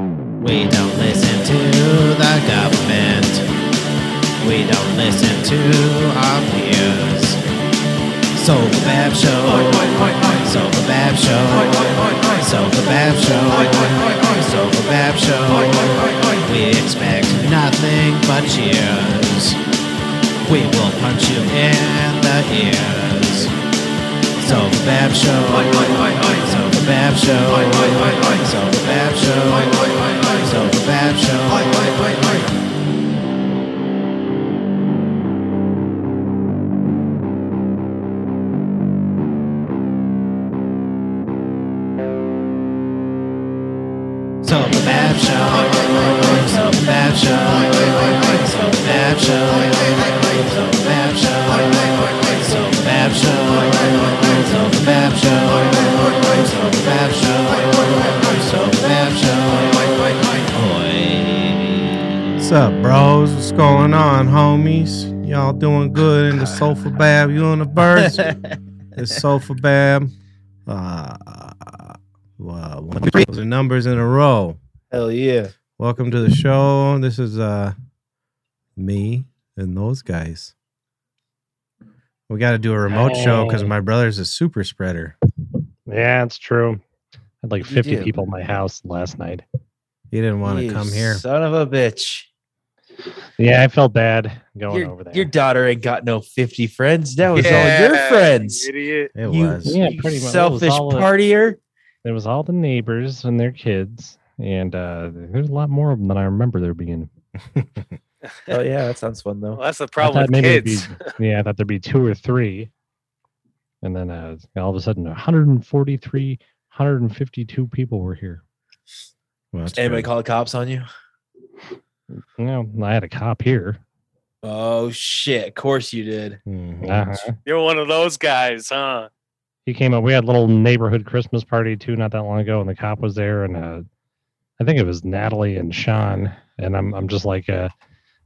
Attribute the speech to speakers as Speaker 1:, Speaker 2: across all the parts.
Speaker 1: We don't listen to the government. We don't listen to our peers. Sofa Bab Show. Sofa Bab Show. Sofa Bab Show. Sofa Bab Show. We expect nothing but cheers. We will punch you in the ears. Sofa Bab Show. Sofa Bab Show. Sofa Bab Show. Sofa Bab Show. Sofa Bab Show. Sofa Bab Show. Sofa Bab Show. Sofa Bab Show. Sofa Bab Show. Sofa Bab Show. Sofa Bab Show. Sofa Bab Show.
Speaker 2: What's up, bros? What's going on, homies? Y'all doing good in the Sofa Bab universe? it's Sofa Bab. Uh, wow, one, three. Those are numbers in a row.
Speaker 3: Hell yeah.
Speaker 2: Welcome to the show. This is uh me and those guys. We got to do a remote show because
Speaker 3: Hey.
Speaker 2: my brother's a super spreader.
Speaker 3: Yeah, it's true. I had like
Speaker 4: You
Speaker 3: 50
Speaker 4: do.
Speaker 3: people in my house last night.
Speaker 2: He didn't want
Speaker 4: You
Speaker 2: to come here.
Speaker 4: Son of a bitch.
Speaker 3: Yeah, I felt bad going
Speaker 4: Your,
Speaker 3: over there.
Speaker 4: your daughter ain't got no 50 friends. That was all your
Speaker 5: Yeah,
Speaker 4: friends.
Speaker 5: you Idiot.
Speaker 2: It
Speaker 4: you-
Speaker 2: was.
Speaker 3: yeah,
Speaker 4: You
Speaker 3: pretty much. It was
Speaker 4: selfish
Speaker 3: all, uh,
Speaker 4: partier.
Speaker 3: There was all the neighbors and their kids, and uh, there's a lot more of them than I remember there being.
Speaker 4: Oh, yeah, that sounds fun,
Speaker 5: Well,
Speaker 4: though.
Speaker 5: that's the
Speaker 3: I
Speaker 5: problem
Speaker 3: thought
Speaker 5: with
Speaker 3: it'd
Speaker 5: kids.
Speaker 3: Be, yeah, I thought there'd be two or three, and then uh, all of a sudden, 143, 152 people were here.
Speaker 2: Well, that's
Speaker 4: Anybody
Speaker 2: good.
Speaker 4: call the cops on you?
Speaker 3: You know, and I had a cop here.
Speaker 4: Oh, shit. Of course you did.
Speaker 2: Mhm.
Speaker 3: Uh-huh.
Speaker 5: You're one of those guys, huh?
Speaker 3: he came up. We had a little neighborhood Christmas party too, not that long ago, and the cop was there, and uh, I think it was Natalie and Sean, and I'm I'm just like, uh,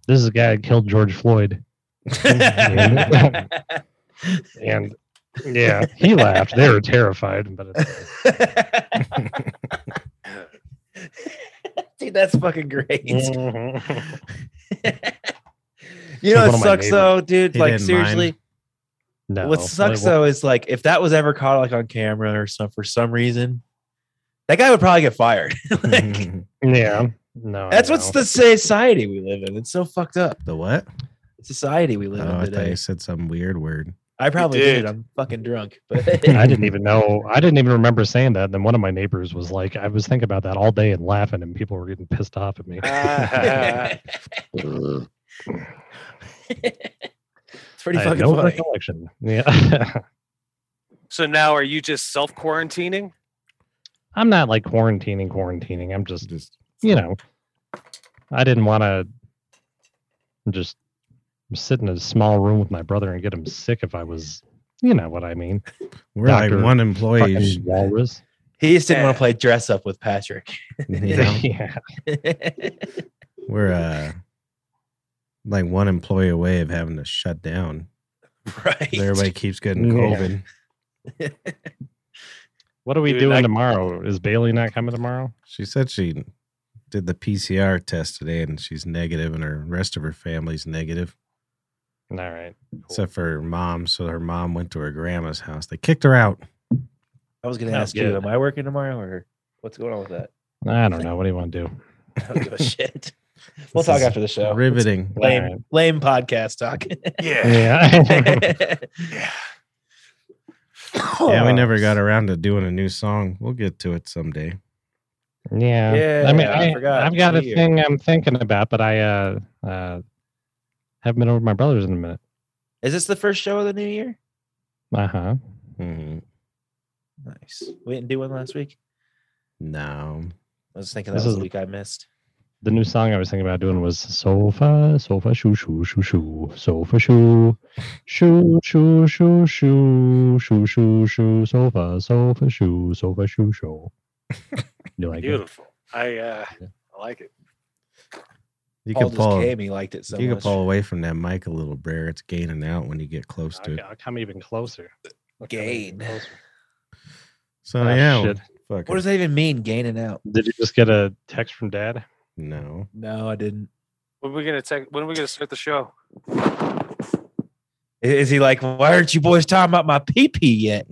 Speaker 3: this is a guy that killed George Floyd, and yeah, he laughed. They were terrified, but it's-
Speaker 4: Dude, that's fucking great.
Speaker 3: Mhm.
Speaker 4: you know
Speaker 3: One
Speaker 4: what
Speaker 3: of my
Speaker 4: sucks,
Speaker 3: neighbors.
Speaker 4: though, dude?
Speaker 2: He
Speaker 4: like,
Speaker 2: didn't mind.
Speaker 4: seriously.
Speaker 3: no,
Speaker 4: What sucks
Speaker 3: Well,
Speaker 4: though is like if that was ever caught like on camera or some for some reason, that guy would probably get fired. like,
Speaker 3: Yeah, no, I
Speaker 4: that's what's
Speaker 3: know.
Speaker 4: the society we live in. It's so fucked up.
Speaker 2: the what?
Speaker 4: Society we live
Speaker 2: Oh,
Speaker 4: in
Speaker 2: I thought
Speaker 4: today.
Speaker 2: you said some weird word.
Speaker 4: I probably did.
Speaker 5: did.
Speaker 4: I'm fucking drunk, but
Speaker 3: I didn't even know. I didn't even remember saying that. And then one of my neighbors was like, "I was thinking about that all day and laughing, and people were getting pissed off at me."
Speaker 5: Ah,
Speaker 4: it's pretty
Speaker 3: I had
Speaker 4: fucking
Speaker 3: no
Speaker 4: funny.
Speaker 3: recollection. Yeah.
Speaker 5: so now are you just self quarantining?
Speaker 3: I'm not like quarantining, quarantining. I'm just,
Speaker 2: Just
Speaker 3: you know, I didn't want to just sit in a small room with my brother and get him sick if I was, you know what I mean?
Speaker 2: we're
Speaker 3: Doctor
Speaker 2: like one employee. sh-
Speaker 3: Fucking walrus.
Speaker 4: He just didn't want to play dress up with Patrick.
Speaker 2: you know?
Speaker 3: yeah.
Speaker 2: We're uh like one employee away of having to shut down.
Speaker 4: right.
Speaker 2: Everybody keeps getting
Speaker 3: Yeah.
Speaker 2: COVID.
Speaker 3: What are we
Speaker 5: Dude,
Speaker 3: doing
Speaker 5: I-
Speaker 3: tomorrow? Is Bailey not coming tomorrow?
Speaker 2: She said she did the PCR test today and she's negative and her rest of her family's negative.
Speaker 3: All right.
Speaker 2: Except for her mom. So her mom went to her grandma's house. They kicked her out.
Speaker 4: I was gonna
Speaker 3: Sounds
Speaker 4: ask you,
Speaker 3: good.
Speaker 4: am I working tomorrow or what's going on with that?
Speaker 3: I don't know. What do you want to do?
Speaker 4: I don't give a shit. We'll
Speaker 2: This
Speaker 4: talk
Speaker 2: is
Speaker 4: after the show.
Speaker 2: Riveting.
Speaker 3: All right.
Speaker 4: Lame, lame podcast talk.
Speaker 5: Yeah.
Speaker 3: Yeah.
Speaker 5: yeah.
Speaker 2: Yeah, we never got around to doing a new song. We'll get to it someday.
Speaker 3: Yeah.
Speaker 4: Yeah,
Speaker 3: I mean,
Speaker 4: I
Speaker 3: I
Speaker 4: forgot.
Speaker 3: have got a
Speaker 4: Weird.
Speaker 3: thing I'm thinking about, but I uh, uh, haven't been over to my brother's in a minute.
Speaker 4: Is this the first show of the new year?
Speaker 3: Uh huh.
Speaker 2: Mhm.
Speaker 4: Nice. We didn't do one last week.
Speaker 2: No.
Speaker 4: I was thinking that
Speaker 3: This
Speaker 4: was
Speaker 3: is-
Speaker 4: the week I missed.
Speaker 3: the new song I was thinking about doing was sofa, sofa, shoo, shoo, shoo, shoo, sofa, shoo, shoo, shoo, shoo, shoo, shoo, shoo, shoo, sofa, sofa, shoo, sofa, shoo, shoo. You like it?
Speaker 5: Beautiful. I uh I like it.
Speaker 2: You
Speaker 4: You Paul
Speaker 2: can
Speaker 4: just
Speaker 2: pull
Speaker 4: came. He liked it so
Speaker 2: you can
Speaker 4: much.
Speaker 2: pull away from that mic a little, Brer. It's gaining out when you get close to
Speaker 3: I'll,
Speaker 2: it.
Speaker 3: I'll come even closer. I'll come even
Speaker 4: Gain.
Speaker 3: closer.
Speaker 2: So
Speaker 3: Ah,
Speaker 2: yeah,
Speaker 3: shit.
Speaker 2: Fucking
Speaker 4: What does that even mean? Gaining out?
Speaker 3: Did you just get a text from dad?
Speaker 2: no.
Speaker 4: No, I didn't.
Speaker 5: When are we gonna take? When are we gonna start the show?
Speaker 4: I- Is he like, why aren't you boys talking about my pee pee yet?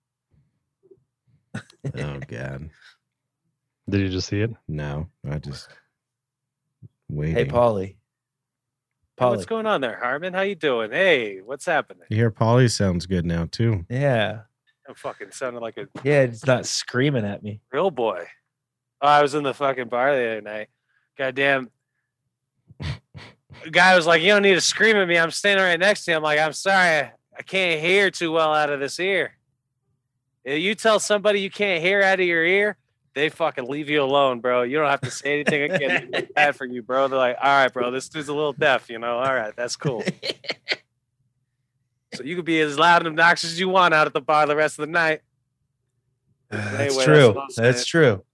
Speaker 2: oh god,
Speaker 3: Did you just see it?
Speaker 2: no! I just waiting.
Speaker 4: Hey, Polly.
Speaker 5: Hey,
Speaker 4: Polly.
Speaker 5: what's going on there, Harmon? How you doing? Hey, what's happening?
Speaker 2: You hear Polly sounds good now too.
Speaker 4: Yeah.
Speaker 5: I'm fucking sounding like a
Speaker 4: Yeah, it's not screaming at me.
Speaker 5: real boy. Oh, I was in the fucking bar the other night. Goddamn. A guy was like, You don't need to scream at me. I'm standing right next to you. I'm like, I'm sorry. I can't hear too well out of this ear. If you tell somebody you can't hear out of your ear, they fucking leave you alone, bro. You don't have to say anything again. It's bad for you, bro. They're like, all right, bro, this dude's a little deaf, you know. All right, that's cool. so you could be as loud and obnoxious as you want out at the bar the rest of the night.
Speaker 4: That's
Speaker 5: Anyway, that's
Speaker 4: true.
Speaker 5: what I'm
Speaker 4: That's,
Speaker 5: saying.
Speaker 4: true.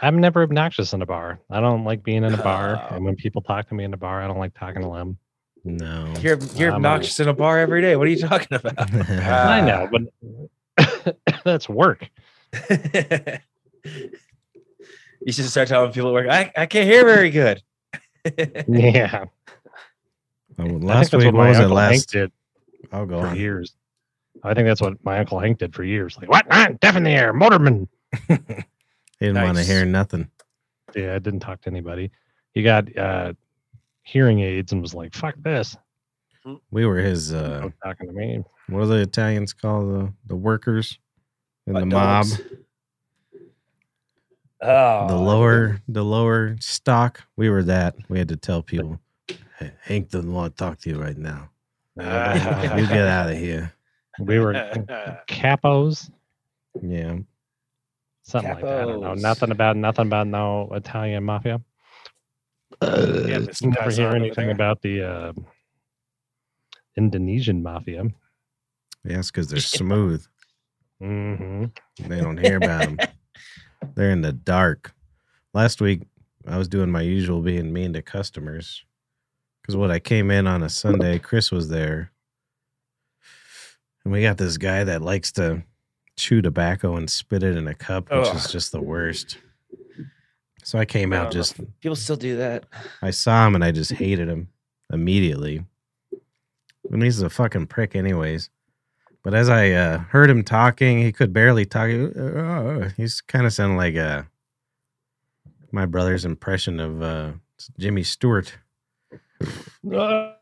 Speaker 3: I'm never obnoxious in a bar. I don't like being in a bar.
Speaker 4: Oh.
Speaker 3: And when people talk to me in a bar, I don't like talking to them.
Speaker 2: No,
Speaker 4: You're you're
Speaker 3: I'm a-
Speaker 4: obnoxious in a bar every day. What are you talking about?
Speaker 3: I
Speaker 4: Ah.
Speaker 5: Uh,
Speaker 3: know, but that's work.
Speaker 4: you should start telling people at work, I, I can't hear very good.
Speaker 3: Yeah.
Speaker 2: Oh, well,
Speaker 3: I think
Speaker 2: last
Speaker 3: that's
Speaker 2: week
Speaker 3: what
Speaker 2: what was it?
Speaker 3: my uncle Hank
Speaker 2: Last
Speaker 3: did
Speaker 2: I'll go
Speaker 3: for
Speaker 2: on.
Speaker 3: years. I think that's what my uncle Hank did for years. Like, what? Ah, deaf in the air, motorman.
Speaker 2: He didn't want to
Speaker 4: Nice.
Speaker 2: hear nothing.
Speaker 3: Yeah, I didn't talk to anybody. He got uh, hearing aids and was like, fuck this.
Speaker 2: We were his. uh
Speaker 3: No talking to me.
Speaker 2: What are the Italians called? The the workers and
Speaker 4: But
Speaker 2: the
Speaker 4: no
Speaker 2: mob.
Speaker 4: one's- Oh,
Speaker 2: the lower the lower stock we were that we had to tell people "Hey, hank doesn't want to talk to you right now you get out of here
Speaker 3: We
Speaker 5: Uh,
Speaker 3: were capos,
Speaker 2: yeah
Speaker 3: something like that. I don't know.
Speaker 4: Capos.
Speaker 3: Nothing about nothing about no Italian mafia.
Speaker 5: Yeah, Miss
Speaker 3: Never
Speaker 5: Kazan
Speaker 3: hear
Speaker 5: over
Speaker 3: anything
Speaker 5: there.
Speaker 3: about the uh, Indonesian mafia.
Speaker 2: yeah it's because they're smooth
Speaker 3: hmm
Speaker 2: they don't hear about them they're in the dark last week i was doing my usual being mean to customers because what i came in on a sunday chris was there and we got this guy that likes to chew tobacco and spit it in a cup which is
Speaker 4: Ugh.
Speaker 2: just the worst so i came out
Speaker 5: Ugh.
Speaker 2: just
Speaker 4: People still do that.
Speaker 2: I saw him and I just hated him immediately. And he's a fucking prick, anyways. But as I uh, heard him talking, he could barely talk. Uh, He's kind of sounding like uh, my brother's impression of uh, Jimmy Stewart.
Speaker 5: Uh,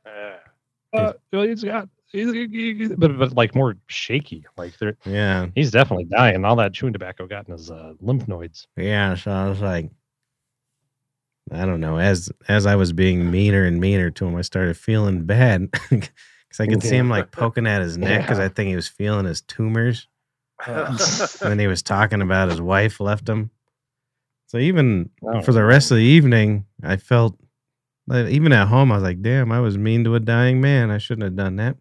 Speaker 3: Uh, well, he's got, he's, he- he- but, but like more shaky. Like they're,
Speaker 2: Yeah,
Speaker 3: he's definitely dying. All that chewing tobacco got in his uh, lymph nodes.
Speaker 2: yeah. So I was like, I don't know. As as I was being meaner and meaner to him, I started feeling bad because I could see him like poking at his neck because I think he was feeling his tumors.
Speaker 3: Oh.
Speaker 2: And then he was talking about his wife left him. So even
Speaker 3: Oh.
Speaker 2: for the rest of the evening, I felt like even at home, I was like, damn, I was mean to a dying man. I shouldn't have done that.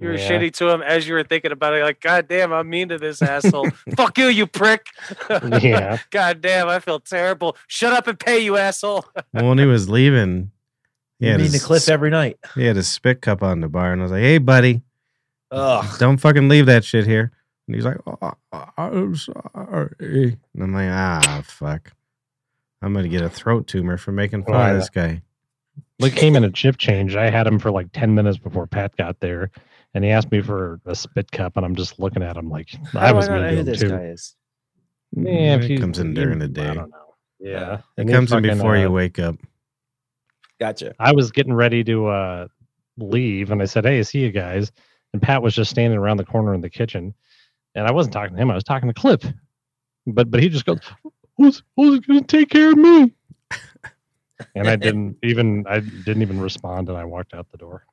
Speaker 5: you were
Speaker 3: Yeah.
Speaker 5: shitty to him as you were thinking about it. Like, God damn, I'm mean to this asshole. Fuck you, you prick.
Speaker 3: yeah.
Speaker 5: God damn, I feel terrible. Shut up and pay, you asshole.
Speaker 2: Well, when he was leaving, he
Speaker 4: You
Speaker 2: had,
Speaker 4: mean to
Speaker 2: his,
Speaker 4: Cliff every night.
Speaker 2: he had his spit cup on the bar, and I was like, hey, buddy,
Speaker 4: Ugh.
Speaker 2: don't fucking leave that shit here. And he's like, oh, I- I'm sorry. And I'm like, ah, fuck. I'm going to get a throat tumor for making fun
Speaker 3: Right.
Speaker 2: of this guy.
Speaker 3: Luke came in at shift change. I had him for like 10 minutes before Pat got there. And he asked me for a spit cup, and I'm just looking at him like I
Speaker 4: How do
Speaker 3: was
Speaker 4: not know
Speaker 3: mean to
Speaker 4: who
Speaker 3: him
Speaker 4: this
Speaker 3: too.
Speaker 4: guy is.
Speaker 3: Yeah, if
Speaker 2: it
Speaker 3: you-
Speaker 2: comes in
Speaker 3: you-
Speaker 2: during the
Speaker 3: I
Speaker 2: day.
Speaker 3: don't know. Yeah,
Speaker 2: It
Speaker 3: And he
Speaker 2: comes in
Speaker 3: fucking,
Speaker 2: before
Speaker 3: uh,
Speaker 2: you wake up.
Speaker 4: Gotcha.
Speaker 3: I was getting ready to uh, leave, and I said, "Hey, see you guys." And Pat was just standing around the corner in the kitchen, and I wasn't talking to him. I was talking to Clip, but but he just goes, "Who's who's going to take care of me?" and I didn't even I didn't even respond, and I walked out the door.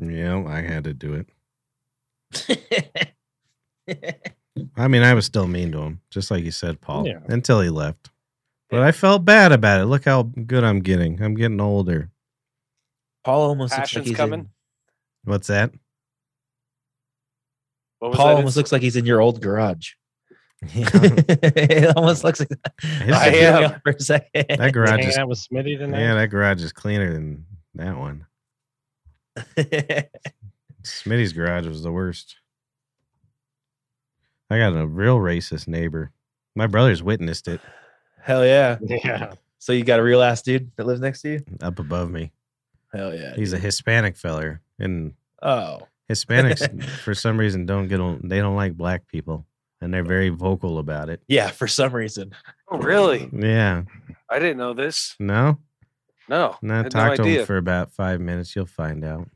Speaker 2: Yeah, I had to do it. I mean, I was still mean to him, just like you said, Paul,
Speaker 3: Yeah.
Speaker 2: until he left. But I felt bad about it. Look how good I'm getting. I'm getting older.
Speaker 4: Paul almost looks like
Speaker 5: Passion's
Speaker 4: he's
Speaker 5: coming.
Speaker 4: in,
Speaker 2: What's that?
Speaker 5: What was
Speaker 4: Paul
Speaker 5: that?
Speaker 4: almost looks like he's in your old garage.
Speaker 2: Yeah,
Speaker 4: it almost looks like that.
Speaker 2: I
Speaker 5: am.
Speaker 4: for a second.
Speaker 2: that garage
Speaker 3: Hanging
Speaker 2: is
Speaker 3: out with Smitty tonight.
Speaker 2: yeah, that garage is cleaner than that one. Smitty's garage was the worst. I got a real racist neighbor. My brother's witnessed it
Speaker 4: Hell yeah.
Speaker 3: Yeah.
Speaker 4: So you got a real ass dude that lives next to you?
Speaker 2: up above me.
Speaker 4: Hell yeah.
Speaker 2: He's a Hispanic feller, and
Speaker 4: Oh.
Speaker 2: Hispanics for some reason don't get on. They don't like black people, and they're very vocal about it.
Speaker 4: Yeah, for some reason.
Speaker 5: Oh, really?
Speaker 2: Yeah,
Speaker 5: I didn't know this.
Speaker 2: no,
Speaker 5: No,
Speaker 2: no.
Speaker 5: had
Speaker 2: Talk to
Speaker 5: idea.
Speaker 2: him for about five minutes. You'll find out.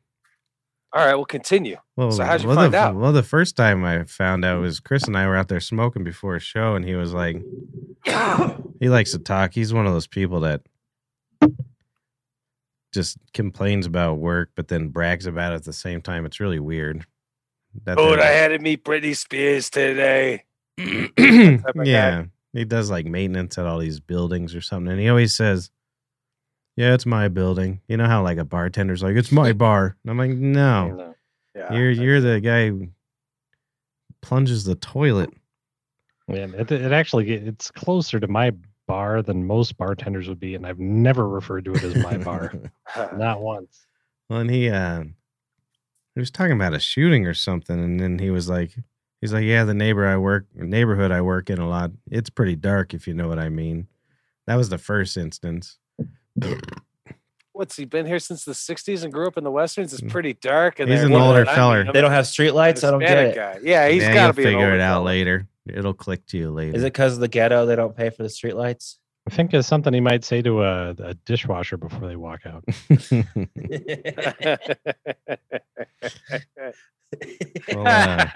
Speaker 5: All right, we'll continue.
Speaker 2: Well,
Speaker 5: So how'd you
Speaker 2: well,
Speaker 5: find
Speaker 2: the,
Speaker 5: out?
Speaker 2: Well, the first time I found out was Chris and I were out there smoking before a show, and he was like, he likes to talk. He's one of those people that just complains about work, but then brags about it at the same time. It's really weird. That
Speaker 5: Oh, and I
Speaker 2: they're-
Speaker 5: had to meet Britney Spears today. type of guy.
Speaker 2: yeah, he does like maintenance at all these buildings or something, and he always says, "Yeah, it's my building." You know how like a bartender's like, "It's my bar," and I'm like, "No."
Speaker 5: Yeah.
Speaker 2: You're you're the guy who plunges the toilet.
Speaker 3: Yeah, it, it actually get- it's closer to my bar than most bartenders would be, and I've never referred to it as my bar, not once.
Speaker 2: well, and he uh he was talking about a shooting or something, and then he was like he's like, Yeah, the neighbor I work neighborhood I work in a lot, it's pretty dark if you know what I mean. That was the first instance.
Speaker 5: What's he been here since the '60s and grew up in the westerns? It's pretty dark, and
Speaker 2: He's
Speaker 5: they're-
Speaker 2: an
Speaker 5: what-
Speaker 2: older
Speaker 5: I mean,
Speaker 2: feller.
Speaker 5: I'm
Speaker 4: They don't have street
Speaker 5: a
Speaker 4: lights. I don't get
Speaker 5: Hispanic
Speaker 4: it.
Speaker 5: guy. Yeah, he's
Speaker 2: Yeah,
Speaker 5: got
Speaker 2: you'll
Speaker 5: to be an
Speaker 2: figure
Speaker 5: older
Speaker 2: it out
Speaker 5: fella.
Speaker 2: later. It'll click to you later.
Speaker 4: Is it because of the ghetto they don't pay for the street lights?
Speaker 3: I think it's something he might say to a, a dishwasher before they walk out.
Speaker 2: well, uh,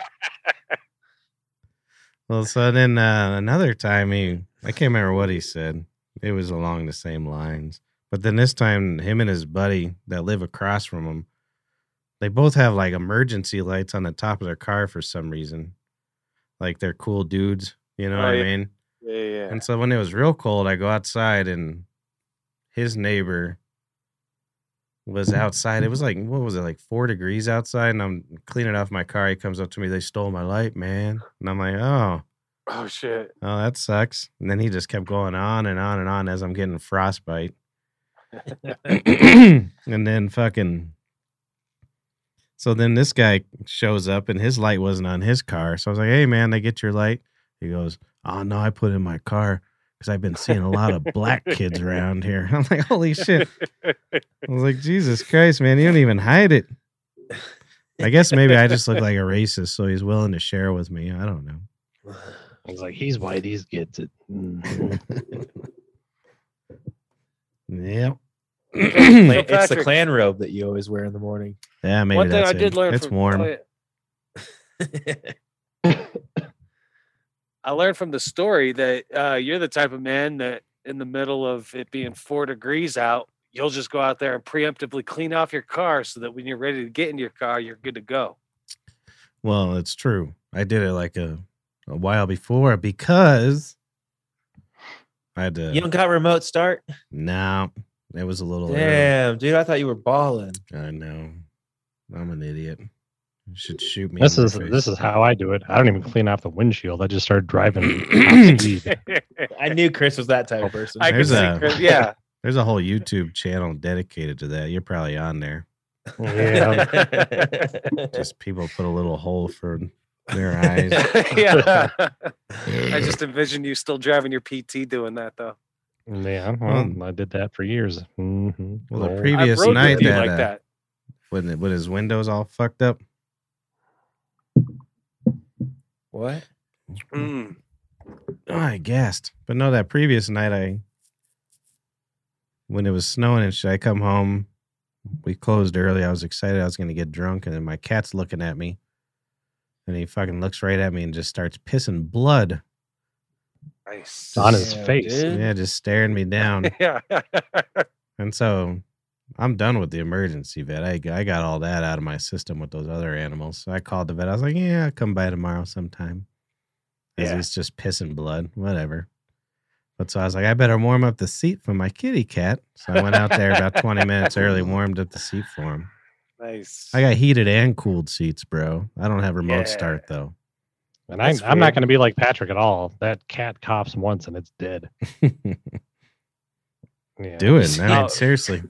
Speaker 2: well, so then uh, another time he, I can't remember what he said. It was along the same lines. But then this time, him and his buddy that live across from him, they both have like emergency lights on the top of their car for some reason. Like they're cool dudes, you know
Speaker 5: Oh,
Speaker 2: what
Speaker 5: yeah.
Speaker 2: I mean?
Speaker 5: yeah, yeah.
Speaker 2: And so when it was real cold, I go outside and his neighbor was outside. It was like what was it like four degrees outside, and I'm cleaning off my car. He comes up to me, they stole my light, man. And I'm like, oh,
Speaker 5: Oh shit.
Speaker 2: oh, that sucks. And then he just kept going on and on and on as I'm getting frostbite. and then fucking so then this guy shows up and his light wasn't on his car. So I was like, hey man, I get your light. He goes, Oh no, I put it in my car because I've been seeing a lot of black kids around here. I'm like, holy shit. I was like, Jesus Christ, man, you don't even hide it. I guess maybe I just look like a racist, so he's willing to share with me. I don't know.
Speaker 3: He's like, he's white, he's gets it.
Speaker 2: Mm-hmm.
Speaker 3: Mhm.
Speaker 2: Yep.
Speaker 4: Clan- it's the
Speaker 5: Patrick-
Speaker 4: clan robe that you always wear in the morning.
Speaker 2: yeah, maybe
Speaker 5: One thing
Speaker 2: that's
Speaker 5: I did
Speaker 2: it.
Speaker 5: learn
Speaker 2: It's
Speaker 5: from
Speaker 2: warm.
Speaker 5: oh, yeah. I learned from the story that uh, you're the type of man that in the middle of it being four degrees out, you'll just go out there and preemptively clean off your car so that when you're ready to get in your car, you're good to go.
Speaker 2: Well, it's true. I did it like a, a while before because I had to.
Speaker 4: You don't got remote start?
Speaker 2: no, it was a little. early.
Speaker 4: Damn, dude, I thought you were balling.
Speaker 2: I know. I'm an idiot. You should shoot me.
Speaker 3: this
Speaker 2: in the
Speaker 3: is
Speaker 2: face.
Speaker 3: this is how I do it. I don't even clean off the windshield. I just start driving. top speed.
Speaker 4: I knew Chris was that type of person.
Speaker 5: I
Speaker 2: can
Speaker 5: could
Speaker 2: There's
Speaker 5: see,
Speaker 2: a-
Speaker 5: Chris- yeah.
Speaker 2: There's a whole YouTube channel dedicated to that. You're probably on there.
Speaker 3: Yeah.
Speaker 2: Just people put a little hole for their eyes.
Speaker 5: yeah. I just envision you still driving your PT doing that though.
Speaker 3: Yeah, well, I did that for years. hmm
Speaker 2: Hmm. Well, the previous- Maybe
Speaker 5: I
Speaker 2: it's
Speaker 5: rode
Speaker 2: night
Speaker 5: with you
Speaker 2: that,
Speaker 5: like
Speaker 2: uh,
Speaker 5: that.
Speaker 2: when it- when his windows all fucked up.
Speaker 4: what?
Speaker 2: hmm.
Speaker 5: Mm.
Speaker 2: Oh, I guessed. But no, that previous night I when it was snowing and shit, I come home. We closed early. I was excited I was gonna get drunk, and then my cat's looking at me. And he fucking looks right at me and just starts pissing blood.
Speaker 5: Nice.
Speaker 3: on his
Speaker 4: Yeah,
Speaker 3: face.
Speaker 4: dude.
Speaker 2: Yeah, just staring me down.
Speaker 5: Yeah.
Speaker 2: and so I'm done with the emergency vet. I, I got all that out of my system with those other animals. So I called the vet. I was like, yeah, I'll come by tomorrow sometime. Because
Speaker 5: Yeah.
Speaker 2: he's just pissing blood, whatever. But so I was like, I better warm up the seat for my kitty cat. So I went out there about 20 minutes early, warmed up the seat for him.
Speaker 5: nice.
Speaker 2: I got heated and cooled seats, bro. I don't have remote
Speaker 5: Yeah.
Speaker 2: start, though.
Speaker 3: And I,
Speaker 5: That's
Speaker 3: I'm not
Speaker 5: weird.
Speaker 3: going to be like Patrick at all. That cat coughs once and it's dead. Yeah.
Speaker 2: Do it, man.
Speaker 4: Oh.
Speaker 2: Seriously.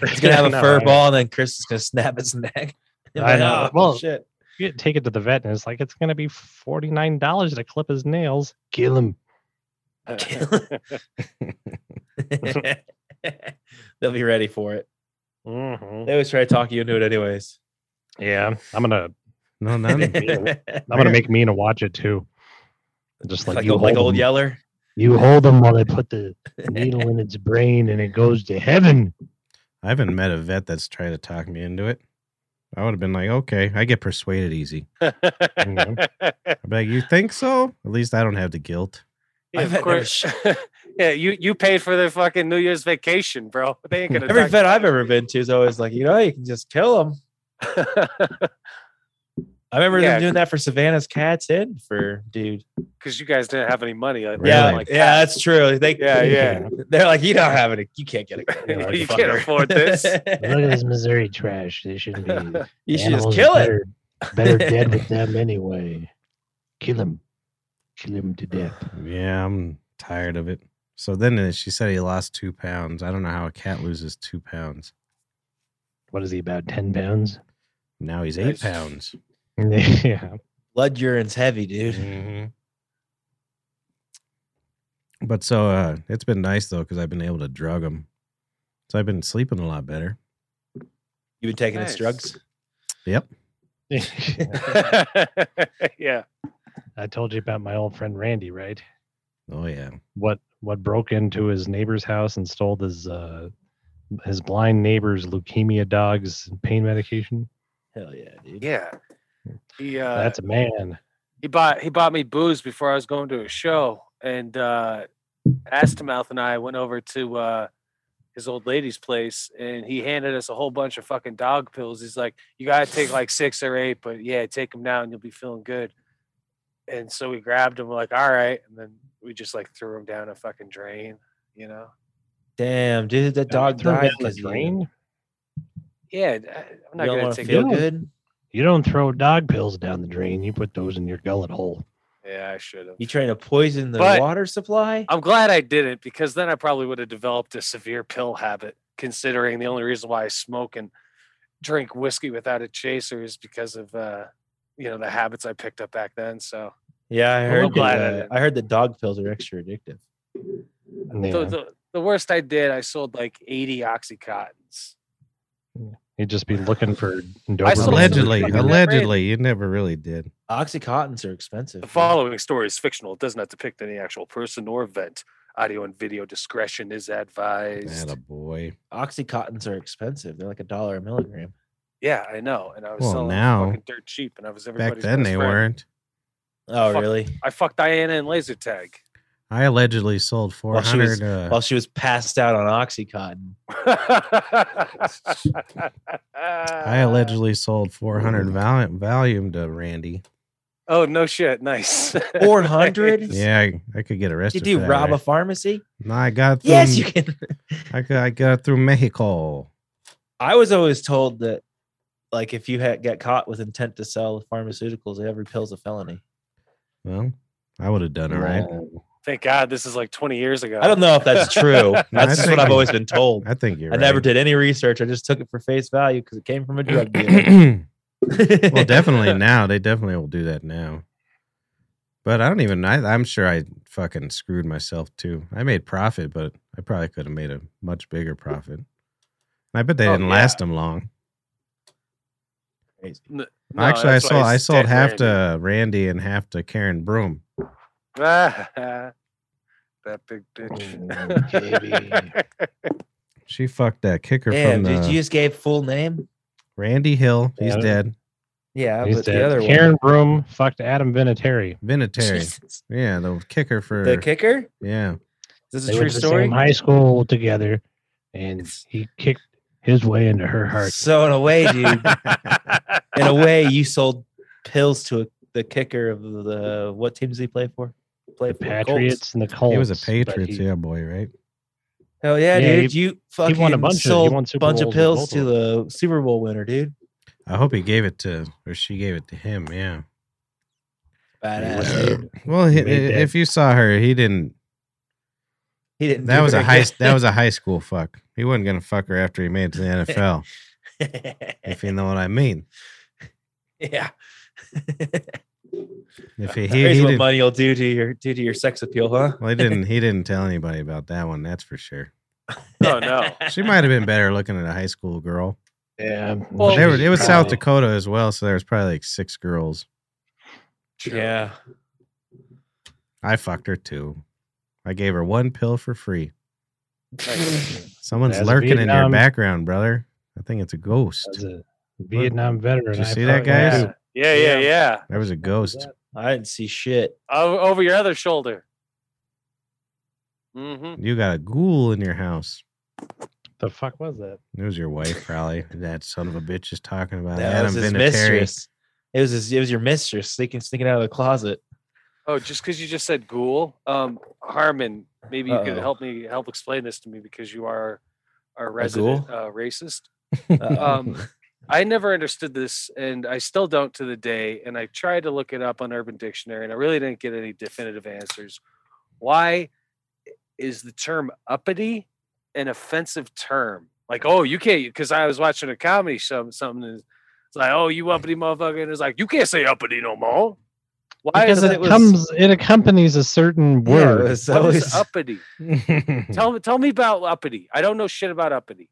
Speaker 4: He's gonna have a
Speaker 3: No,
Speaker 4: fur
Speaker 3: I-
Speaker 4: ball, and then Chris is gonna snap his neck.
Speaker 3: I know.
Speaker 4: Oh,
Speaker 3: Well,
Speaker 4: shit.
Speaker 3: you take it to the vet, and it's like it's gonna be forty nine dollars to clip his nails. Kill him.
Speaker 4: They'll be ready for it.
Speaker 3: hmm
Speaker 4: They always try to talk you into it, anyways.
Speaker 3: Yeah, I'm gonna
Speaker 2: No, none.
Speaker 3: I'm gonna
Speaker 2: Man.
Speaker 3: make Mina watch it too. Just like,
Speaker 4: like
Speaker 3: you
Speaker 4: old, like
Speaker 3: hold
Speaker 4: old
Speaker 3: them-
Speaker 4: Yeller.
Speaker 3: You hold them while they put the needle in its brain, and it goes to heaven.
Speaker 2: I haven't met a vet that's tried to talk me into it. I would have been like, okay, I get persuaded easy. I'm like, you think so? At least I don't have the guilt.
Speaker 5: Yeah,
Speaker 4: I've
Speaker 5: of
Speaker 4: had never
Speaker 5: course. yeah, you you paid for their fucking New Year's vacation, bro. They ain't gonna.
Speaker 4: Every
Speaker 5: talk-
Speaker 4: vet I've ever been to is always like, you know, you can just kill them. I remember
Speaker 5: Yeah.
Speaker 4: them doing that for Savannah's Cat's Inn for dude.
Speaker 5: because you guys didn't have any money. Like,
Speaker 2: Yeah,
Speaker 4: Yeah,
Speaker 5: like
Speaker 4: yeah, that's true. They,
Speaker 5: Yeah, yeah.
Speaker 4: They're like, you don't have any. You can't get it.
Speaker 3: You know, like,
Speaker 5: you can't afford this.
Speaker 3: Look at this Missouri trash. They shouldn't be.
Speaker 4: you should just
Speaker 3: Animals are
Speaker 4: kill it.
Speaker 3: better, better dead with them anyway. Kill him. Kill him to death.
Speaker 2: Yeah, I'm tired of it. So then uh, she said he lost two pounds. I don't know how a cat loses two pounds.
Speaker 3: What is he about? Ten pounds?
Speaker 2: Now he's eight
Speaker 5: Nice.
Speaker 2: pounds.
Speaker 3: yeah.
Speaker 4: Blood urine's heavy, dude.
Speaker 2: But so uh, it's been nice though because I've been able to drug him. So I've been sleeping a lot better.
Speaker 4: You've been taking
Speaker 5: Nice.
Speaker 4: his drugs.
Speaker 2: Yep.
Speaker 5: yeah.
Speaker 3: I told you about my old friend Randy, right?
Speaker 2: Oh yeah.
Speaker 3: What what broke into his neighbor's house and stole his uh his blind neighbor's leukemia dog's pain medication?
Speaker 4: Hell yeah, dude.
Speaker 5: Yeah. He uh,
Speaker 3: That's a man.
Speaker 5: he bought he bought me booze before I was going to a show, and uh, Astamouth and I went over to uh, his old lady's place, and he handed us a whole bunch of fucking dog pills. He's like, "You gotta take like six or eight, but yeah, take them now, and you'll be feeling good." And so we grabbed him, like, "All right," and then we just like threw him down a fucking drain, you know.
Speaker 4: Damn, dude, that dog
Speaker 3: Throw
Speaker 4: died
Speaker 3: down the
Speaker 4: because you,
Speaker 3: drain.
Speaker 4: you
Speaker 5: Yeah, I- I'm not
Speaker 4: don't
Speaker 5: gonna
Speaker 4: want to
Speaker 5: take
Speaker 4: feel
Speaker 5: it.
Speaker 3: it.
Speaker 4: good.
Speaker 3: You don't throw dog pills down the drain. You put those in your gullet hole.
Speaker 5: Yeah, I should have.
Speaker 4: You trying to poison the
Speaker 5: But-
Speaker 4: water supply?
Speaker 5: I'm glad I didn't because then I probably would have developed a severe pill habit, considering the only reason why I smoke and drink whiskey without a chaser is because of uh you know the habits I picked up back then. So
Speaker 4: Yeah, I
Speaker 5: I'm
Speaker 4: heard.
Speaker 5: glad I
Speaker 4: that, uh,
Speaker 5: didn't.
Speaker 4: I heard that dog pills are extra addictive.
Speaker 3: Yeah.
Speaker 5: the, the, the worst I did, I sold like 80 oxycontins.
Speaker 3: You'd just be looking for
Speaker 5: saw-
Speaker 2: Allegedly,
Speaker 5: Allegedly.
Speaker 2: allegedly, you never really did.
Speaker 4: Oxycontins are expensive.
Speaker 2: Mm-hmm.
Speaker 5: The
Speaker 4: dude.
Speaker 5: following story is fictional; it does not depict any actual person or event. Audio and video discretion is advised.
Speaker 2: Atta boy.
Speaker 4: Oxycontins are expensive. They're like a dollar a milligram.
Speaker 5: Yeah, I know, and I was
Speaker 2: Well,
Speaker 5: selling them
Speaker 2: now-
Speaker 5: fucking dirt cheap, and I was everybody's
Speaker 2: Back then
Speaker 5: best
Speaker 2: they
Speaker 5: friend.
Speaker 2: weren't.
Speaker 4: Oh,
Speaker 5: Fuck.
Speaker 4: really?
Speaker 5: I fucked Diana in laser tag.
Speaker 2: I allegedly sold four
Speaker 4: Well, she was-
Speaker 2: hundred. uh,
Speaker 4: While she was passed out on Oxycontin.
Speaker 2: I
Speaker 5: I
Speaker 4: Uh,
Speaker 2: allegedly sold four hundred val- Valium to Randy.
Speaker 5: Oh no shit! Nice.
Speaker 4: 400?
Speaker 2: Yeah, I, I could get arrested.
Speaker 4: Did you
Speaker 2: for that,
Speaker 4: rob a
Speaker 2: right?
Speaker 4: pharmacy?
Speaker 2: No, I got through,
Speaker 4: Yes, you can.
Speaker 2: I got, I got through Mexico.
Speaker 4: I was always told that, like, if you had get caught with intent to sell pharmaceuticals, every pill's a felony.
Speaker 2: Well, I would have done all right.
Speaker 5: Thank God this is like 20 years ago.
Speaker 4: I don't know if that's true. That's just
Speaker 2: think
Speaker 4: what I've
Speaker 2: you-
Speaker 4: always been told.
Speaker 2: I think you're.
Speaker 4: I
Speaker 2: right.
Speaker 4: never did any research. I just took it for face value because it came from a drug dealer.
Speaker 2: well, definitely now they definitely will do that now. But I don't even. I, I'm sure I fucking screwed myself too. I made profit, but I probably could have made a much bigger profit. I bet they
Speaker 5: Oh,
Speaker 2: didn't
Speaker 5: yeah.
Speaker 2: last them long.
Speaker 4: Crazy.
Speaker 5: No,
Speaker 2: Actually, I
Speaker 5: that's why
Speaker 2: sold. I
Speaker 5: it's
Speaker 2: sold
Speaker 5: dead
Speaker 2: half
Speaker 5: Randy.
Speaker 2: to Randy and half to Karen Broom.
Speaker 5: that
Speaker 4: Oh,
Speaker 5: big bitch.
Speaker 2: She fucked that kicker
Speaker 4: Damn,
Speaker 2: from the
Speaker 4: dude, you just gave full name?
Speaker 2: Randy Hill. He's
Speaker 3: Yeah.
Speaker 2: dead.
Speaker 4: Yeah,
Speaker 3: He's
Speaker 4: but
Speaker 3: dead.
Speaker 4: the other
Speaker 3: Karen Broom fucked Adam Vinatieri.
Speaker 4: one.
Speaker 2: Vinatieri.
Speaker 4: Jesus.
Speaker 2: Yeah, the kicker for
Speaker 4: The kicker?
Speaker 2: yeah.
Speaker 4: Is this
Speaker 3: They went
Speaker 4: a true
Speaker 3: to the
Speaker 4: story?
Speaker 3: same high school together, and he kicked his way into her heart.
Speaker 4: So in a way, dude, in a way, you sold pills to a, the kicker of the what team does he play for? Play
Speaker 3: The
Speaker 4: for Colts.
Speaker 3: Patriots and the Colts.
Speaker 2: He was a
Speaker 3: but
Speaker 2: Patriots,
Speaker 3: he-
Speaker 2: yeah, boy, right?
Speaker 4: Hell yeah,
Speaker 3: Yeah,
Speaker 4: dude!
Speaker 3: he-
Speaker 4: you fucking
Speaker 3: won a bunch of- he
Speaker 4: sold
Speaker 3: won Super
Speaker 4: bunch of
Speaker 3: Bowls with
Speaker 4: pills
Speaker 3: both of
Speaker 4: to a Super Bowl winner, dude.
Speaker 2: I hope he gave it to or she gave it to him. Yeah.
Speaker 4: Badass. dude.
Speaker 2: Well, he,
Speaker 3: He made that-
Speaker 2: if you saw her, he didn't.
Speaker 4: He didn't.
Speaker 2: That
Speaker 4: do
Speaker 2: was a
Speaker 4: very
Speaker 2: high.
Speaker 4: good.
Speaker 2: That was a high school fuck. He wasn't gonna fuck her after he made it to the NFL, if you know what I mean.
Speaker 4: yeah.
Speaker 2: If he, he,
Speaker 4: Here's
Speaker 2: he
Speaker 4: what
Speaker 2: didn't,
Speaker 4: money will do to your do to your sex appeal, huh?
Speaker 2: well, he didn't, he didn't tell anybody about that one. That's for sure.
Speaker 5: Oh no.
Speaker 2: She might have been better looking at a high school girl.
Speaker 3: Yeah.
Speaker 5: Well,
Speaker 2: They were, it was South
Speaker 5: probably-
Speaker 2: Dakota as well, so there was probably like six girls.
Speaker 4: Yeah.
Speaker 2: I fucked her too. I gave her one pill for free.
Speaker 3: That's
Speaker 2: Someone's
Speaker 3: As a
Speaker 2: lurking in your
Speaker 3: Vietnam-
Speaker 2: background, brother. I think it's a ghost.
Speaker 3: a Vietnam veteran.
Speaker 2: Did you
Speaker 3: I
Speaker 2: see that,
Speaker 3: fucking
Speaker 2: guys?
Speaker 3: do.
Speaker 5: Yeah, yeah,
Speaker 4: Yeah.
Speaker 5: yeah.
Speaker 2: There was a ghost.
Speaker 4: I didn't see shit.
Speaker 5: O- over your other shoulder. Mm-hmm.
Speaker 2: You got a ghoul in your house.
Speaker 3: The fuck was that?
Speaker 2: It was your wife, probably. that son of a bitch is talking about
Speaker 4: That
Speaker 2: Adam
Speaker 4: was his
Speaker 2: Vinatieri.
Speaker 4: mistress. It was his, it was your mistress sneaking sneaking out of the closet.
Speaker 5: Oh, just because you just said ghoul, um, Harmon, maybe you could
Speaker 4: Uh-oh.
Speaker 5: help me help explain this to me because you are our
Speaker 4: ghoul?
Speaker 5: resident uh, racist.
Speaker 4: Um,
Speaker 5: Um, I never understood this, and I still don't to the day. And I tried to look it up on Urban Dictionary, and I really didn't get any definitive answers. Why is the term uppity an offensive term? Like, oh, you can't, because I was watching a comedy show, something and it's like, oh, you uppity motherfucker. And it's like, you can't say uppity no more. Why
Speaker 4: Because
Speaker 5: is
Speaker 4: it
Speaker 5: that-
Speaker 4: was-
Speaker 3: Comes it accompanies a certain
Speaker 4: yeah, it
Speaker 3: word.
Speaker 4: was
Speaker 5: what
Speaker 4: always
Speaker 5: is uppity?
Speaker 4: Hmm.
Speaker 5: tell me, tell me about uppity. I don't know shit about uppity.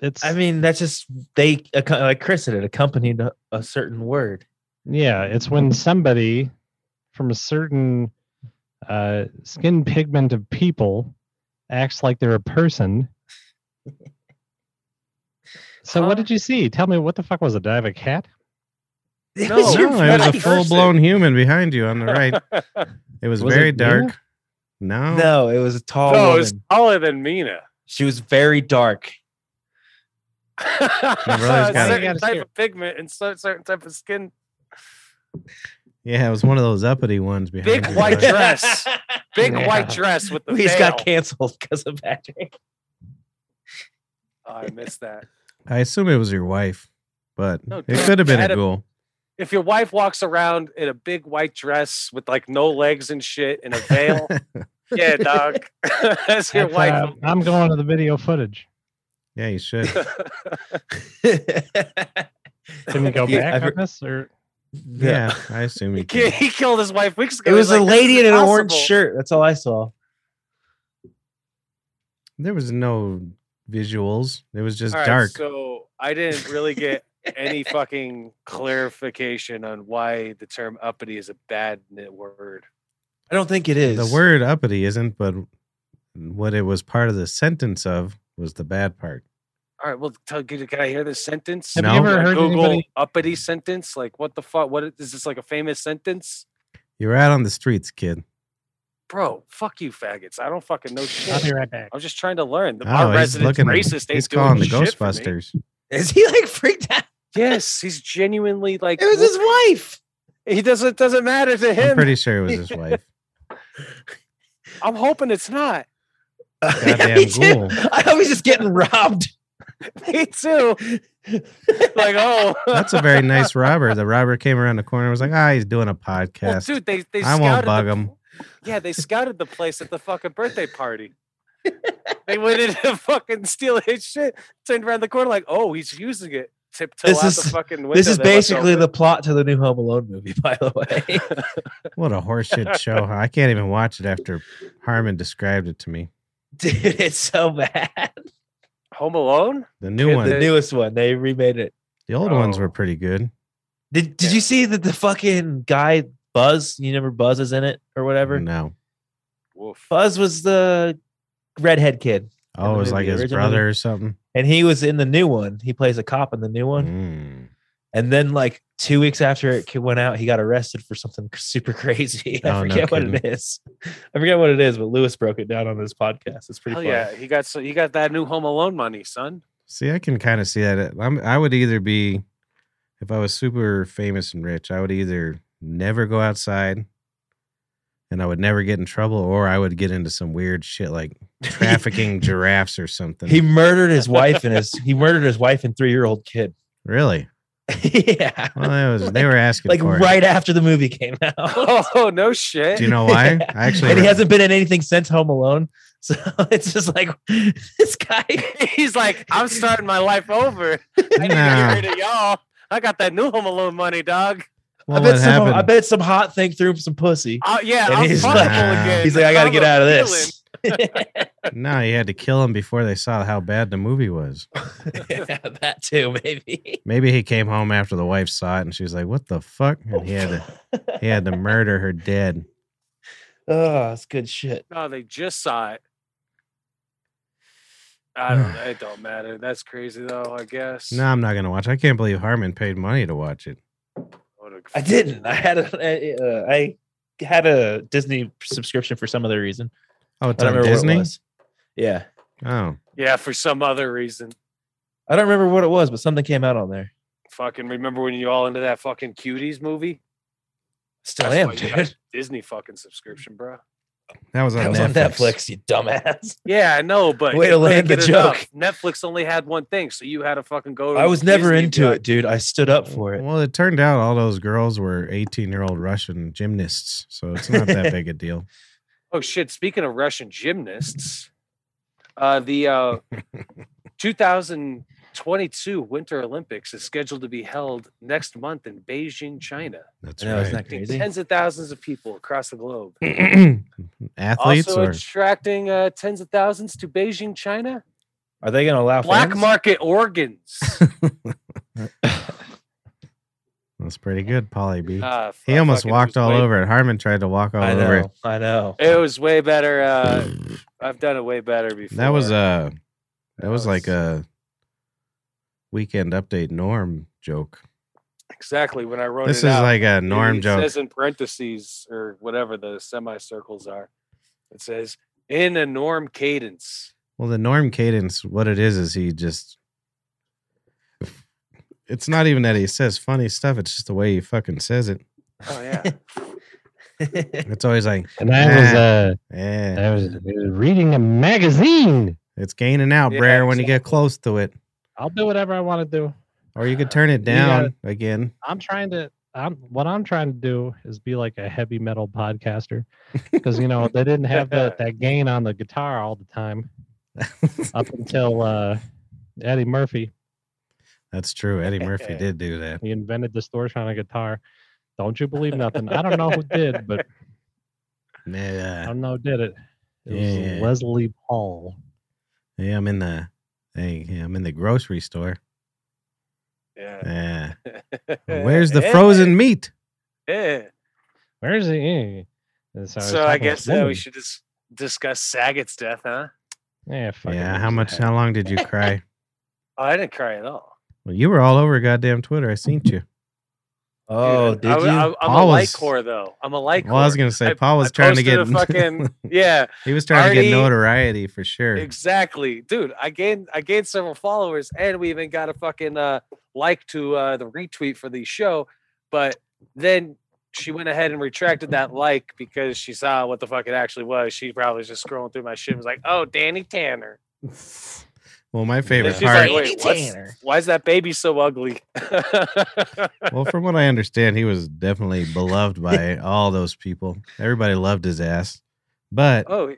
Speaker 3: it's
Speaker 4: I mean, that's just they acco- like Chris said, it accompanied a, a certain word.
Speaker 3: yeah, it's when somebody from a certain uh, skin pigment of people acts like they're a person. So
Speaker 5: Huh?
Speaker 3: what did you see? Tell me what the fuck was it? Did I have a cat?
Speaker 4: It
Speaker 5: No,
Speaker 4: was your
Speaker 2: No, it was a
Speaker 4: wife.
Speaker 2: full blown human behind you on the right. It was,
Speaker 3: Was
Speaker 2: very
Speaker 3: it Nina?
Speaker 2: dark. No.
Speaker 4: No, it was a tall
Speaker 5: no,
Speaker 4: woman.
Speaker 5: it's taller than Mina.
Speaker 4: She was very dark.
Speaker 2: brother's got
Speaker 3: it.
Speaker 5: certain type of pigment and cer- certain type of skin.
Speaker 2: Yeah, it was one of those uppity ones behind
Speaker 5: Big
Speaker 2: you,
Speaker 5: white
Speaker 2: brother.
Speaker 5: dress. Big
Speaker 3: Yeah.
Speaker 5: white dress with the
Speaker 4: we just got
Speaker 5: veil.
Speaker 4: canceled because of Patrick.
Speaker 5: Oh, I missed that.
Speaker 2: I assume it was your wife, but
Speaker 5: No,
Speaker 2: it
Speaker 5: dude,
Speaker 2: could have been a
Speaker 5: Adam-
Speaker 2: ghoul.
Speaker 5: If your wife walks around in a big white dress with like no legs and shit and a veil, yeah, dog, that's your
Speaker 3: That's, uh,
Speaker 5: wife.
Speaker 3: I'm going to the video footage.
Speaker 2: yeah, you should.
Speaker 3: Can we go
Speaker 4: Yeah,
Speaker 3: back
Speaker 4: I've-
Speaker 3: on this? Or
Speaker 2: yeah, I assume
Speaker 5: he,
Speaker 2: you
Speaker 5: ki-
Speaker 2: could.
Speaker 5: he killed his wife weeks ago.
Speaker 4: It was
Speaker 5: He's
Speaker 4: a
Speaker 5: like,
Speaker 4: lady
Speaker 5: "This
Speaker 4: in
Speaker 5: is
Speaker 4: an orange
Speaker 5: impossible."
Speaker 4: shirt. That's all I saw.
Speaker 2: There was no visuals. It was just
Speaker 5: All right,
Speaker 2: dark.
Speaker 5: So I didn't really get any fucking clarification on why the term uppity is a bad n- word.
Speaker 4: I don't think it is.
Speaker 2: the word uppity isn't, but what it was part of the sentence of was the bad part.
Speaker 5: All right, well, tell, can, can I hear this sentence?
Speaker 3: have
Speaker 2: No.
Speaker 3: you ever
Speaker 5: Like
Speaker 3: heard
Speaker 5: Google
Speaker 3: anybody?
Speaker 5: uppity sentence? Like what the fuck? What is is this like a famous sentence?
Speaker 2: You're out on the streets, kid.
Speaker 5: Bro, fuck you, faggots! I don't fucking know
Speaker 3: I'll be
Speaker 5: shit.
Speaker 3: right back.
Speaker 5: I'm just trying to learn. The-
Speaker 2: Oh,
Speaker 5: Our
Speaker 2: he's
Speaker 5: resident
Speaker 2: looking.
Speaker 5: racist ain't
Speaker 2: he's
Speaker 5: doing
Speaker 2: calling the
Speaker 5: shit for me.
Speaker 2: Ghostbusters.
Speaker 4: is he like freaked out?
Speaker 5: Yes, he's genuinely like.
Speaker 4: It was his wife.
Speaker 5: He doesn't. It doesn't matter to him.
Speaker 2: I'm
Speaker 5: I'm,
Speaker 2: pretty sure it was his wife.
Speaker 5: hoping it's not.
Speaker 2: Goddamn
Speaker 4: Me too.
Speaker 2: ghoul.
Speaker 4: I hope he's just getting robbed.
Speaker 5: Me too. Like oh,
Speaker 2: That's a very nice robber. The robber came around the corner and was like, ah, he's doing a
Speaker 5: well,
Speaker 2: podcast.
Speaker 5: dude. They they.
Speaker 2: I
Speaker 5: Scouted
Speaker 2: won't bug
Speaker 5: the,
Speaker 2: him.
Speaker 5: Yeah, they scouted the place at the fucking birthday party. they went in to fucking steal his shit. Turned around the corner like, oh, he's using it. Tiptoe
Speaker 4: This
Speaker 5: out the
Speaker 4: is-
Speaker 5: fucking window.
Speaker 4: This is
Speaker 5: they left
Speaker 4: basically
Speaker 5: open.
Speaker 4: the plot to the new Home Alone movie, by the way.
Speaker 2: What a horseshit show. Huh? I can't even watch it after Harmon described it to me.
Speaker 4: Dude, it's so bad.
Speaker 5: Home Alone.
Speaker 2: The new one.
Speaker 4: The newest one. They remade it.
Speaker 2: The old ones were
Speaker 5: Oh.
Speaker 2: pretty good.
Speaker 4: Did Did you see that the fucking guy Buzz? You remember Buzz is in it or whatever.
Speaker 2: No.
Speaker 5: Woof.
Speaker 4: Buzz was the redhead kid,
Speaker 2: Oh, it was
Speaker 4: maybe
Speaker 2: like
Speaker 4: the
Speaker 2: his
Speaker 4: original
Speaker 2: brother or something.
Speaker 4: and he was in the new one. He plays a cop in the new one.
Speaker 2: Mm.
Speaker 4: And then, like two weeks after it ca- went out, he got arrested for something cr- super crazy. I
Speaker 2: Oh, no
Speaker 4: forget what it
Speaker 2: kidding.
Speaker 4: is. I forget what it is, but Lewis broke it down on his podcast. It's pretty
Speaker 5: Hell
Speaker 4: funny.
Speaker 5: yeah, he got so he got that new Home Alone money, son.
Speaker 2: See, I can kind of see that. uh, I'm, I would either be, if I was super famous and rich, I would either never go outside and I would never get in trouble, or I would get into some weird shit like trafficking giraffes or something.
Speaker 4: He murdered his wife and his he murdered his wife and three year old kid.
Speaker 2: really?
Speaker 4: yeah,
Speaker 2: Well, that was, they were asking
Speaker 4: like
Speaker 2: for it.
Speaker 4: right after the movie came out.
Speaker 5: Oh no shit.
Speaker 2: Do you know why?
Speaker 4: Yeah.
Speaker 2: I actually
Speaker 4: and he
Speaker 2: re-
Speaker 4: hasn't been in anything since Home Alone. So it's just like this guy.
Speaker 5: He's like, I'm starting my life over. I didn't
Speaker 2: Nah.
Speaker 5: hear to y'all. I got that new Home Alone money, dog.
Speaker 2: What
Speaker 4: I bet
Speaker 2: would
Speaker 4: some.
Speaker 2: happen?
Speaker 4: I bet some hot thing threw him some pussy.
Speaker 5: Uh, yeah,
Speaker 4: And
Speaker 5: I'm
Speaker 4: he's
Speaker 5: vulnerable
Speaker 2: like-
Speaker 5: again.
Speaker 4: He's like, I got to
Speaker 5: I'm
Speaker 4: get out of
Speaker 5: feeling-
Speaker 4: this.
Speaker 2: no, you had to kill him before they saw how bad the movie was.
Speaker 4: that too, maybe.
Speaker 2: Maybe he came home after the wife saw it and she was like, "What the fuck?" And he had to he had to murder her dead.
Speaker 4: oh, that's good shit.
Speaker 5: No, they just saw it. I don't know. It don't matter. That's crazy though, I guess.
Speaker 2: No, I'm not gonna watch. I can't believe Harmon paid money to watch it.
Speaker 5: What a
Speaker 4: I didn't. I had a. I, uh, I had a Disney subscription for some other reason.
Speaker 2: Oh, it's
Speaker 4: I don't
Speaker 2: on
Speaker 4: remember what it
Speaker 2: Disney.
Speaker 4: was. Yeah,
Speaker 2: Oh,
Speaker 5: Yeah, for some other reason.
Speaker 4: I don't remember what it was, but something came out on there.
Speaker 5: Fucking remember when you all into that fucking cuties movie?
Speaker 4: Still
Speaker 5: That's
Speaker 4: am,
Speaker 5: why you got
Speaker 4: dude.
Speaker 5: Disney fucking subscription, bro.
Speaker 2: that was on,
Speaker 4: That was on Netflix, you dumbass.
Speaker 5: Yeah, I know, but
Speaker 4: Way
Speaker 5: you
Speaker 4: to
Speaker 5: couldn't
Speaker 4: land the
Speaker 5: get enough.
Speaker 4: joke.
Speaker 5: Netflix only had one thing, so you had to fucking go.
Speaker 4: I
Speaker 5: to
Speaker 4: was never
Speaker 5: Disney,
Speaker 4: into
Speaker 5: bro.
Speaker 4: it, dude. I stood up for it.
Speaker 2: Well, it turned out all those girls were 18 year old Russian gymnasts, so it's not that big a deal.
Speaker 5: Oh shit! Speaking of Russian gymnasts, uh, the uh, 2022 Winter Olympics is scheduled to be held next month in Beijing, China.
Speaker 2: That's
Speaker 4: I know,
Speaker 2: right.
Speaker 4: isn't that
Speaker 5: attracting
Speaker 4: crazy?
Speaker 5: Tens of thousands of people across the globe.
Speaker 2: Athletes
Speaker 5: also
Speaker 2: or
Speaker 5: attracting uh, tens of thousands to Beijing, China.
Speaker 4: Are they going to allow
Speaker 5: Black
Speaker 4: fans?
Speaker 5: market organs.
Speaker 2: that's pretty good, Polly B.
Speaker 5: Ah,
Speaker 2: he
Speaker 5: fuck,
Speaker 2: almost
Speaker 5: fucking- it
Speaker 2: walked
Speaker 5: was
Speaker 2: all
Speaker 5: way-
Speaker 2: over it. Harmon tried to walk all
Speaker 4: I
Speaker 2: over it.
Speaker 4: know. I know.
Speaker 5: It was way better. Uh, I've done it way better before.
Speaker 2: That was uh, a that
Speaker 5: That
Speaker 2: was like
Speaker 5: was-
Speaker 2: a weekend update norm joke.
Speaker 5: exactly when I wrote
Speaker 2: This
Speaker 5: it
Speaker 2: is
Speaker 5: out.
Speaker 2: like a norm
Speaker 5: it
Speaker 2: joke.
Speaker 5: says in parentheses or whatever the semicircles are. It says in a norm cadence.
Speaker 2: Well, the norm cadence, what it is, is he just. It's not even that he says funny stuff. It's just the way he fucking says it.
Speaker 5: Oh yeah.
Speaker 2: It's always like,
Speaker 3: And I was uh,
Speaker 2: eh,
Speaker 3: I was reading a magazine.
Speaker 2: it's gaining out,
Speaker 5: Yeah,
Speaker 2: Brer, when you get close to it.
Speaker 3: I'll do whatever I want to do.
Speaker 2: Or you could turn it
Speaker 3: gotta-
Speaker 2: down again.
Speaker 3: I'm trying to. I'm what I'm trying to do is be like a heavy metal podcaster, because you know they didn't have that that gain on the guitar all the time up until uh, Eddie Murphy.
Speaker 2: That's true. Eddie Murphy did do that.
Speaker 3: He invented distortion on a guitar. Don't you believe nothing? I don't know who did, but I
Speaker 2: Yeah,
Speaker 3: don't know who did it. It was
Speaker 2: Yeah.
Speaker 3: Leslie Paul.
Speaker 2: yeah I'm in the. Hey, yeah, I'm in the grocery store.
Speaker 5: Yeah. Eh,
Speaker 2: Yeah. Where's the frozen meat?
Speaker 5: Yeah.
Speaker 3: Where's he? And I was
Speaker 5: eh. So I
Speaker 3: talking to
Speaker 5: guess
Speaker 3: this
Speaker 5: uh, we
Speaker 3: woman.
Speaker 5: should just discuss Saget's death, huh?
Speaker 3: Yeah, fucking
Speaker 2: Yeah. How
Speaker 3: lose
Speaker 2: much?
Speaker 3: that.
Speaker 2: How long did you cry?
Speaker 5: Oh, I didn't cry at all.
Speaker 2: Well, you were all over goddamn Twitter. I seen you.
Speaker 4: Oh,
Speaker 5: Dude,
Speaker 4: did
Speaker 5: I,
Speaker 4: you?
Speaker 5: I, I'm
Speaker 2: Paul
Speaker 5: a like
Speaker 2: was-
Speaker 5: whore though. I'm a like.
Speaker 2: Well, I was
Speaker 5: whore.
Speaker 2: gonna say
Speaker 5: I-
Speaker 2: Paul was trying to
Speaker 5: posted
Speaker 2: get
Speaker 5: a fucking yeah,
Speaker 2: he was trying to
Speaker 5: Artie-
Speaker 2: get notoriety for sure.
Speaker 5: exactly, dude. I gained I gained several followers, and we even got a fucking uh, like to uh, the retweet for the show. But then she went ahead and retracted that like because she saw what the fuck it actually was. She probably was just scrolling through my shit and was like, "Oh, Danny Tanner."
Speaker 2: Well, my
Speaker 5: And
Speaker 2: favorite
Speaker 5: she's
Speaker 2: part.
Speaker 5: like, "Wait, what's, why is that baby so ugly?"
Speaker 2: well, from what I understand, he was definitely beloved by all those people. Everybody loved his ass, but
Speaker 5: oh,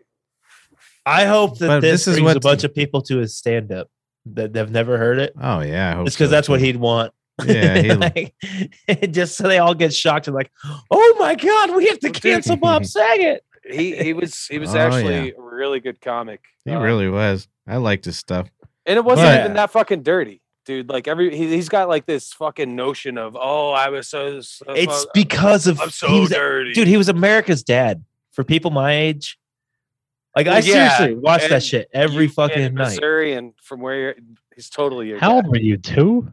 Speaker 4: I hope that
Speaker 2: But
Speaker 4: this,
Speaker 2: this is
Speaker 4: brings
Speaker 2: what-
Speaker 4: a bunch of people to his stand up that they've never heard it.
Speaker 2: oh yeah, I hope
Speaker 4: It's because
Speaker 2: so,
Speaker 4: that's what
Speaker 2: too.
Speaker 4: he'd want.
Speaker 2: Yeah, he-
Speaker 4: Like, just so they all get shocked and like, oh my god, we have to
Speaker 5: Well, dude-
Speaker 4: cancel Bob Saget.
Speaker 5: he he was he was
Speaker 2: Oh, yeah.
Speaker 5: actually a really good comic.
Speaker 2: He
Speaker 5: Uh,
Speaker 2: really was. I liked his stuff.
Speaker 5: And it wasn't
Speaker 4: But-
Speaker 5: even that fucking dirty, dude. Like every he, he's got like this fucking notion of oh I was so, so
Speaker 4: It's
Speaker 5: fu-
Speaker 4: because of
Speaker 5: I'm
Speaker 4: he
Speaker 5: so
Speaker 4: was-
Speaker 5: dirty,
Speaker 4: dude. He was America's dad for people my age. Like I
Speaker 5: Well, yeah,
Speaker 4: seriously watch
Speaker 5: and
Speaker 4: that shit every
Speaker 5: You-
Speaker 4: fucking
Speaker 5: in
Speaker 4: night.
Speaker 5: Missouri and from where you're, he's totally your
Speaker 3: How
Speaker 5: guy.
Speaker 3: old were you? Two?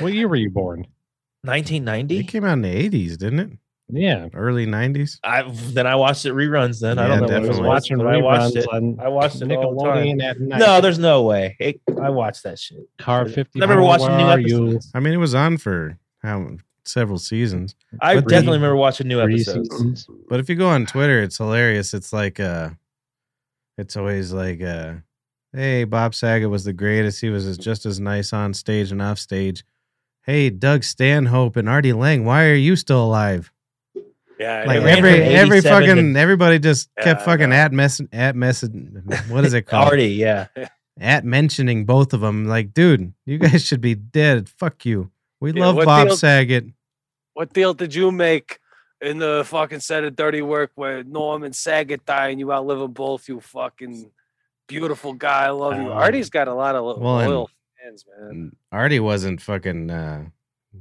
Speaker 3: What year were you born?
Speaker 2: It
Speaker 4: 1990.
Speaker 2: came out in the eighties, didn't it?
Speaker 3: Yeah.
Speaker 2: Early nineties.
Speaker 4: I then I watched it reruns. Then I
Speaker 2: Yeah,
Speaker 4: don't know what I was
Speaker 2: definitely.
Speaker 4: watching, but I watched it.
Speaker 3: on
Speaker 4: I watched it all the time.
Speaker 3: Nickelodeon at night.
Speaker 4: No, there's no way. It, I watched that shit.
Speaker 3: Car
Speaker 4: I
Speaker 3: 50.
Speaker 4: remember watching
Speaker 3: where
Speaker 4: new
Speaker 3: are you?
Speaker 4: episodes.
Speaker 2: I mean, it was on for how several seasons.
Speaker 4: I
Speaker 3: Three-
Speaker 4: definitely remember watching new
Speaker 3: Three
Speaker 4: episodes.
Speaker 3: seasons.
Speaker 2: But if you go on Twitter, it's hilarious. It's like uh it's always like uh hey, Bob Saget was the greatest. He was as- just as nice on stage and off stage. Hey, Doug Stanhope and Artie Lang, why are you still alive?
Speaker 5: Yeah,
Speaker 2: Like
Speaker 4: it ran
Speaker 2: every
Speaker 4: from
Speaker 2: every
Speaker 4: 87
Speaker 2: fucking
Speaker 4: to-
Speaker 2: everybody just
Speaker 5: Yeah,
Speaker 2: kept
Speaker 5: I
Speaker 2: fucking
Speaker 5: know.
Speaker 2: at mess at mess what is it called?
Speaker 4: Already, yeah.
Speaker 2: At mentioning both of them. Like, dude, you guys should be dead. Fuck you.
Speaker 6: We
Speaker 5: Yeah,
Speaker 6: love
Speaker 5: what
Speaker 6: Bob
Speaker 5: deal-
Speaker 6: Saget.
Speaker 5: What deal did you make in the fucking set of Dirty Work where Norman Saget died and you outlive them both? You fucking beautiful guy. I love you.
Speaker 3: Oh.
Speaker 5: Artie's got a lot of lo-
Speaker 2: Well, and-
Speaker 5: loyal fans, man.
Speaker 4: Mm.
Speaker 2: Artie wasn't fucking uh,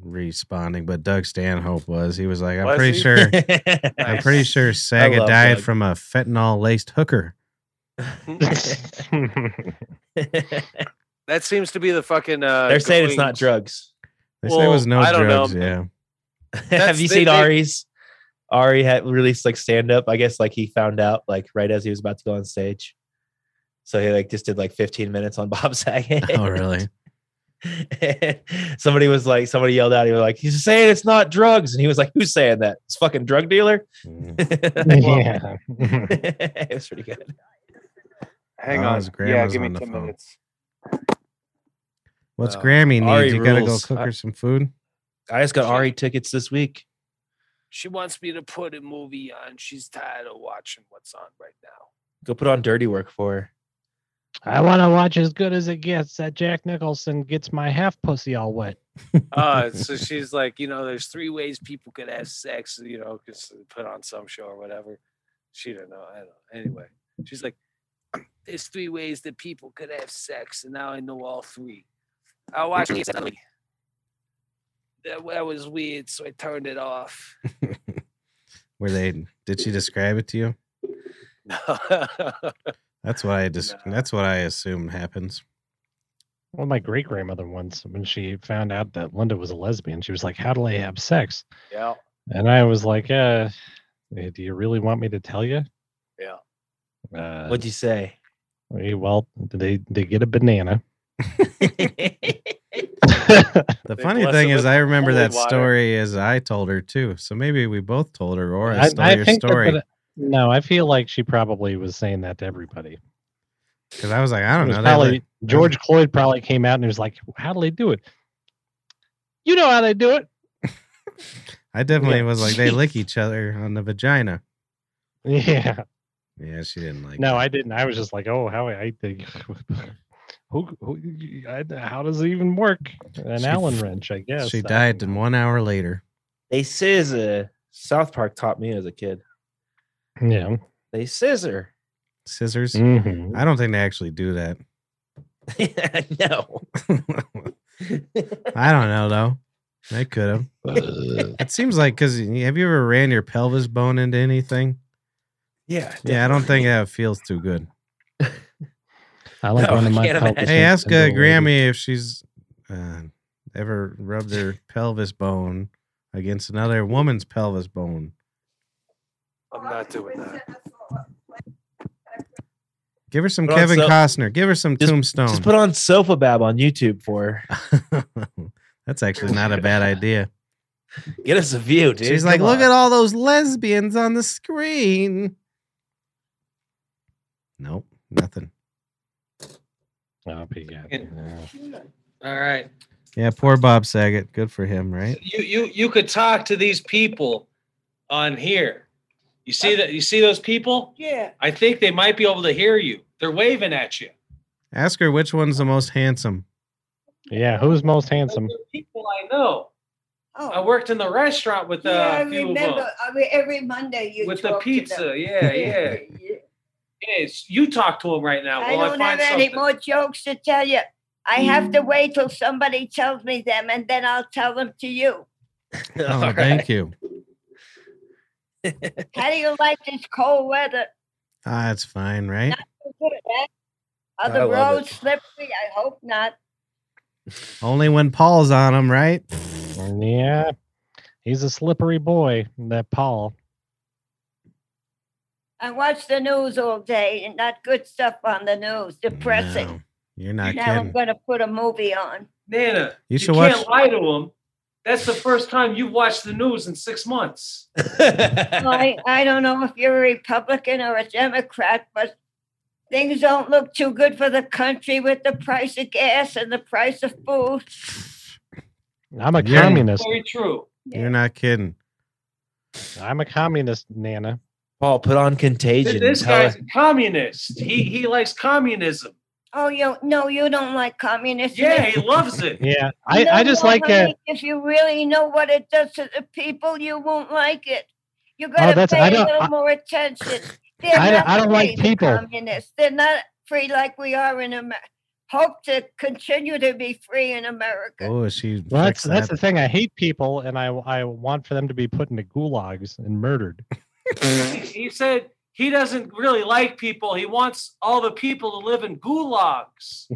Speaker 2: responding, but Doug Stanhope was. He was like, I'm
Speaker 5: Was
Speaker 2: pretty
Speaker 5: he?
Speaker 2: sure. I'm
Speaker 5: Nice.
Speaker 2: pretty sure Saga
Speaker 4: love
Speaker 2: died
Speaker 4: Doug.
Speaker 2: from a fentanyl laced hooker.
Speaker 5: That seems to be the fucking. Uh,
Speaker 4: They're saying it's
Speaker 5: going-
Speaker 4: not drugs.
Speaker 2: They say there was no
Speaker 5: Well, I don't know,
Speaker 2: drugs.
Speaker 5: man.
Speaker 2: Yeah.
Speaker 5: That's-
Speaker 4: Have you
Speaker 5: they-
Speaker 4: seen
Speaker 5: they-
Speaker 4: Ari's? Ari had released like stand up. I guess like he found out like right as he was about to go on stage. So he like just did like 15 minutes on Bob Saget.
Speaker 2: Oh, really?
Speaker 4: somebody was like, somebody yelled out. He was like, he's saying it's not drugs. And he was like, who's saying that? It's fucking drug dealer.
Speaker 2: Mm.
Speaker 3: yeah.
Speaker 4: it was pretty good.
Speaker 5: Hang
Speaker 2: Oh,
Speaker 5: on.
Speaker 2: his
Speaker 5: Yeah,
Speaker 2: grandma's
Speaker 5: give me
Speaker 2: on the
Speaker 5: 10
Speaker 2: phone.
Speaker 5: minutes. Uh,
Speaker 2: What's
Speaker 4: Wow.
Speaker 2: Grammy needs?
Speaker 4: Ari
Speaker 2: you gotta go
Speaker 4: rules.
Speaker 2: cook
Speaker 4: I-
Speaker 2: her some food.
Speaker 4: I just got
Speaker 5: Shit.
Speaker 4: Ari tickets this week.
Speaker 5: She wants me to put a movie on. She's tired of watching what's on right now.
Speaker 4: Go put on dirty work for her.
Speaker 3: I want to watch as good as it gets. That Jack Nicholson gets my half pussy all wet.
Speaker 5: Uh, so she's like, you know, there's three ways people could have sex, you know, because put on some show or whatever. She don't know. I don't know. Anyway, she's like, there's three ways that people could have sex, and now I know all three. I watched it. That, that was weird, so I turned it off.
Speaker 2: Were they did she describe it to you? That's what I just
Speaker 5: No.
Speaker 2: that's what I assume happens.
Speaker 3: Well, my great grandmother once, when she found out that Linda was a lesbian, she was like, "How do I have sex?"
Speaker 5: yeah.
Speaker 3: And I was like, "Uh, eh, do you really want me to tell you?"
Speaker 5: Yeah.
Speaker 3: Uh,
Speaker 4: What'd you say?
Speaker 3: eh, well, they they get a banana.
Speaker 2: The
Speaker 5: They
Speaker 2: funny
Speaker 5: bless
Speaker 2: thing
Speaker 5: it
Speaker 2: is
Speaker 5: with
Speaker 2: I remember
Speaker 5: holy
Speaker 2: that
Speaker 5: water.
Speaker 2: story as I told her too. So maybe we both told her or I
Speaker 3: I,
Speaker 2: stole
Speaker 3: I
Speaker 2: your
Speaker 3: think that-
Speaker 2: story.
Speaker 3: but, uh, no, I feel like she probably was saying that to everybody.
Speaker 2: Because I was like, I
Speaker 3: It
Speaker 2: don't
Speaker 3: was
Speaker 2: know. they
Speaker 3: probably
Speaker 2: look-
Speaker 3: George Floyd probably came out and was like, "How do they do it?" You know how they do it.
Speaker 2: I definitely was like, they
Speaker 4: Jeez.
Speaker 2: lick each other on the vagina.
Speaker 3: Yeah.
Speaker 2: Yeah, she didn't like
Speaker 3: No,
Speaker 2: that.
Speaker 3: I didn't. I was just like, oh, how I think, who, who, you- I, how does it even work? An
Speaker 2: She
Speaker 3: Allen
Speaker 2: f-
Speaker 3: wrench, I guess.
Speaker 2: she
Speaker 3: I
Speaker 2: died
Speaker 3: don't
Speaker 2: and one hour later.
Speaker 4: they scissor. South Park taught me as a kid.
Speaker 3: know. Yeah.
Speaker 4: They scissor.
Speaker 2: Scissors.
Speaker 3: Mhm.
Speaker 2: I don't think they actually do that.
Speaker 4: no.
Speaker 2: I don't know though. They could have. It seems like because have you ever ran your pelvis bone into anything?
Speaker 4: yeah.
Speaker 2: Yeah, I don't think that feels too good.
Speaker 3: I like
Speaker 4: No,
Speaker 3: one of
Speaker 4: I
Speaker 3: my.
Speaker 4: can't
Speaker 3: pelvis
Speaker 4: imagine.
Speaker 2: Hey,
Speaker 3: hurts
Speaker 2: ask
Speaker 3: into
Speaker 2: uh,
Speaker 3: a lady.
Speaker 2: Grammy if she's uh, ever rubbed her pelvis bone against another woman's pelvis bone.
Speaker 5: I'm not doing that.
Speaker 2: Give her some
Speaker 4: Put on
Speaker 2: Kevin
Speaker 4: some-
Speaker 2: Costner. Give her some
Speaker 4: Just-
Speaker 2: Tombstone.
Speaker 4: Just put on Sofa Bab on YouTube for her.
Speaker 2: That's actually not a bad idea.
Speaker 4: Get us a view, dude.
Speaker 2: She's like, look at all those lesbians on the screen. Nope, nothing.
Speaker 3: Oh, yeah. yeah.
Speaker 5: All right.
Speaker 2: Yeah, poor Bob Saget. Good for him, right?
Speaker 5: you you you could talk to these people on here. You see that you see those people? Yeah. I think they might be able to hear you. They're waving at you.
Speaker 2: Ask her which one's the most handsome.
Speaker 3: Yeah, Who's most handsome?
Speaker 5: They're people I know. I
Speaker 7: Oh,
Speaker 5: worked in the restaurant with uh,
Speaker 7: yeah, I
Speaker 5: a few of
Speaker 7: remember.
Speaker 5: them.
Speaker 7: I mean, every Monday you
Speaker 5: with the
Speaker 7: talk to them.
Speaker 5: pizza. Yeah, yeah.
Speaker 7: yeah.
Speaker 5: Yes, you talk to them right now.
Speaker 7: I
Speaker 5: while
Speaker 7: don't
Speaker 5: I
Speaker 7: have
Speaker 5: find something.
Speaker 7: any
Speaker 5: Mm.
Speaker 7: more jokes to tell you. I have to wait till somebody tells me them, and then I'll tell them to you.
Speaker 4: all.
Speaker 2: Oh, thank you.
Speaker 7: How do you like this cold weather?
Speaker 2: Ah, it's fine, right?
Speaker 7: Good, eh?
Speaker 4: I
Speaker 7: Are the
Speaker 4: love
Speaker 7: roads slippery? I hope not.
Speaker 2: Only when Paul's on him, right?
Speaker 3: Yeah. He's a slippery boy, that Paul.
Speaker 7: I watch the news all day, and not good stuff on the news. Depressing.
Speaker 2: No, you're not
Speaker 7: now I'm
Speaker 2: kidding.
Speaker 7: going to put a movie on.
Speaker 5: Nana,
Speaker 2: You should
Speaker 5: can't
Speaker 2: watch-
Speaker 5: lie to them. That's the first time you've watched the news in six months.
Speaker 7: Well, I, I don't know if you're a Republican or a Democrat, but things don't look too good for the country with the price of gas and the price of food.
Speaker 3: I'm a
Speaker 2: Yeah.
Speaker 3: communist.
Speaker 5: Very true.
Speaker 2: You're not kidding.
Speaker 3: I'm a communist, Nana.
Speaker 4: Paul, put on Contagion.
Speaker 5: This
Speaker 4: Tell
Speaker 5: guy's
Speaker 4: her-
Speaker 5: a communist. He he likes communism.
Speaker 7: Oh, you no, you don't like communists.
Speaker 5: Yeah, he loves it.
Speaker 3: Yeah,
Speaker 7: You
Speaker 3: I,
Speaker 7: know
Speaker 3: I just
Speaker 7: what,
Speaker 3: like uh,
Speaker 7: honey? If you really know what it does to the people, you won't like it. You gotta
Speaker 3: Oh, that's-
Speaker 7: pay
Speaker 3: I
Speaker 7: a
Speaker 3: don't-
Speaker 7: little
Speaker 3: I-
Speaker 7: more attention. They're
Speaker 3: I don't-
Speaker 7: not
Speaker 3: I don't like
Speaker 7: free, the
Speaker 3: people.
Speaker 7: Communists. They're not free like we are in America. Hope to continue to be free in America.
Speaker 2: Oh, she.
Speaker 3: Well, that's
Speaker 2: fixed
Speaker 3: that's the
Speaker 2: that.
Speaker 3: thing. I hate people, and I I want for them to be put into gulags and murdered.
Speaker 5: he said he doesn't really like people. He wants all the people to live in gulags.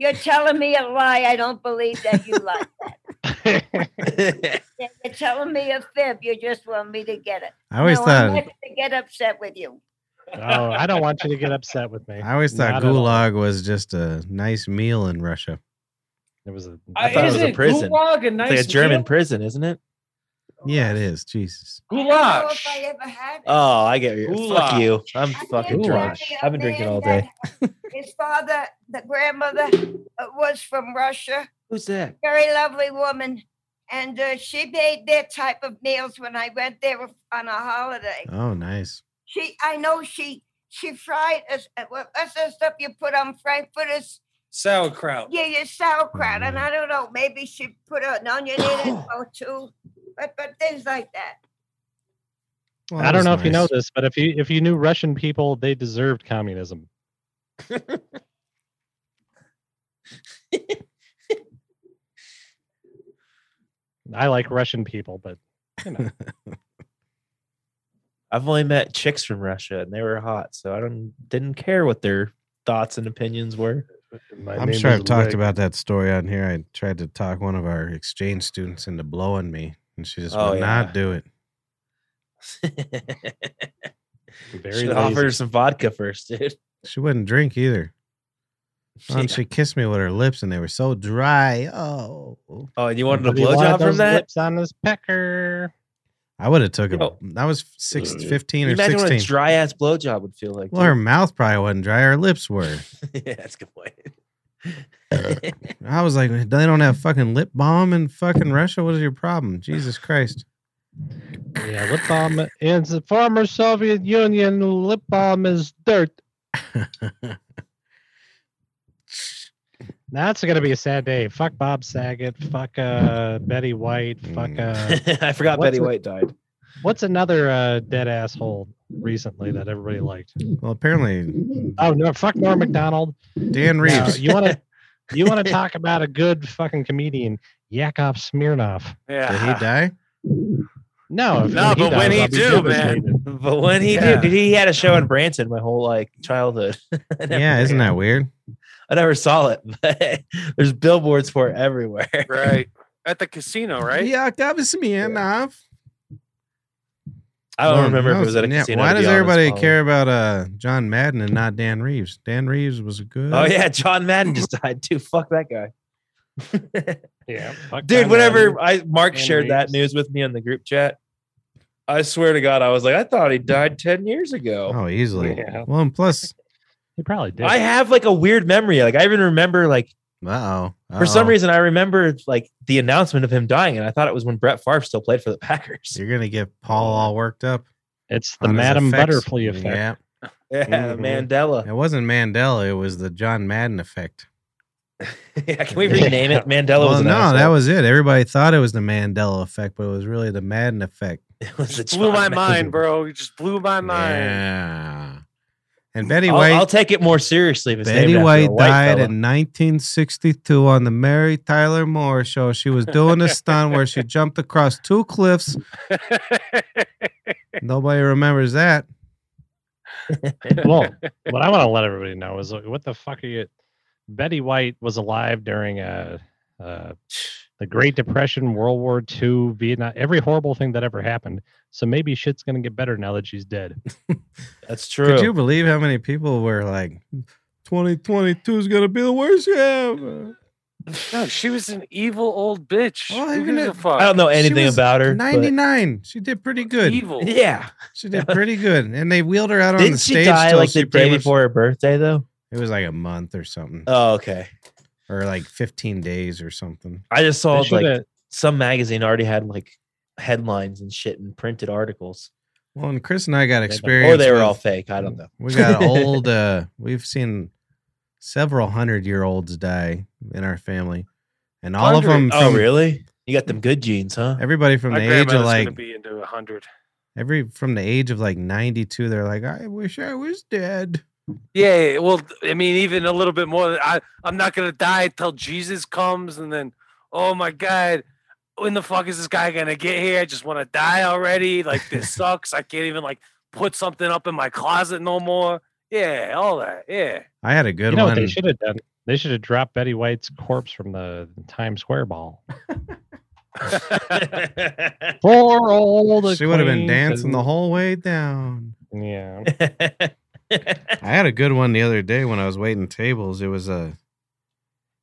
Speaker 7: You're telling me a lie. I don't believe that you lie.
Speaker 4: That's
Speaker 7: You're telling me a fib. You just want me to get it.
Speaker 2: I always
Speaker 7: no, I'm not
Speaker 2: thought.
Speaker 7: gonna get upset with you.
Speaker 3: oh, I don't want you to get upset with me.
Speaker 2: I always thought
Speaker 3: Not at all.
Speaker 2: Gulag was just a nice meal in Russia.
Speaker 3: It was a,
Speaker 4: I thought it was a
Speaker 5: Isn't
Speaker 4: prison.
Speaker 5: Gulag a nice
Speaker 4: like a German
Speaker 5: meal?
Speaker 4: prison, isn't it?
Speaker 2: Yeah, it is. Jesus.
Speaker 7: I don't know if I
Speaker 5: Goulash.
Speaker 7: ever had it.
Speaker 4: Oh, I get you. Fuck
Speaker 5: Goulash.
Speaker 4: you. I'm
Speaker 7: I
Speaker 4: fucking
Speaker 7: can't
Speaker 4: drunk.
Speaker 7: marry a
Speaker 4: I've been drinking
Speaker 7: man
Speaker 4: all day.
Speaker 7: that- His father, the grandmother, uh, was from Russia.
Speaker 4: Who's that?
Speaker 7: Very lovely woman, and uh, she made their type of meals when I went there on a holiday.
Speaker 2: Oh, nice.
Speaker 7: She, I know she, she fried us. uh, well, That's the stuff you put on frankfurters.
Speaker 5: Sauerkraut.
Speaker 7: Yeah, your sauerkraut, and I don't know. Maybe she put an onion in it or two, but but things like that.
Speaker 2: Well,
Speaker 3: I
Speaker 2: that
Speaker 3: don't
Speaker 2: was
Speaker 3: know if you know
Speaker 2: nice.
Speaker 3: this, but if you if you knew Russian people, they deserved communism. I like Russian people, but
Speaker 4: I've only met chicks from Russia, and they were hot, so I don't didn't care what their thoughts and opinions were.
Speaker 3: my
Speaker 2: I'm
Speaker 3: name
Speaker 2: sure
Speaker 3: is
Speaker 2: I've talked
Speaker 3: Oleg.
Speaker 2: about that story on here. I tried to talk one of our exchange students into blowing me, and she just
Speaker 4: Oh,
Speaker 2: would
Speaker 4: yeah.
Speaker 2: not do it.
Speaker 3: Very
Speaker 4: Should
Speaker 3: lazy.
Speaker 4: offer her some vodka first, dude.
Speaker 2: She wouldn't drink either. Oh, and she kissed me with her lips, and they were so dry. Oh,
Speaker 4: Oh, and you wanted a
Speaker 3: Nobody wanted
Speaker 4: blowjob from
Speaker 3: those
Speaker 4: that?
Speaker 3: lips on his pecker.
Speaker 2: I would have took it.
Speaker 4: Yo.
Speaker 2: I was six,
Speaker 4: Ugh.
Speaker 2: 15 or
Speaker 4: Imagine what a
Speaker 2: sixteen.
Speaker 4: dry ass blowjob would feel like.
Speaker 2: well, her mouth probably wasn't dry. Her lips were.
Speaker 4: dude. yeah, that's a good point.
Speaker 2: I was like, they don't have fucking lip balm in fucking Russia. What is your problem? Jesus Christ!
Speaker 3: Yeah, lip balm in the former Soviet Union, lip balm is dirt. That's gonna be a sad day. Fuck Bob Saget. Fuck uh, Betty White. Fuck
Speaker 2: Mm.
Speaker 3: uh,
Speaker 4: I forgot
Speaker 3: What's
Speaker 4: Betty
Speaker 3: the-
Speaker 4: White died.
Speaker 3: what's another uh, dead asshole recently that everybody liked?
Speaker 2: Well, apparently,
Speaker 3: Oh no, fuck Norm Macdonald.
Speaker 2: Dan
Speaker 3: Now,
Speaker 2: Reeves.
Speaker 3: you want to you want to talk about a good fucking comedian? Yakov Smirnov.
Speaker 2: Did he
Speaker 5: Yeah.
Speaker 2: die?
Speaker 3: No, if-
Speaker 5: No, but
Speaker 3: dies,
Speaker 5: when he
Speaker 3: I'll be
Speaker 5: do, man.
Speaker 3: devastated.
Speaker 4: But when he
Speaker 5: Yeah.
Speaker 4: did, dude, he had a show in Branson my whole like childhood. I never-
Speaker 2: Yeah, isn't that weird?
Speaker 4: I never saw it, but there's billboards for it everywhere.
Speaker 5: Right. At the casino, right?
Speaker 2: Yeah, that was me enough.
Speaker 4: I don't
Speaker 3: Oh,
Speaker 2: Well,
Speaker 4: remember if
Speaker 2: no,
Speaker 4: it was at a
Speaker 2: yeah,
Speaker 4: casino.
Speaker 2: Why
Speaker 4: to be
Speaker 2: does
Speaker 4: honest,
Speaker 2: everybody
Speaker 4: Paul.
Speaker 2: care about uh, John Madden and not Dan Reeves? Dan Reeves was a good.
Speaker 4: Oh yeah, John Madden just died too. Fuck that guy.
Speaker 3: Yeah, fuck
Speaker 4: Dude,
Speaker 3: John
Speaker 4: whenever
Speaker 3: Madden.
Speaker 4: I Mark
Speaker 3: Dan
Speaker 4: shared that
Speaker 3: Reeves.
Speaker 4: news with me on the group chat, I swear to God, I was like, I thought he died ten years ago.
Speaker 2: Oh, easily.
Speaker 3: Yeah.
Speaker 2: Well, and plus,
Speaker 3: he probably did.
Speaker 4: I have like a weird memory. Like I even remember like
Speaker 2: uh oh.
Speaker 4: for some reason I remember like the announcement of him dying, and I thought it was when Brett Favre still played for the Packers.
Speaker 2: you're gonna get Paul all worked up.
Speaker 3: it's the
Speaker 2: on his
Speaker 3: Madam
Speaker 2: effects.
Speaker 3: Butterfly effect.
Speaker 2: Yeah, Mm-hmm.
Speaker 4: Yeah,
Speaker 3: Mhm.
Speaker 4: Mandela.
Speaker 2: it wasn't Mandela. It was the John Madden effect.
Speaker 4: yeah, can we rename it? Mandela
Speaker 2: well,
Speaker 4: was an
Speaker 2: no,
Speaker 4: asshole.
Speaker 2: that was it. Everybody thought it was the Mandela effect, but it was really the Madden effect.
Speaker 4: It was the
Speaker 5: Just
Speaker 4: John
Speaker 5: blew my
Speaker 4: Madden.
Speaker 5: mind, bro. You just blew my mind.
Speaker 2: Yeah. And Betty
Speaker 4: I'll-
Speaker 2: White.
Speaker 4: I'll, take it more seriously. If it's
Speaker 2: Betty
Speaker 4: named after
Speaker 2: White
Speaker 4: a
Speaker 2: died
Speaker 4: fella.
Speaker 2: in 1962 on the Mary Tyler Moore show. She was doing a stunt where she jumped across two cliffs. Nobody remembers that.
Speaker 3: well, what I want to let everybody know is like, what the fuck are you? Betty White was alive during uh, uh, the Great Depression, World War II, Vietnam, every horrible thing that ever happened. So maybe shit's gonna get better now that she's dead.
Speaker 4: That's true.
Speaker 2: Could you believe how many people were like, 2022 is going to be the worst year ever?
Speaker 5: No, she was an evil old bitch.
Speaker 2: Well,
Speaker 5: Who
Speaker 2: even
Speaker 5: gives a
Speaker 2: if-
Speaker 5: fuck?
Speaker 4: I don't know
Speaker 2: She
Speaker 4: anything
Speaker 2: was
Speaker 4: about her. but-
Speaker 2: 99. She did pretty good.
Speaker 5: Evil.
Speaker 4: Yeah.
Speaker 2: She did pretty good. And they wheeled her out on the
Speaker 4: Didn't she
Speaker 2: stage.
Speaker 4: die
Speaker 2: till
Speaker 4: like
Speaker 2: she
Speaker 4: the
Speaker 2: pretty
Speaker 4: day
Speaker 2: much-
Speaker 4: before her birthday though?
Speaker 2: It was like a month or something,
Speaker 4: Oh, okay.
Speaker 2: or like 15 days or something.
Speaker 4: I just
Speaker 3: They
Speaker 4: saw like
Speaker 3: shoulda-
Speaker 4: some magazine already had like headlines and shit and printed articles.
Speaker 2: Well, and Chris and I got
Speaker 4: They-
Speaker 2: experience.
Speaker 4: Or they were
Speaker 2: with-
Speaker 4: all fake. I don't know.
Speaker 2: We got old. uh We've seen several hundred year olds die in our family, and all of them.
Speaker 4: Oh, really? You got them good genes, huh?
Speaker 2: Everybody from
Speaker 5: My
Speaker 2: the age of
Speaker 5: grandmother's gonna
Speaker 2: like
Speaker 5: be into a hundred.
Speaker 2: every from the age of like ninety two, they're like, I wish I was dead.
Speaker 5: Yeah, well, I mean, even a little bit more. than- I I'm not gonna die till Jesus comes, and then, oh my God, when the fuck is this guy gonna get here? I just want to die already. Like this sucks. I can't even like put something up in my closet no more. Yeah, all that. Yeah,
Speaker 2: I had a good
Speaker 3: you know what
Speaker 2: one.
Speaker 3: they should have done? They should have dropped Betty White's corpse from the Times Square ball. For all the
Speaker 2: she would have been
Speaker 3: queens
Speaker 2: dancing
Speaker 3: and-
Speaker 2: the whole way down.
Speaker 3: Yeah.
Speaker 2: I had a good one the other day when I was waiting tables. It was a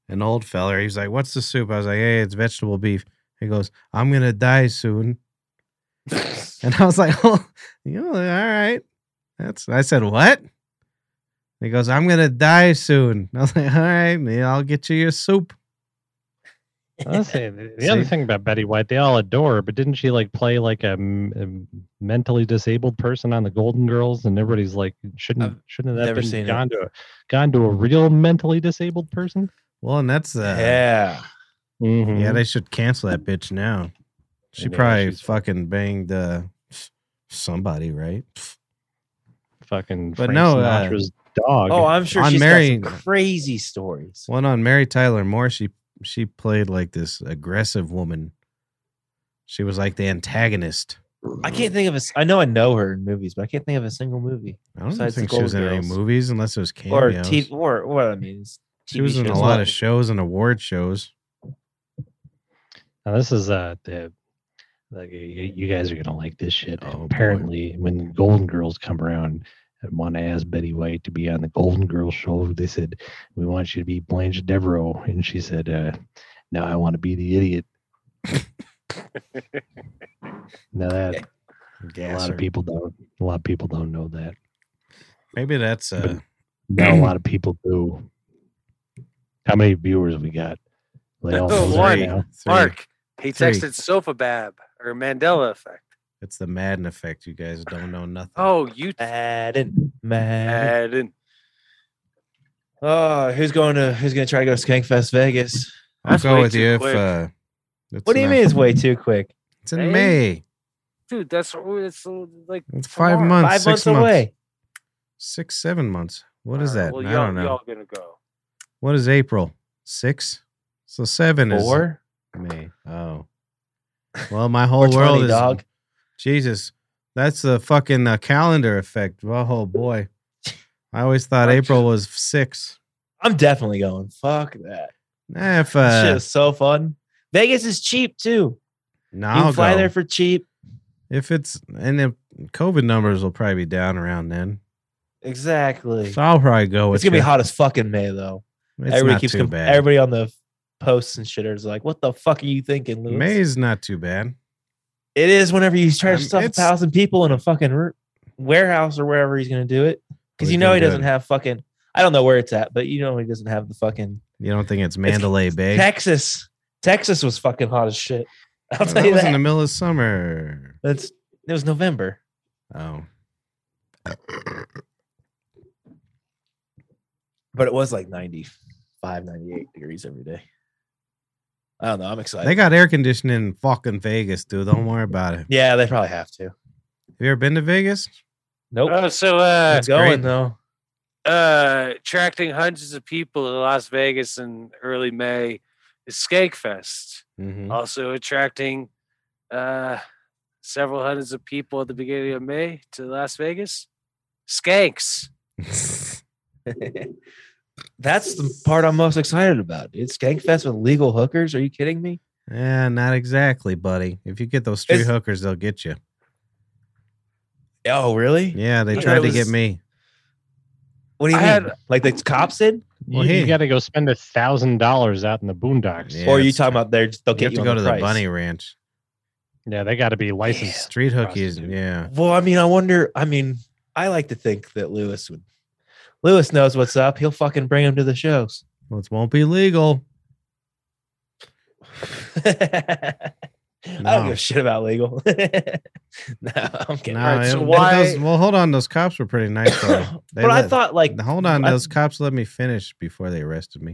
Speaker 2: an old feller. He was like, "What's the soup?" I was like, "Hey, it's vegetable beef." He goes, "I'm gonna die soon," and I was like, "Oh, you know, all right." That's. I said, "What?" He goes, "I'm gonna die soon." I was like, "All right, man, I'll get you your soup."
Speaker 3: I'll say the the
Speaker 2: See?
Speaker 3: other thing about Betty White, they all adore, her, but didn't she like play like a, m- a m- mentally disabled person on the Golden Girls? And everybody's like, shouldn't
Speaker 4: I've
Speaker 3: shouldn't that have
Speaker 4: never
Speaker 3: been
Speaker 4: seen it.
Speaker 3: gone to a, gone to a real mentally disabled person?
Speaker 2: Well, and that's uh, yeah.
Speaker 4: yeah.
Speaker 3: Mhm.
Speaker 2: They should cancel that bitch now. She
Speaker 3: Yeah,
Speaker 2: probably
Speaker 3: she's-
Speaker 2: fucking banged uh, somebody, right?
Speaker 3: fucking.
Speaker 2: But
Speaker 3: Frank
Speaker 2: no, uh,
Speaker 3: Sinatra's dog.
Speaker 4: Oh, I'm sure
Speaker 2: On
Speaker 4: she's
Speaker 2: Mary-
Speaker 4: got some crazy stories.
Speaker 2: One on Mary Tyler Moore, she she played like this aggressive woman. She was like the antagonist.
Speaker 4: I can't think of a. s- I know I know her in movies, but I can't think of a single movie
Speaker 2: I don't
Speaker 4: Besides the
Speaker 2: think she was in
Speaker 4: Golden
Speaker 2: any
Speaker 4: Girls.
Speaker 2: movies unless it was cameos.
Speaker 4: or TV or what I mean. is
Speaker 2: she
Speaker 4: TV
Speaker 2: was in a
Speaker 4: shows.
Speaker 2: lot of shows and award shows.
Speaker 3: Now, this is uh the like you, you guys are gonna like this shit.
Speaker 2: Oh, boy.
Speaker 3: Apparently, when the Golden Girls come around and want to ask Betty White to be on the Golden Girls show, they said, "We want you to be Blanche Devereaux," and she said, uh, "No, I want to be the idiot." now that a lot
Speaker 2: Gasser.
Speaker 3: of people don't a lot of people don't know that.
Speaker 2: Maybe that's uh,
Speaker 3: Now a lot of people do. How many viewers we got? They all know that
Speaker 5: One.
Speaker 3: now.
Speaker 2: three.
Speaker 5: Oh, Mark. He
Speaker 2: Three.
Speaker 5: texted sofa bab or Mandela effect.
Speaker 2: It's the Madden effect. You guys don't know nothing.
Speaker 5: Oh, you
Speaker 4: Madden, Madden.
Speaker 5: didn't.
Speaker 4: Oh, who's going to who's going to try to go to Skankfest Vegas?
Speaker 2: I'll
Speaker 5: that's
Speaker 2: go
Speaker 5: way
Speaker 2: with
Speaker 5: too
Speaker 2: you if.
Speaker 5: quick.
Speaker 2: Uh, it's
Speaker 4: What do you
Speaker 2: not-
Speaker 4: mean it's way too quick?
Speaker 2: It's in
Speaker 5: Hey.
Speaker 2: May.
Speaker 5: Dude, that's it's uh, like
Speaker 2: It's five
Speaker 5: tomorrow.
Speaker 2: months,
Speaker 4: Five
Speaker 2: six
Speaker 4: months
Speaker 2: months,
Speaker 4: away.
Speaker 2: six, seven months. What is
Speaker 5: All right,
Speaker 2: that?
Speaker 5: Well,
Speaker 2: I
Speaker 5: y'all,
Speaker 2: don't know.
Speaker 5: y'all gonna go.
Speaker 2: What is April? Six. So seven is
Speaker 4: Four.
Speaker 2: May. Oh. Well, my
Speaker 4: Or
Speaker 2: whole world
Speaker 4: twenty,
Speaker 2: is
Speaker 4: dog.
Speaker 2: Jesus. That's the fucking uh, calendar effect. Oh boy. I always thought
Speaker 5: Aren't
Speaker 2: April was six.
Speaker 4: I'm definitely going. Fuck that.
Speaker 2: Nah, if
Speaker 4: This
Speaker 2: uh,
Speaker 4: shit is so fun. Vegas is cheap too.
Speaker 2: nah,
Speaker 4: You can
Speaker 2: I'll
Speaker 4: fly
Speaker 2: go.
Speaker 4: there for cheap.
Speaker 2: if it's and if COVID numbers will probably be down around then.
Speaker 4: Exactly.
Speaker 2: So I'll probably go with
Speaker 4: It's gonna be
Speaker 2: you.
Speaker 4: hot as fucking May though.
Speaker 2: It's
Speaker 4: everybody
Speaker 2: not
Speaker 4: keeps
Speaker 2: too
Speaker 4: com-
Speaker 2: bad.
Speaker 4: everybody on the posts and shitters like, what the fuck are you thinking, Louis?
Speaker 2: May's not too bad.
Speaker 4: It is whenever you try
Speaker 2: Um,
Speaker 4: to stuff a
Speaker 2: it's-
Speaker 4: thousand people in a fucking r- warehouse or wherever he's gonna do it. Because
Speaker 2: He's
Speaker 4: you know
Speaker 2: gonna
Speaker 4: he
Speaker 2: do
Speaker 4: doesn't
Speaker 2: it.
Speaker 4: have fucking I don't know where it's at, but you know he doesn't have the fucking
Speaker 2: You don't think it's Mandalay Bay?
Speaker 4: Texas. Texas was fucking hot as shit.
Speaker 2: Well,
Speaker 4: I'll tell
Speaker 2: that
Speaker 4: you
Speaker 2: was in
Speaker 4: that.
Speaker 2: the middle of summer.
Speaker 4: That's it was November.
Speaker 2: Oh.
Speaker 4: but it was like 95 98 degrees every day i don't know i'm excited
Speaker 2: They got air conditioning in fucking Vegas, dude. Don't worry about it. Have
Speaker 4: yeah they probably have to
Speaker 2: you ever been to Vegas?
Speaker 4: nope
Speaker 5: Oh, so uh,
Speaker 4: it's
Speaker 2: great.
Speaker 4: going though
Speaker 5: uh, attracting hundreds of people to Las Vegas in early May is Skankfest.
Speaker 2: Mm-hmm.
Speaker 5: Also attracting uh, several hundreds of people at the beginning of May to Las Vegas. Skanks.
Speaker 4: that's the part i'm most excited about dude skankfest with legal hookers are you kidding me
Speaker 2: Yeah, not exactly, buddy. If you get those street
Speaker 4: It's-
Speaker 2: hookers, they'll get you.
Speaker 4: oh really
Speaker 2: Yeah, they
Speaker 4: I
Speaker 2: tried
Speaker 4: heard
Speaker 2: to
Speaker 4: it
Speaker 2: get
Speaker 4: was-
Speaker 2: me.
Speaker 4: what do you
Speaker 5: I
Speaker 4: mean
Speaker 5: had-
Speaker 4: like the cops did
Speaker 2: Well,
Speaker 3: you,
Speaker 2: hey.
Speaker 3: got to go spend a thousand dollars out in the boondocks.
Speaker 2: Yeah,
Speaker 4: or are you
Speaker 2: it's
Speaker 4: talking
Speaker 2: true.
Speaker 4: about they're they'll
Speaker 2: You
Speaker 4: get
Speaker 2: have
Speaker 4: you
Speaker 2: to
Speaker 4: on
Speaker 2: go to the
Speaker 4: price?
Speaker 2: bunny ranch.
Speaker 3: Yeah, they got to be licensed.
Speaker 2: Street hookies.
Speaker 3: Prostitute.
Speaker 2: Yeah.
Speaker 4: well i mean i wonder i mean i like to think that lewis would lewis knows what's up he'll fucking bring him to the shows
Speaker 2: Well, it won't be legal.
Speaker 4: I don't
Speaker 2: No.
Speaker 4: give a shit about legal. no, I'm kidding.
Speaker 2: No,
Speaker 5: Alright, so
Speaker 2: it- it
Speaker 5: why-
Speaker 2: does- well, hold on. Those cops were pretty nice, though. They
Speaker 4: but I
Speaker 2: let-
Speaker 4: thought like
Speaker 2: hold on.
Speaker 4: I-
Speaker 2: Those cops let me finish before they arrested me.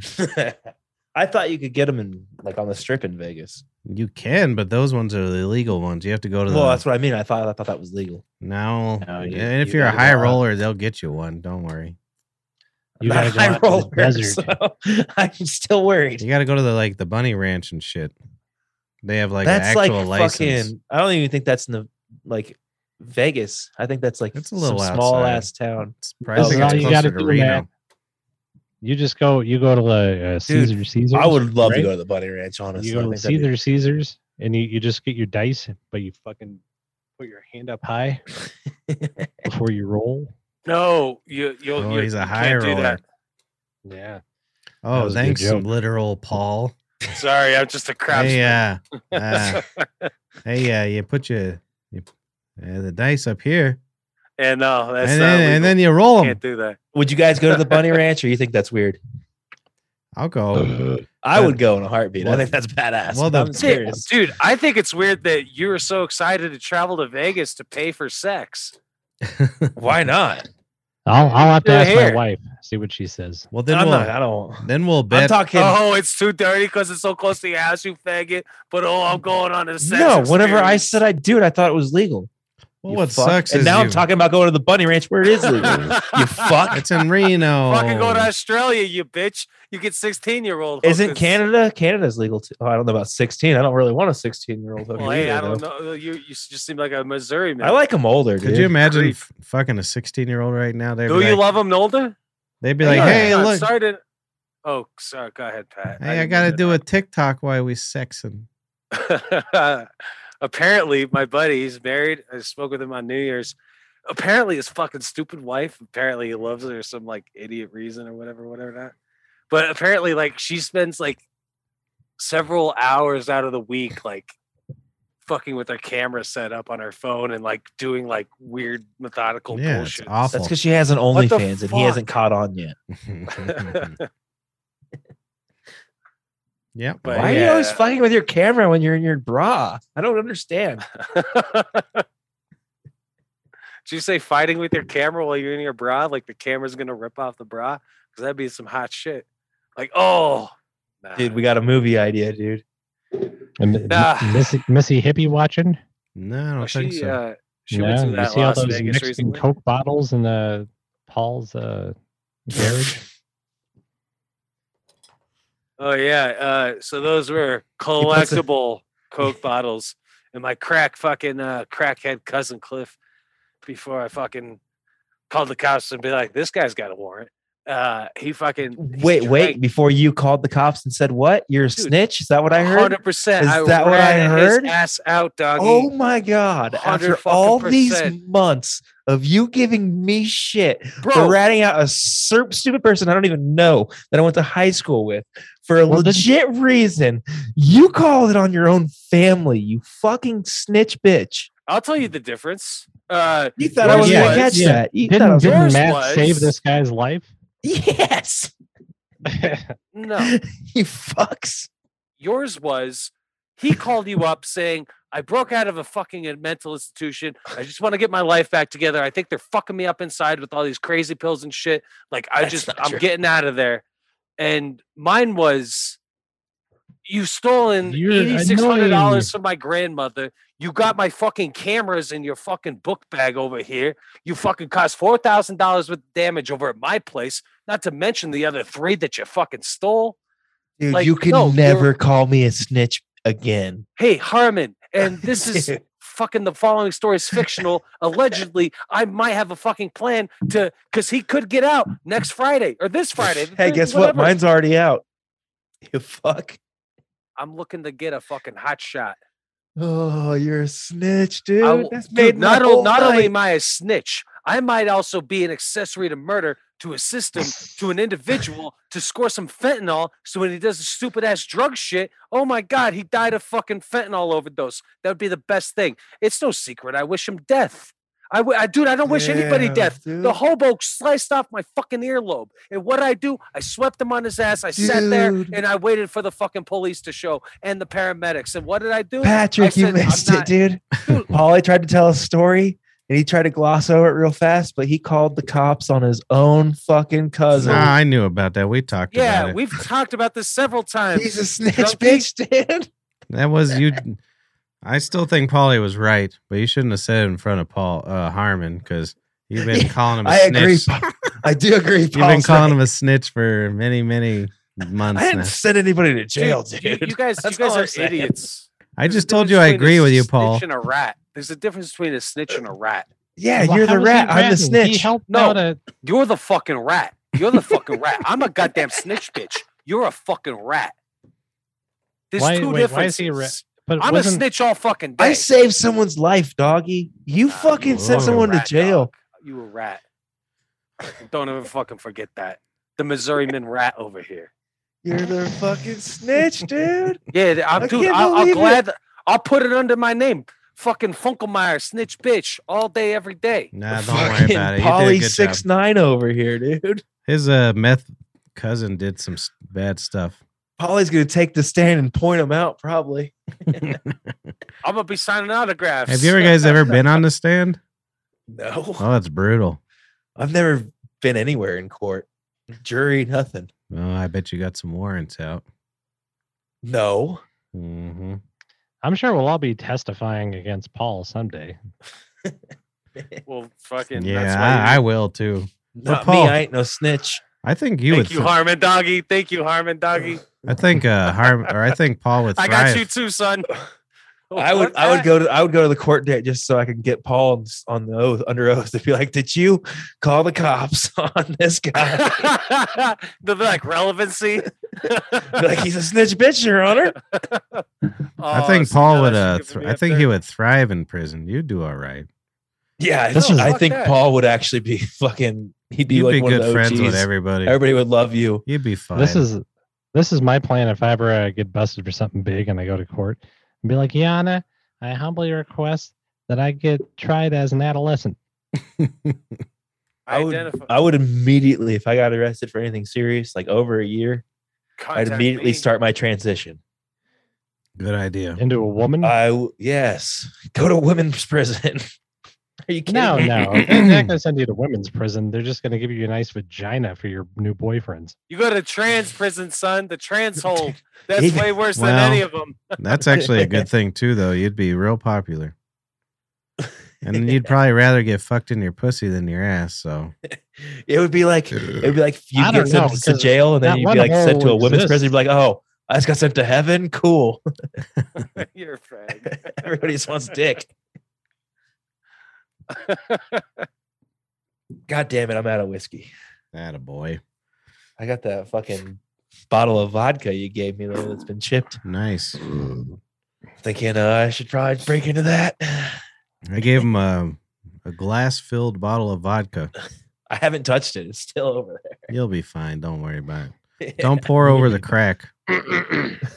Speaker 4: I thought you could get them in like on the strip in Vegas.
Speaker 2: You can, but those ones are the illegal ones. You have to go to the.
Speaker 4: Well, that's what I mean. I thought I thought that was legal.
Speaker 2: no.
Speaker 4: No, you-
Speaker 2: and if
Speaker 4: you
Speaker 2: you are a
Speaker 4: gotta go
Speaker 2: high
Speaker 4: out.
Speaker 2: roller, they'll get you one. Don't worry.
Speaker 4: I'm
Speaker 3: You
Speaker 4: not a
Speaker 3: gotta go
Speaker 4: high
Speaker 3: out to the
Speaker 4: roller,
Speaker 3: desert.
Speaker 4: so I'm still worried.
Speaker 2: You got to go to the like the bunny ranch and shit. They have like
Speaker 4: that's
Speaker 2: an
Speaker 4: like
Speaker 2: actual license.
Speaker 4: fucking. I don't even think that's in the like Vegas. I think that's like
Speaker 2: It's a
Speaker 4: some
Speaker 2: little
Speaker 4: small
Speaker 2: outside.
Speaker 4: ass town.
Speaker 2: It's probably
Speaker 4: Listen,
Speaker 2: it's
Speaker 4: all you
Speaker 2: closer
Speaker 3: gotta
Speaker 2: to
Speaker 3: do,
Speaker 2: Reno.
Speaker 3: man. You just go. You go to like uh, Caesar Caesar.
Speaker 4: I would love to go to the Bunny Ranch. Honestly,
Speaker 3: You
Speaker 4: I
Speaker 3: go to
Speaker 4: think that'd be-
Speaker 3: Caesar Caesars, and you, you just get your dice, but you fucking put your hand up high before you roll.
Speaker 5: No, you you'll.
Speaker 2: Oh,
Speaker 5: you,
Speaker 2: he's a
Speaker 5: you
Speaker 2: high
Speaker 5: can't do
Speaker 2: roller.
Speaker 5: that.
Speaker 3: Yeah. That
Speaker 2: Oh,
Speaker 3: was a good
Speaker 2: thanks,
Speaker 3: joke.
Speaker 2: literal Paul.
Speaker 5: Sorry, I'm just a crap.
Speaker 2: Hey, uh, uh, hey, uh, you put your, you, uh, the dice up here,
Speaker 5: and no, that's
Speaker 2: and
Speaker 5: not.
Speaker 2: then, and
Speaker 5: legal.
Speaker 2: then you roll them.
Speaker 5: can't do that.
Speaker 4: Would you guys go to the Bunny Ranch, or you think that's weird?
Speaker 2: I'll go.
Speaker 4: I
Speaker 2: That-
Speaker 4: would go in a heartbeat. I
Speaker 2: Well-
Speaker 4: think that's badass.
Speaker 2: well,
Speaker 4: Well,
Speaker 2: the-
Speaker 4: I'm serious.
Speaker 5: Dude, I think it's weird that you were so excited to travel to Vegas to pay for sex.
Speaker 4: Why not?
Speaker 3: I'll I'll have to
Speaker 5: Yeah,
Speaker 3: ask
Speaker 5: here.
Speaker 3: my wife. See what she says.
Speaker 2: Well, then
Speaker 4: I'm
Speaker 2: we'll
Speaker 4: not. I don't.
Speaker 2: then we'll
Speaker 4: I'm
Speaker 2: bet.
Speaker 4: talking.
Speaker 5: Oh, it's too dirty because it's so close to your house, you faggot. But oh, I'm going on a sex.
Speaker 4: no, whenever I
Speaker 5: experience.
Speaker 4: said I do it, I thought it was legal.
Speaker 2: well,
Speaker 4: You
Speaker 2: what
Speaker 4: fuck.
Speaker 2: sucks
Speaker 4: And
Speaker 2: is
Speaker 4: now I'm
Speaker 2: you-
Speaker 4: talking about going to the Bunny Ranch where it is legal. you fuck.
Speaker 2: It's in Reno.
Speaker 5: Fucking go to Australia, you bitch. You get 16 year old.
Speaker 4: Isn't Canada? Canada's legal. Too. Oh, I don't know about 16. I don't really want a 16 year old.
Speaker 5: Well, hey, I don't know. You you just seem like a Missouri man.
Speaker 4: I like them older.
Speaker 2: Could
Speaker 4: dude.
Speaker 2: you imagine
Speaker 5: Creep.
Speaker 2: f- fucking a sixteen-year-old right now? They'd
Speaker 5: Do
Speaker 2: be
Speaker 5: you
Speaker 2: like,
Speaker 5: love him, Nolda?
Speaker 2: they'd be like,
Speaker 5: on,
Speaker 2: "Hey,
Speaker 5: hang on,
Speaker 2: look,
Speaker 5: Sorry to... Oh, sorry. Go ahead, Pat.
Speaker 2: hey, I
Speaker 5: didn't
Speaker 2: got to
Speaker 5: mean
Speaker 2: do a TikTok while we sexing."
Speaker 5: interrupt. apparently, my buddy, he's married. I spoke with him on New Year's. Apparently, his fucking stupid wife. Apparently, he loves her some like idiot reason or whatever, whatever not. But apparently, like she spends like several hours out of the week, like fucking with her camera set up on her phone and like doing like weird methodical
Speaker 2: Yeah, it's
Speaker 5: bullshit.
Speaker 2: awful.
Speaker 4: That's because she has an
Speaker 5: What the
Speaker 4: OnlyFans and he hasn't caught on yet.
Speaker 2: yep.
Speaker 5: But
Speaker 4: Why are you always
Speaker 5: yeah.
Speaker 4: fucking with your camera when you're in your bra? I don't understand.
Speaker 5: Did you say fighting with your camera while you're in your bra? Like the camera's gonna rip off the bra? Because that'd be some hot shit. Like, oh, nah.
Speaker 4: Dude, we got a movie idea, dude.
Speaker 3: And M-
Speaker 5: Nah.
Speaker 4: Ah.
Speaker 3: Missy, Missy hippie watching.
Speaker 2: No, I don't
Speaker 5: Oh,
Speaker 2: think
Speaker 5: she
Speaker 2: so.
Speaker 5: uh, she
Speaker 3: you
Speaker 5: went
Speaker 3: know?
Speaker 5: to
Speaker 3: You
Speaker 5: that
Speaker 3: see all
Speaker 5: Las
Speaker 3: those
Speaker 5: Vegas
Speaker 3: Mexican
Speaker 5: recently.
Speaker 3: Coke bottles in the Paul's uh, garage.
Speaker 5: oh yeah, uh, so those were
Speaker 4: puts a-
Speaker 5: collectible Coke bottles, and my crack fucking uh, crackhead cousin Cliff, before I fucking called the cops and be like, this guy's got a warrant. Uh, he fucking he
Speaker 4: Wait,
Speaker 5: drank
Speaker 4: wait. Before you called the cops and said what? You're a
Speaker 5: Dude,
Speaker 4: snitch? Is that what I heard?
Speaker 5: Hundred percent.
Speaker 4: Is
Speaker 5: I
Speaker 4: that what I
Speaker 5: ran
Speaker 4: heard?
Speaker 5: His ass out, doggy.
Speaker 4: Oh my god! After
Speaker 5: 100 fucking
Speaker 4: all these
Speaker 5: percent.
Speaker 4: months of you giving me shit for
Speaker 5: bro,
Speaker 4: ratting out a ser- stupid person I don't even know that I went to high school with for a
Speaker 3: Well, this-
Speaker 4: legit reason, you called it on your own family. You fucking snitch, bitch.
Speaker 5: I'll tell you the difference. Uh,
Speaker 4: You thought I
Speaker 5: Yours
Speaker 4: was gonna
Speaker 5: was-
Speaker 4: catch
Speaker 3: yeah.
Speaker 4: that. You thought I
Speaker 3: Didn't,
Speaker 4: was
Speaker 3: didn't
Speaker 5: yours
Speaker 3: Matt
Speaker 5: was-
Speaker 3: save this guy's life?
Speaker 4: yes,
Speaker 5: no,
Speaker 4: you fucks.
Speaker 5: yours was he called you up saying, "I broke out of a fucking in- mental institution. I just want to get my life back together. I think they're fucking me up inside with all these crazy pills and shit. Like I
Speaker 4: That's
Speaker 5: just,
Speaker 4: not
Speaker 5: I'm
Speaker 4: true.
Speaker 5: getting out of there." And mine was. You stolen
Speaker 3: You're
Speaker 5: eighty six hundred
Speaker 3: annoying.
Speaker 5: dollars from my grandmother. You got my fucking cameras in your fucking book bag over here. You fucking cost four thousand dollars with damage over at my place, not to mention the other three that you fucking stole.
Speaker 4: Dude,
Speaker 5: Like,
Speaker 4: you can
Speaker 5: no, you're-
Speaker 4: never call me a snitch again.
Speaker 5: Hey, Harmon, and this is
Speaker 4: Dude,
Speaker 5: fucking the following story is fictional. Allegedly, I might have a fucking plan to because he could get out next Friday or this Friday. the
Speaker 4: Hey,
Speaker 5: thir-
Speaker 4: guess what?
Speaker 5: whatever.
Speaker 4: Mine's already out. You fuck.
Speaker 5: I'm looking to get a fucking hot shot.
Speaker 4: Oh, you're a snitch, dude.
Speaker 5: I will-
Speaker 4: That's
Speaker 5: dude,
Speaker 4: made my
Speaker 5: not, o-
Speaker 4: whole
Speaker 5: not only
Speaker 4: night.
Speaker 5: am I a snitch, I might also be an accessory to murder to a system, to an individual to score some fentanyl. So when he does the stupid ass drug shit, oh my God, he died of fucking fentanyl overdose. That would be the best thing. It's no secret. I wish him death. I, w- I dude, I don't wish anybody
Speaker 2: Yeah,
Speaker 5: death. The
Speaker 2: dude.
Speaker 5: hobo sliced off my fucking earlobe. And what did I do? I swept him on his ass. I sat there
Speaker 4: Dude.
Speaker 5: and I waited for the fucking police to show and the paramedics. And what did I do?
Speaker 4: Patrick,
Speaker 5: I
Speaker 4: you
Speaker 5: said, "I'm
Speaker 4: missed
Speaker 5: not-
Speaker 4: it, dude. Paulie tried to tell a story and he tried to gloss over it real fast, but he called the cops on his own fucking cousin.
Speaker 2: Nah, I knew about that. We talked
Speaker 5: yeah,
Speaker 2: about it.
Speaker 5: we've talked about this several times.
Speaker 4: He's a snitch,
Speaker 5: Junkie.
Speaker 4: bitch, dude.
Speaker 2: That was you. I still think Paulie was right, but you shouldn't have said it in front of Paul uh, Harmon because you've been
Speaker 4: Yeah,
Speaker 2: calling him a
Speaker 4: I
Speaker 2: snitch.
Speaker 4: agree. Pa- I do agree.
Speaker 2: You've been
Speaker 4: Paul's
Speaker 2: calling
Speaker 4: right.
Speaker 2: him a snitch for many, many months
Speaker 4: I
Speaker 2: now.
Speaker 4: didn't send anybody to
Speaker 5: Dude,
Speaker 4: jail,
Speaker 5: you-
Speaker 4: dude.
Speaker 5: You, guys, you
Speaker 4: That's
Speaker 5: guys
Speaker 4: all I'm
Speaker 5: are
Speaker 4: saying.
Speaker 5: idiots.
Speaker 2: I
Speaker 5: There's a
Speaker 2: just told you I
Speaker 5: difference between
Speaker 2: agree
Speaker 5: a
Speaker 2: with you,
Speaker 5: snitch
Speaker 2: Paul.
Speaker 5: And a rat. There's a difference between a snitch and a rat.
Speaker 4: yeah,
Speaker 3: Well,
Speaker 4: you're
Speaker 3: how
Speaker 4: the
Speaker 3: was he
Speaker 4: rat. I'm the
Speaker 3: ratting? He
Speaker 4: snitch.
Speaker 3: helped
Speaker 5: No.
Speaker 3: out a-
Speaker 5: You're the fucking rat. You're the fucking rat. I'm a goddamn snitch, bitch. You're a fucking rat. There's
Speaker 3: Why-
Speaker 5: two
Speaker 3: wait,
Speaker 5: differences.
Speaker 3: why is he a rat? but
Speaker 5: I'm a
Speaker 3: wasn't-
Speaker 5: snitch all fucking day.
Speaker 4: I saved someone's life, doggy. You
Speaker 5: Nah,
Speaker 4: fucking
Speaker 5: you
Speaker 4: sent
Speaker 5: a
Speaker 4: someone to
Speaker 5: rat,
Speaker 4: jail.
Speaker 5: dog. You a rat. Don't ever fucking forget that. The Missouri man rat over here.
Speaker 4: You're the fucking snitch, dude.
Speaker 5: Yeah, th- I'll,
Speaker 4: I
Speaker 5: dude,
Speaker 4: can't
Speaker 5: I'll, I'll
Speaker 4: believe it.
Speaker 5: glad I'll put it under my name. Fucking Funkelmeyer, snitch bitch, all day, every day.
Speaker 2: Nah,
Speaker 4: The
Speaker 2: don't worry
Speaker 4: fucking
Speaker 2: about it. You did
Speaker 4: Polly
Speaker 2: a good
Speaker 4: six
Speaker 2: job.
Speaker 4: nine over here, dude.
Speaker 2: His uh, meth cousin did some s- bad stuff.
Speaker 4: Polly's gonna take the stand and point him out, probably.
Speaker 5: I'm gonna be signing autographs.
Speaker 2: Have you ever guys ever been on the stand?
Speaker 4: No,
Speaker 2: Oh, that's brutal.
Speaker 4: I've never been anywhere in court, jury, nothing.
Speaker 2: Oh, I bet you got some warrants out.
Speaker 4: No,
Speaker 2: hmm
Speaker 3: I'm sure we'll all be testifying against Paul someday.
Speaker 5: Well, fucking. that's
Speaker 2: Yeah,
Speaker 5: why
Speaker 2: I, I
Speaker 5: you-
Speaker 2: will too.
Speaker 4: not
Speaker 2: Paul.
Speaker 4: me. I ain't no snitch.
Speaker 2: I think you
Speaker 5: Thank
Speaker 2: would.
Speaker 5: you,
Speaker 2: th-
Speaker 5: Harmon Doggy. Thank you, Harmon Doggy.
Speaker 2: I think uh, Harm or I think Paul would.
Speaker 5: I
Speaker 2: Thrive.
Speaker 5: got you too, son. Oh,
Speaker 4: I would.
Speaker 5: What
Speaker 4: I would
Speaker 5: the-
Speaker 4: go to. I would go to the court date just so I can get Paul on s- on the oath under oath to be like, "Did you call the cops on this guy?"
Speaker 5: the like relevancy.
Speaker 4: Be like he's a snitch, bitch, Your Honor.
Speaker 2: I
Speaker 5: Oh,
Speaker 2: think
Speaker 5: see,
Speaker 2: Paul
Speaker 5: now
Speaker 2: would. Uh,
Speaker 5: that's
Speaker 2: thr
Speaker 5: giving me
Speaker 2: I
Speaker 5: up
Speaker 2: think
Speaker 5: there.
Speaker 2: he would thrive in prison. You'd do all right.
Speaker 4: Yeah, I
Speaker 3: This
Speaker 4: think-
Speaker 3: is-
Speaker 4: I
Speaker 5: Fuck
Speaker 4: think
Speaker 5: that.
Speaker 4: Paul would actually be fucking. He'd be
Speaker 2: You'd
Speaker 4: like
Speaker 2: be
Speaker 4: one of
Speaker 2: good
Speaker 4: the
Speaker 2: friends with
Speaker 4: OGs.
Speaker 2: everybody.
Speaker 4: Everybody would love you.
Speaker 2: You'd be fine.
Speaker 3: This is this is my plan. If I ever uh, get busted for something big and I go to court, and be like, Yana, I humbly request that I get tried as an adolescent.
Speaker 4: I would, uh,
Speaker 5: Identify-
Speaker 4: I would immediately, if I got arrested for anything serious, like over a year,
Speaker 5: Contact
Speaker 4: I'd immediately
Speaker 5: me.
Speaker 4: start my transition.
Speaker 2: good idea.
Speaker 3: Into a woman?
Speaker 4: I w- yes, go to women's prison. Are you kidding?
Speaker 3: no,
Speaker 4: me?
Speaker 3: no. They're not gonna send you to women's prison. They're just gonna give you a nice vagina for your new boyfriends.
Speaker 5: You go to trans prison, son. The trans hole. That's
Speaker 4: He-
Speaker 5: way worse than
Speaker 2: Well,
Speaker 5: any of them.
Speaker 2: That's actually a good thing too, though. You'd be real popular, and then you'd probably rather get fucked in your pussy than your ass. So
Speaker 4: It would be like it would be like
Speaker 3: I
Speaker 4: you
Speaker 3: don't
Speaker 4: get sent
Speaker 3: know,
Speaker 4: to
Speaker 3: because
Speaker 4: jail and
Speaker 3: that
Speaker 4: then you'd
Speaker 3: one
Speaker 4: be like sent to a
Speaker 3: hole
Speaker 4: women's prison.
Speaker 3: exists.
Speaker 4: You'd be like, oh, I just got sent to heaven. Cool.
Speaker 5: You're a fag.
Speaker 4: Everybody just wants dick. God damn it! I'm out of whiskey.
Speaker 2: that a boy.
Speaker 4: I got that fucking bottle of vodka you gave me though that's been chipped.
Speaker 2: Nice.
Speaker 4: Thinking uh, I should probably break into that.
Speaker 2: I gave him a, a glass filled bottle of vodka.
Speaker 4: I haven't touched it. It's still over
Speaker 2: You'll be fine. Don't worry about it.
Speaker 4: there.
Speaker 2: Don't pour over the crack.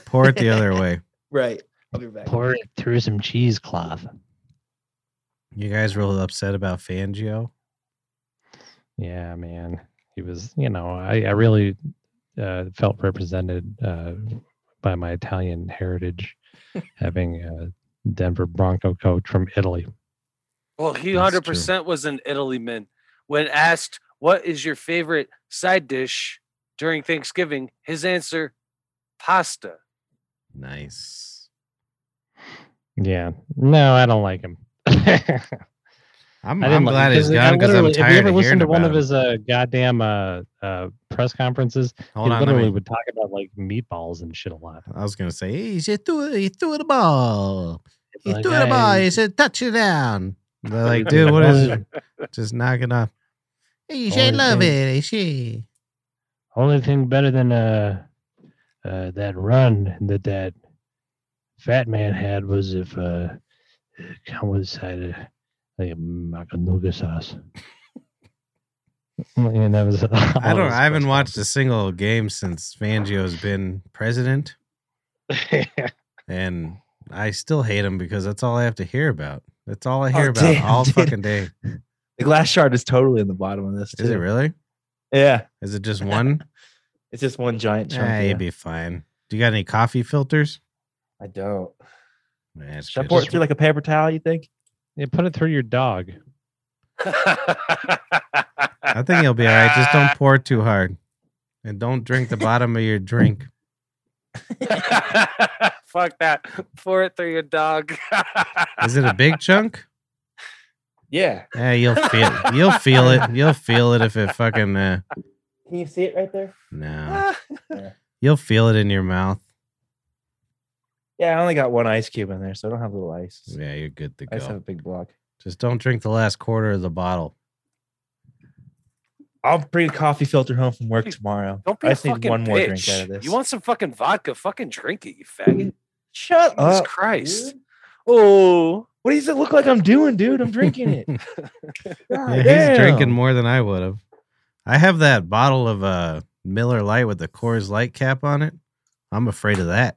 Speaker 2: Pour it the other way.
Speaker 4: right. I'll be back.
Speaker 3: Pour it through some cheesecloth.
Speaker 2: You guys real upset about Fangio?
Speaker 3: Yeah, man. He was, you know, I, I really uh, felt represented uh, by my Italian heritage, having a Denver Bronco coach from Italy.
Speaker 5: Well, he
Speaker 2: That's
Speaker 5: hundred percent was an Italy man. When asked what is your favorite side dish during Thanksgiving, his answer, pasta.
Speaker 2: Nice.
Speaker 3: Yeah. No, I don't like him. I
Speaker 2: I'm, I'm
Speaker 3: didn't like him
Speaker 2: glad he's
Speaker 3: I
Speaker 2: gone because I'm
Speaker 3: literally- If you
Speaker 2: tired
Speaker 3: ever
Speaker 2: of
Speaker 3: listen
Speaker 2: hearing
Speaker 3: to one
Speaker 2: about
Speaker 3: of
Speaker 2: him.
Speaker 3: his uh, goddamn uh, uh, press conferences,
Speaker 2: Hold
Speaker 3: he
Speaker 2: on, let
Speaker 3: literally
Speaker 2: me. Uh,
Speaker 3: would talk about like meatballs and shit a lot.
Speaker 2: I was gonna say "Hey, he threw he threw the ball. He
Speaker 3: Like,
Speaker 2: threw the ball.
Speaker 3: "Hey."
Speaker 2: He said touchdown. They're like, dude, what is just knock it off? He
Speaker 3: should love
Speaker 2: it. He should.
Speaker 3: Only thing better than uh, uh, that run that that fat man had was if uh, Cowboys had a, like a macanuga sauce. and that was.
Speaker 2: I don't. I haven't watched a single game since Fangio's been president,
Speaker 3: this.
Speaker 2: and I still hate him because that's all I have to hear about That's all I hear about
Speaker 4: Oh, damn,
Speaker 2: all
Speaker 4: dude.
Speaker 2: fucking day.
Speaker 4: The glass shard is totally in the bottom of this.
Speaker 2: Is it
Speaker 4: too.
Speaker 2: really?
Speaker 4: Yeah,
Speaker 2: Is it just one?
Speaker 4: it's just one giant chunk.
Speaker 2: Yeah,
Speaker 4: yeah.
Speaker 2: you'd be fine. Do you got any coffee filters?
Speaker 4: I don't.
Speaker 2: Man, it's
Speaker 4: Should I
Speaker 2: good.
Speaker 4: pour it through like a paper towel? You think?
Speaker 3: Yeah, put it through your dog.
Speaker 2: I think you'll be all right. Just don't pour too hard, and don't drink the bottom of your drink.
Speaker 5: Fuck that. Pour it through your dog.
Speaker 2: Is it a big chunk?
Speaker 4: Yeah.
Speaker 2: Yeah, you'll feel. You'll feel it. You'll feel it if it fucking. Uh,
Speaker 4: Can you see it right there?
Speaker 2: no, you'll feel it in your mouth.
Speaker 4: Yeah, I only got one ice cube in there, so I don't have little ice.
Speaker 2: Yeah, you're good to
Speaker 4: I just have a
Speaker 2: go.
Speaker 4: big block.
Speaker 2: Just don't drink the last quarter of the bottle.
Speaker 4: I'll bring a coffee filter home from work tomorrow.
Speaker 5: Don't be
Speaker 4: I
Speaker 5: a
Speaker 4: just need
Speaker 5: fucking
Speaker 4: one more
Speaker 5: bitch.
Speaker 4: drink out of this.
Speaker 5: You want some fucking vodka? Fucking drink it, you faggot.
Speaker 4: Shut
Speaker 5: Jesus
Speaker 4: up,
Speaker 5: Christ.
Speaker 4: dude. Oh, Uh, what does it look like I'm doing, dude? I'm drinking it.
Speaker 2: Yeah, he's drinking more than I would have. I have that bottle of uh, Miller Light with the Coors Light cap on it. I'm afraid of that,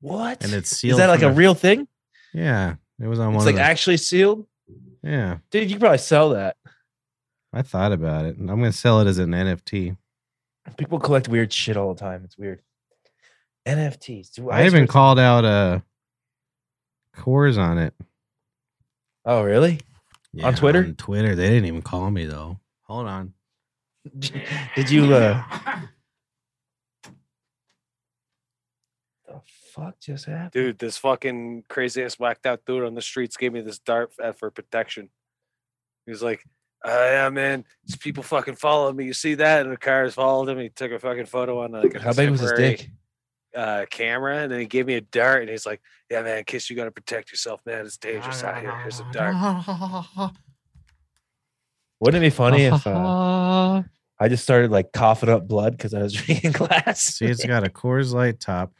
Speaker 4: What?
Speaker 2: and it's sealed.
Speaker 4: is that like
Speaker 2: from
Speaker 4: a real thing?
Speaker 2: Yeah, it was on
Speaker 4: It's
Speaker 2: one.
Speaker 4: like
Speaker 2: of the,
Speaker 4: actually sealed,
Speaker 2: yeah,
Speaker 4: dude. You could probably sell that.
Speaker 2: I thought about it, and I'm gonna sell it as an NFT.
Speaker 4: People collect weird shit all the time. It's weird. NFTs. Do
Speaker 2: I even called out uh, Coors on it
Speaker 4: Oh, really? On Twitter?
Speaker 2: On Twitter, they didn't even call me though. Hold on.
Speaker 4: Did you? uh The fuck just happened?
Speaker 5: Dude, this fucking crazy ass whacked out dude on the streets gave me this dart f- for protection. He was like, uh, yeah, man, these people fucking followed me. You see that? And the cars followed him. He took a fucking photo on like a
Speaker 4: How big was his
Speaker 5: temporary,
Speaker 4: dick?
Speaker 5: Uh, camera, and then he gave me a dart, and he's like, "Yeah, man, kiss, you gotta protect yourself, man. It's dangerous out here. Here's a dart."
Speaker 4: Wouldn't it be funny if uh, I just started like coughing up blood because I was drinking glass?
Speaker 2: See, it's got a Coors Light top.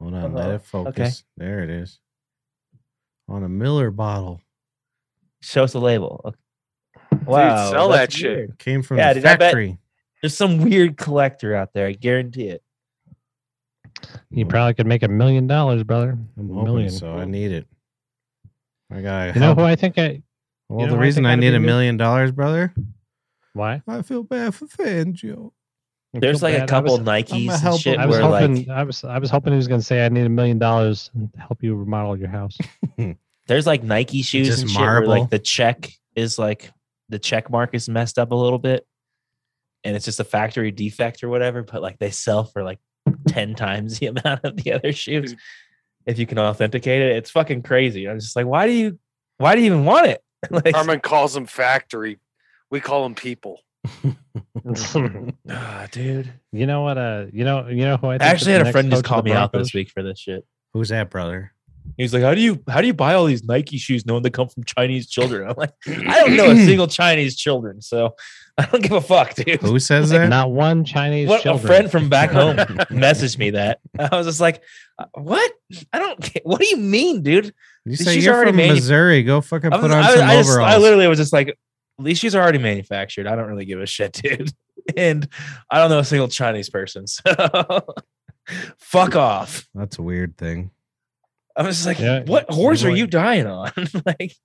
Speaker 2: Hold on, let
Speaker 4: Uh-oh.
Speaker 2: it focus. There it is. On a Miller bottle.
Speaker 4: Show us the label. Okay.
Speaker 5: sell
Speaker 4: that's
Speaker 5: that shit.
Speaker 4: weird.
Speaker 2: It came from
Speaker 4: Yeah,
Speaker 2: the
Speaker 4: dude, I bet-
Speaker 2: factory.
Speaker 4: There's some weird collector out there. I guarantee it.
Speaker 3: You probably could make a million dollars, brother.
Speaker 2: I'm
Speaker 3: A
Speaker 2: hoping
Speaker 3: million.
Speaker 2: so. I need it. I got.
Speaker 3: You know who I think I?
Speaker 2: well,
Speaker 3: you know
Speaker 2: the
Speaker 3: who I
Speaker 2: reason
Speaker 3: think
Speaker 2: I
Speaker 3: oughta
Speaker 2: need
Speaker 3: be
Speaker 2: a
Speaker 3: mi-
Speaker 2: million dollars, brother.
Speaker 3: Why?
Speaker 2: I feel bad for Fangio.
Speaker 3: I
Speaker 4: There's
Speaker 3: feel
Speaker 4: like
Speaker 3: bad. I
Speaker 4: a
Speaker 3: was-
Speaker 4: couple Nikes and
Speaker 2: help
Speaker 4: shit
Speaker 2: him.
Speaker 3: I was
Speaker 4: where
Speaker 3: hoping.
Speaker 4: like
Speaker 3: I was. I was hoping he was going to say, "I need a million dollars to help you remodel your house."
Speaker 4: there's like Nike shoes
Speaker 2: Just
Speaker 4: and shit where
Speaker 2: marble.
Speaker 4: like the check is like the check mark is messed up a little bit, and it's just a factory defect or whatever. But like they sell for like ten times the amount of the other shoes if you can authenticate it. It's fucking crazy. I'm just like, why do you? Why do you even want it? like,
Speaker 5: Herman calls them factory. We call them people.
Speaker 4: ah, dude.
Speaker 3: you know what? Uh, you know, you know who I think
Speaker 4: I actually
Speaker 3: is
Speaker 4: had
Speaker 3: the
Speaker 4: a friend
Speaker 3: next
Speaker 4: just
Speaker 3: coach of
Speaker 4: call
Speaker 3: the
Speaker 4: me out
Speaker 3: Broncos?
Speaker 4: this week for this shit.
Speaker 2: Who's that, brother?
Speaker 4: He was like, "How do you how do you buy all these Nike shoes knowing they come from Chinese children?" I'm like, "I don't know a single Chinese children, so I don't give a fuck, dude."
Speaker 2: Who says that?
Speaker 3: Not one Chinese.
Speaker 4: What a
Speaker 3: children.
Speaker 4: friend from back home messaged me that. I was just like, "Uh, "What? I don't. get- What do you mean, dude?"
Speaker 2: You
Speaker 4: These
Speaker 2: say
Speaker 4: shoes
Speaker 2: you're
Speaker 4: are already
Speaker 2: from
Speaker 4: manu-
Speaker 2: Missouri. Go fucking
Speaker 4: I, was,
Speaker 2: put on
Speaker 4: I, was-
Speaker 2: some
Speaker 4: I just,
Speaker 2: overalls.
Speaker 4: I literally was just like, "These shoes are already manufactured. I don't really give a shit, dude." And I don't know a single Chinese person, so fuck off.
Speaker 2: That's a weird thing.
Speaker 4: I was just like,
Speaker 3: Yeah,
Speaker 4: what horse are
Speaker 3: like-
Speaker 4: you dying on? like,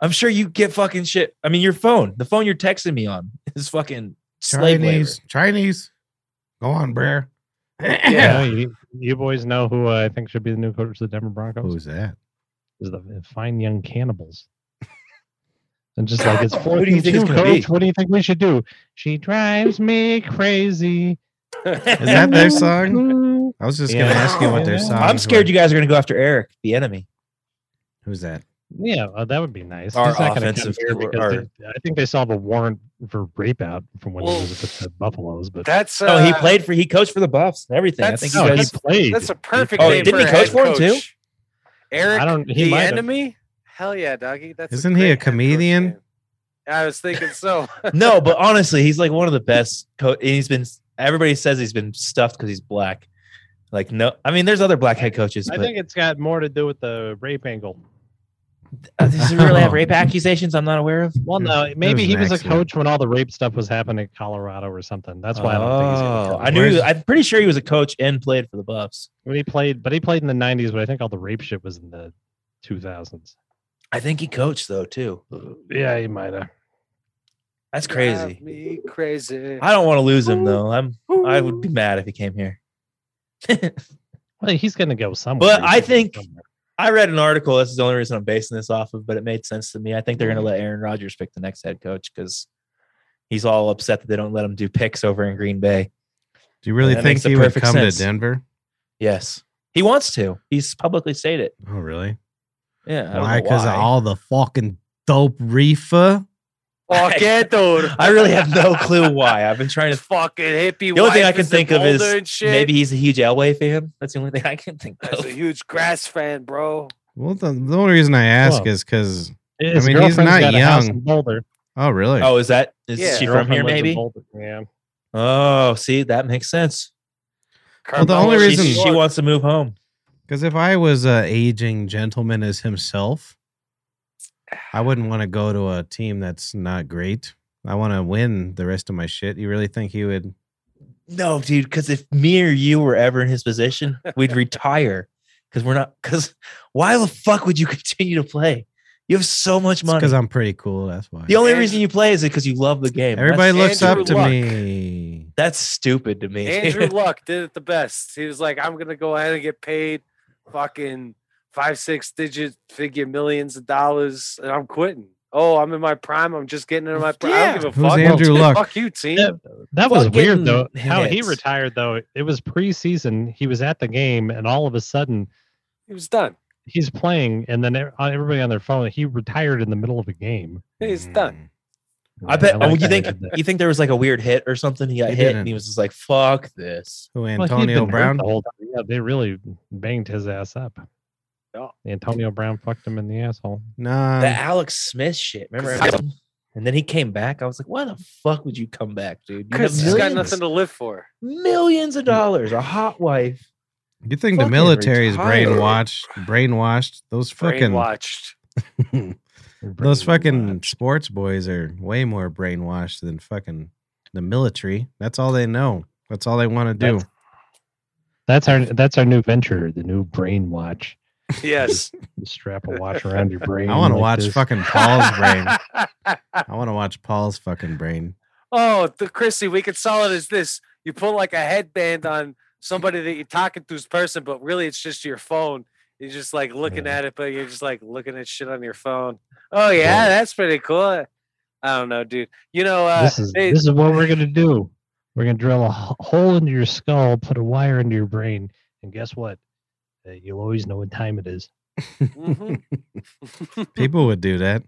Speaker 4: I'm sure you get fucking shit. I mean, your phone, the phone you're texting me on is fucking slave labor.
Speaker 2: Chinese, Chinese. Go on, Brer.
Speaker 3: You, know,
Speaker 5: Yeah.
Speaker 3: you, you boys know who uh, I think should be the new coach of the Denver Broncos
Speaker 2: Who's that?
Speaker 3: is the fine young cannibals. And just like it's fourth
Speaker 4: Who do you
Speaker 3: and
Speaker 4: think it's
Speaker 3: two,
Speaker 4: gonna be?
Speaker 3: coach. What do you think we should do? She drives me crazy.
Speaker 2: Is that their
Speaker 3: Ooh,
Speaker 2: song?
Speaker 3: ooh.
Speaker 2: I was just
Speaker 4: Yeah.
Speaker 2: gonna ask you what their
Speaker 3: Yeah.
Speaker 2: song.
Speaker 4: I'm scared you guys are gonna go after Eric, the enemy.
Speaker 2: Who's that?
Speaker 3: Yeah, well, that would be nice.
Speaker 4: Our
Speaker 3: He's not gonna come
Speaker 4: offensive
Speaker 3: here
Speaker 4: coor-
Speaker 3: because
Speaker 4: our-
Speaker 3: they- I think they saw the warrant for rape out from when
Speaker 5: Well,
Speaker 3: he was with the Buffaloes, but
Speaker 5: That's uh,
Speaker 4: oh, he played for he coached for the Buffs and everything. I
Speaker 5: That's-
Speaker 4: think you
Speaker 3: no, he
Speaker 4: guys
Speaker 3: played.
Speaker 5: That's a perfect
Speaker 4: Oh,
Speaker 5: name
Speaker 4: didn't
Speaker 5: for
Speaker 4: he
Speaker 5: a
Speaker 4: coach
Speaker 5: head
Speaker 4: for him, too?
Speaker 5: coach. Eric,
Speaker 3: I don't. He
Speaker 5: the
Speaker 3: might have.
Speaker 5: enemy? Hell yeah, doggy. That's a
Speaker 2: Isn't he a
Speaker 5: great head coach
Speaker 2: comedian?
Speaker 5: name. I was thinking so.
Speaker 4: no, but honestly, he's like one of the best. Co- and he's been everybody says he's been stuffed because he's black. Like no, I mean, there's other black head coaches,
Speaker 3: I
Speaker 4: but
Speaker 3: think it's got more to do with the rape angle.
Speaker 4: uh, does he really have rape accusations I'm not aware of?
Speaker 3: Well,
Speaker 2: Yeah,
Speaker 3: no,
Speaker 2: it
Speaker 3: maybe
Speaker 2: was
Speaker 3: he
Speaker 2: an
Speaker 3: was a
Speaker 2: accident.
Speaker 3: coach when all the rape stuff was happening in Colorado or something. That's why I don't think he's. gonna
Speaker 4: Oh,
Speaker 3: come.
Speaker 4: I knew.
Speaker 2: Where's-
Speaker 4: I'm pretty sure he was a coach and played for the Buffs.
Speaker 3: when he played, but he played in the '90s. But I think all the rape shit was in the 2000s.
Speaker 4: I think he coached though too.
Speaker 3: Uh, Yeah, he might have.
Speaker 4: That's
Speaker 5: Drive
Speaker 4: crazy.
Speaker 5: Me crazy.
Speaker 4: I don't want to lose him though. I'm I would be mad if he came here.
Speaker 3: Well, he's going to go somewhere.
Speaker 4: But
Speaker 3: He's
Speaker 4: I
Speaker 3: gonna go
Speaker 4: think-
Speaker 3: somewhere.
Speaker 4: I read an article. This is the only reason I'm basing this off of, but it made sense to me. I think they're going to let Aaron Rodgers pick the next head coach because he's all upset that they don't let him do picks over in Green Bay.
Speaker 2: Do you really
Speaker 4: That
Speaker 2: think
Speaker 4: makes the
Speaker 2: he would
Speaker 4: perfect
Speaker 2: come
Speaker 4: sense.
Speaker 2: to Denver?
Speaker 4: Yes, he wants to. He's publicly stated.
Speaker 2: Oh, really?
Speaker 4: Yeah, I don't
Speaker 2: Why?
Speaker 4: know
Speaker 2: Because of
Speaker 4: why.
Speaker 2: all the fucking dope reefer.
Speaker 5: Fuck it, dude.
Speaker 4: I really have no clue why. I've been trying to.
Speaker 5: Fucking hippie.
Speaker 4: The only thing I
Speaker 5: wife
Speaker 4: can
Speaker 5: is in
Speaker 4: think of is
Speaker 5: Boulder and shit.
Speaker 4: Maybe he's a huge Elway fan. That's the only thing I can think
Speaker 5: That's
Speaker 4: of.
Speaker 5: a huge grass fan, bro.
Speaker 2: Well, the, the only reason I ask
Speaker 3: Well.
Speaker 2: is because.
Speaker 3: His
Speaker 2: mean, he's
Speaker 3: girlfriend's
Speaker 2: not
Speaker 3: got a house
Speaker 2: young.
Speaker 3: in Boulder.
Speaker 2: Oh, really?
Speaker 4: Oh, is that is
Speaker 5: Yeah.
Speaker 4: she from
Speaker 3: Girlfriend
Speaker 4: here?
Speaker 3: lives in
Speaker 4: Maybe.
Speaker 3: Boulder. Yeah.
Speaker 4: Oh, see, that makes sense.
Speaker 2: Well, the only
Speaker 5: Carmelo's
Speaker 2: reason-
Speaker 4: she,
Speaker 5: New
Speaker 4: she
Speaker 5: York.
Speaker 4: wants to move home.
Speaker 2: Because if I was a aging gentleman as himself, I wouldn't want to go to a team that's not great. I want to win the rest of my shit. You really think he would?
Speaker 4: No, dude, because if me or you were ever in his position, we'd retire. Because we're not. Because why the fuck would you continue to play? You have so much money.
Speaker 2: Because I'm pretty cool. That's why.
Speaker 4: The only
Speaker 5: Andrew-
Speaker 4: reason you play is because you love the game.
Speaker 2: Everybody looks
Speaker 4: that's,
Speaker 5: Andrew
Speaker 2: up to
Speaker 5: Luck.
Speaker 2: me.
Speaker 4: that's stupid to me.
Speaker 5: Andrew Luck did it the best. He was like, I'm gonna go ahead and get paid fucking five, six digit figure millions of dollars, and I'm quitting. Oh, I'm in my prime. I'm just getting into my prime. I
Speaker 4: Yeah.
Speaker 5: don't give a
Speaker 2: Who's
Speaker 5: fuck.
Speaker 2: Andrew Luck?
Speaker 5: Fuck you, team.
Speaker 3: Yeah, that was
Speaker 4: Fucking
Speaker 3: weird though. How he
Speaker 4: hits.
Speaker 3: retired though, it was preseason. He was at the game, and all of a sudden
Speaker 5: He was done.
Speaker 3: he's playing, and then e- everybody on their phone. He retired in the middle of a game.
Speaker 5: He's
Speaker 4: Hmm.
Speaker 5: done.
Speaker 4: I bet.
Speaker 3: like
Speaker 4: oh, you
Speaker 3: how they
Speaker 4: think
Speaker 3: did that.
Speaker 4: you think there was like a weird hit or something? He got
Speaker 2: He
Speaker 4: hit
Speaker 2: didn't.
Speaker 4: and he was just like, "Fuck this."
Speaker 2: Who
Speaker 3: Well, he'd
Speaker 2: Antonio
Speaker 3: been hurt
Speaker 2: Brown?
Speaker 3: The whole time. Yeah, they really banged his ass up.
Speaker 5: Yeah.
Speaker 3: Antonio Brown fucked him in the asshole.
Speaker 2: Nah.
Speaker 4: the Alex Smith shit. Remember? him? and then he came back. I was like, "Why the fuck would you come back, dude? You have
Speaker 5: Because he's got
Speaker 4: millions,
Speaker 5: nothing to live for.
Speaker 4: millions of dollars, a hot wife."
Speaker 2: you think the
Speaker 4: fucking
Speaker 2: military is
Speaker 4: retired.
Speaker 2: brainwashed? Brainwashed? Those fucking
Speaker 5: Brainwashed.
Speaker 2: those fucking
Speaker 3: Brainwashed.
Speaker 2: sports boys are way more brainwashed than fucking the military. That's all they know. That's all they want to do.
Speaker 3: That's- That's our that's our new venture, the new brain watch.
Speaker 5: Yes.
Speaker 3: Strap a watch around your brain.
Speaker 2: I want to
Speaker 3: like
Speaker 2: watch
Speaker 3: this.
Speaker 2: fucking Paul's brain. I want to watch Paul's fucking brain.
Speaker 5: oh, the Chrissy, we could sell it as this. You put like a headband on somebody that you're talking to's person, but really it's just your phone. You're just like looking
Speaker 3: Yeah.
Speaker 5: at it, but you're just like looking at shit on your phone. Oh yeah, that's pretty cool. I don't know, dude. You know, uh,
Speaker 3: this is
Speaker 5: they-
Speaker 3: this is what we're gonna do. We're gonna drill a h- hole into your skull, put a wire into your brain, and guess what? Uh, you'll always know what time it is.
Speaker 5: Mhm.
Speaker 2: People would do that.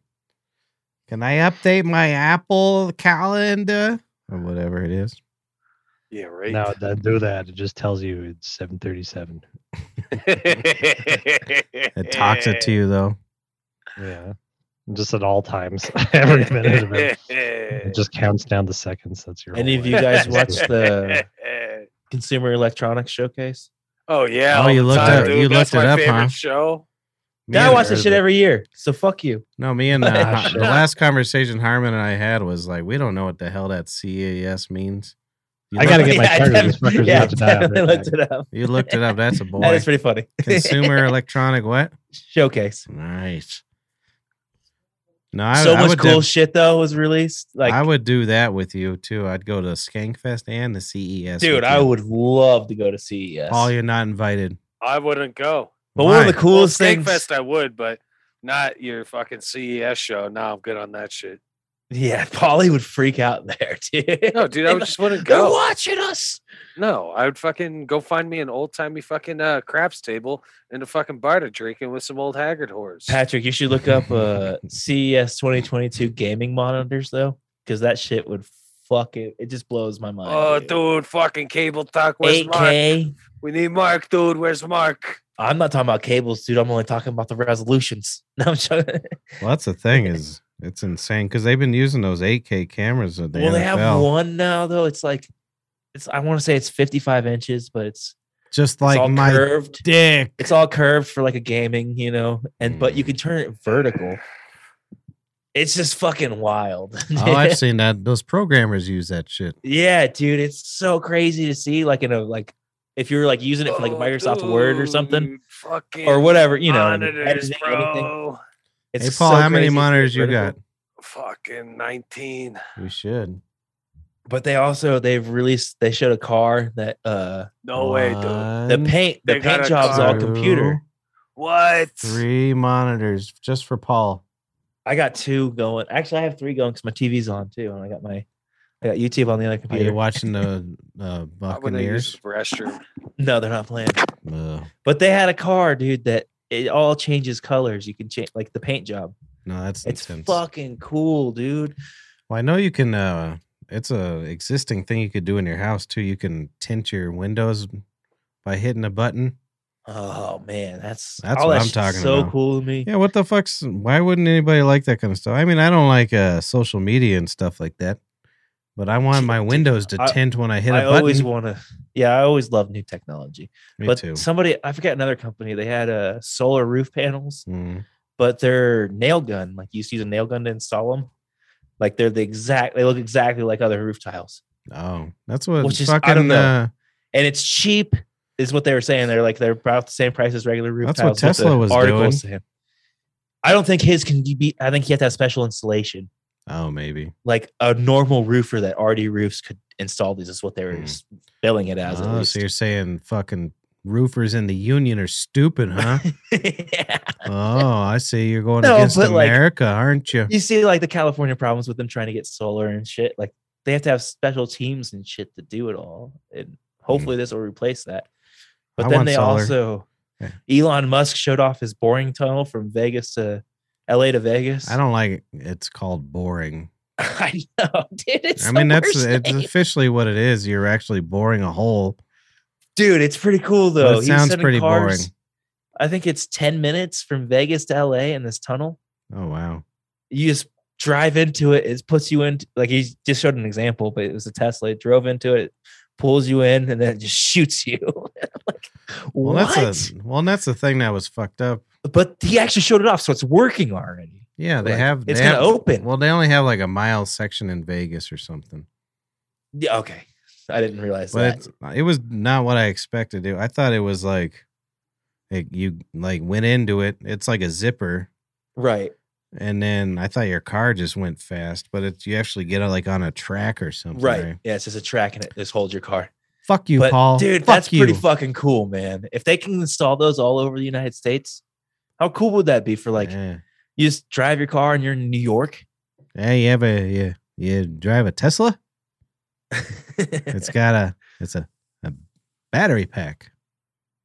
Speaker 2: Can I update my Apple calendar or whatever it is?
Speaker 5: yeah, right.
Speaker 3: No, it doesn't do that. It just tells you it's seven thirty-seven.
Speaker 2: It talks it to you though.
Speaker 3: Yeah, just at all times, every minute of it. It just counts down the seconds. That's your.
Speaker 4: Any
Speaker 3: whole
Speaker 4: of you
Speaker 3: life.
Speaker 4: guys watch the Consumer Electronics Showcase?
Speaker 5: Oh yeah.
Speaker 2: Oh,
Speaker 5: all
Speaker 2: you
Speaker 5: the
Speaker 2: looked
Speaker 5: time,
Speaker 2: up-
Speaker 5: dude.
Speaker 2: you
Speaker 5: That's
Speaker 2: looked it
Speaker 5: my
Speaker 2: up, huh?
Speaker 5: favorite Show.
Speaker 2: Me
Speaker 4: Yeah, I
Speaker 2: and-
Speaker 4: watch this shit every year. So fuck you.
Speaker 2: No, me
Speaker 4: Ah,
Speaker 2: and uh,
Speaker 3: Shut
Speaker 2: the
Speaker 3: up.
Speaker 2: last conversation Harmon and I had was like, we don't know what the hell that CES means. You
Speaker 3: I gotta
Speaker 2: looked-
Speaker 3: get my
Speaker 4: I
Speaker 3: charger.
Speaker 4: def-
Speaker 3: This fucker's
Speaker 4: yeah,
Speaker 3: about to die on me.
Speaker 4: definitely looked it up.
Speaker 2: You looked it up. That's a
Speaker 4: That
Speaker 2: boy.
Speaker 4: is pretty funny.
Speaker 2: Consumer electronic what?
Speaker 4: Showcase.
Speaker 2: Nice. No, I,
Speaker 4: so
Speaker 2: I
Speaker 4: much
Speaker 2: would
Speaker 4: cool
Speaker 2: def-
Speaker 4: shit though was released. Like,
Speaker 2: I would do that with you too. I'd go to Skankfest and the CES.
Speaker 4: dude,
Speaker 2: with
Speaker 4: I
Speaker 2: you.
Speaker 4: would love to go to CES.
Speaker 2: Paul, you're not invited.
Speaker 5: I wouldn't go.
Speaker 4: but one of
Speaker 2: Why?
Speaker 4: the coolest
Speaker 5: well,
Speaker 4: things.
Speaker 5: Skankfest I would, but not your fucking CES show. No, I'm good on that shit.
Speaker 4: Yeah, Polly would freak out there, dude.
Speaker 5: No, dude, I would just wouldn't
Speaker 4: They're
Speaker 5: go.
Speaker 4: watching us.
Speaker 5: No, I would fucking go find me an old timey fucking uh, craps table and a fucking bar to drink in with some old haggard whores.
Speaker 4: Patrick, you should look up uh CES 2022 gaming monitors though, because that shit would fuck it. It just blows my mind.
Speaker 5: oh, dude, fucking cable talk. Where's Mark?
Speaker 4: 8K.
Speaker 5: We need Mark, dude. Where's Mark?
Speaker 4: I'm not talking about cables, dude. I'm only talking about the resolutions. No, I'm joking.
Speaker 2: Well, that's the thing is it's insane because they've been using those 8K cameras. At the
Speaker 4: well, they have
Speaker 2: NFL.
Speaker 4: one now though. It's like it's I want to say it's 55 inches, but it's,
Speaker 2: just
Speaker 4: it's all
Speaker 2: like my
Speaker 4: curved.
Speaker 2: dick.
Speaker 4: It's all curved for like a gaming, you know, and but
Speaker 2: Hmm.
Speaker 4: you can turn it vertical. It's just fucking wild.
Speaker 2: Oh, I've seen that. Those programmers use that shit.
Speaker 4: Yeah, dude, it's so crazy to see like in a like If you're like using it for like
Speaker 5: Oh,
Speaker 4: Microsoft Word or something
Speaker 5: dude, fucking
Speaker 4: or whatever, you know, what I mean?
Speaker 5: monitors,
Speaker 4: Editing, anything.
Speaker 5: bro.
Speaker 4: It's
Speaker 2: Hey, Paul,
Speaker 4: so
Speaker 2: how many
Speaker 4: crazy.
Speaker 2: monitors you got?
Speaker 4: vertical.
Speaker 5: Fucking nineteen.
Speaker 2: We should.
Speaker 4: But they also they've released they showed a car that uh
Speaker 5: No way, dude.
Speaker 4: the
Speaker 2: One,
Speaker 4: paint the
Speaker 5: They got
Speaker 4: paint
Speaker 5: a
Speaker 4: job's all
Speaker 5: car.
Speaker 4: computer.
Speaker 5: What?
Speaker 2: Three monitors just for Paul.
Speaker 4: I got two going. Actually, I have three going because my TV's on too, and I got my I got YouTube on the
Speaker 2: Are Oh,
Speaker 4: other
Speaker 2: you
Speaker 4: computer.
Speaker 2: watching the uh,
Speaker 5: Why would they use
Speaker 2: Buccaneers?
Speaker 5: the restroom?
Speaker 4: No, they're not playing.
Speaker 2: No,
Speaker 4: But they had a car, dude, that it all changes colors. You can change like the paint job.
Speaker 2: no, that's
Speaker 4: It's
Speaker 2: intense.
Speaker 4: fucking cool, dude.
Speaker 2: Well, I know you can. uh It's a existing thing you could do in your house too. You can tint your windows by hitting a button.
Speaker 4: Oh man, that's
Speaker 2: That's
Speaker 4: all
Speaker 2: what
Speaker 4: that
Speaker 2: I'm
Speaker 4: shit's
Speaker 2: talking
Speaker 4: so
Speaker 2: about.
Speaker 4: cool to me.
Speaker 2: Yeah, what the fuck's? Why wouldn't anybody like that kind of stuff? I mean, I don't like uh social media and stuff like that, but I want my
Speaker 4: Dude,
Speaker 2: windows to
Speaker 4: I-
Speaker 2: tint when I hit a
Speaker 4: I
Speaker 2: button.
Speaker 4: always want to. Yeah, I always love new technology.
Speaker 2: Me
Speaker 4: but
Speaker 2: too.
Speaker 4: somebody, I forget another company. They had uh, solar roof panels,
Speaker 2: Mm.
Speaker 4: but they're nail gun. Like you used to use a nail gun to install them. Like they're the exact. They look exactly like other roof tiles,
Speaker 2: Oh, that's what
Speaker 4: Which is- I don't
Speaker 2: fucking.
Speaker 4: know.
Speaker 2: uh,
Speaker 4: and it's cheap. Is what they were saying. They're like they're about the same price as regular roof
Speaker 2: That's what
Speaker 4: tiles. but the
Speaker 2: Tesla was
Speaker 4: article's saying. I don't think his can be. I think he had to have special installation.
Speaker 2: oh, maybe.
Speaker 4: Like a normal roofer that already roofs could install these. Is what they were
Speaker 2: Hmm.
Speaker 4: s- billing it as. at
Speaker 2: Oh,
Speaker 4: least.
Speaker 2: so you're saying fucking roofers in the union are stupid, huh?
Speaker 4: yeah.
Speaker 2: oh, I see. You're going
Speaker 4: No,
Speaker 2: against
Speaker 4: but, like,
Speaker 2: America, aren't you?
Speaker 4: you see like the California problems with them trying to get solar and shit. Like they have to have special teams and shit to do it all. And hopefully this will replace that.
Speaker 2: Mm.
Speaker 4: But
Speaker 2: I
Speaker 4: then
Speaker 2: want
Speaker 4: they
Speaker 2: solar.
Speaker 4: also
Speaker 2: Yeah.
Speaker 4: Elon Musk showed off his boring tunnel from Vegas to LA to Vegas.
Speaker 2: I don't like it. It's called boring.
Speaker 4: I know, dude. It's
Speaker 2: I mean, that's
Speaker 4: it's
Speaker 2: it's officially what it is. You're actually boring a hole.
Speaker 4: dude. It's pretty cool
Speaker 2: but
Speaker 4: though.
Speaker 2: it
Speaker 4: He was
Speaker 2: sounds
Speaker 4: sending
Speaker 2: pretty
Speaker 4: cars- I think it's ten minutes from Vegas to LA in this tunnel.
Speaker 2: boring. Oh wow.
Speaker 4: you just drive into it. It puts you in like he just showed an example, but it was a Tesla. It drove into it, pulls you in, and then it just shoots you. I'm like,
Speaker 2: Well,
Speaker 4: what?
Speaker 2: that's a well, and that's the thing that was fucked up.
Speaker 4: but he actually showed it off, so it's working already.
Speaker 2: Yeah, they
Speaker 4: Like,
Speaker 2: have.
Speaker 4: it's
Speaker 2: they
Speaker 4: gonna
Speaker 2: have-
Speaker 4: open.
Speaker 2: Well, they only have like a mile section in Vegas or something.
Speaker 4: Yeah, okay. I didn't realize
Speaker 2: but
Speaker 4: that.
Speaker 2: it's, it was not what I expected. It, I thought it was like it, you like went into it. It's like a zipper,
Speaker 4: Right.
Speaker 2: and then I thought your car just went fast, but it's you actually get it like on a track or something.
Speaker 4: Right. Yeah, it's just a track and it just holds your car.
Speaker 2: Fuck you,
Speaker 4: but
Speaker 2: Paul.
Speaker 4: dude,
Speaker 2: Fuck
Speaker 4: that's
Speaker 2: you.
Speaker 4: pretty fucking cool, man. If they can install those all over the United States, how cool would that be for like
Speaker 2: yeah.
Speaker 4: you just drive your car and you're in New York?
Speaker 2: Hey, you have a you, you drive a Tesla? It's got a it's a, a battery pack.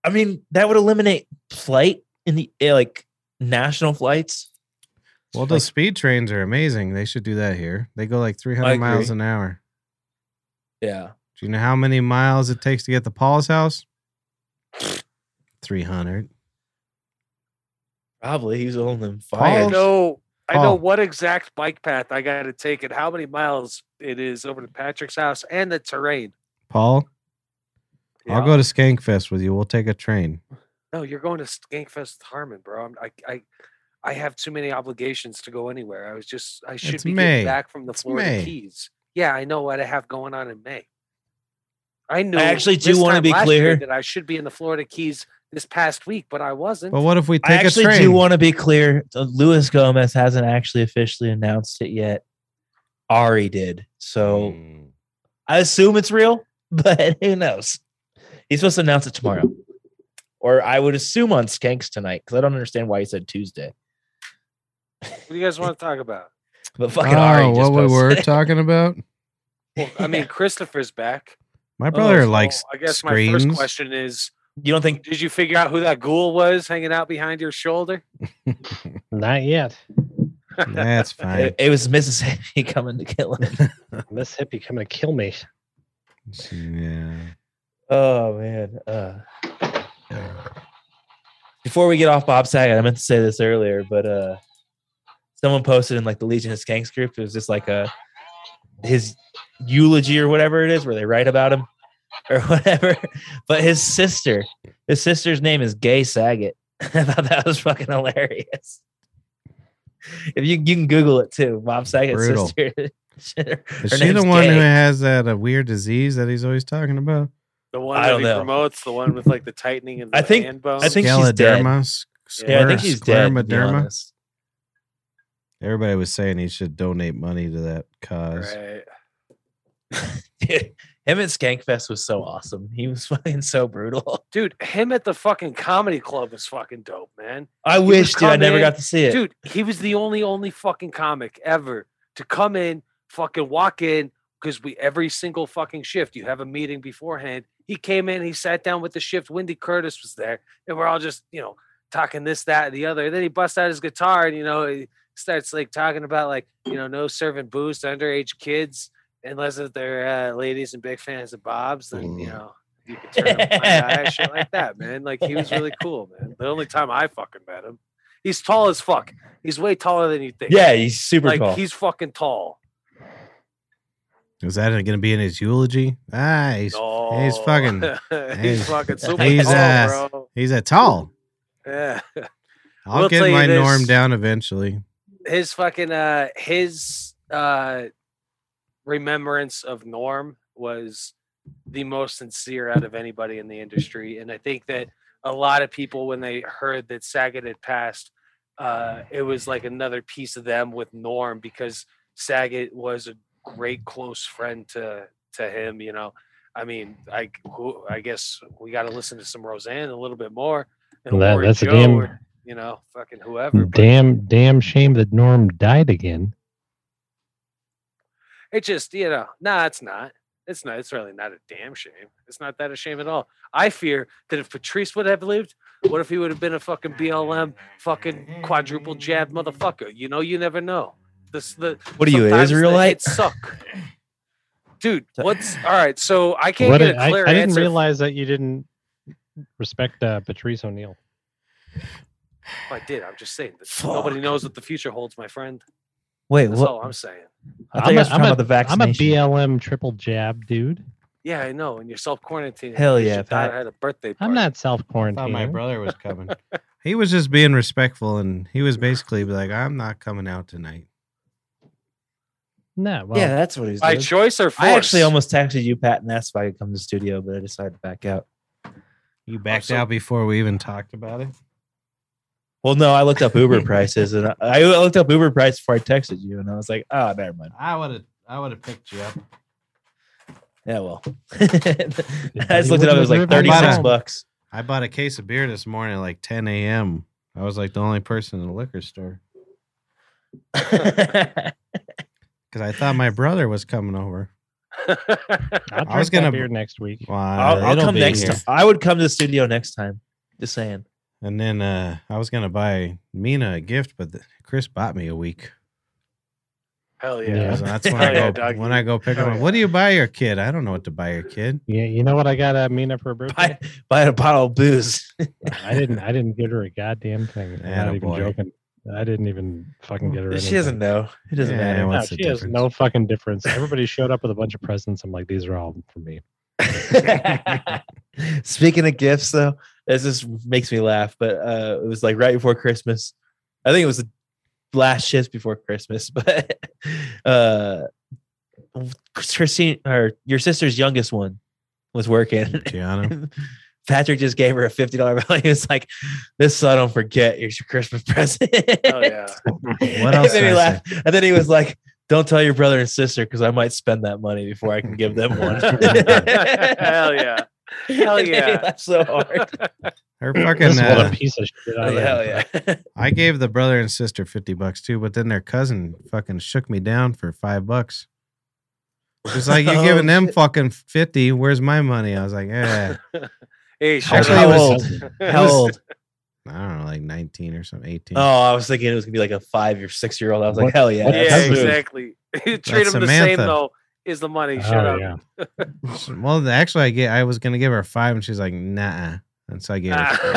Speaker 4: I mean, that would eliminate flight in the eh, like national flights.
Speaker 2: Well,
Speaker 4: Like,
Speaker 2: those speed trains are amazing. They should do that here. They go like 300 miles an hour.
Speaker 4: yeah,
Speaker 2: Do you know how many miles it takes to get to Paul's house? 300.
Speaker 4: probably he's on them
Speaker 5: I
Speaker 2: Paul-
Speaker 4: fires.
Speaker 5: know. I know
Speaker 2: Paul.
Speaker 5: what exact bike path I got to take and how many miles it is over to Patrick's house and the terrain.
Speaker 2: Paul, I'll
Speaker 5: Yeah.
Speaker 2: go to Skankfest with you. We'll take a train.
Speaker 5: No, you're going to Skankfest with Harmon, bro. I'm, I, I, I have too many obligations to go anywhere. I was just, I should
Speaker 2: It's
Speaker 5: be
Speaker 2: May.
Speaker 5: getting back from the
Speaker 2: It's
Speaker 5: Florida
Speaker 2: May.
Speaker 5: Keys. Yeah, I know what I have going on in May. I knew.
Speaker 4: actually do
Speaker 5: this
Speaker 4: wanna
Speaker 5: time
Speaker 4: be
Speaker 5: last
Speaker 4: clear.
Speaker 5: year that I should be in the Florida Keys this past week, but I wasn't.
Speaker 2: But what if we take
Speaker 4: I
Speaker 2: a
Speaker 4: actually
Speaker 2: train?
Speaker 4: do want to be clear. uh, Luis Gomez hasn't actually officially announced it yet. Ari did, so
Speaker 5: Hmm.
Speaker 2: Mm.
Speaker 4: I assume it's real, but who knows? He's supposed to announce it tomorrow, or I would assume on Skanks tonight because I don't understand why he said Tuesday.
Speaker 5: what do you guys want to talk about?
Speaker 4: But fucking
Speaker 2: oh,
Speaker 4: Ari,
Speaker 2: what
Speaker 4: just
Speaker 2: we
Speaker 4: posted
Speaker 2: were
Speaker 4: it.
Speaker 2: talking about?
Speaker 5: Well, I mean, Christopher's back.
Speaker 2: My brother
Speaker 4: Oh,
Speaker 5: so
Speaker 2: likes
Speaker 5: I guess
Speaker 2: screams.
Speaker 5: my first question is:
Speaker 4: you don't think
Speaker 5: Did you figure out who that ghoul was hanging out behind your shoulder?
Speaker 3: Not yet.
Speaker 2: That's
Speaker 4: it,
Speaker 2: fine.
Speaker 4: it was Mississippi coming to kill him?
Speaker 3: Miss Hippie coming to kill me.
Speaker 2: yeah.
Speaker 4: Oh man. Uh, before we get off Bob Saget, I meant to say this earlier, but uh, someone posted in like the Legion of Skanks group. It was just like a his eulogy or whatever it is, where they write about him or whatever. But his sister, his sister's name is Gay Saget. I thought that was fucking hilarious. If you you can Google it too, Bob Saget's
Speaker 2: Brutal.
Speaker 4: sister. her
Speaker 2: Is she the
Speaker 4: name's
Speaker 2: one who
Speaker 4: Gay.
Speaker 2: has that uh, weird disease that he's always talking about?
Speaker 5: The one
Speaker 4: I
Speaker 5: that
Speaker 4: don't
Speaker 5: he
Speaker 4: know.
Speaker 5: promotes, the one with like the tightening of the
Speaker 4: I think-
Speaker 5: hand bones.
Speaker 4: I think she's dead.
Speaker 2: Scleroderma, s-
Speaker 4: Yeah, I think
Speaker 2: scler-
Speaker 4: he's dead. to be
Speaker 2: scleroderma.
Speaker 4: honest.
Speaker 2: Everybody was saying he should donate money to that cause.
Speaker 5: Right.
Speaker 4: Dude, him at Skankfest was so awesome. He was fucking so brutal.
Speaker 5: Dude, him at the fucking comedy club was fucking dope, man.
Speaker 4: I
Speaker 5: would
Speaker 4: wish, dude, I
Speaker 5: come
Speaker 4: never
Speaker 5: in-
Speaker 4: got to see it.
Speaker 5: Dude, he was the only only fucking comic ever to come in, fucking walk in, because we every single fucking shift you have a meeting beforehand. He came in, he sat down with the shift. Wendy Curtis was there, and we're all just you know talking this, that, and the other. And then he busts out his guitar, and you know he starts like talking about like you know no serving booze to underage kids unless if they're uh, ladies and big fans of Bob's. Then you
Speaker 2: Mm.
Speaker 5: know. You can turn a blind eye, shit like that, man. Like he was really cool, man. The only time I fucking met him, he's tall as fuck. He's way taller than you think.
Speaker 4: yeah, he's super
Speaker 5: like
Speaker 4: tall.
Speaker 5: he's fucking tall.
Speaker 2: Is that going to be in his eulogy? Ah, he's,
Speaker 5: No.
Speaker 2: he's fucking-
Speaker 5: he's,
Speaker 2: he's-
Speaker 5: fucking super
Speaker 2: he's,
Speaker 5: tall,
Speaker 2: uh,
Speaker 5: bro.
Speaker 2: he's a tall.
Speaker 5: Yeah,
Speaker 2: I'll
Speaker 5: We'll tell
Speaker 2: get
Speaker 5: you
Speaker 2: my
Speaker 5: this.
Speaker 2: norm down eventually.
Speaker 5: his fucking uh, his uh, remembrance of Norm was the most sincere out of anybody in the industry, and I think that a lot of people when they heard that Saget had passed, uh, it was like another piece of them with Norm because Saget was a great close friend to to him. You know, I mean, I who, I guess we got to listen to some Roseanne a little bit more. And
Speaker 3: That-
Speaker 5: Warren
Speaker 3: that's a
Speaker 5: Joe
Speaker 3: damn-
Speaker 5: or, you know, fucking whoever. but-
Speaker 3: Damn, damn shame that Norm died again.
Speaker 5: It just, you know, nah, it's not. It's not. It's really not a damn shame. It's not that a shame at all. I fear that if Patrice would have lived, what if he would have been a fucking BLM, fucking quadruple jab motherfucker? You know, you never know. This the
Speaker 4: what are you, an
Speaker 5: sometimes the
Speaker 4: Israelite?
Speaker 5: hits suck, dude. What's all right? So I can't
Speaker 3: What
Speaker 5: get
Speaker 3: a-
Speaker 5: a
Speaker 3: I,
Speaker 5: clear
Speaker 3: I didn't
Speaker 5: answer.
Speaker 3: realize that you didn't respect uh, Patrice O'Neill.
Speaker 5: If I did. I'm just saying that nobody knows what the future holds, my friend.
Speaker 4: Wait,
Speaker 5: That's
Speaker 4: what?
Speaker 5: all I'm saying.
Speaker 4: I thought you
Speaker 3: a-
Speaker 4: were talking
Speaker 3: a-
Speaker 4: about the
Speaker 3: I'm a
Speaker 4: vaccination.
Speaker 3: BLM triple jab dude.
Speaker 5: Yeah, I know. And you're self quarantining.
Speaker 4: Hell yeah,
Speaker 5: I
Speaker 4: Pat.
Speaker 5: had a birthday party.
Speaker 3: I'm not self
Speaker 2: I thought
Speaker 3: quarantining.
Speaker 2: my brother was coming. he was just being respectful, and he was basically like, "I'm not coming out tonight."
Speaker 3: No, well,
Speaker 4: yeah, that's what he's
Speaker 5: by
Speaker 4: doing.
Speaker 5: choice or force.
Speaker 4: I actually almost texted you, Pat, and asked if I could come to the studio, but I decided to back out.
Speaker 2: You backed
Speaker 5: so-
Speaker 2: out before we even talked about it.
Speaker 4: Well, no, I looked up Uber prices, and I, I looked up Uber price before I texted you, and I was like, oh, never mind.
Speaker 2: I would have, I would have picked you up.
Speaker 4: Yeah, well, I just looked it
Speaker 3: wouldn't
Speaker 4: up. It
Speaker 3: have
Speaker 4: was
Speaker 3: driven
Speaker 4: like thirty-six
Speaker 2: by.
Speaker 4: bucks.
Speaker 2: I bought a case of beer this morning at like 10 a.m. I was like the only person in the liquor store because I thought my brother was coming over.
Speaker 3: I'll drink
Speaker 2: I was
Speaker 3: that
Speaker 2: gonna-
Speaker 3: beer next week.
Speaker 2: Well,
Speaker 4: I'll, I'll
Speaker 2: it'll
Speaker 4: come
Speaker 2: be
Speaker 4: next
Speaker 2: here.
Speaker 4: time. I would come to the studio next time. Just saying.
Speaker 2: And then uh, I was gonna buy Mina a gift, but th- Chris bought me a week.
Speaker 5: Hell
Speaker 3: Yeah.
Speaker 2: So that's when
Speaker 5: Hell
Speaker 2: I
Speaker 5: yeah,
Speaker 2: go
Speaker 5: doggy.
Speaker 2: when I go pick
Speaker 5: Hell
Speaker 2: him up.
Speaker 5: yeah.
Speaker 2: What do you buy your kid? I don't know what to buy your kid.
Speaker 3: Yeah, you know what I got uh, Mina for her birthday?
Speaker 4: Buy, buy a bottle of booze.
Speaker 3: I didn't. I didn't get her a goddamn thing. I'm not even
Speaker 2: Attaboy.
Speaker 3: joking. I didn't even fucking get her.
Speaker 4: she
Speaker 3: anything.
Speaker 4: doesn't know. It doesn't
Speaker 2: Yeah,
Speaker 4: matter.
Speaker 3: No,
Speaker 2: What's the
Speaker 3: she has
Speaker 2: difference?
Speaker 3: no fucking difference. Everybody showed up with a bunch of presents. I'm like, these are all for me.
Speaker 4: Speaking of gifts, though, this just makes me laugh. But uh, it was like right before Christmas. I think it was the last shift before Christmas. But uh, Christine or your sister's youngest one was working.
Speaker 2: Gianna.
Speaker 4: Patrick just gave her a fifty dollar bill. He was like, "This so I don't forget. Here's your Christmas present."
Speaker 5: Oh yeah.
Speaker 2: What else did
Speaker 4: And then
Speaker 2: I
Speaker 4: he laughed, and then he was like, "Don't tell your brother and sister because I might spend that money before I can give them one."
Speaker 5: Hell yeah. Hell
Speaker 4: And he
Speaker 5: yeah.
Speaker 4: laughed so hard.
Speaker 2: Her fucking.
Speaker 3: This what
Speaker 2: Uh,
Speaker 3: a piece of shit. I
Speaker 4: Oh,
Speaker 3: am.
Speaker 4: Hell yeah.
Speaker 2: I gave the brother and sister fifty bucks too, but then their cousin fucking shook me down for five bucks. She's like, "You're
Speaker 4: Oh,
Speaker 2: giving them
Speaker 4: shit.
Speaker 2: fucking fifty. Where's my money?" I was like, "Eh, "Yeah,
Speaker 5: Hey,
Speaker 2: How
Speaker 5: shout
Speaker 2: Actually,
Speaker 4: How
Speaker 5: out.
Speaker 2: was-
Speaker 4: old? How old?
Speaker 2: I don't know, like nineteen or something, eighteen.
Speaker 4: Oh, I was thinking it was gonna be like a five or six year old. I was like,
Speaker 3: What-
Speaker 4: hell yeah.
Speaker 3: what
Speaker 4: that's
Speaker 5: Yeah,
Speaker 3: husband.
Speaker 4: smooth.
Speaker 5: exactly. You Treat
Speaker 2: That's
Speaker 5: them the same
Speaker 2: Samantha.
Speaker 5: though. Is the money?
Speaker 3: Oh,
Speaker 5: Shut up.
Speaker 3: yeah.
Speaker 2: Well, the- actually, I get. I was gonna give her five, and she's like, "Nah," and so I gave her. so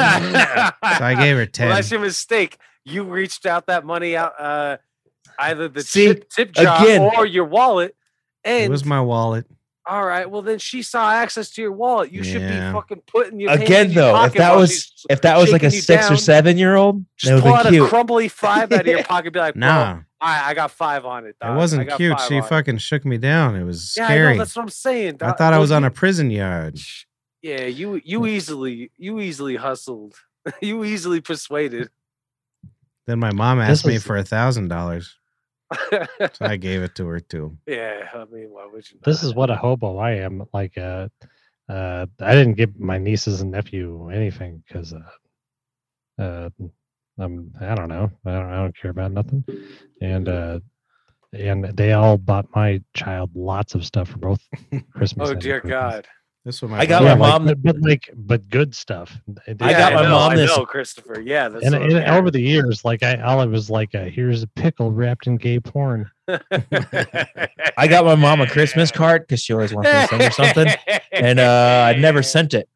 Speaker 2: I gave her
Speaker 5: Well,
Speaker 2: ten.
Speaker 5: that's your mistake. You reached out that money out uh, either the
Speaker 4: See,
Speaker 5: tip, tip jar
Speaker 4: again.
Speaker 5: or your wallet.
Speaker 2: it
Speaker 5: And
Speaker 2: was my wallet.
Speaker 5: all right, well then she saw access to your wallet. You should be
Speaker 2: Yeah.
Speaker 5: fucking putting your hand
Speaker 4: Again,
Speaker 5: in your
Speaker 4: though, if
Speaker 5: pocket
Speaker 4: that
Speaker 5: while
Speaker 4: was
Speaker 5: she's-
Speaker 4: if that was like a
Speaker 5: shaking you
Speaker 4: six or
Speaker 5: down,
Speaker 4: seven year old, that
Speaker 5: just
Speaker 4: would
Speaker 5: pull out
Speaker 4: be
Speaker 5: a
Speaker 4: cute.
Speaker 5: crumbly five out of your pocket, be like, "Bro,
Speaker 2: Nah,
Speaker 5: I, I got five on it. dog.
Speaker 2: it
Speaker 5: I
Speaker 2: wasn't
Speaker 5: got
Speaker 2: cute.
Speaker 5: five
Speaker 2: She
Speaker 5: on it."
Speaker 2: fucking shook me down. It was
Speaker 5: Yeah, I
Speaker 2: scary.
Speaker 5: know, that's what I'm saying.
Speaker 2: I
Speaker 5: dog.
Speaker 2: thought I
Speaker 5: Don't
Speaker 2: was on Hmm.
Speaker 5: you-
Speaker 2: a prison yard.
Speaker 5: Sh- Yeah, you you easily you easily hustled. you easily persuaded.
Speaker 2: Then my mom
Speaker 3: This
Speaker 2: asked me
Speaker 3: is-
Speaker 2: for a thousand dollars,
Speaker 5: yeah,
Speaker 2: so I gave it to her too.
Speaker 5: I mean, why would you?
Speaker 3: This
Speaker 5: not?
Speaker 3: is what a hobo I am. Like, uh, uh, I didn't give my nieces and nephew anything because, uh, uh, I'm, I don't know. I don't, I don't care about nothing. And, uh, and they all bought my child lots of stuff for both Christmas.
Speaker 5: Oh
Speaker 3: and
Speaker 5: dear
Speaker 3: Christmas.
Speaker 5: God!
Speaker 2: This was my
Speaker 4: I got
Speaker 3: Yeah,
Speaker 2: brother-
Speaker 4: my
Speaker 3: like,
Speaker 4: mom-
Speaker 3: but, but like, but good stuff. And
Speaker 4: I
Speaker 3: they-
Speaker 4: got
Speaker 3: and
Speaker 4: my
Speaker 5: know,
Speaker 4: mom
Speaker 5: I
Speaker 4: this-
Speaker 5: know, Christopher. Yeah, that's
Speaker 3: and,
Speaker 5: what
Speaker 3: and
Speaker 5: I'm hearing.
Speaker 3: over the years, like I, all I was like, uh, here's a pickle wrapped in gay porn.
Speaker 4: I got my mom a Christmas card because she always wants me to send her something, and uh, I never sent it.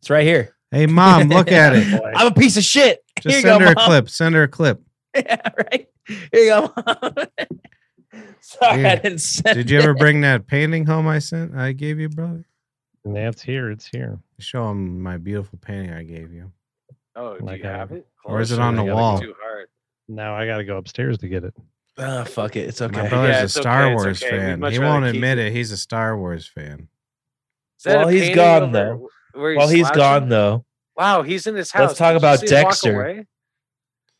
Speaker 4: It's right here.
Speaker 2: Hey mom, look at it.
Speaker 4: I'm a piece of shit.
Speaker 2: Just
Speaker 4: Here you
Speaker 2: send
Speaker 4: go,
Speaker 2: her a
Speaker 4: Mom.
Speaker 2: clip. Send her a clip.
Speaker 4: yeah, right. Here you go. Mom. Sorry, I
Speaker 2: Dude,
Speaker 4: didn't send.
Speaker 2: Did you ever bring that painting home I sent? I gave you, brother.
Speaker 3: And that's here. It's here.
Speaker 2: Show him my beautiful painting I gave you.
Speaker 5: Oh, do
Speaker 3: Like
Speaker 4: uh,
Speaker 5: you
Speaker 3: I-
Speaker 5: have it?
Speaker 2: Or is it
Speaker 5: Close,
Speaker 2: on the
Speaker 5: I gotta go
Speaker 2: wall?
Speaker 5: Too hard.
Speaker 3: Now I got to go upstairs to get it.
Speaker 4: Oh, fuck it. It's
Speaker 2: My
Speaker 4: okay.
Speaker 2: brother's
Speaker 5: Yeah,
Speaker 2: a
Speaker 5: it's
Speaker 2: Star
Speaker 5: okay, it's
Speaker 2: Wars
Speaker 5: okay. We'd
Speaker 2: fan.
Speaker 5: much
Speaker 2: He
Speaker 5: rather
Speaker 2: won't
Speaker 5: keep
Speaker 2: admit it. He's a Star Wars fan.
Speaker 5: Is that a
Speaker 4: Well, he's
Speaker 5: painting
Speaker 4: gone,
Speaker 5: over
Speaker 4: though.
Speaker 5: where
Speaker 4: Well, he's
Speaker 5: slouching?
Speaker 4: gone though.
Speaker 5: Wow, he's in his house.
Speaker 4: Let's talk
Speaker 5: Did you
Speaker 4: about
Speaker 5: see him walk
Speaker 4: Dexter.
Speaker 5: away?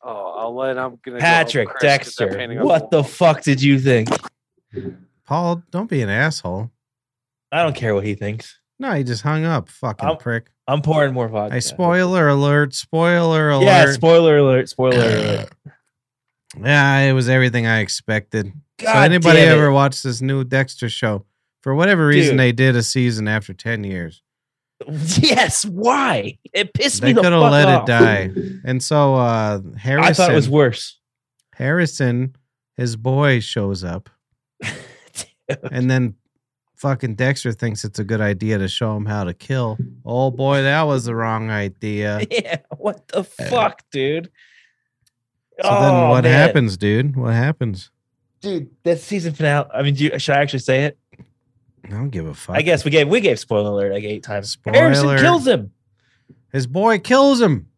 Speaker 5: Oh, I'll let I'm gonna go
Speaker 4: Patrick
Speaker 5: crash 'cause they're
Speaker 4: Dexter.
Speaker 5: painting on
Speaker 4: What the
Speaker 5: wall.
Speaker 4: fuck did you think?
Speaker 2: Paul, don't be an asshole.
Speaker 4: I don't care what he thinks.
Speaker 2: No, he just hung up, fucking
Speaker 4: I'll-
Speaker 2: prick.
Speaker 4: I'm pouring more vodka.
Speaker 2: Hey, spoiler alert! Spoiler alert!
Speaker 4: Yeah, spoiler alert. Spoiler alert.
Speaker 2: Yeah, it was everything I expected. so
Speaker 4: God
Speaker 2: anybody
Speaker 4: damn it.
Speaker 2: ever watched this new Dexter show? For whatever reason,
Speaker 4: Dude.
Speaker 2: they did a season after ten years,
Speaker 4: Yes. Why? It pissed
Speaker 2: They
Speaker 4: me the
Speaker 2: coulda
Speaker 4: fuck
Speaker 2: let it
Speaker 4: off.
Speaker 2: die. and so uh, Harrison,
Speaker 4: I thought it was worse.
Speaker 2: Harrison, his boy shows up, and then fucking Dexter thinks it's a good idea to show him how to kill. Oh boy, that was the wrong idea.
Speaker 4: yeah. What the fuck, dude?
Speaker 2: So then, what
Speaker 4: Oh, man.
Speaker 2: happens, dude? What happens?
Speaker 4: dude? That season finale. I mean, do you, should I actually say it?
Speaker 2: I don't give a fuck.
Speaker 4: I guess we gave we gave spoiler alert like eight times.
Speaker 2: Spoiler.
Speaker 4: Harrison kills him.
Speaker 2: his boy kills him.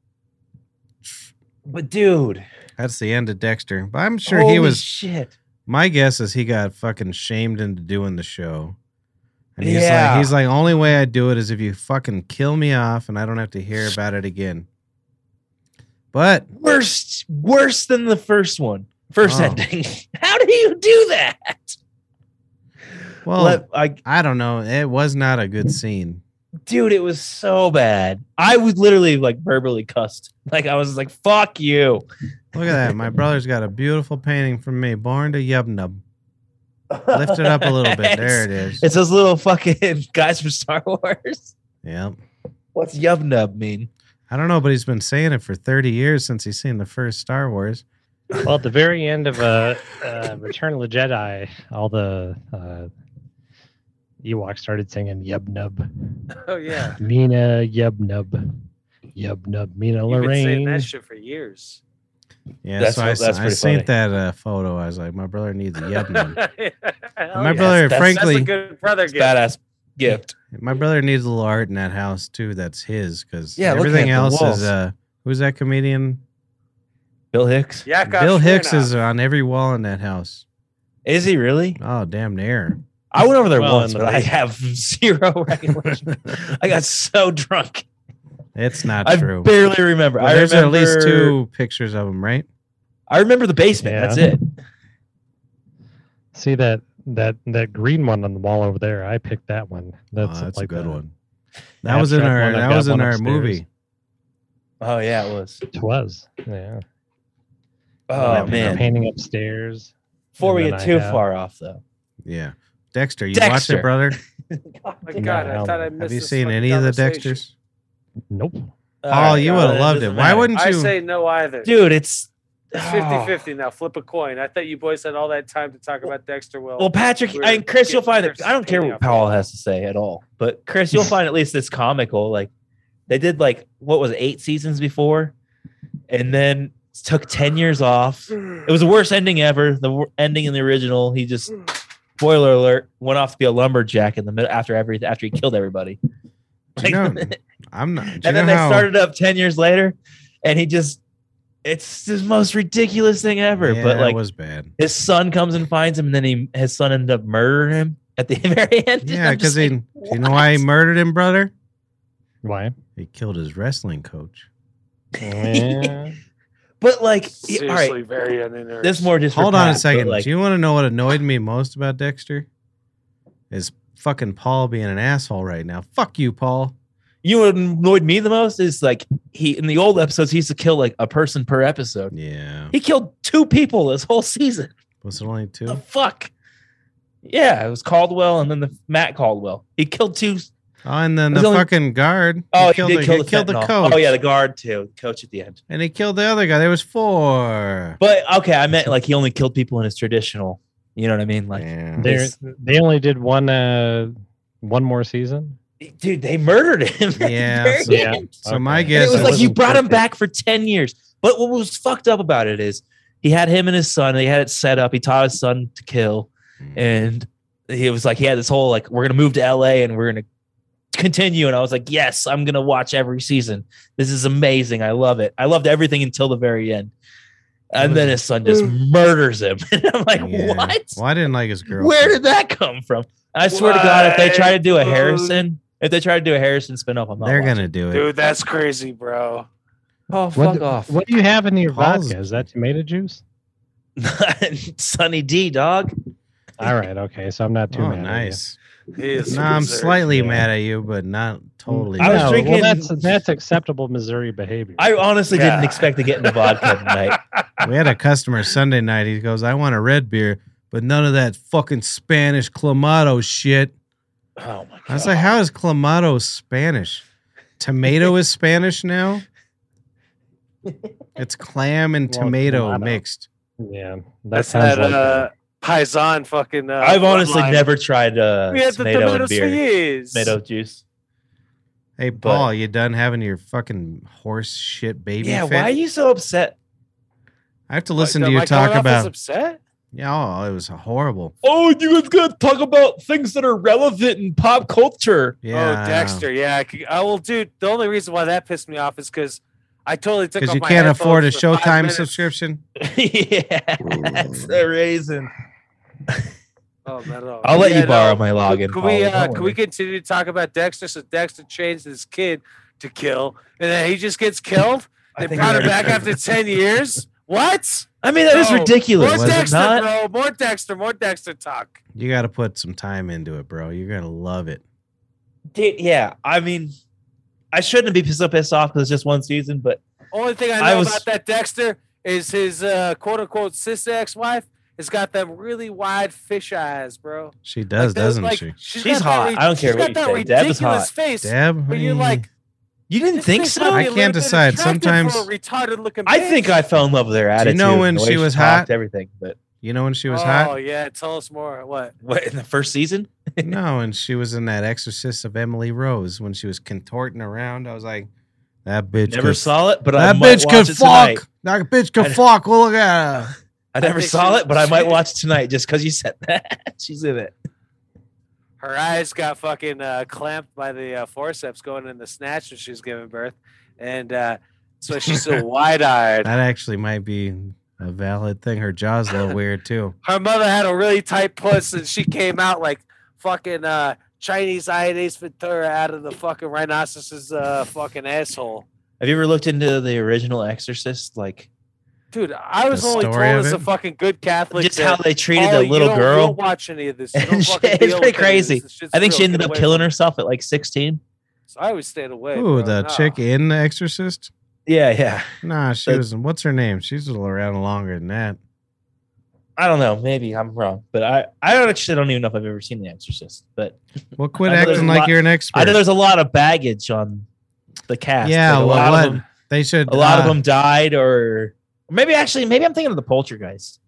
Speaker 4: But dude,
Speaker 2: That's the end of Dexter. But I'm sure he
Speaker 4: holy
Speaker 2: was
Speaker 4: shit.
Speaker 2: My guess is he got fucking shamed into doing the show. And he's
Speaker 4: Yeah.
Speaker 2: like he's like only way I do it is if you fucking kill me off and I don't have to hear about it again. But
Speaker 4: worse worse than the first one first
Speaker 2: Oh.
Speaker 4: ending how do you do that
Speaker 2: well
Speaker 4: Let- I,
Speaker 2: I don't know. It was not a good scene.
Speaker 4: dude it was so bad i was literally like verbally cussed like i was like fuck you
Speaker 2: Look at that. My brother's got a beautiful painting from me, Born to Yubnub. Lift it up a little bit. There it is.
Speaker 4: it's those little fucking guys from star wars
Speaker 2: Yep.
Speaker 4: what's yub nub mean
Speaker 2: I don't know, but he's been saying it for 30 years since he's seen the first Star Wars.
Speaker 3: well, at the very end of uh, uh, Return of the Jedi, all the uh, Ewoks started singing Yub Nub,
Speaker 5: Oh yeah,
Speaker 3: Mina Yub Nub, Yub Nub, Mina
Speaker 5: you've been saying
Speaker 3: Lorraine.
Speaker 5: that shit for years.
Speaker 2: Yeah,
Speaker 4: That's
Speaker 2: so I,
Speaker 4: what- that's
Speaker 2: I
Speaker 4: pretty
Speaker 2: seen
Speaker 4: funny.
Speaker 2: that uh, photo. I was like, my brother needs a Yubnub.
Speaker 5: My
Speaker 2: my brother,
Speaker 4: Oh, that's-
Speaker 5: that's a
Speaker 2: frankly,
Speaker 5: good brother
Speaker 4: it's
Speaker 5: gift.
Speaker 4: badass gift
Speaker 2: My brother needs a little art in that house too. That's his because
Speaker 4: Yeah, looking
Speaker 2: everything
Speaker 4: at the
Speaker 2: else
Speaker 4: walls.
Speaker 2: is uh who's that comedian?
Speaker 4: bill hicks
Speaker 5: Yakov
Speaker 2: Bill Hicks
Speaker 5: Smirnoff.
Speaker 2: is on every wall in that house.
Speaker 4: is he really
Speaker 2: Oh damn near.
Speaker 4: i went over there
Speaker 3: Well,
Speaker 4: once
Speaker 3: in
Speaker 4: but
Speaker 3: the
Speaker 4: i
Speaker 3: basement.
Speaker 4: have zero recollection i got so drunk
Speaker 2: It's not
Speaker 4: I
Speaker 2: true.
Speaker 4: barely remember.
Speaker 2: Well,
Speaker 4: I
Speaker 2: there's
Speaker 4: remember
Speaker 2: at least two pictures of him, right?
Speaker 4: I remember the basement.
Speaker 3: Yeah.
Speaker 4: That's it.
Speaker 3: See that that that green one on the wall over there? I picked that one. That's,
Speaker 2: That's, Oh, that's
Speaker 3: like
Speaker 2: a good
Speaker 3: the
Speaker 2: one. That was in
Speaker 3: abstract
Speaker 2: our
Speaker 3: one. I've
Speaker 2: that
Speaker 3: got
Speaker 2: was in
Speaker 3: one
Speaker 2: our
Speaker 3: upstairs.
Speaker 2: movie.
Speaker 4: Oh yeah, it was.
Speaker 3: It was. Yeah.
Speaker 4: Oh
Speaker 2: Yeah,
Speaker 4: man.
Speaker 3: Painting upstairs.
Speaker 4: Before we
Speaker 3: And
Speaker 4: get
Speaker 3: then I
Speaker 4: too
Speaker 3: have-
Speaker 4: far off though.
Speaker 2: Yeah. Dexter, you watch
Speaker 4: Dexter.
Speaker 2: it, brother?
Speaker 5: Oh My God, I
Speaker 3: No,
Speaker 5: thought I
Speaker 3: have
Speaker 5: missed
Speaker 2: Have you
Speaker 5: this
Speaker 2: seen
Speaker 5: fucking
Speaker 2: any of the
Speaker 5: conversation.
Speaker 2: Dexters?
Speaker 3: Nope.
Speaker 4: All
Speaker 2: Paul,
Speaker 4: right,
Speaker 2: Oh, you
Speaker 4: well,
Speaker 2: would have loved it.
Speaker 4: doesn't
Speaker 2: Why
Speaker 4: matter.
Speaker 2: wouldn't
Speaker 5: I
Speaker 2: you?
Speaker 5: say no either.
Speaker 4: dude? It's
Speaker 5: It's
Speaker 4: oh.
Speaker 5: 50-50 now. Flip a coin. I thought you boys had all that time to talk about Dexter. Well,
Speaker 4: Well, Patrick
Speaker 5: we're
Speaker 4: and Chris, you'll
Speaker 5: getting
Speaker 4: find it.
Speaker 5: Chris
Speaker 4: I don't care
Speaker 5: coming
Speaker 4: what
Speaker 5: up.
Speaker 4: Powell has to say at all, but Chris, you'll find at least this comical. Like they did, like what was it, eight seasons before, and then took ten years off. It was the worst ending ever. The wor- ending in the original, he just spoiler alert went off to be a lumberjack in the middle after every after he killed everybody.
Speaker 2: Do you
Speaker 4: Like-
Speaker 2: know- I'm not. do you
Speaker 4: and
Speaker 2: know
Speaker 4: then they
Speaker 2: how-
Speaker 4: started up 10 years later and he just it's the most ridiculous thing ever
Speaker 2: Yeah,
Speaker 4: but
Speaker 2: that
Speaker 4: like
Speaker 2: was bad.
Speaker 4: his son comes and finds him and then he his son ended up murdering him at the very end
Speaker 2: Yeah,
Speaker 4: I'm
Speaker 2: because
Speaker 4: just
Speaker 2: he,
Speaker 4: like,
Speaker 2: do you know why he
Speaker 4: "What?"
Speaker 2: murdered him, brother?
Speaker 3: Why?
Speaker 2: He killed his wrestling coach.
Speaker 3: Yeah.
Speaker 4: But like, it- all
Speaker 5: Seriously,
Speaker 4: right,
Speaker 5: very uninteresting.
Speaker 4: that's more just for
Speaker 2: Hold on a
Speaker 4: Pat, but,
Speaker 2: second.
Speaker 4: Like,
Speaker 2: Do you want to know what annoyed me most about Dexter? Is fucking Paul being an asshole right now. Fuck you, Paul.
Speaker 4: you know what annoyed me the most is like he in the old episodes he used to kill like a person per episode.
Speaker 2: Yeah.
Speaker 4: He killed two people this whole season.
Speaker 2: Was it only
Speaker 4: The
Speaker 2: two?
Speaker 4: fuck? Yeah, it was Caldwell and then the Matt Caldwell. He killed two.
Speaker 2: Oh, and then
Speaker 4: It was
Speaker 2: the
Speaker 4: only-
Speaker 2: fucking guard.
Speaker 4: Oh, he, did kill,
Speaker 2: he
Speaker 4: the,
Speaker 2: killed the
Speaker 4: fentanyl.
Speaker 2: coach.
Speaker 4: Oh yeah, the guard too, coach at the end.
Speaker 2: And he killed the other guy. There was four.
Speaker 4: But okay, I meant like he only killed people in his traditional. You know what I mean? Like,
Speaker 2: Yeah.
Speaker 3: They
Speaker 4: It's-
Speaker 3: they only did one uh one more season.
Speaker 4: dude, they murdered him. at the
Speaker 2: Yeah,
Speaker 4: very
Speaker 2: so-
Speaker 4: end.
Speaker 2: So my
Speaker 3: Okay.
Speaker 4: And
Speaker 2: guess
Speaker 4: it was
Speaker 2: it
Speaker 4: like you
Speaker 3: wasn't
Speaker 4: brought him
Speaker 3: perfect.
Speaker 4: back for 10 years. But what was fucked up about it is he had him and his son, they had it set up. He taught his son to kill.
Speaker 2: Mm.
Speaker 4: And he was like, he had this whole like, we're gonna move to LA and we're gonna continue. And I was like, Yes, I'm gonna watch every season. This is amazing. I love it. I loved everything until the very end. And then his son just murders him. And I'm like,
Speaker 2: Mm. Yeah.
Speaker 4: What?
Speaker 2: Well, I didn't like his girl.
Speaker 4: Where did that come from? I swear to God, if they try to do a
Speaker 5: What, dude?
Speaker 4: Harrison, if they try to do a Harrison spinoff, I'm not.
Speaker 2: They're
Speaker 4: watching.
Speaker 2: gonna do it.
Speaker 5: Dude, that's crazy, bro.
Speaker 4: Oh,
Speaker 3: What
Speaker 4: fuck
Speaker 3: do-
Speaker 4: off.
Speaker 3: What do you have in your
Speaker 2: Paul's-
Speaker 3: vodka? Is that tomato juice?
Speaker 4: Sunny D, dog.
Speaker 3: All right, okay. So I'm not too
Speaker 2: oh,
Speaker 3: mad. at you.
Speaker 2: nice.
Speaker 5: He is
Speaker 2: No, I'm
Speaker 5: berserk.
Speaker 2: slightly
Speaker 3: Yeah.
Speaker 2: mad at you, but not totally.
Speaker 4: I was
Speaker 2: mad.
Speaker 3: well,
Speaker 4: drinking-
Speaker 3: that's that's acceptable Missouri behavior.
Speaker 4: I honestly
Speaker 5: Yeah.
Speaker 4: didn't expect to get in the vodka tonight.
Speaker 2: we had a customer Sunday night. He goes, "I want a red beer, but none of that fucking Spanish clamato shit."
Speaker 4: Oh my god!
Speaker 2: I was like, "How is clamato Spanish? Tomato is Spanish now. It's clam and
Speaker 3: Well,
Speaker 2: tomato
Speaker 3: clamato.
Speaker 2: mixed.
Speaker 3: yeah, that
Speaker 5: That's
Speaker 3: sounds
Speaker 5: that
Speaker 3: like
Speaker 5: uh, Paisan fucking. Uh,
Speaker 4: I've honestly
Speaker 5: bloodline.
Speaker 4: never tried uh,
Speaker 5: We had the
Speaker 4: tomato and
Speaker 5: tomatoes for
Speaker 4: beer,
Speaker 5: years.
Speaker 4: tomato juice.
Speaker 2: Hey, Paul, you done having your fucking horse shit baby?
Speaker 4: yeah,
Speaker 2: fit?
Speaker 4: why are you so upset?
Speaker 2: I have to
Speaker 5: Like,
Speaker 2: listen
Speaker 5: am
Speaker 2: to you
Speaker 5: I coming
Speaker 2: talk
Speaker 5: off as
Speaker 2: about.
Speaker 5: Upset?
Speaker 2: Yeah, oh, it was horrible.
Speaker 4: Oh, you guys gotta talk about things that are relevant in pop culture.
Speaker 2: Yeah, I
Speaker 5: oh,
Speaker 2: know.
Speaker 5: Dexter. Yeah. I c- I will, dude. The only reason why that pissed me off is because I totally took.
Speaker 2: Because
Speaker 5: off
Speaker 2: you
Speaker 5: my
Speaker 2: can't afford a
Speaker 5: headphones for five
Speaker 2: Showtime
Speaker 5: minutes.
Speaker 2: subscription.
Speaker 4: yeah, that's the reason.
Speaker 5: Oh, not at all.
Speaker 4: I'll let
Speaker 5: Yeah,
Speaker 4: you borrow
Speaker 5: no.
Speaker 4: my
Speaker 5: Could
Speaker 4: login. Paul,
Speaker 5: could we uh,
Speaker 4: don't
Speaker 5: could
Speaker 4: worry.
Speaker 5: we continue to talk about Dexter? So Dexter trains this kid to kill, and then he just gets killed.
Speaker 4: I
Speaker 5: they
Speaker 4: think
Speaker 5: brought
Speaker 4: we already
Speaker 5: him back after ten years. What?
Speaker 4: I mean, that is
Speaker 5: No.
Speaker 4: ridiculous.
Speaker 5: More
Speaker 4: was it
Speaker 5: Dexter,
Speaker 4: not?
Speaker 5: bro. More Dexter. More Dexter talk.
Speaker 2: You got to put some time into it, bro. You're gonna love it.
Speaker 4: Dude, yeah, I mean, I shouldn't be so pissed off because it's just one season, but
Speaker 5: Only thing I know
Speaker 4: I was-
Speaker 5: about that Dexter is his uh, quote unquote sister ex wife has got them really wide fish eyes, bro.
Speaker 2: She
Speaker 5: Like,
Speaker 2: does,
Speaker 5: those-
Speaker 2: doesn't
Speaker 5: like,
Speaker 2: she?
Speaker 5: she's
Speaker 4: She's
Speaker 5: got that
Speaker 4: hot.
Speaker 5: re-
Speaker 4: I don't care
Speaker 5: she's
Speaker 4: what
Speaker 5: got
Speaker 4: you say.
Speaker 5: that
Speaker 4: Deb is hot.
Speaker 5: ridiculous face.
Speaker 2: Deb,
Speaker 5: But you're
Speaker 2: hmm.
Speaker 5: like,
Speaker 4: you didn't
Speaker 5: this
Speaker 4: think
Speaker 5: thing's
Speaker 4: so?
Speaker 5: probably
Speaker 2: I
Speaker 5: a little
Speaker 2: can't
Speaker 5: bit
Speaker 2: decide.
Speaker 5: attractive for
Speaker 2: Sometimes-
Speaker 5: a retarded looking.
Speaker 4: I think I fell in love with her
Speaker 2: Do
Speaker 4: attitude.
Speaker 2: you know
Speaker 4: and
Speaker 2: when
Speaker 4: the way
Speaker 2: she was
Speaker 4: talked,
Speaker 2: hot?
Speaker 4: Everything, but
Speaker 2: You know when she was
Speaker 5: oh,
Speaker 2: hot?
Speaker 5: yeah, tell us more. What?
Speaker 4: what in the first season?
Speaker 2: No, and she was in that Exorcist of Emily Rose when she was contorting around. I was like, that bitch.
Speaker 4: Never
Speaker 2: could,
Speaker 4: saw it, but I
Speaker 2: that
Speaker 4: might
Speaker 2: bitch
Speaker 4: watch
Speaker 2: could
Speaker 4: it tonight.
Speaker 2: fuck. That bitch
Speaker 4: I
Speaker 2: could
Speaker 4: d-
Speaker 2: fuck. Well, look at her.
Speaker 4: I never
Speaker 5: think she
Speaker 4: saw
Speaker 5: was-
Speaker 4: it, but I might
Speaker 5: she-
Speaker 4: watch it tonight just because you said that. She's in it.
Speaker 5: Her eyes got fucking uh, clamped by the uh, forceps going in the snatch when she was giving birth, and uh, so she's so wide eyed.
Speaker 2: That actually might be a valid thing. Her jaw's a little weird too.
Speaker 5: her mother had a really tight puss and she came out like fucking uh Chinese Ides Ventura out of the fucking rhinoceros's uh fucking asshole.
Speaker 4: Have you ever looked into the original Exorcist? Like
Speaker 5: Dude, I was
Speaker 2: The
Speaker 5: only told
Speaker 2: story of
Speaker 5: as a
Speaker 2: it?
Speaker 5: fucking good Catholic.
Speaker 4: just
Speaker 5: that,
Speaker 4: how they treated
Speaker 5: "Oh,
Speaker 4: the
Speaker 5: you
Speaker 4: little
Speaker 5: don't-
Speaker 4: girl.
Speaker 5: You don't watch any of this. You
Speaker 4: And
Speaker 5: don't
Speaker 4: she-
Speaker 5: fucking
Speaker 4: it's
Speaker 5: deal with
Speaker 4: pretty
Speaker 5: any of
Speaker 4: crazy.
Speaker 5: This shit's
Speaker 4: I think
Speaker 5: real.
Speaker 4: she ended
Speaker 5: Get
Speaker 4: up
Speaker 5: away
Speaker 4: killing
Speaker 5: from it."
Speaker 4: herself at like 16.
Speaker 5: So I would stay away.
Speaker 2: Ooh,
Speaker 5: bro.
Speaker 2: the
Speaker 5: Nah.
Speaker 2: chick in The Exorcist?
Speaker 4: Yeah, yeah.
Speaker 2: Nah, she
Speaker 4: The-
Speaker 2: was. What's her name? She's a little around longer than that.
Speaker 4: I don't know. Maybe I'm wrong, but I I don't actually don't even know if I've ever seen The Exorcist. But
Speaker 2: Well, quit
Speaker 4: I know there's
Speaker 2: acting
Speaker 4: a
Speaker 2: like
Speaker 4: lot-
Speaker 2: you're an expert.
Speaker 4: I know there's a lot of baggage on the cast.
Speaker 2: Yeah,
Speaker 4: Like, a
Speaker 2: well,
Speaker 4: lot
Speaker 2: what-
Speaker 4: of them,
Speaker 2: they should.
Speaker 4: a lot of
Speaker 2: uh,
Speaker 4: them died, or maybe actually, maybe I'm thinking of the Poltergeist.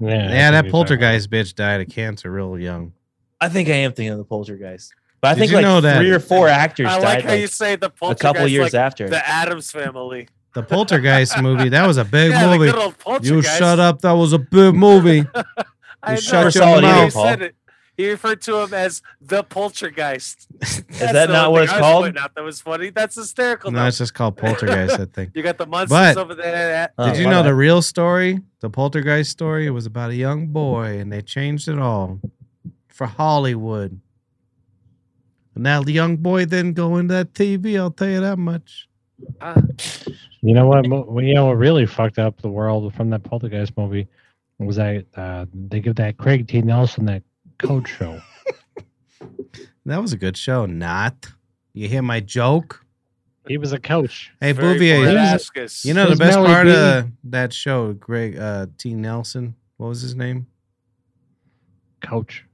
Speaker 3: yeah,
Speaker 2: Yeah,
Speaker 3: I
Speaker 2: that
Speaker 3: think we talked about
Speaker 2: poltergeist bitch died of cancer real young.
Speaker 4: I think I am thinking of the Poltergeist, but I
Speaker 2: Did
Speaker 4: think
Speaker 2: you
Speaker 4: like
Speaker 2: know that-
Speaker 4: three or four actors
Speaker 5: I like
Speaker 4: died
Speaker 5: how
Speaker 4: like,
Speaker 5: you say the
Speaker 4: a couple
Speaker 5: poltergeist,
Speaker 4: years
Speaker 5: like
Speaker 4: after.
Speaker 5: the Adams family.
Speaker 2: The poltergeist movie, that was a big
Speaker 5: yeah, the
Speaker 2: movie.
Speaker 5: good old
Speaker 2: You
Speaker 5: poltergeist.
Speaker 2: shut up, that was a big movie.
Speaker 5: I
Speaker 2: You
Speaker 5: know.
Speaker 2: shut
Speaker 4: your Solid mouth.
Speaker 5: He
Speaker 4: Paul.
Speaker 5: said it. He referred to him as the poltergeist. Is
Speaker 4: that not what it's called?
Speaker 5: Out. That was funny. That's hysterical.
Speaker 2: no,
Speaker 5: though.
Speaker 2: it's just called poltergeist, I think.
Speaker 5: You got the monsters
Speaker 2: But-
Speaker 5: over there.
Speaker 4: Oh,
Speaker 2: Did you
Speaker 4: my
Speaker 2: know
Speaker 4: bad.
Speaker 2: the real story? The poltergeist story? It was about a young boy and they changed it all for Hollywood. And that young boy didn't go into that TV, I'll tell you that much.
Speaker 5: Huh?
Speaker 3: You know what? mo- You know what really fucked up the world from that Poltergeist movie was that uh, they give that Craig T. Nelson that code show.
Speaker 2: That was a good show. Not. You hear my joke?
Speaker 3: He was a coach.
Speaker 2: Hey,
Speaker 5: Very
Speaker 2: Bouvier,
Speaker 5: Barabbas.
Speaker 2: you know the
Speaker 3: Who's
Speaker 2: best
Speaker 3: Mel
Speaker 2: part
Speaker 3: Gibson?
Speaker 2: of that show, Greg uh, T. Nelson? What was his name?
Speaker 3: Coach.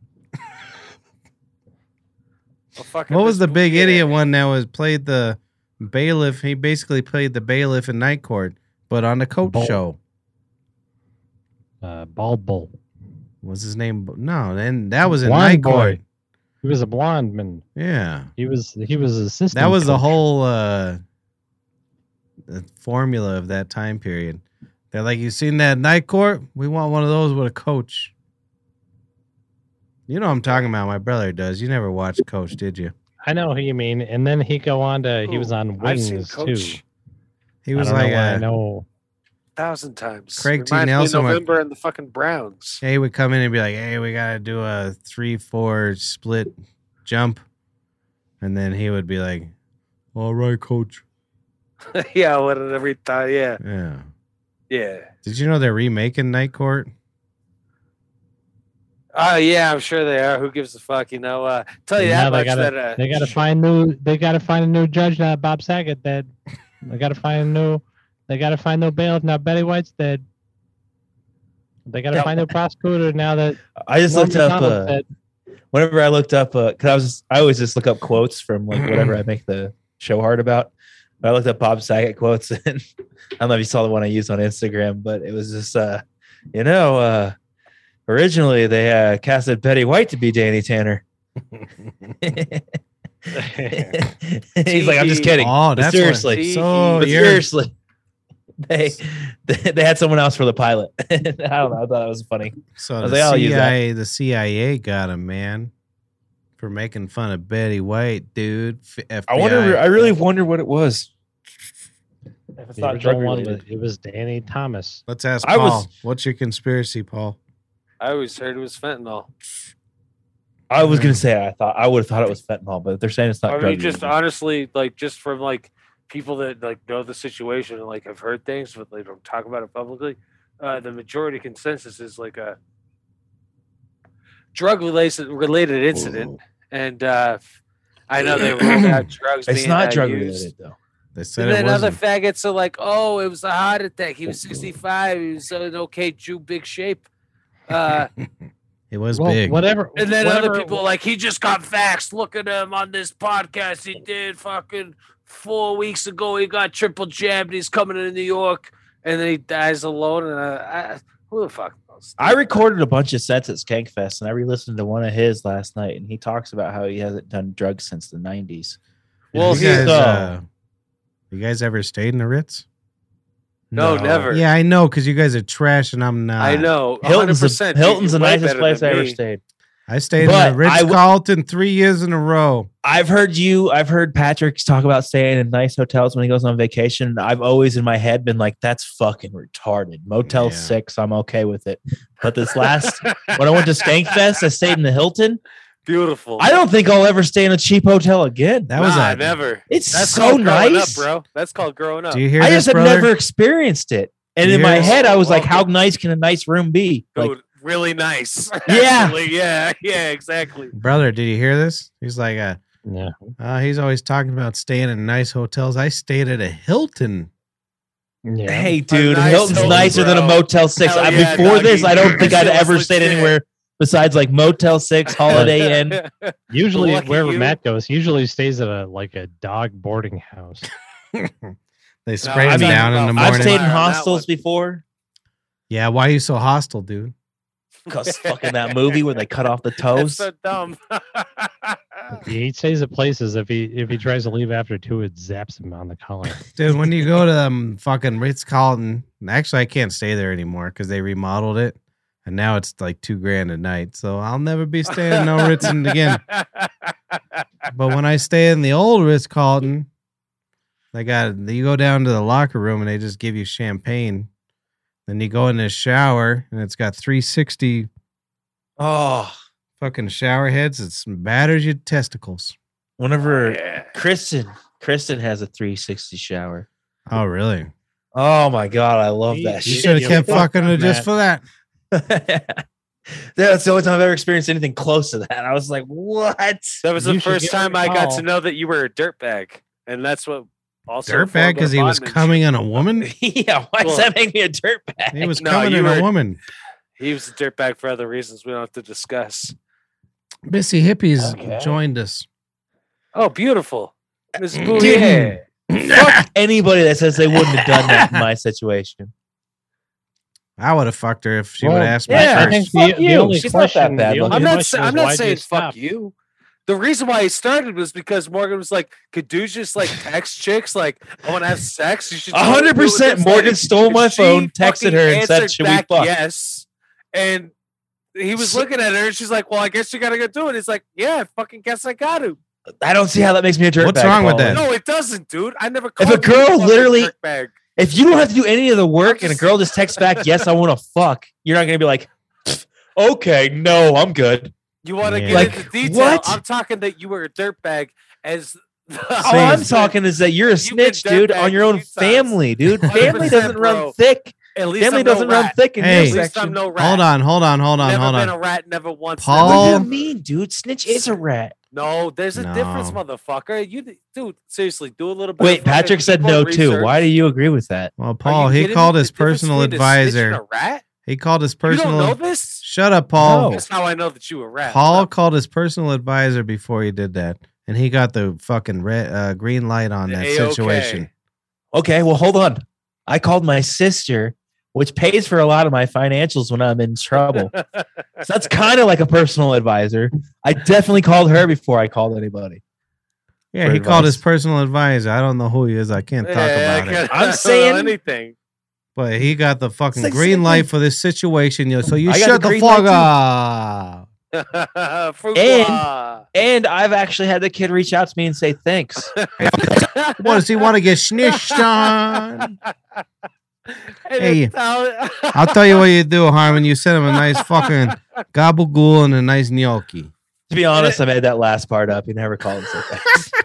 Speaker 5: Well, fucking
Speaker 2: What was
Speaker 5: Miss
Speaker 2: the big
Speaker 5: Bouvier.
Speaker 2: idiot one that was played the bailiff? He basically played the bailiff in Night Court, but on the coach
Speaker 3: Bull.
Speaker 2: show.
Speaker 3: Uh, bald bull.
Speaker 2: Was his name? No, and that was in Night
Speaker 3: Blind
Speaker 2: Court.
Speaker 3: boy. He was a blonde man.
Speaker 2: Yeah,
Speaker 3: He was he was an assistant.
Speaker 2: that was the
Speaker 3: coach.
Speaker 2: whole uh, the formula of that time period. They're like, you seen that Night Court? We want one of those with a coach. You know what I'm talking about. My brother does. You never watched Coach, did you?
Speaker 3: I know who you mean. And then he go on to he was on
Speaker 5: I've
Speaker 3: wings
Speaker 5: seen
Speaker 3: too.
Speaker 5: Coach
Speaker 2: He was
Speaker 3: I don't
Speaker 2: like,
Speaker 3: know why I
Speaker 2: uh,
Speaker 3: know.
Speaker 5: a thousand times.
Speaker 2: Craig T.
Speaker 5: Reminds me of
Speaker 2: Nelson went-
Speaker 5: November and the fucking Browns.
Speaker 2: he would come in and be like, hey, we gotta do a three four split jump, and then he would be like, all right, Coach.
Speaker 5: yeah, what an every time. Yeah,
Speaker 2: Yeah.
Speaker 5: yeah.
Speaker 2: Did you know they're remaking Night Court?
Speaker 5: Oh yeah, I'm sure they are. Who gives a fuck? You know, uh, tell you
Speaker 3: Now
Speaker 5: that
Speaker 3: they
Speaker 5: much
Speaker 3: gotta-
Speaker 5: that uh,
Speaker 3: They got to find new. They got to find a new judge now. Bob Saget dead. They got to find a new. They got to find no bailiff now. Betty White's dead. They got to
Speaker 4: Yeah.
Speaker 3: find a prosecutor now that
Speaker 4: I just
Speaker 3: Norm
Speaker 4: looked up.
Speaker 3: MacDonald's
Speaker 4: Uh,
Speaker 3: dead.
Speaker 4: whenever I looked up, because I was, just, I always just look up quotes from like whatever I make the show hard about. But I looked up Bob Saget quotes, and I don't know if you saw the one I used on Instagram, but it was just, uh, you know, uh, originally they uh, casted Betty White to be Danny Tanner. He's like, I'm just kidding.
Speaker 2: Oh,
Speaker 4: But
Speaker 2: that's what-
Speaker 4: seriously,
Speaker 5: E,
Speaker 2: so
Speaker 4: but
Speaker 2: you're-
Speaker 4: seriously, they, they they had someone else for the pilot. I don't know. I thought it was funny.
Speaker 2: So
Speaker 4: I
Speaker 2: the
Speaker 4: was like, I'll use that.
Speaker 2: CIA, the CIA got him, man, for making fun of Betty White, dude. F-
Speaker 4: I wonder.
Speaker 2: FBI.
Speaker 4: I really wonder what it was. If it's
Speaker 3: The
Speaker 4: not drug
Speaker 3: original one
Speaker 4: related,
Speaker 3: was- it was Danny Thomas.
Speaker 2: Let's ask
Speaker 4: I
Speaker 2: Paul.
Speaker 4: was-
Speaker 2: What's your conspiracy, Paul?
Speaker 5: I always heard it was fentanyl.
Speaker 4: I was gonna say I thought I would have thought it was fentanyl, but if they're saying it's not.
Speaker 5: I
Speaker 4: drug
Speaker 5: mean, just
Speaker 4: related.
Speaker 5: honestly, like just from like people that like know the situation and like have heard things, but they don't talk about it publicly. Uh, the majority consensus is like a drug related related incident, and uh, I know they ruled out drugs.
Speaker 4: it's
Speaker 5: being,
Speaker 4: not
Speaker 5: uh,
Speaker 4: drug
Speaker 5: used.
Speaker 4: related though.
Speaker 2: They said
Speaker 5: And
Speaker 2: it
Speaker 5: then other
Speaker 2: wasn't.
Speaker 5: faggots are like, "Oh, it was a heart attack. He was 65. He was an okay Jew, big shape." Uh,
Speaker 2: it was
Speaker 3: Well,
Speaker 2: big.
Speaker 3: whatever.
Speaker 5: and then
Speaker 3: whatever,
Speaker 5: other people are like, "He just got vaxxed. Look at him on this podcast. He did fucking four weeks ago. He got triple jabbed. and He's coming to New York, and then he dies alone." And uh, I, I who the fuck knows?
Speaker 4: I recorded a bunch of sets at Skankfest, and I re-listened to one of his last night, and he talks about how he hasn't done drugs since the '90s.
Speaker 2: Well, you guys,
Speaker 4: here's the-
Speaker 2: uh, you guys ever stayed in the Ritz?
Speaker 5: No, never.
Speaker 2: Yeah, I know, because you guys are trash, and I'm not.
Speaker 5: I know.
Speaker 4: uh, Hilton's
Speaker 5: 100%.
Speaker 4: the, Hilton's the
Speaker 5: You're way
Speaker 4: nicest
Speaker 5: better
Speaker 4: place I
Speaker 5: than
Speaker 4: ever
Speaker 5: me.
Speaker 4: stayed.
Speaker 2: I stayed
Speaker 4: But
Speaker 2: in the Ritz
Speaker 4: I w-
Speaker 2: Carlton three years in a row.
Speaker 4: I've heard you. I've heard Patrick talk about staying in nice hotels when he goes on vacation. I've always in my head been like, "That's fucking retarded." Motel
Speaker 2: Yeah.
Speaker 4: Six, I'm okay with it. But this last, when I went to Skankfest, I stayed in the Hilton.
Speaker 5: Beautiful.
Speaker 4: I don't think I'll ever stay in a cheap hotel again.
Speaker 2: That was
Speaker 5: nah,
Speaker 2: a.
Speaker 5: never.
Speaker 4: It's
Speaker 5: That's
Speaker 4: so
Speaker 5: called growing
Speaker 4: nice,
Speaker 5: up, bro. That's called growing up.
Speaker 2: Do you hear
Speaker 4: I
Speaker 2: this,
Speaker 4: just have
Speaker 2: brother?
Speaker 4: never experienced it. And
Speaker 2: You
Speaker 4: in
Speaker 2: hear
Speaker 4: my
Speaker 2: this?
Speaker 4: head, I was like, "How
Speaker 5: Well,
Speaker 4: nice can a nice room be?" Like,
Speaker 5: Dude, really nice.
Speaker 4: Yeah.
Speaker 5: Actually, yeah. Yeah. Exactly.
Speaker 2: Brother, did you hear this? He's like, uh,
Speaker 3: Yeah.
Speaker 2: Uh, he's always talking about staying in nice hotels. I stayed at a Hilton.
Speaker 3: Yeah.
Speaker 4: hey, dude,
Speaker 5: nice
Speaker 4: Hilton's
Speaker 5: Hilton,
Speaker 4: nicer than a
Speaker 5: bro.
Speaker 4: Motel Six.
Speaker 5: Hell
Speaker 4: I-
Speaker 5: yeah,
Speaker 4: Before
Speaker 5: doggy.
Speaker 4: this, I don't think I'd
Speaker 5: Shit was
Speaker 4: ever stayed
Speaker 5: legit.
Speaker 4: anywhere besides like Motel Six, Holiday Inn.
Speaker 3: Usually,
Speaker 5: Lucky
Speaker 3: wherever
Speaker 5: you.
Speaker 3: Matt goes, he usually stays at a like a dog boarding house.
Speaker 2: They spray
Speaker 5: I
Speaker 2: him
Speaker 4: mean,
Speaker 2: down in the
Speaker 5: I've
Speaker 2: morning.
Speaker 4: I've stayed in
Speaker 5: Fire on that
Speaker 4: hostels
Speaker 5: one.
Speaker 4: before.
Speaker 2: yeah, why are you so hostile, dude?
Speaker 4: Cause fucking that movie where they cut off the
Speaker 5: That's
Speaker 4: toes.
Speaker 5: so dumb.
Speaker 3: he stays at places if he if he tries to leave after two, it zaps him on the collar.
Speaker 2: Dude, when you go to um, fucking Ritz Carlton, actually, I can't stay there anymore because they remodeled it. And now it's like two grand a night. So I'll never be staying in no Ritz again. But when I stay in the old Ritz Carlton, they got you go down to the locker room and they just give you champagne. Then you go in the shower and it's got 360
Speaker 4: oh,
Speaker 2: fucking shower heads. It batters your testicles.
Speaker 4: Whenever
Speaker 5: Oh, Yeah.
Speaker 4: Kristen, Kristen has a 360 shower.
Speaker 2: Oh, really?
Speaker 4: Oh my god, I love that
Speaker 2: You
Speaker 4: shit.
Speaker 2: should have kept fucking her
Speaker 4: Matt.
Speaker 2: just for that.
Speaker 4: That's the only time I've ever experienced anything close to that. I was like, what?
Speaker 5: That was
Speaker 2: You
Speaker 5: the
Speaker 2: should
Speaker 5: first
Speaker 2: get
Speaker 5: time
Speaker 2: rid
Speaker 5: I
Speaker 2: of
Speaker 5: got
Speaker 2: all.
Speaker 5: to know that you were a dirtbag, and that's what also
Speaker 2: Dirtbag because he was
Speaker 5: bondage.
Speaker 2: coming on a woman.
Speaker 4: yeah, why
Speaker 5: Well-
Speaker 4: does that make me a dirtbag?
Speaker 2: He was
Speaker 5: No,
Speaker 2: coming
Speaker 5: you
Speaker 2: in a
Speaker 5: were-
Speaker 2: woman.
Speaker 5: He was a dirtbag for other reasons we don't have to discuss.
Speaker 2: Missy Hippies
Speaker 5: Okay.
Speaker 2: joined us.
Speaker 5: Oh, beautiful, Miss
Speaker 4: Mm.
Speaker 2: Didn't.
Speaker 5: Bouillet.
Speaker 4: Fuck anybody that says they wouldn't have done that in my situation.
Speaker 2: I would have fucked her if she
Speaker 3: Well,
Speaker 2: would have asked me
Speaker 5: yeah, I
Speaker 2: first.
Speaker 5: think- Fuck you.
Speaker 4: She's not that bad looking.
Speaker 5: I'm
Speaker 4: The
Speaker 5: not. sa- I'm not saying fuck you. The reason why he started was because Morgan was like, "Could dudes just like text chicks like I want to have sex?" You should.
Speaker 4: A
Speaker 5: totally
Speaker 4: hundred
Speaker 5: do it with
Speaker 4: percent,
Speaker 5: this
Speaker 4: Morgan
Speaker 5: lady."
Speaker 4: stole
Speaker 5: And
Speaker 4: my
Speaker 5: she
Speaker 4: phone, texted
Speaker 5: fucking
Speaker 4: her, and said,
Speaker 5: answered
Speaker 4: "Should we
Speaker 5: back
Speaker 4: fuck?"
Speaker 5: Yes, and he was
Speaker 4: So-
Speaker 5: looking at her, and she's like, "Well, I guess you gotta go do it." It's like, "Yeah, I fucking guess I got to."
Speaker 4: I don't see how that makes me a dirtbag.
Speaker 2: What's wrong with
Speaker 4: Paul.
Speaker 2: that?
Speaker 5: No, it doesn't, dude. I never.
Speaker 4: If a
Speaker 5: called you
Speaker 4: girl
Speaker 5: fucking
Speaker 4: literally-
Speaker 5: dirtbag.
Speaker 4: If you don't have to do any of the work and a
Speaker 5: just-
Speaker 4: girl just texts back, yes, I want to fuck, you're not going to be like, "Pfft, okay, no, I'm good.
Speaker 5: You want to
Speaker 2: Yeah.
Speaker 5: get
Speaker 4: Like,
Speaker 5: into detail?
Speaker 4: what?
Speaker 5: I'm talking that you were a dirtbag as. Oh,
Speaker 4: All I'm talking is that you're a
Speaker 5: You've been
Speaker 4: snitch, dude,
Speaker 5: dirtbag
Speaker 4: on your own
Speaker 5: a few times.
Speaker 4: family, dude.
Speaker 5: 100%,
Speaker 4: Family doesn't run
Speaker 5: bro.
Speaker 4: thick.
Speaker 5: At least
Speaker 4: Family
Speaker 5: I'm no
Speaker 4: doesn't run
Speaker 5: rat.
Speaker 4: thick in
Speaker 2: Hey.
Speaker 4: this
Speaker 5: At least I'm
Speaker 4: section.
Speaker 5: no rat.
Speaker 2: Hold on, hold on, hold on,
Speaker 5: never
Speaker 2: hold
Speaker 5: been
Speaker 2: on.
Speaker 5: a rat, never once.
Speaker 2: Paul-
Speaker 5: never
Speaker 2: What
Speaker 4: What
Speaker 2: do
Speaker 4: do
Speaker 2: you
Speaker 4: you
Speaker 5: ever.
Speaker 4: mean, dude? Snitch is a rat.
Speaker 5: No, there's a difference,
Speaker 2: No.
Speaker 5: motherfucker. You d- dude, seriously, do a little bit.
Speaker 4: Wait,
Speaker 5: of fucking
Speaker 4: Patrick said
Speaker 5: Google
Speaker 4: no too.
Speaker 5: research.
Speaker 4: Why do you agree with that?
Speaker 2: Well,
Speaker 5: Are you
Speaker 2: Paul, he
Speaker 5: kidding me?
Speaker 2: called
Speaker 5: The
Speaker 2: his
Speaker 5: difference
Speaker 2: personal
Speaker 5: between a snitch and
Speaker 2: advisor.
Speaker 5: A rat?
Speaker 2: He called his
Speaker 5: You don't know
Speaker 2: personal.
Speaker 5: this?
Speaker 2: Shut up, Paul.
Speaker 4: No.
Speaker 5: That's how I know that you were a rat.
Speaker 2: Paul called his personal advisor before he did that, and he got the fucking red uh, green light on that
Speaker 5: A-OK.
Speaker 2: situation.
Speaker 4: Okay, well, hold on. I called my sister, which pays for a lot of my financials when I'm in trouble. so that's kind of like a personal advisor. I definitely called her before I called anybody.
Speaker 2: Yeah,
Speaker 4: For
Speaker 2: he called his
Speaker 4: advice.
Speaker 2: personal advisor. I don't know who he is. I can't talk
Speaker 5: Yeah,
Speaker 2: about
Speaker 5: I
Speaker 2: it.
Speaker 5: can't-
Speaker 4: I'm
Speaker 5: I don't know
Speaker 4: saying-
Speaker 5: Eh, anything.
Speaker 2: But he got the fucking
Speaker 4: like
Speaker 2: green
Speaker 4: sitting-
Speaker 2: light for this situation, yo. So you
Speaker 4: I got
Speaker 2: shut the,
Speaker 4: the green
Speaker 2: fuck
Speaker 4: light, too.
Speaker 2: up.
Speaker 5: Fruit
Speaker 4: And-
Speaker 5: fly.
Speaker 4: And I've actually had the kid reach out to me and say thanks.
Speaker 2: What does he want to get snitched on?
Speaker 5: And
Speaker 2: Hey,
Speaker 5: it's how-
Speaker 2: I'll tell you what you do, Harmon. You send him a nice fucking gabagool and a nice gnocchi.
Speaker 4: to be honest, I made that last part up. You never called and said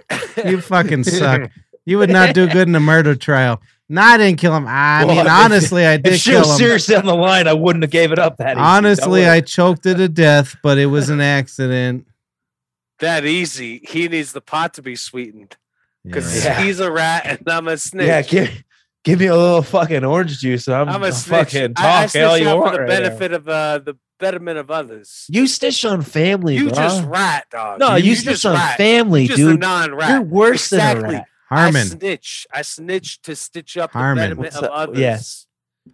Speaker 4: thanks.
Speaker 2: You fucking suck. You would not do good in a murder trial. No, I didn't kill him. I
Speaker 4: Well,
Speaker 2: mean,
Speaker 4: if-
Speaker 2: honestly, I did
Speaker 4: if she was
Speaker 2: kill him.
Speaker 4: seriously on the line, I wouldn't have gave it up that easy.
Speaker 2: Honestly,
Speaker 4: That
Speaker 2: I choked her to death, but it was an accident.
Speaker 5: that easy. He needs the pot to be sweetened because
Speaker 4: Yeah.
Speaker 5: he's a rat and I'm a
Speaker 4: would-
Speaker 5: snitch.
Speaker 4: yeah, give, give me a little fucking orange juice. And I'm,
Speaker 5: I'm a snitch.
Speaker 4: fucking
Speaker 5: I, I
Speaker 4: talk
Speaker 5: snitch
Speaker 4: all you
Speaker 5: out
Speaker 4: want.
Speaker 5: for the
Speaker 4: right now.
Speaker 5: benefit of uh, the betterment of others.
Speaker 4: You stitched on family.
Speaker 5: You
Speaker 4: bro.
Speaker 5: just rat, dog.
Speaker 4: no, you, snitched on
Speaker 5: rat.
Speaker 4: family,
Speaker 5: You're just a
Speaker 4: dude.
Speaker 5: non-rat.
Speaker 4: You're worse than a
Speaker 5: Exactly.
Speaker 4: rat.
Speaker 5: I
Speaker 2: Harmon,
Speaker 5: snitch. I snitch to stitch up
Speaker 2: Harmon.
Speaker 5: the betterment
Speaker 4: What's
Speaker 5: of
Speaker 4: up?
Speaker 5: others.
Speaker 4: Yes.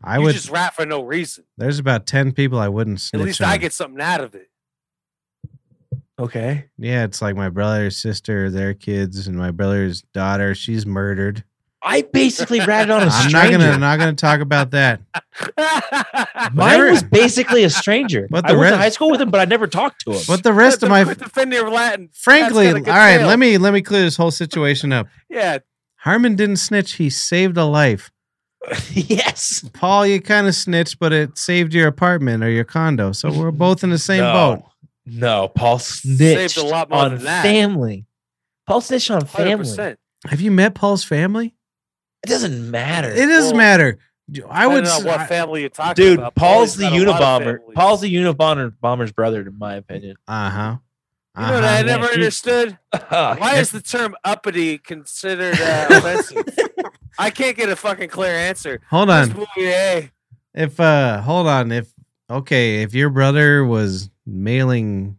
Speaker 2: I
Speaker 5: you
Speaker 2: would.
Speaker 5: just rat for no reason.
Speaker 2: There's about ten people I wouldn't
Speaker 5: At
Speaker 2: snitch
Speaker 5: least
Speaker 2: on.
Speaker 5: I get something out of it.
Speaker 4: Okay.
Speaker 2: Yeah, it's like my brother's sister, their kids, and my brother's daughter. She's murdered.
Speaker 4: I basically ratted on a
Speaker 2: I'm
Speaker 4: stranger.
Speaker 2: not gonna not gonna talk about that.
Speaker 4: Mine
Speaker 2: Whatever-
Speaker 4: was basically a stranger.
Speaker 2: But
Speaker 4: I
Speaker 2: the
Speaker 4: went to
Speaker 2: rest-
Speaker 4: high school with him, but I never talked to him.
Speaker 2: But the rest of my,
Speaker 5: Quit defending your Latin.
Speaker 2: frankly, all
Speaker 5: That's got a good
Speaker 2: right.
Speaker 5: tail.
Speaker 2: Let me let me clear this whole situation up.
Speaker 5: Yeah,
Speaker 2: Harmon didn't snitch. He saved a life.
Speaker 4: yes.
Speaker 2: Paul, you kind of snitched, but it saved your apartment or your condo. So we're both in the same
Speaker 4: No.
Speaker 2: boat.
Speaker 4: No, Paul snitched
Speaker 5: a lot more
Speaker 4: on
Speaker 5: than that.
Speaker 4: family. Paul snitched on family.
Speaker 5: 100%.
Speaker 2: Have you met Paul's family?
Speaker 4: It doesn't matter.
Speaker 2: It doesn't
Speaker 5: Well,
Speaker 2: matter. I would.
Speaker 5: don't
Speaker 2: s-
Speaker 5: know what
Speaker 2: I-
Speaker 5: family you're talking
Speaker 4: Dude,
Speaker 5: about.
Speaker 4: Paul's the
Speaker 5: got a lot of
Speaker 4: Unabomber.
Speaker 5: families.
Speaker 4: Paul's the Unabomber bomber's brother, in my opinion.
Speaker 2: Uh huh.
Speaker 5: You Uh, know what I
Speaker 2: Uh-huh.
Speaker 5: never
Speaker 4: Yeah, he-
Speaker 5: understood? Why is the term uppity considered uh, offensive? I can't get a fucking clear answer.
Speaker 2: Hold
Speaker 5: This
Speaker 2: on.
Speaker 5: Bouvier,
Speaker 2: If uh, hold on. If okay, if your brother was mailing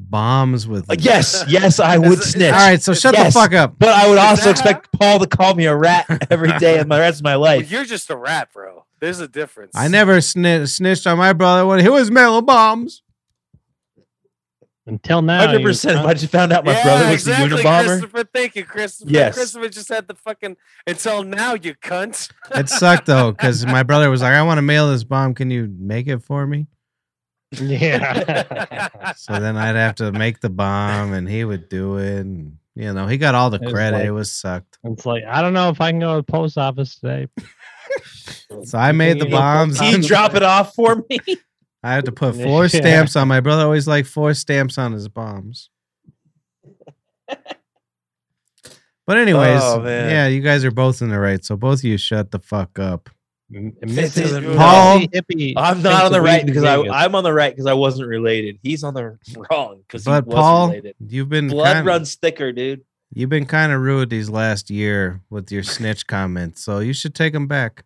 Speaker 2: bombs with.
Speaker 4: yes, yes, I
Speaker 5: Is
Speaker 4: would
Speaker 5: it- is-
Speaker 2: All
Speaker 4: snitch.
Speaker 2: right. So shut
Speaker 4: Yes.
Speaker 2: the fuck up.
Speaker 4: But I would
Speaker 5: Is
Speaker 4: also
Speaker 5: that-
Speaker 4: expect Paul to call me a rat every day in the rest of my
Speaker 5: well,
Speaker 4: life.
Speaker 5: you're just a rat, bro. There's a difference.
Speaker 2: I never sni- snitched on my brother when he was mailing bombs.
Speaker 3: Until now,
Speaker 4: Hundred
Speaker 3: you- uh,
Speaker 4: percent. If I just found out my brother was
Speaker 5: exactly,
Speaker 4: the Unabomber,
Speaker 5: Christopher, thank you, Christopher.
Speaker 4: Yes.
Speaker 5: Christopher just had the fucking until now, you cunt.
Speaker 2: It sucked though, because my brother was like, "I want to mail this bomb. Can you make it for me?"
Speaker 3: yeah.
Speaker 2: So then I'd have to make the bomb, and he would do it. And, you know, he got all the
Speaker 3: It was
Speaker 2: credit.
Speaker 3: like-
Speaker 2: it was sucked.
Speaker 3: It's like I don't know if I can go to the post office today.
Speaker 2: So I made the
Speaker 3: Yeah.
Speaker 2: bombs.
Speaker 4: he
Speaker 2: and
Speaker 4: drop it off for me.
Speaker 2: I had to put four
Speaker 3: Yeah.
Speaker 2: stamps on. My brother always liked four stamps on his bombs. But anyways,
Speaker 4: Oh, man.
Speaker 2: yeah, you guys are both in the right. So both of you shut the fuck up.
Speaker 3: M-
Speaker 4: This
Speaker 3: Mrs.
Speaker 4: is-
Speaker 3: Missy
Speaker 2: Paul-
Speaker 3: Hippie
Speaker 4: I'm
Speaker 3: thinks
Speaker 4: not on the
Speaker 3: weed
Speaker 4: right
Speaker 3: in
Speaker 4: because I,
Speaker 3: Vegas.
Speaker 4: I'm on the right because I wasn't related. He's on the wrong because he was
Speaker 2: But Paul,
Speaker 4: related.
Speaker 2: you've been
Speaker 4: Blood
Speaker 2: kind
Speaker 4: runs thicker, dude.
Speaker 2: you've been kind of rude these last year with your snitch comments. So you should take them back.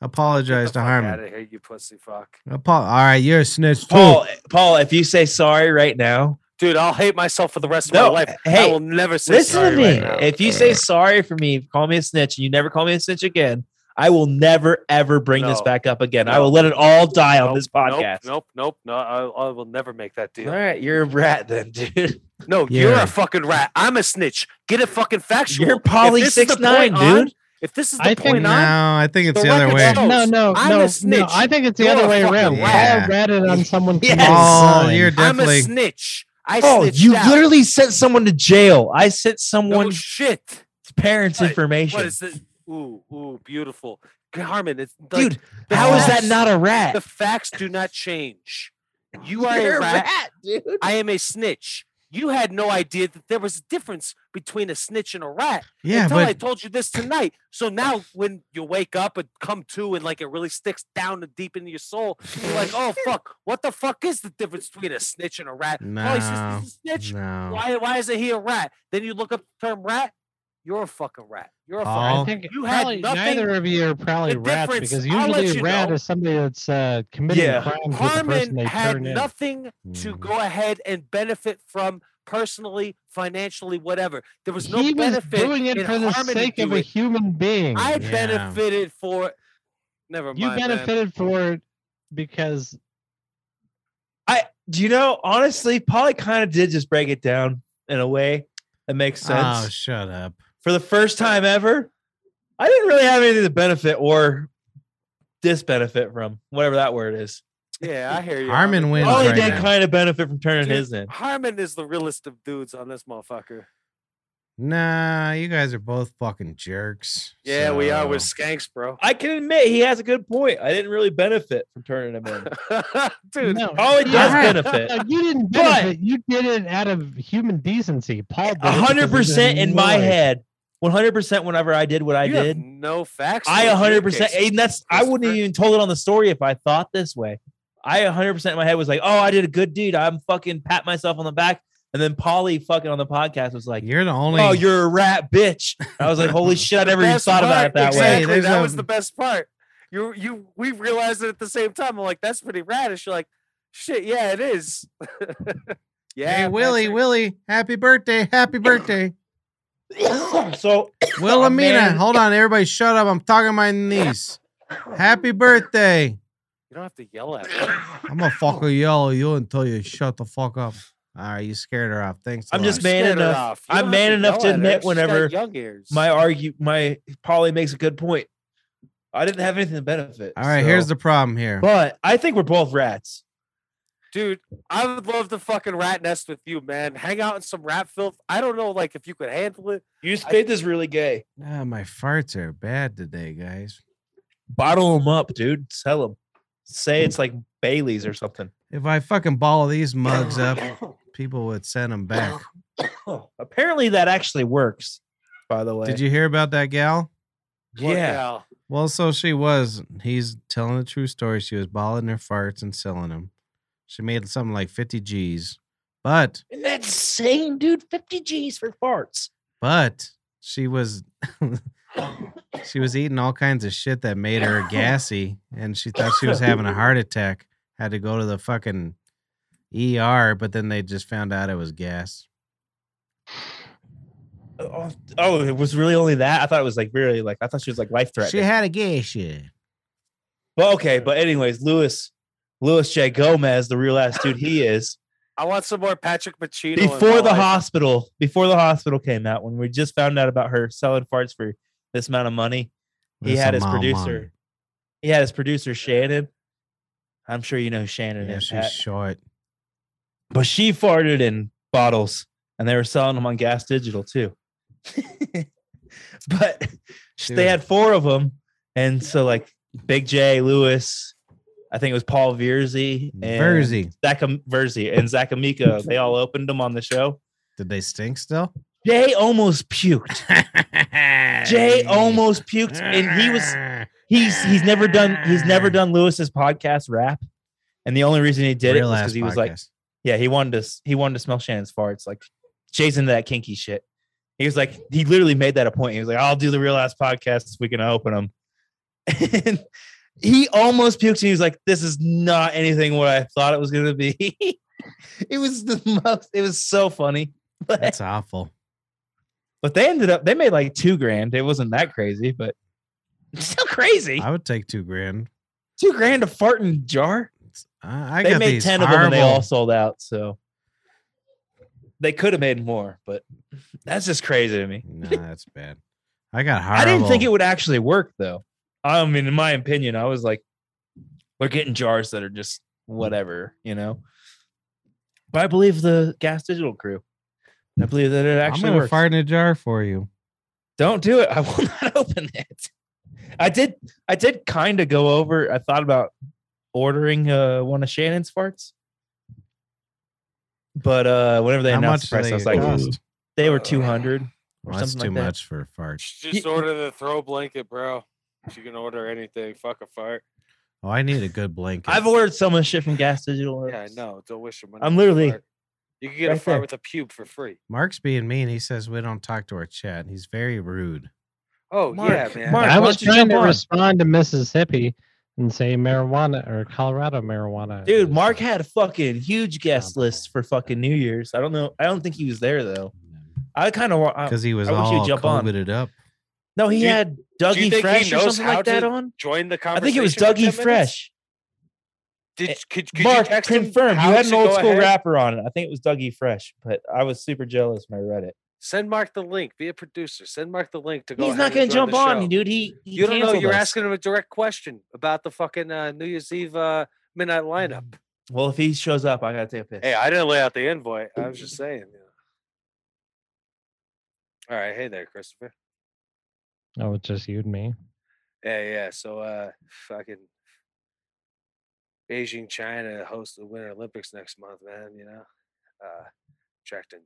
Speaker 2: Apologize to
Speaker 5: Out
Speaker 2: Harmon.
Speaker 5: of here, you pussy fuck.
Speaker 2: Apo- all right, you're a snitch too.
Speaker 4: Paul, Paul, if you say sorry right now,
Speaker 5: Dude, I'll hate myself for the rest of
Speaker 4: No,
Speaker 5: my life. I
Speaker 4: hey,
Speaker 5: will never say
Speaker 4: listen
Speaker 5: sorry
Speaker 4: to me.
Speaker 5: right now.
Speaker 4: if you say sorry for me, call me a snitch, and you never call me a snitch again, I will never ever bring this
Speaker 5: No.
Speaker 4: back up again. I
Speaker 5: No.
Speaker 4: will let it all die on
Speaker 5: Nope,
Speaker 4: this podcast.
Speaker 5: Nope, nope, nope. No, I, I will never make that deal.
Speaker 4: All right, you're a rat then, dude.
Speaker 5: No, you're
Speaker 2: Yeah.
Speaker 5: a fucking rat. I'm a snitch. Get it fucking factual.
Speaker 4: You're
Speaker 5: If
Speaker 4: poly
Speaker 5: this is the
Speaker 4: six nine,
Speaker 5: point on-
Speaker 4: dude.
Speaker 5: if this is the
Speaker 3: I think
Speaker 5: point
Speaker 2: no,
Speaker 5: on,
Speaker 2: I think it's
Speaker 5: The
Speaker 2: the other
Speaker 5: record
Speaker 2: way.
Speaker 5: shows-
Speaker 3: No, no,
Speaker 5: I'm a
Speaker 3: no, no.
Speaker 5: snitch.
Speaker 3: I think it's the
Speaker 5: You're
Speaker 3: other
Speaker 5: a
Speaker 3: way
Speaker 5: fucking
Speaker 3: around.
Speaker 2: rat.
Speaker 3: Paul ratted on someone.
Speaker 4: Yes.
Speaker 2: Paul,
Speaker 3: completely.
Speaker 2: you're
Speaker 5: I'm a
Speaker 2: definitely
Speaker 5: snitch. I
Speaker 4: Paul,
Speaker 5: snitched
Speaker 4: Oh, you
Speaker 5: out.
Speaker 4: literally sent someone to jail. I sent
Speaker 5: no
Speaker 4: someone's
Speaker 5: shit.
Speaker 4: parents'
Speaker 5: What-
Speaker 4: information.
Speaker 5: What is this? Ooh, ooh, beautiful. Harmon, it's like,
Speaker 4: dude,
Speaker 5: the
Speaker 4: how is that
Speaker 5: facts-
Speaker 4: not a rat?
Speaker 5: The facts do not change. You are
Speaker 4: You're
Speaker 5: a rat.
Speaker 4: dude.
Speaker 5: I am a snitch. You had no idea that there was a difference between a snitch and a rat
Speaker 2: yeah,
Speaker 5: until I
Speaker 2: but
Speaker 5: told you this tonight. So now when you wake up and come to and like it really sticks down and deep into your soul, you're like, oh fuck, what the fuck is the difference between a snitch and a rat? Oh, he's
Speaker 2: No,
Speaker 5: just he's a snitch.
Speaker 2: no.
Speaker 5: Why why isn't he a rat? Then you look up the term rat, you're a fucking rat. You're a
Speaker 2: Paul.
Speaker 3: I
Speaker 5: fucking
Speaker 3: think
Speaker 5: You had
Speaker 3: probably
Speaker 5: nothing-
Speaker 3: neither of you are probably
Speaker 5: The
Speaker 3: rats
Speaker 5: difference-
Speaker 3: because
Speaker 5: I'll let
Speaker 3: usually a
Speaker 5: you
Speaker 3: rat
Speaker 5: know.
Speaker 3: is somebody that's uh, committing
Speaker 4: Yeah.
Speaker 3: crimes with the person
Speaker 5: Harmon
Speaker 3: they
Speaker 5: had
Speaker 3: turn in. Mm.
Speaker 5: nothing to
Speaker 2: Mhm.
Speaker 5: go ahead and benefit from personally, financially, whatever. There was no
Speaker 3: he was
Speaker 5: benefit
Speaker 3: doing it
Speaker 5: in
Speaker 3: for the
Speaker 5: Harmon to
Speaker 3: sake of
Speaker 5: do
Speaker 3: a
Speaker 5: it.
Speaker 3: human being.
Speaker 5: I
Speaker 2: Yeah.
Speaker 5: benefited for. Never mind.
Speaker 3: you
Speaker 5: man.
Speaker 3: benefited for it because
Speaker 4: Do you know, honestly, Polly kind of did just break it down in a way that makes sense.
Speaker 2: Oh, shut up.
Speaker 4: For the first time ever, I didn't really have anything to benefit or disbenefit from, whatever that word is.
Speaker 5: Yeah, I hear you.
Speaker 2: Harmon wins
Speaker 4: Polly
Speaker 2: right
Speaker 4: did
Speaker 2: now.
Speaker 4: kind of benefit from turning
Speaker 5: Dude,
Speaker 4: his in.
Speaker 5: Harmon is the realest of dudes on this motherfucker.
Speaker 2: Nah, you guys are both fucking jerks.
Speaker 5: Yeah, we are. We're
Speaker 2: so-
Speaker 5: skanks, bro.
Speaker 4: I can admit he has a good point. I didn't really benefit from turning him in.
Speaker 5: Dude,
Speaker 3: no,
Speaker 4: Polly
Speaker 3: you-
Speaker 4: does
Speaker 2: Yeah.
Speaker 4: benefit.
Speaker 3: no, you didn't
Speaker 4: But-
Speaker 3: benefit. you did it out of human decency. Paul, did it
Speaker 4: A hundred
Speaker 3: because he was
Speaker 4: percent in my
Speaker 3: annoyed.
Speaker 4: head. One hundred percent. Whenever I did what I
Speaker 5: you have
Speaker 4: did,
Speaker 5: no facts.
Speaker 4: I
Speaker 5: in your
Speaker 4: a hundred percent.
Speaker 5: case.
Speaker 4: And that's I wouldn't
Speaker 5: Christopher.
Speaker 4: have even told it on the story if I thought this way. I a hundred percent in my head was like, oh, I did a good dude. I'm fucking pat myself on the back. And then Polly fucking on the podcast was like,
Speaker 2: You're the only.
Speaker 4: oh, you're a rat bitch. I was like, holy shit, I never even
Speaker 5: Best
Speaker 4: thought about it
Speaker 5: part,
Speaker 4: that way.
Speaker 2: Hey,
Speaker 5: Exactly.
Speaker 2: there's
Speaker 5: that
Speaker 2: a-
Speaker 5: was the best part. You, you, we realized it at the same time. I'm like, that's pretty radish. You're like, shit, yeah, it is. yeah,
Speaker 2: hey, Willie,
Speaker 5: Patrick.
Speaker 2: Willie, happy birthday, happy birthday.
Speaker 4: so
Speaker 2: Wilhelmina,
Speaker 4: man.
Speaker 2: hold on, everybody, shut up. I'm talking to my niece. Happy birthday.
Speaker 5: You don't have to yell at me.
Speaker 2: I'm gonna fucking yell at you until you shut the fuck up. All right, you scared her off. Thanks. a
Speaker 4: I'm
Speaker 2: lot.
Speaker 4: just- man
Speaker 5: Scared her
Speaker 4: enough-
Speaker 5: off. You
Speaker 4: I'm
Speaker 5: don't have
Speaker 4: man enough to
Speaker 5: yell at her.
Speaker 4: admit
Speaker 5: She's got
Speaker 4: whenever
Speaker 5: young ears.
Speaker 4: my argue, my Polly makes a good point. I didn't have anything to benefit.
Speaker 2: All right,
Speaker 4: so-
Speaker 2: here's the problem here.
Speaker 4: But I think we're both rats.
Speaker 5: Dude, I would love to fucking rat nest with you, man. Hang out in some rat filth. I don't know, like if you could handle it.
Speaker 4: You just made this really gay.
Speaker 2: Ah, my farts are bad today, guys.
Speaker 4: Bottle them up, dude. Sell them. Say it's like Bailey's or something.
Speaker 2: If I fucking ball these mugs up, people would send them back.
Speaker 4: Oh, Apparently that actually works. By the way,
Speaker 2: Did you hear about that gal?
Speaker 5: What
Speaker 4: Yeah.
Speaker 5: now?
Speaker 2: Well, so she was. He's telling the true story. She was balling her farts and selling them. She made something like 50 G's. But,
Speaker 4: Isn't that insane, dude? Fifty G's for farts.
Speaker 2: but she was, she was eating all kinds of shit that made her gassy. And she thought she was having a heart attack. Had to go to the fucking ER, but then they just found out it was gas.
Speaker 4: Oh, oh, it was really only that. I thought it was like really like I thought she was like life
Speaker 2: She
Speaker 4: threatening.
Speaker 2: had a gas shit.
Speaker 4: but okay, but anyways, Lewis, Lewis J Gomez, the real ass dude he is.
Speaker 5: I want some more Patrick Pacino. in my
Speaker 4: before the
Speaker 5: life.
Speaker 4: hospital, before the hospital came out, when we just found out about her selling farts for this amount of money, he
Speaker 2: This
Speaker 4: had his
Speaker 2: amount of
Speaker 4: producer. He had his producer Shannon. I'm sure you know who Shannon
Speaker 2: money. Yeah,
Speaker 4: is,
Speaker 2: she's
Speaker 4: Pat.
Speaker 2: short.
Speaker 4: but she farted in bottles, and they were selling them on Gas Digital too. but
Speaker 2: Dude.
Speaker 4: they had four of them, and so like Big J Lewis, I think it was Paul Verzy and
Speaker 2: Verzi.
Speaker 4: Zach Am- Verzi and Zach Amico, they all opened them on the show.
Speaker 2: Did they stink still?
Speaker 4: Jay almost puked. Jay almost puked, and he was he's he's never done he's never done Lewis's podcast rap, and the only reason he did it was because he was like, yeah, he wanted to s- he wanted to smell Shannon's farts. Like Jay's into that kinky shit. He was like, he literally made that a point. He was like, I'll do the real ass podcast this week and I open them. And he almost puked and he was like, This is not anything what I thought it was gonna be. it was the most it was so funny. But,
Speaker 1: That's awful.
Speaker 4: but they ended up they made like two grand. It wasn't that crazy, but still crazy.
Speaker 2: I would take two grand.
Speaker 4: Two grand a farting jar.
Speaker 2: I, I
Speaker 4: they
Speaker 2: got
Speaker 4: made
Speaker 2: these
Speaker 4: 10 of them and they
Speaker 2: horrible-
Speaker 4: all sold out so they could have made more but that's just crazy to me
Speaker 2: Nah, that's bad. I got
Speaker 4: i
Speaker 2: horrible.
Speaker 4: didn't think it would actually work though i mean in my opinion i was like we're getting jars that are just whatever you know but i believe the gas digital crew i believe that it
Speaker 2: I'm
Speaker 4: actually
Speaker 2: gonna
Speaker 4: works.
Speaker 2: fart in a jar for you.
Speaker 4: Don't do it. I will not open it. I did. I did kind of go over. I thought about ordering uh, one of Shannon's farts, but uh, whenever they
Speaker 2: How
Speaker 4: announced the
Speaker 2: much do
Speaker 4: price, I
Speaker 2: they
Speaker 4: was like,
Speaker 2: cost?
Speaker 4: they were two hundred.
Speaker 5: Uh,
Speaker 2: Well, that's
Speaker 4: something
Speaker 2: too
Speaker 4: like that.
Speaker 2: much for a fart.
Speaker 5: Just order the throw blanket, bro. You can order anything. Fuck a fart.
Speaker 2: Oh, I need a good blanket.
Speaker 4: I've ordered so much shit from Gas Digital.
Speaker 5: Yeah, no, don't wish your money.
Speaker 4: I'm
Speaker 5: on a
Speaker 4: literally
Speaker 5: fart. You can get a
Speaker 4: right
Speaker 5: fart
Speaker 4: there.
Speaker 5: with a pube for free.
Speaker 2: Mark's being mean. He says we don't talk to our chat. He's very rude.
Speaker 5: Oh
Speaker 4: Mark,
Speaker 5: yeah, man.
Speaker 4: Mark,
Speaker 3: I
Speaker 4: why
Speaker 3: was
Speaker 4: don't you
Speaker 3: trying
Speaker 4: jump
Speaker 3: to
Speaker 4: on?
Speaker 3: respond to Mississippi and say marijuana or Colorado marijuana.
Speaker 4: Dude,
Speaker 3: is-
Speaker 4: Mark had a fucking huge guest list for fucking New Year's. I don't know. I don't think he was there though. I kind of
Speaker 2: Because he was
Speaker 4: Oh, I wish you'd
Speaker 2: all
Speaker 4: jump on.
Speaker 2: COVIDed up.
Speaker 4: no. He
Speaker 5: Do you-
Speaker 4: had
Speaker 5: do you
Speaker 4: Dougie
Speaker 5: think he
Speaker 4: Fresh or
Speaker 5: knows
Speaker 4: something
Speaker 5: how
Speaker 4: like that
Speaker 5: to
Speaker 4: on.
Speaker 5: Join the
Speaker 4: I
Speaker 5: conversation.
Speaker 4: think it was
Speaker 5: for 10
Speaker 4: Dougie
Speaker 5: minutes?
Speaker 4: Fresh.
Speaker 5: Did
Speaker 4: Eh,
Speaker 5: could, could
Speaker 4: Mark
Speaker 5: you text him
Speaker 4: confirmed you
Speaker 5: how
Speaker 4: had an
Speaker 5: to
Speaker 4: old
Speaker 5: go
Speaker 4: school
Speaker 5: ahead?
Speaker 4: rapper on it. I think it was Dougie Fresh, but I was super jealous when I read it.
Speaker 5: Send Mark the link. Be a producer. Send Mark the link to go.
Speaker 4: He's not
Speaker 5: going to
Speaker 4: jump on,
Speaker 5: Show.
Speaker 4: dude. He, he
Speaker 5: You don't know.
Speaker 4: canceled
Speaker 5: You're
Speaker 4: us.
Speaker 5: asking him a direct question about the fucking uh, New Year's Eve uh, midnight lineup.
Speaker 4: Well, if he shows up, I gotta take a piss.
Speaker 5: Mm. Hey, I didn't lay out the envoy. I was just saying. You know. All right, hey there, Christopher.
Speaker 3: Oh, it's just you and me.
Speaker 5: Yeah, yeah. So, uh, fucking Beijing, China hosts the Winter Olympics next month, man. You know, uh, attracting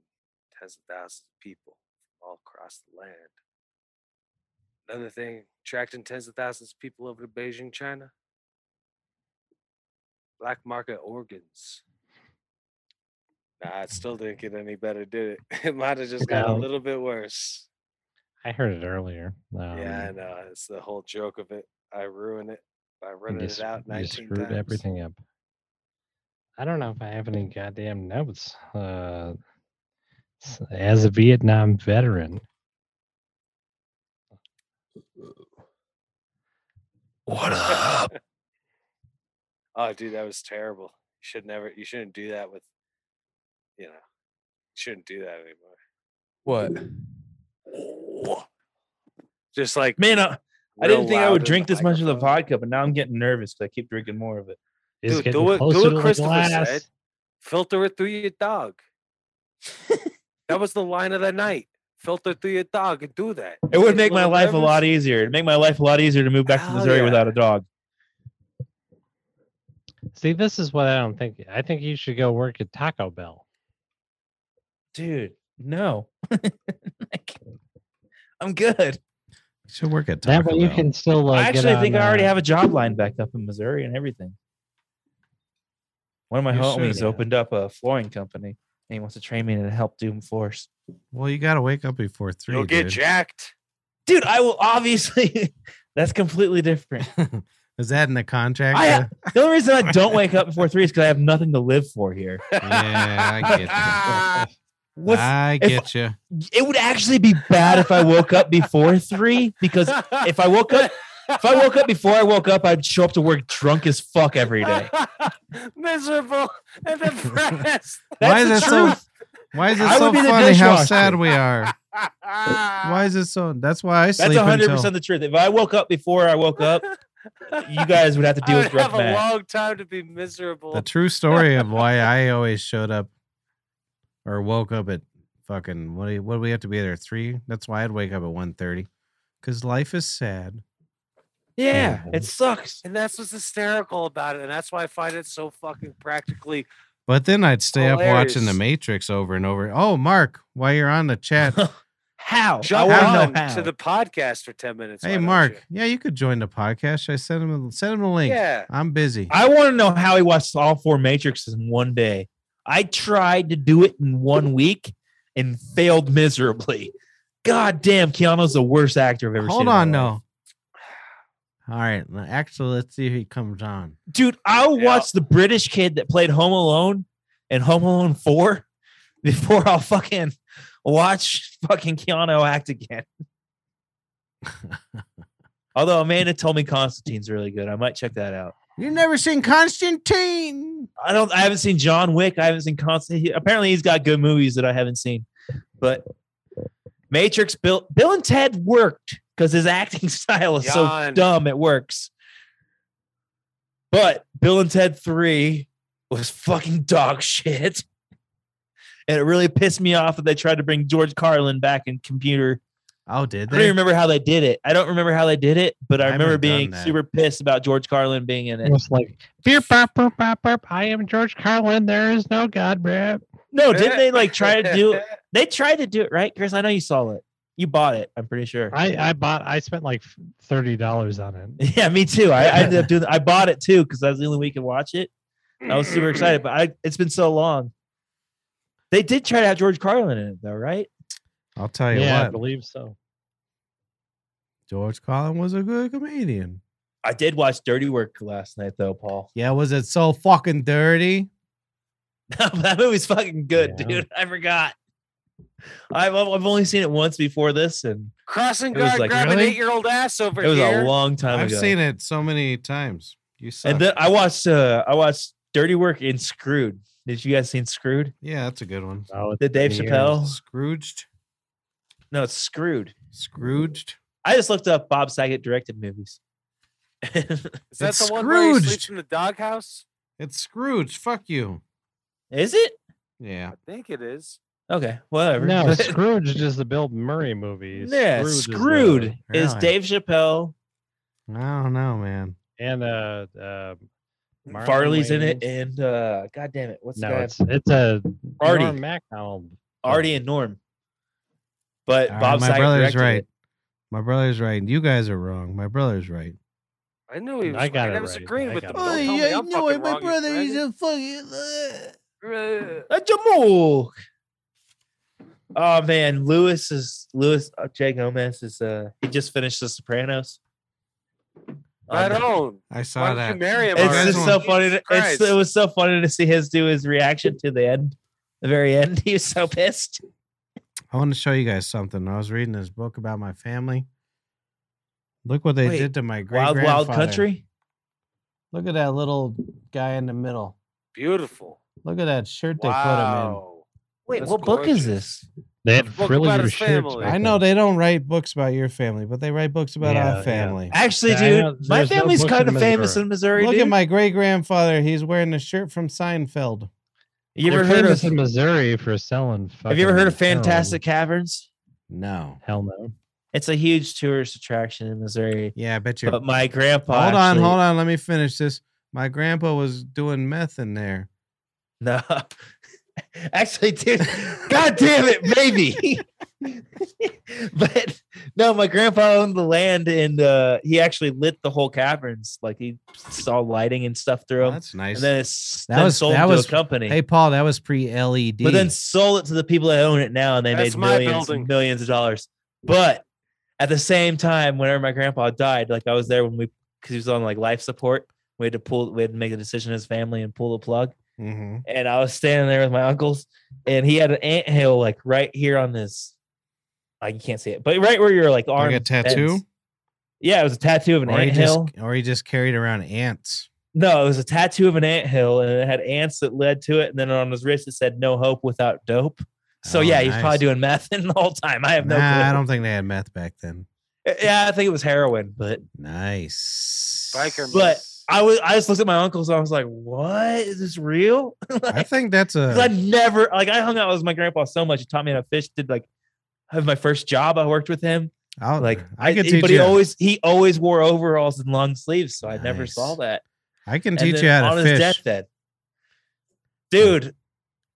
Speaker 5: tens of thousands of people from all across the land. Another thing, attracting tens of thousands of people over to Beijing, China. Black market organs. Nah, it still didn't get any better, did it? It might have just got a
Speaker 3: No.
Speaker 5: little bit worse.
Speaker 3: I heard it earlier. Um,
Speaker 5: Yeah, I know. It's the whole joke of it. I ruin it by
Speaker 3: you
Speaker 5: running it
Speaker 3: sc-
Speaker 5: out
Speaker 3: you
Speaker 5: 19
Speaker 3: screwed
Speaker 5: times.
Speaker 3: everything up. I don't know if I have any goddamn notes. Uh, s- as a Vietnam veteran,
Speaker 4: What up?
Speaker 5: Oh, dude, that was terrible. You should never. You shouldn't do that with. You know, you shouldn't do that anymore.
Speaker 4: what?
Speaker 5: Just like
Speaker 4: Oh. Man, I, I
Speaker 5: real
Speaker 4: didn't think I
Speaker 5: loud
Speaker 4: would
Speaker 5: in
Speaker 4: drink
Speaker 5: the
Speaker 4: this much of the
Speaker 5: microphone.
Speaker 4: vodka, but now I'm getting nervous because I keep drinking more of it.
Speaker 3: is
Speaker 5: Dude, do
Speaker 3: getting
Speaker 5: what- do
Speaker 3: closer
Speaker 5: what
Speaker 3: to the
Speaker 5: Christopher said.
Speaker 3: glass.
Speaker 5: Filter it through your dog. that was the line of the night. Filter through your dog and do that.
Speaker 4: It would make my life a lot easier. It'd make my life a lot easier to move back to
Speaker 5: Hell
Speaker 4: Missouri
Speaker 5: yeah.
Speaker 4: without a dog.
Speaker 3: See, this is what I don't think. I think you should go work at Taco Bell.
Speaker 4: Dude, no. Like, I'm good.
Speaker 2: You should work at Taco
Speaker 3: That way you
Speaker 2: Bell.
Speaker 3: can still like.
Speaker 4: I
Speaker 3: get
Speaker 4: actually think
Speaker 3: on,
Speaker 4: I already
Speaker 3: uh,
Speaker 4: have a job lined back up in Missouri and everything. One of my
Speaker 2: You
Speaker 4: homies
Speaker 2: should.
Speaker 4: opened up a flooring company and he wants to train me to help do floors.
Speaker 2: Well, you got to wake up before 3
Speaker 5: You'll get
Speaker 2: dude.
Speaker 5: jacked.
Speaker 4: Dude, I will obviously. That's completely different.
Speaker 2: Is that in the contract?
Speaker 4: I-
Speaker 2: uh?
Speaker 4: The only reason I don't wake up before three is because I have nothing to live for here.
Speaker 2: yeah, I get you.
Speaker 4: What's,
Speaker 2: I
Speaker 4: if-
Speaker 2: get you.
Speaker 4: it would actually be bad if I woke up before three because if I woke up, if I woke up before I woke up, I'd show up to work drunk as fuck every day.
Speaker 5: miserable and depressed.
Speaker 2: Why
Speaker 4: That's
Speaker 2: is
Speaker 4: the
Speaker 2: it so?
Speaker 4: truth.
Speaker 2: Why is it
Speaker 4: I would
Speaker 2: so
Speaker 4: be the
Speaker 2: funny how
Speaker 4: dishwasher.
Speaker 2: sad we are?
Speaker 5: Why
Speaker 2: Why is it so? That's why I
Speaker 4: That's
Speaker 2: sleep
Speaker 4: hundred
Speaker 2: until.
Speaker 4: percent the truth. If I woke up before I woke up, you guys would have to
Speaker 5: I
Speaker 4: deal
Speaker 5: would
Speaker 4: with rough
Speaker 5: have a
Speaker 4: math.
Speaker 5: long time to be miserable.
Speaker 2: The true story of why I always showed up or woke up at fucking what? Do you, what do we have to be there three? That's why I'd wake up at 1.30. because life is sad.
Speaker 4: Yeah, it sucks.
Speaker 5: And that's what's hysterical about it. And that's why I find it so fucking practically
Speaker 2: But then I'd stay up watching The
Speaker 5: Hilarious.
Speaker 2: Matrix over and over. Oh, Mark, while you're on the chat,
Speaker 4: How?
Speaker 5: Jump
Speaker 4: I
Speaker 2: wanna
Speaker 5: on
Speaker 4: want to know how.
Speaker 5: to the podcast for ten minutes. why
Speaker 2: hey
Speaker 5: don't
Speaker 2: Mark,
Speaker 5: you?
Speaker 2: yeah, you could join the podcast. I send him a, send him a link.
Speaker 5: Yeah.
Speaker 2: I'm busy.
Speaker 4: I want to know how he watched all four Matrixes in one day. I tried to do it in one week and failed miserably. God damn, Keanu's the worst actor I've ever seen.
Speaker 2: Hold
Speaker 4: in my
Speaker 2: on,
Speaker 4: life.
Speaker 2: no. All right, l- actually, let's see if he comes on.
Speaker 4: dude. I'll
Speaker 5: Yeah.
Speaker 4: watch the British kid that played Home Alone and Home Alone Four before I'll fucking watch fucking Keanu act again. Although Amanda told me Constantine's really good, I might check that out.
Speaker 2: You've never seen Constantine.
Speaker 4: I don't. I haven't seen John Wick. I haven't seen Constantine. He- Apparently, he's got good movies that I haven't seen. But Matrix, Bill, Bill and Ted worked because his acting style is so
Speaker 5: Yawn.
Speaker 4: dumb it works. But Bill and Ted Three was fucking dog shit, and it really pissed me off that they tried to bring George Carlin back in computer
Speaker 2: Oh, did
Speaker 4: I don't
Speaker 2: they?
Speaker 4: even remember how they did it. I don't remember how they did it, but I,
Speaker 2: I haven't
Speaker 4: remember
Speaker 2: done
Speaker 4: being
Speaker 2: that.
Speaker 4: super pissed about George Carlin being in it.
Speaker 3: It's like beer pop, burp, pop, burp. I am George Carlin. There is no God, rap.
Speaker 4: No, didn't they like try to do They tried to do it, right, Chris? I know you saw it. You bought it. I'm pretty sure.
Speaker 3: I I bought. I spent like thirty dollars on it.
Speaker 4: yeah, me too. I, I ended up doing. I bought it too because that was the only way you could watch it. I was super excited, but I, it's been so long. They did try to have George Carlin in it, though, right?
Speaker 2: I'll tell you
Speaker 3: Yeah, I
Speaker 2: what.
Speaker 3: believe so.
Speaker 2: George Carlin was a good comedian.
Speaker 4: I did watch Dirty Work last night, though, Paul.
Speaker 2: Yeah, was it so fucking dirty?
Speaker 4: that movie's fucking good,
Speaker 3: Yeah.
Speaker 4: dude. I forgot. I've I've only seen it once before this, and
Speaker 5: crossing
Speaker 4: It was
Speaker 5: guard
Speaker 4: like,
Speaker 5: grab
Speaker 2: really?
Speaker 5: an eight-year-old ass over
Speaker 4: it was
Speaker 5: here?
Speaker 4: a long time
Speaker 2: I've
Speaker 4: ago.
Speaker 2: seen it so many times. You suck.
Speaker 4: and then I watched uh, I watched Dirty Work and Screwed. Did you guys seen Screwed?
Speaker 2: yeah, that's a good one.
Speaker 3: Oh, it's
Speaker 4: The Dave
Speaker 3: been
Speaker 4: Chappelle.
Speaker 2: Scrooged,
Speaker 4: No, it's Screwed.
Speaker 2: Scrooged.
Speaker 4: I just looked up Bob Saget directed movies.
Speaker 5: Is that
Speaker 2: It's
Speaker 5: the one where he
Speaker 2: Scrooged.
Speaker 5: sleeps in the doghouse?
Speaker 2: It's Scrooged. Fuck you.
Speaker 4: Is it?
Speaker 2: Yeah.
Speaker 5: I think it is.
Speaker 4: Okay, whatever.
Speaker 3: years. No, Scrooge is the Bill Murray movie.
Speaker 4: yeah,
Speaker 3: Scrooge is the-
Speaker 4: Screwed is
Speaker 2: Really?
Speaker 4: Dave Chappelle.
Speaker 2: I don't know, man.
Speaker 3: and uh, uh Marlon
Speaker 4: Farley's in it,
Speaker 3: Wayans.
Speaker 4: and uh, God damn it, what's
Speaker 3: no,
Speaker 4: the guy?
Speaker 3: it's it's a
Speaker 4: Artie.
Speaker 3: Norm Macdonald.
Speaker 4: Artie and Norm. But
Speaker 2: All right,
Speaker 4: Bob
Speaker 2: my
Speaker 4: Saget
Speaker 2: brother's
Speaker 4: directed
Speaker 2: right.
Speaker 4: it.
Speaker 2: My brother's right. You guys are wrong. My brother's right.
Speaker 5: I knew he was.
Speaker 3: I got
Speaker 5: right.
Speaker 3: it
Speaker 5: I was
Speaker 3: right.
Speaker 5: agreeing
Speaker 3: I
Speaker 5: with the
Speaker 3: got
Speaker 5: bill.
Speaker 3: it right.
Speaker 5: Tell me I'm fucking wrong, you faggot.
Speaker 2: a fucking.
Speaker 5: Ugh.
Speaker 4: A Jamook. Oh man, Lewis is Lewis uh, Jay Gomez is uh he just finished The Sopranos.
Speaker 5: Right
Speaker 4: Um,
Speaker 5: on.
Speaker 2: I saw
Speaker 5: Why
Speaker 2: that.
Speaker 5: don't you marry him?
Speaker 4: It's
Speaker 2: Alright.
Speaker 4: just
Speaker 5: already?
Speaker 4: so funny. To,
Speaker 5: Jesus
Speaker 4: it's, it was so funny to see his do his reaction to the end, the very end. He was so pissed.
Speaker 2: I want to show you guys something. I was reading this book about my family. Look what they
Speaker 4: Wait,
Speaker 2: did to my great
Speaker 4: Wild Wild Country.
Speaker 2: Look at that little guy in the middle.
Speaker 5: Beautiful.
Speaker 2: Look at that shirt they
Speaker 5: Wow.
Speaker 4: Wait,
Speaker 5: That's
Speaker 4: what book is
Speaker 5: gorgeous.
Speaker 4: this?
Speaker 3: They had
Speaker 5: Book
Speaker 3: frilly
Speaker 5: about his
Speaker 3: shirts.
Speaker 5: family.
Speaker 2: put
Speaker 3: back
Speaker 2: him in. I know they
Speaker 3: then.
Speaker 2: don't write books about your family, but they write books about
Speaker 3: Yeah,
Speaker 2: our
Speaker 3: yeah.
Speaker 2: family.
Speaker 4: Actually,
Speaker 3: Yeah, I know
Speaker 4: dude, my
Speaker 3: there's no
Speaker 4: family's
Speaker 3: books
Speaker 4: kind of
Speaker 3: in
Speaker 4: famous
Speaker 3: Missouri.
Speaker 4: in Missouri.
Speaker 2: Look
Speaker 4: dude.
Speaker 2: at my great grandfather. He's wearing a shirt from Seinfeld.
Speaker 4: You
Speaker 3: They're
Speaker 4: ever heard
Speaker 3: famous
Speaker 4: of?
Speaker 3: in Missouri for selling?
Speaker 4: Have you ever heard of
Speaker 3: fucking heroin.
Speaker 4: Fantastic Caverns?
Speaker 2: No.
Speaker 3: Hell no.
Speaker 4: It's a huge tourist attraction in Missouri.
Speaker 2: Yeah, I bet you.
Speaker 4: But my grandpa.
Speaker 2: Hold on,
Speaker 4: actually-
Speaker 2: hold on. Let me finish this. My grandpa was doing meth in there.
Speaker 4: No. Actually, dude, god damn it, baby. but no, my grandpa owned the land and uh, he actually lit the whole caverns. Like he saw lighting and stuff through
Speaker 2: Oh,
Speaker 4: them.
Speaker 2: that's nice.
Speaker 4: And then it's
Speaker 2: That
Speaker 4: then
Speaker 2: was-
Speaker 4: sold
Speaker 2: that
Speaker 4: to
Speaker 2: was-
Speaker 4: a company.
Speaker 2: Hey, Paul, that was E pre LED.
Speaker 4: but then sold it to the people that own it now and they
Speaker 5: That's
Speaker 4: made
Speaker 5: my
Speaker 4: millions
Speaker 5: building.
Speaker 4: and millions of dollars. But at the same time, whenever my grandpa died, like I was there when we because he was on like life support. We had to pull we had to make a decision as a family and pull the plug
Speaker 2: Mhm.
Speaker 4: and I was standing there with my uncles, and he had an ant hill like right here on this. Like you can't see it, but right where your like arm
Speaker 2: like a tattoo,
Speaker 4: bends. Yeah, it was a tattoo of an
Speaker 2: or he
Speaker 4: ant
Speaker 2: just,
Speaker 4: hill.
Speaker 2: or he just carried around ants.
Speaker 4: No, it was a tattoo of an ant hill, and it had ants that led to it. And then on his wrist it said "No hope without dope." So
Speaker 2: Oh,
Speaker 4: yeah, he's probably
Speaker 2: nice.
Speaker 4: doing meth in the whole time. I have no.
Speaker 2: nah, I
Speaker 4: clue. Uh,
Speaker 2: don't think they had meth back then.
Speaker 4: Yeah, I think it was heroin, but
Speaker 2: Nice.
Speaker 5: Biker
Speaker 4: But I was I just looked at my uncles and I was like, "What is this real?"
Speaker 2: I think that's
Speaker 4: 'Cause I
Speaker 2: a.
Speaker 4: never like I hung out with my grandpa so much. He taught me how to fish. Did like have my first job. I worked with him.
Speaker 2: I'll,
Speaker 4: like
Speaker 2: Oh, I could teach
Speaker 4: but he
Speaker 2: you.
Speaker 4: always he always wore overalls and long sleeves, so I never
Speaker 2: Nice.
Speaker 4: saw that.
Speaker 2: I can
Speaker 4: And
Speaker 2: teach
Speaker 4: then
Speaker 2: you how
Speaker 4: on
Speaker 2: to
Speaker 4: his
Speaker 2: fish.
Speaker 4: deathbed. dude,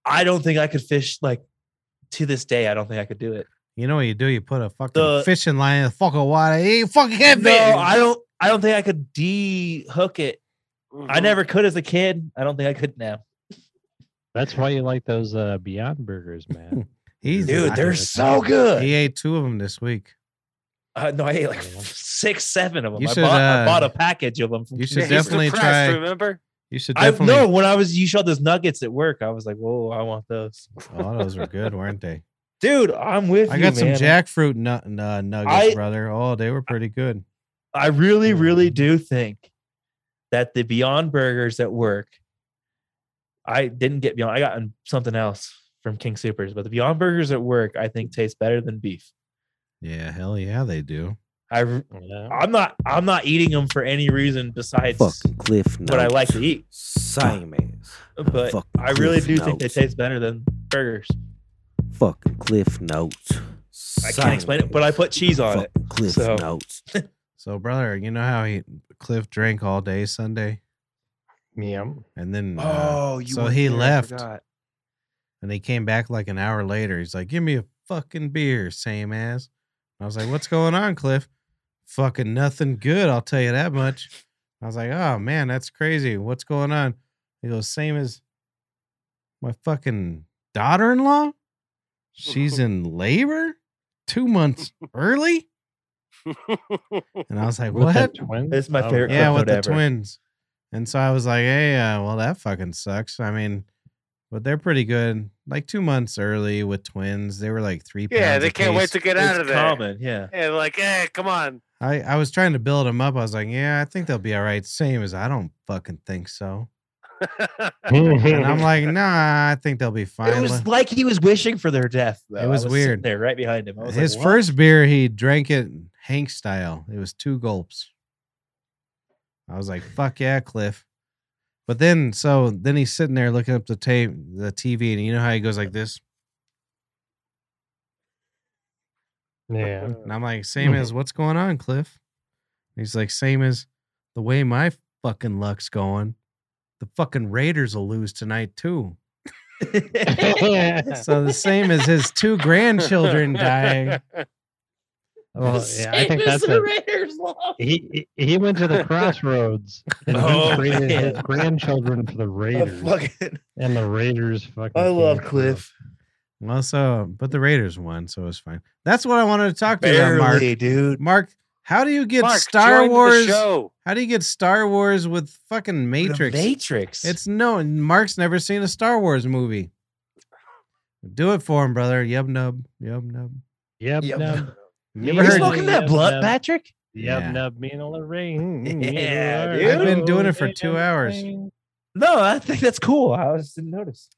Speaker 4: I don't think I could fish like to this day. I don't think I could do it.
Speaker 2: You know what you do? You put a fucking
Speaker 4: The-
Speaker 2: fishing line in the fucking water. You ain't fucking hit
Speaker 4: No,
Speaker 2: me.
Speaker 4: I don't. I don't think I could de-hook it. I
Speaker 5: Mhm.
Speaker 4: never could as a kid. I don't think I could now.
Speaker 3: That's why you like those uh, Beyond Burgers, man.
Speaker 2: He's
Speaker 3: Dude,
Speaker 2: I-
Speaker 3: they're so good.
Speaker 2: He ate two of them this week.
Speaker 4: Uh, no, I ate like six, seven of them.
Speaker 2: You
Speaker 4: I,
Speaker 2: should,
Speaker 4: bought,
Speaker 2: uh,
Speaker 4: I bought a package of them. From
Speaker 2: you should
Speaker 5: He's
Speaker 4: Chinese.
Speaker 2: definitely
Speaker 5: depressed,
Speaker 2: try-
Speaker 5: Remember?
Speaker 2: You should
Speaker 4: I
Speaker 2: definitely.
Speaker 4: no. When I was, you showed those nuggets at work. I was like, whoa, I want those,
Speaker 2: Oh, those were good, weren't they?
Speaker 4: dude. I'm with
Speaker 2: I
Speaker 4: you,
Speaker 2: got some
Speaker 4: man.
Speaker 2: jackfruit nut, uh, nuggets,
Speaker 4: I-
Speaker 2: brother. Oh, they were pretty good.
Speaker 4: I really, really do think that the Beyond Burgers at work, I didn't get Beyond. I got something else from King Supers, but the Beyond Burgers at work, I think taste better than beef.
Speaker 2: Yeah, hell yeah, they do.
Speaker 4: I, r-
Speaker 3: Yeah.
Speaker 4: I'm not, I'm not eating them for any reason besides
Speaker 8: Fucking Cliff Notes.
Speaker 4: what I like to eat.
Speaker 8: Same ass.
Speaker 4: But
Speaker 8: Fucking
Speaker 4: I really
Speaker 8: Cliff
Speaker 4: do think they
Speaker 8: Notes.
Speaker 4: taste better than burgers.
Speaker 8: Fucking Cliff Notes.
Speaker 4: I can't explain it, but I put cheese on it.
Speaker 8: Fucking Cliff
Speaker 4: so-
Speaker 8: Notes.
Speaker 2: So, brother, you know how he Cliff drank all day Sunday,
Speaker 3: Yeah.
Speaker 2: and then uh,
Speaker 4: Oh, you
Speaker 2: so
Speaker 4: weren't
Speaker 2: he
Speaker 4: there, I
Speaker 2: left.
Speaker 4: forgot.
Speaker 2: and he came back like an hour later. He's like, "Give me a fucking beer, same ass." I was like, "What's going on, Cliff? Fucking nothing good, I'll tell you that much." I was like, "Oh man, that's crazy. What's going on?" He goes, "Same as my fucking daughter-in-law. She's in labor, two months early." And I was like,
Speaker 3: With the
Speaker 2: "What?"
Speaker 3: twins?
Speaker 4: It's my
Speaker 3: Oh,
Speaker 4: favorite
Speaker 2: Yeah, with
Speaker 4: episode
Speaker 2: the
Speaker 4: ever.
Speaker 2: twins. And so I was like, hey, uh, well, that fucking sucks. I mean, but they're pretty good. Like two months early with twins, they were like three.
Speaker 5: yeah,
Speaker 2: pounds
Speaker 5: they can't wait
Speaker 2: apiece.
Speaker 5: to get
Speaker 4: It's
Speaker 5: out of there.
Speaker 4: common, yeah.
Speaker 5: And like, eh, come on.
Speaker 2: I I was trying to build them up. I was like, yeah, I think they'll be all right. Same as I don't fucking think so. And I'm like, nah, I think they'll be fine.
Speaker 4: It was like he was wishing for their death. Though. I
Speaker 2: was
Speaker 4: sitting
Speaker 2: weird.
Speaker 4: There, right behind him. I was like,
Speaker 2: His
Speaker 4: "What?"
Speaker 2: first beer, he drank it Hank style. It was two gulps. I was like, "Fuck yeah, Cliff!" But then, so then he's sitting there looking up the tape, the TV, and you know how he goes like this,
Speaker 3: Yeah.
Speaker 2: and I'm like, "Same as what's going on, Cliff?" And he's like, "Same as the way my fucking luck's going. The fucking Raiders will lose tonight too." So the same as his two grandchildren dying.
Speaker 3: Well, yeah, I think that's a, he, he he went to the crossroads and
Speaker 4: Oh,
Speaker 3: he traded
Speaker 4: man.
Speaker 3: his grandchildren for the Raiders,
Speaker 4: Fucking-
Speaker 3: and the Raiders fucking.
Speaker 4: I love
Speaker 3: can't
Speaker 4: Cliff.
Speaker 2: Well, so but the Raiders won, so it was fine. That's what I wanted to talk to you about, Mark.
Speaker 4: Barely, dude.
Speaker 2: Mark, how do you get
Speaker 5: Mark,
Speaker 2: Star
Speaker 5: join the
Speaker 2: Wars?
Speaker 5: show.
Speaker 2: How do you get Star Wars with fucking
Speaker 4: The
Speaker 2: Matrix?
Speaker 4: Matrix.
Speaker 2: It's no, and Mark's never seen a Star Wars movie. Do it for him, brother. Yub nub, yub nub.
Speaker 3: Yep.
Speaker 4: Yep.
Speaker 3: Nub.
Speaker 2: You
Speaker 4: You
Speaker 2: ever heard-
Speaker 4: smoking that blunt,
Speaker 3: Yep.
Speaker 4: Patrick?
Speaker 3: Yep.
Speaker 2: Yeah.
Speaker 3: Nub. Me and the ring.
Speaker 4: Yeah,
Speaker 3: you
Speaker 4: dude.
Speaker 2: I've been
Speaker 3: are
Speaker 2: doing it for
Speaker 3: the
Speaker 2: two hours.
Speaker 3: thing.
Speaker 4: No, I think that's cool. I was- didn't notice.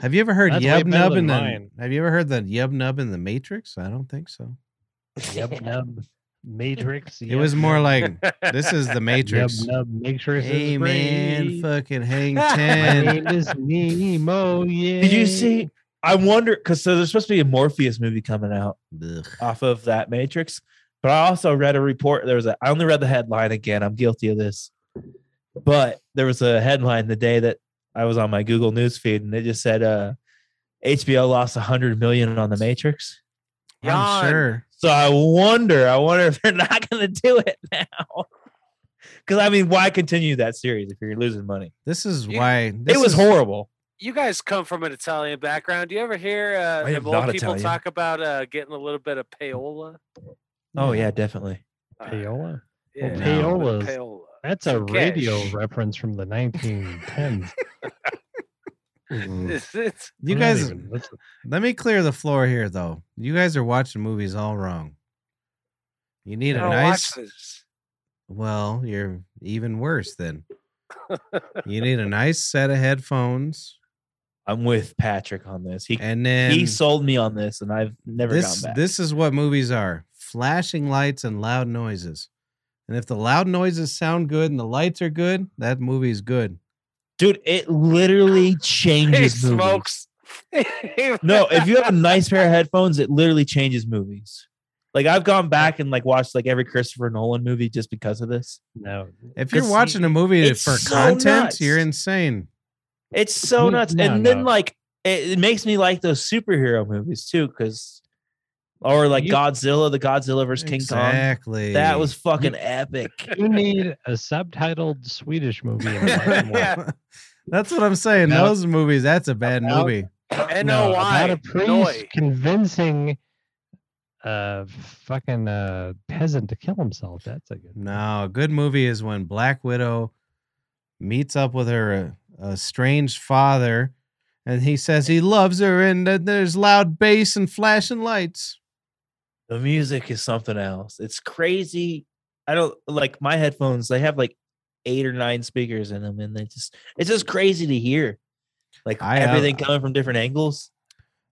Speaker 2: Have you ever heard
Speaker 3: That's way
Speaker 2: yub
Speaker 3: better
Speaker 2: nub
Speaker 3: than
Speaker 2: and the?
Speaker 3: mine.
Speaker 2: Have you ever heard the yub nub in the Matrix? I don't think so.
Speaker 3: Yep. Nub. Matrix.
Speaker 2: it
Speaker 3: yep,
Speaker 2: was more
Speaker 3: nub.
Speaker 2: like this is the Matrix.
Speaker 3: Yep. Nub. Matrix. is
Speaker 2: Hey man,
Speaker 3: free.
Speaker 2: fucking hang
Speaker 3: My
Speaker 2: ten.
Speaker 3: name is Nemo. Yeah.
Speaker 4: Did you see? I wonder because so there's supposed to be a Morpheus movie coming out
Speaker 2: Ugh.
Speaker 4: off of that Matrix, but I also read a report. There was a I only read the headline again. I'm guilty of this, but there was a headline the day that I was on my Google News feed, and it just said uh, HBO lost 100 million on the Matrix.
Speaker 2: I'm
Speaker 5: Yawn.
Speaker 2: sure.
Speaker 4: So I wonder, I wonder if they're not going to do it now. Because I mean, why continue that series if you're losing money?
Speaker 2: This is
Speaker 5: You-
Speaker 2: why this
Speaker 4: it was
Speaker 2: is-
Speaker 4: horrible.
Speaker 5: You guys come from an Italian background. Do you ever hear uh,
Speaker 4: I am
Speaker 5: them old
Speaker 4: not
Speaker 5: people
Speaker 4: Italian.
Speaker 5: talk about uh, getting a little bit of paola?
Speaker 4: Oh yeah, definitely.
Speaker 5: Uh,
Speaker 3: Paola?
Speaker 2: no.
Speaker 5: yeah, a little
Speaker 3: Paolas.
Speaker 5: bit of paola.
Speaker 3: That's a radio
Speaker 5: Cash.
Speaker 3: reference from the 1910s.
Speaker 5: It's, it's,
Speaker 2: You
Speaker 3: I don't
Speaker 2: guys,
Speaker 3: even listen.
Speaker 2: let me clear the floor here, though. You guys are watching movies all wrong. You need
Speaker 5: I
Speaker 2: a
Speaker 5: don't
Speaker 2: nice,
Speaker 5: oh, watch this.
Speaker 2: well, you're even worse then. you need a nice set of headphones,
Speaker 4: I'm with Patrick on this. He
Speaker 2: and then
Speaker 4: he sold me on this, and I've never
Speaker 2: this
Speaker 4: gone back.
Speaker 2: this is what movies are: flashing lights and loud noises. And if the loud noises sound good and the lights are good, that movie's good.
Speaker 4: Dude, it literally
Speaker 5: He
Speaker 4: changes movies.
Speaker 5: smokes.
Speaker 4: No, if you have a nice pair of headphones, it literally changes movies. Like I've gone back and like watched like every Christopher Nolan movie just because of this.
Speaker 3: No.
Speaker 2: If you're
Speaker 4: 'Cause
Speaker 2: watching a movie
Speaker 4: it's
Speaker 2: for
Speaker 4: so
Speaker 2: content,
Speaker 4: nuts.
Speaker 2: you're insane.
Speaker 4: It's so
Speaker 3: Mm,
Speaker 4: nuts.
Speaker 3: no,
Speaker 4: and then
Speaker 3: no.
Speaker 4: like it, it makes me like those superhero movies too, because or like
Speaker 3: You-
Speaker 4: Godzilla, the Godzilla versus King Kong.
Speaker 2: exactly.
Speaker 4: That was fucking epic.
Speaker 3: You need a subtitled Swedish movie. in life and work.
Speaker 5: yeah.
Speaker 2: That's what I'm saying.
Speaker 3: About-
Speaker 2: Those movies, that's a bad
Speaker 3: about-
Speaker 2: movie.
Speaker 5: And
Speaker 3: no,
Speaker 5: no,
Speaker 3: about
Speaker 5: why?
Speaker 3: a priest
Speaker 5: Noi.
Speaker 3: convincing a fucking uh, peasant to kill himself. That's a good.
Speaker 2: No, a good movie is when Black Widow meets up with her estranged father, and he says he loves her, and that there's loud bass and flashing lights.
Speaker 4: The music is something else. It's crazy. I don't like my headphones. They have like eight or nine speakers in them, and they just it's just crazy to hear. Like
Speaker 2: I, uh,
Speaker 4: everything coming from different angles.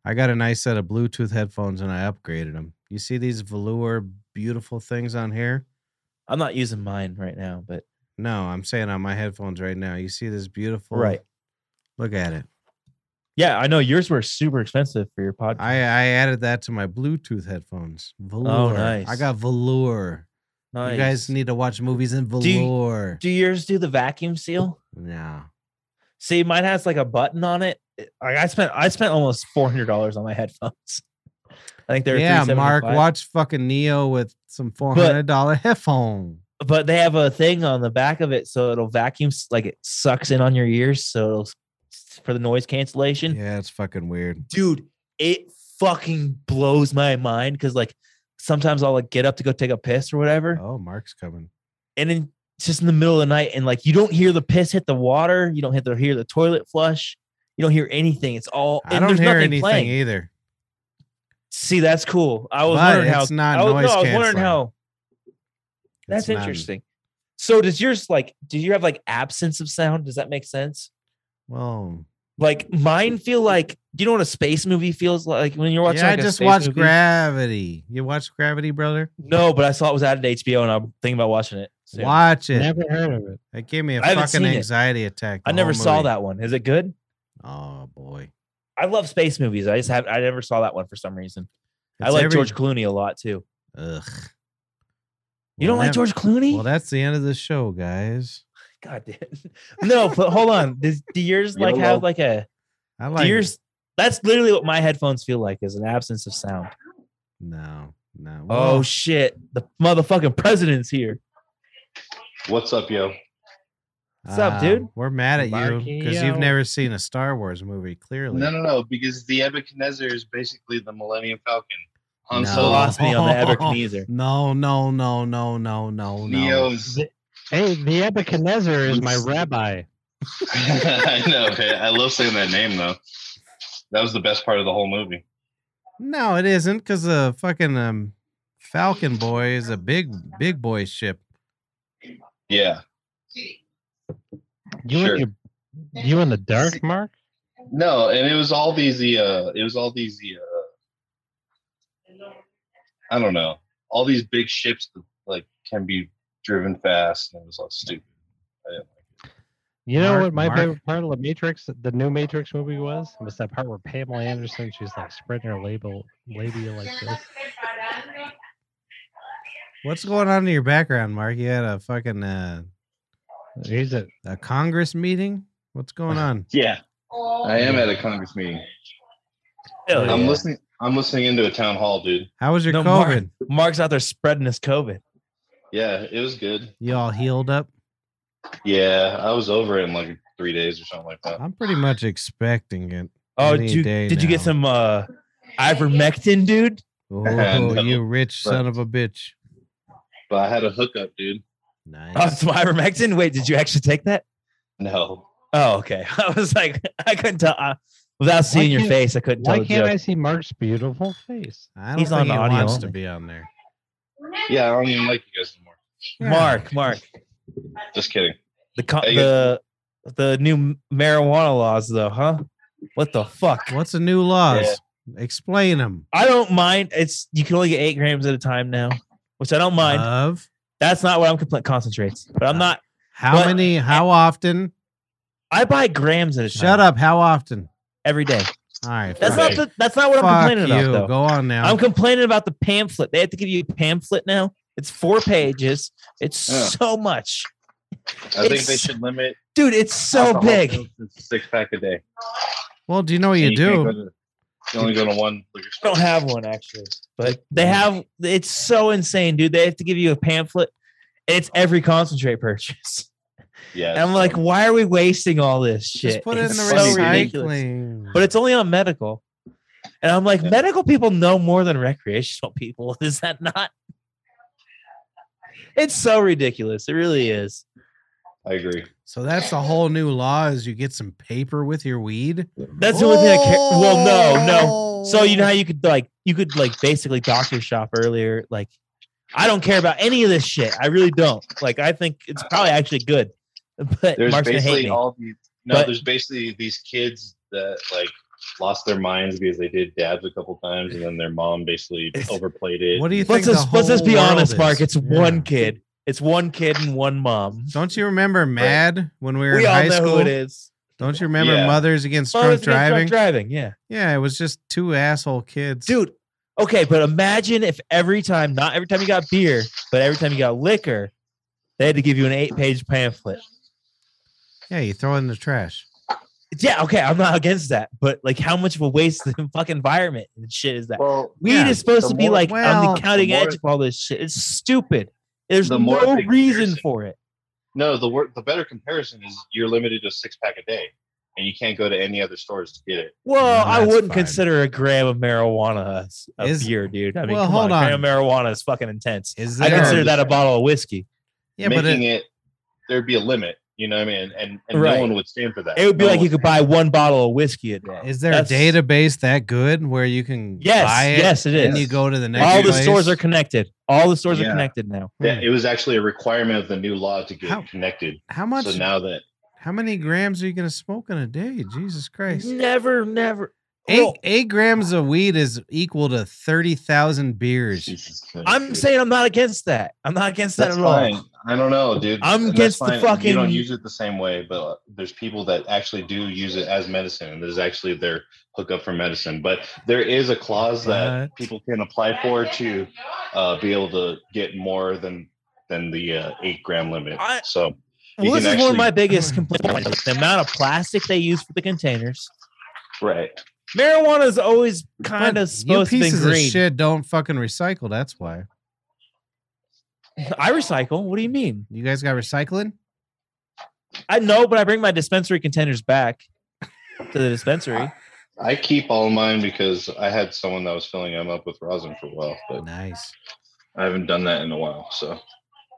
Speaker 2: I got a nice set of Bluetooth headphones, and I upgraded them. You see these velour, beautiful things on here?
Speaker 4: I'm not using mine right now, but
Speaker 2: No, I'm saying on my headphones right now. You see this beautiful?
Speaker 4: Right.
Speaker 2: Look at it.
Speaker 4: yeah, I know yours were super expensive for your podcast.
Speaker 2: I I added that to my Bluetooth headphones. Velour. I
Speaker 4: Oh, nice.
Speaker 2: got velour. You guys
Speaker 4: Nice.
Speaker 2: need to watch movies in
Speaker 4: Do you-
Speaker 2: velour.
Speaker 4: Do yours do the vacuum seal?
Speaker 2: yeah.
Speaker 4: See, mine has like a button on it. It- Like I spent, I spent almost four hundred dollars on my headphones. I think they're
Speaker 2: yeah, Mark,
Speaker 4: $375.
Speaker 2: watch fucking Neo with some four hundred dollar headphone.
Speaker 4: But they have a thing on the back of it, so it'll vacuum, s- like it sucks in on your ears, so it'll s- for the noise cancellation.
Speaker 2: Yeah, it's fucking weird.
Speaker 4: Dude, it fucking blows my mind because like sometimes I'll like get up to go take a piss or whatever,
Speaker 2: Oh, Mark's coming.
Speaker 4: and then it's just in the middle of the night, and like you don't hear the piss hit the water, you don't hit the hear the toilet flush, you don't hear anything. It's all
Speaker 2: I
Speaker 4: and
Speaker 2: don't
Speaker 4: there's
Speaker 2: hear
Speaker 4: nothing
Speaker 2: anything
Speaker 4: playing.
Speaker 2: either.
Speaker 4: See, that's cool. I was
Speaker 2: But
Speaker 4: wondering how
Speaker 2: it's not
Speaker 4: I was, no,
Speaker 2: noise
Speaker 4: I was wondering
Speaker 2: canceling.
Speaker 4: how
Speaker 2: It's
Speaker 4: that's
Speaker 2: not-
Speaker 4: interesting. So does yours like do you have like absence of sound? Does that make sense?
Speaker 2: Well,
Speaker 4: Like mine feel like do you know what a space movie feels like when you're watching?
Speaker 2: yeah,
Speaker 4: like,
Speaker 2: I
Speaker 4: a
Speaker 2: just
Speaker 4: space
Speaker 2: watched
Speaker 4: movie?
Speaker 2: Gravity. You watched Gravity, brother?
Speaker 4: No, but I saw it was added to HBO and I'm thinking about watching it. soon.
Speaker 2: Watch it.
Speaker 3: Never heard of it.
Speaker 2: It gave me a
Speaker 4: I haven't
Speaker 2: fucking
Speaker 4: seen it.
Speaker 2: anxiety attack.
Speaker 4: I
Speaker 2: the
Speaker 4: never
Speaker 2: whole
Speaker 4: saw
Speaker 2: movie.
Speaker 4: that one. Is it good?
Speaker 2: Oh boy,
Speaker 4: I love space movies. I just have I never saw that one for some reason. I
Speaker 2: It's
Speaker 4: like
Speaker 2: every-
Speaker 4: George Clooney a lot too.
Speaker 2: Ugh.
Speaker 4: You
Speaker 2: Well,
Speaker 4: don't like
Speaker 2: that-
Speaker 4: George Clooney?
Speaker 2: Well, that's the end of the show, guys.
Speaker 4: God damn. No, but hold on. Does do yours like
Speaker 9: YOLO.
Speaker 4: have like a
Speaker 2: I
Speaker 4: Do
Speaker 2: like
Speaker 4: yours that's literally what my headphones feel like is an absence of sound.
Speaker 2: no, no.
Speaker 4: Oh
Speaker 2: Well,
Speaker 4: shit. The motherfucking president's here.
Speaker 9: What's up, yo?
Speaker 4: what's up, dude?
Speaker 2: Um, We're mad at you because you've
Speaker 3: Barkio.
Speaker 2: never seen a Star Wars movie. Clearly,
Speaker 9: No, no, no. Because the Nebuchadnezzar is basically the Millennium Falcon. Han
Speaker 2: No.
Speaker 9: Solo,
Speaker 4: Lost me on the Ebenezer.
Speaker 2: No, no, no, no, no, no, no.
Speaker 9: Neo's.
Speaker 3: Hey, the Nebuchadnezzar is my
Speaker 9: Oops.
Speaker 3: rabbi.
Speaker 9: I know. Okay, I love saying that name though. That was the best part of the whole movie.
Speaker 2: No, it isn't because the fucking um, Falcon Boy is a big, big boy ship.
Speaker 9: Yeah.
Speaker 3: You
Speaker 9: Sure.
Speaker 3: and your, you in the dark, Mark?
Speaker 9: No, and it was all these. Uh, it was all these. Uh, I don't know. All these big ships that like can be driven fast, and it was all stupid. I didn't like it.
Speaker 3: You know
Speaker 2: Mark-
Speaker 3: what my
Speaker 2: Mark?
Speaker 3: favorite part of the Matrix, the new Matrix movie was? It was that part where Pamela Anderson, she's like spreading her label labia like this.
Speaker 2: What's going on in your background, Mark? You had a fucking uh,
Speaker 3: He's a
Speaker 2: a Congress meeting. What's going on?
Speaker 9: Yeah, I am at a Congress meeting.
Speaker 4: Hell
Speaker 9: I'm
Speaker 4: yeah.
Speaker 9: listening. I'm listening into a town hall, dude.
Speaker 2: How was your
Speaker 4: No, Mark.
Speaker 2: COVID?
Speaker 4: Mark's out there spreading his COVID.
Speaker 9: Yeah, it was good.
Speaker 2: You all healed up?
Speaker 9: Yeah, I was over it in like three days or something like that.
Speaker 2: I'm pretty much expecting it.
Speaker 4: Oh,
Speaker 2: Any
Speaker 4: did you,
Speaker 2: day
Speaker 4: did you get
Speaker 2: now.
Speaker 4: some uh ivermectin, dude?
Speaker 2: Oh,
Speaker 9: No,
Speaker 2: you rich
Speaker 9: but-
Speaker 2: son of a bitch!
Speaker 9: But I had a hookup, dude.
Speaker 4: Oh,
Speaker 2: Nice.
Speaker 4: some ivermectin? Wait, did you actually take that?
Speaker 9: No.
Speaker 4: Oh, okay. I was like, I couldn't tell uh, without seeing your
Speaker 3: can't-
Speaker 4: face, I couldn't tell
Speaker 3: why
Speaker 4: the
Speaker 3: can't I
Speaker 4: joke.
Speaker 3: see Mark's beautiful face?
Speaker 2: I don't
Speaker 4: He's
Speaker 2: think
Speaker 4: on
Speaker 2: he
Speaker 4: audio
Speaker 2: wants to
Speaker 4: only.
Speaker 2: be on there.
Speaker 9: Yeah, I don't even like you guys anymore.
Speaker 4: Mark, Mark.
Speaker 9: Just kidding.
Speaker 4: The co-
Speaker 9: Hey,
Speaker 4: the the new marijuana laws though, huh? What the fuck?
Speaker 2: What's the new laws? Explain them.
Speaker 4: I don't mind. It's you can only get eight grams at a time now, which I don't mind.
Speaker 2: Of
Speaker 4: That's not what I'm complaining concentrates, but
Speaker 2: uh,
Speaker 4: I'm not.
Speaker 2: how
Speaker 4: But-
Speaker 2: many? How
Speaker 4: Eh.
Speaker 2: often?
Speaker 4: I buy grams at a time.
Speaker 2: Shut up. How often?
Speaker 4: every day.
Speaker 2: All right.
Speaker 4: That's
Speaker 2: fine.
Speaker 4: not the, that's not what
Speaker 2: Fuck
Speaker 4: I'm complaining
Speaker 2: you.
Speaker 4: about though.
Speaker 2: Go on now.
Speaker 4: I'm complaining about the pamphlet. They have to give you a pamphlet now. It's four pages. It's
Speaker 9: Yeah.
Speaker 4: so much.
Speaker 9: I think
Speaker 4: It's
Speaker 9: they should limit
Speaker 4: Dude, it's so big.
Speaker 9: Six pack a day.
Speaker 2: Well, do you know what you,
Speaker 9: And
Speaker 2: do?
Speaker 9: can't go to- You only go to one liquor
Speaker 4: I
Speaker 9: store.
Speaker 4: don't have one actually, but they have. It's so insane, dude. They have to give you a pamphlet. and It's every concentrate purchase.
Speaker 9: Yeah.
Speaker 4: And I'm like, why are we wasting all this shit?
Speaker 2: Just put it in
Speaker 4: It's
Speaker 2: the
Speaker 9: so
Speaker 4: ridiculous.
Speaker 2: recycling.
Speaker 4: But it's only on medical. And I'm like,
Speaker 9: Yeah.
Speaker 4: medical people know more than recreational people. Is that not? It's so ridiculous. It really is.
Speaker 9: I agree.
Speaker 2: so that's a whole new law: is you get some paper with your weed.
Speaker 4: That's the only thing I care. Well, no, no, So you know how you could like you could like basically doctor shop earlier. Like I don't care about any of this shit. I really don't. Like I think it's probably actually good. But
Speaker 9: There's
Speaker 4: Mark's gonna hate
Speaker 9: basically
Speaker 4: me.
Speaker 9: all these. No,
Speaker 4: But-
Speaker 9: there's basically these kids that like lost their minds because they did dabs a couple times, and then their mom basically overplayed it.
Speaker 2: What do you think?
Speaker 4: let's
Speaker 2: the
Speaker 4: just let's just
Speaker 2: whole
Speaker 4: be
Speaker 2: world
Speaker 4: honest,
Speaker 2: is?
Speaker 4: Mark. It's
Speaker 2: Yeah.
Speaker 4: one kid. It's one kid and one mom.
Speaker 2: Don't you remember Mad when we were
Speaker 4: We
Speaker 2: in
Speaker 4: all
Speaker 2: high
Speaker 4: know
Speaker 2: school?
Speaker 4: who it is.
Speaker 2: Don't you remember
Speaker 9: Yeah.
Speaker 2: Mothers Against
Speaker 4: Well,
Speaker 2: Drunk
Speaker 4: it's against
Speaker 2: Driving?
Speaker 4: driving, yeah.
Speaker 2: yeah, it was just two asshole kids.
Speaker 4: Dude, okay, but imagine if every time, not every time you got beer, but every time you got liquor, they had to give you an eight-page pamphlet.
Speaker 2: yeah, you throw it in the trash.
Speaker 4: Yeah, okay, I'm not against that, but like, how much of a waste of the fucking environment and shit is that?
Speaker 9: Well,
Speaker 4: Weed
Speaker 2: yeah,
Speaker 4: is supposed
Speaker 9: the
Speaker 4: to be
Speaker 9: more-
Speaker 4: like on
Speaker 2: well,
Speaker 4: the counting
Speaker 9: the more-
Speaker 4: edge of all this shit. It's stupid. There's
Speaker 9: The more
Speaker 4: no
Speaker 9: big
Speaker 4: reason
Speaker 9: comparison.
Speaker 4: for it.
Speaker 9: no, the wor- the better comparison is you're limited to a six pack a day, and you can't go to any other stores to get it.
Speaker 4: Well,
Speaker 2: No,
Speaker 4: I
Speaker 2: that's
Speaker 4: wouldn't
Speaker 2: fine.
Speaker 4: consider a gram of marijuana a, a
Speaker 2: Is-
Speaker 4: beer, dude. I mean,
Speaker 2: well,
Speaker 4: come
Speaker 2: hold
Speaker 4: on, a
Speaker 2: on.
Speaker 4: gram of marijuana is fucking intense.
Speaker 2: Is
Speaker 4: I
Speaker 2: there?
Speaker 4: consider that a bottle of whiskey.
Speaker 2: yeah, but uh,
Speaker 9: Making
Speaker 2: it,
Speaker 9: it, there'd be a limit. You know what I mean? And and
Speaker 4: Right.
Speaker 9: no one would stand for that.
Speaker 4: It would be
Speaker 9: No
Speaker 4: like
Speaker 9: one-
Speaker 4: you could buy one bottle of whiskey a day.
Speaker 2: is there
Speaker 4: That's-
Speaker 2: a database that good where you can
Speaker 4: Yes,
Speaker 2: buy it?
Speaker 4: yes, it
Speaker 2: And
Speaker 4: is.
Speaker 2: you go to the next.
Speaker 4: All the
Speaker 2: place?
Speaker 4: stores are connected. All the stores are
Speaker 9: Yeah.
Speaker 4: connected now.
Speaker 9: Yeah, it was actually a requirement of the new law to get
Speaker 2: How-
Speaker 9: connected.
Speaker 2: How much?
Speaker 9: So now that
Speaker 2: how many grams are you going to smoke in a day? Jesus Christ!
Speaker 9: Mm-hmm.
Speaker 4: Never, never.
Speaker 2: Eight,
Speaker 4: Well,
Speaker 2: eight grams of weed is equal to thirty thousand beers.
Speaker 9: Jesus Christ,
Speaker 4: I'm
Speaker 9: dude.
Speaker 4: saying I'm not against that. I'm not against
Speaker 9: that's
Speaker 4: that at all.
Speaker 9: fine. I don't know, dude.
Speaker 4: I'm
Speaker 9: And that's
Speaker 4: against the
Speaker 9: fine.
Speaker 4: fucking-
Speaker 9: You don't use it the same way, but there's people that actually do use it as medicine, and there's actually their hookup for medicine. But there is a clause that
Speaker 2: What?
Speaker 9: people can apply for to uh, be able to get more than than the uh, eight gram limit.
Speaker 4: I-
Speaker 9: so You
Speaker 4: Well, this is
Speaker 9: can
Speaker 4: one of my
Speaker 9: actually-
Speaker 4: biggest complaints: the amount of plastic they use for the containers.
Speaker 9: right,
Speaker 4: Marijuana is always
Speaker 2: But
Speaker 4: kind of
Speaker 2: you
Speaker 4: supposed to be
Speaker 2: pieces of
Speaker 4: green.
Speaker 2: shit don't fucking recycle. That's why
Speaker 4: I recycle. What do you mean?
Speaker 2: you guys got recycling.
Speaker 4: I know, but I bring my dispensary containers back to the dispensary.
Speaker 9: I keep all mine because I had someone that was filling them up with rosin for a while, but
Speaker 2: Nice.
Speaker 9: I haven't done that in a while. So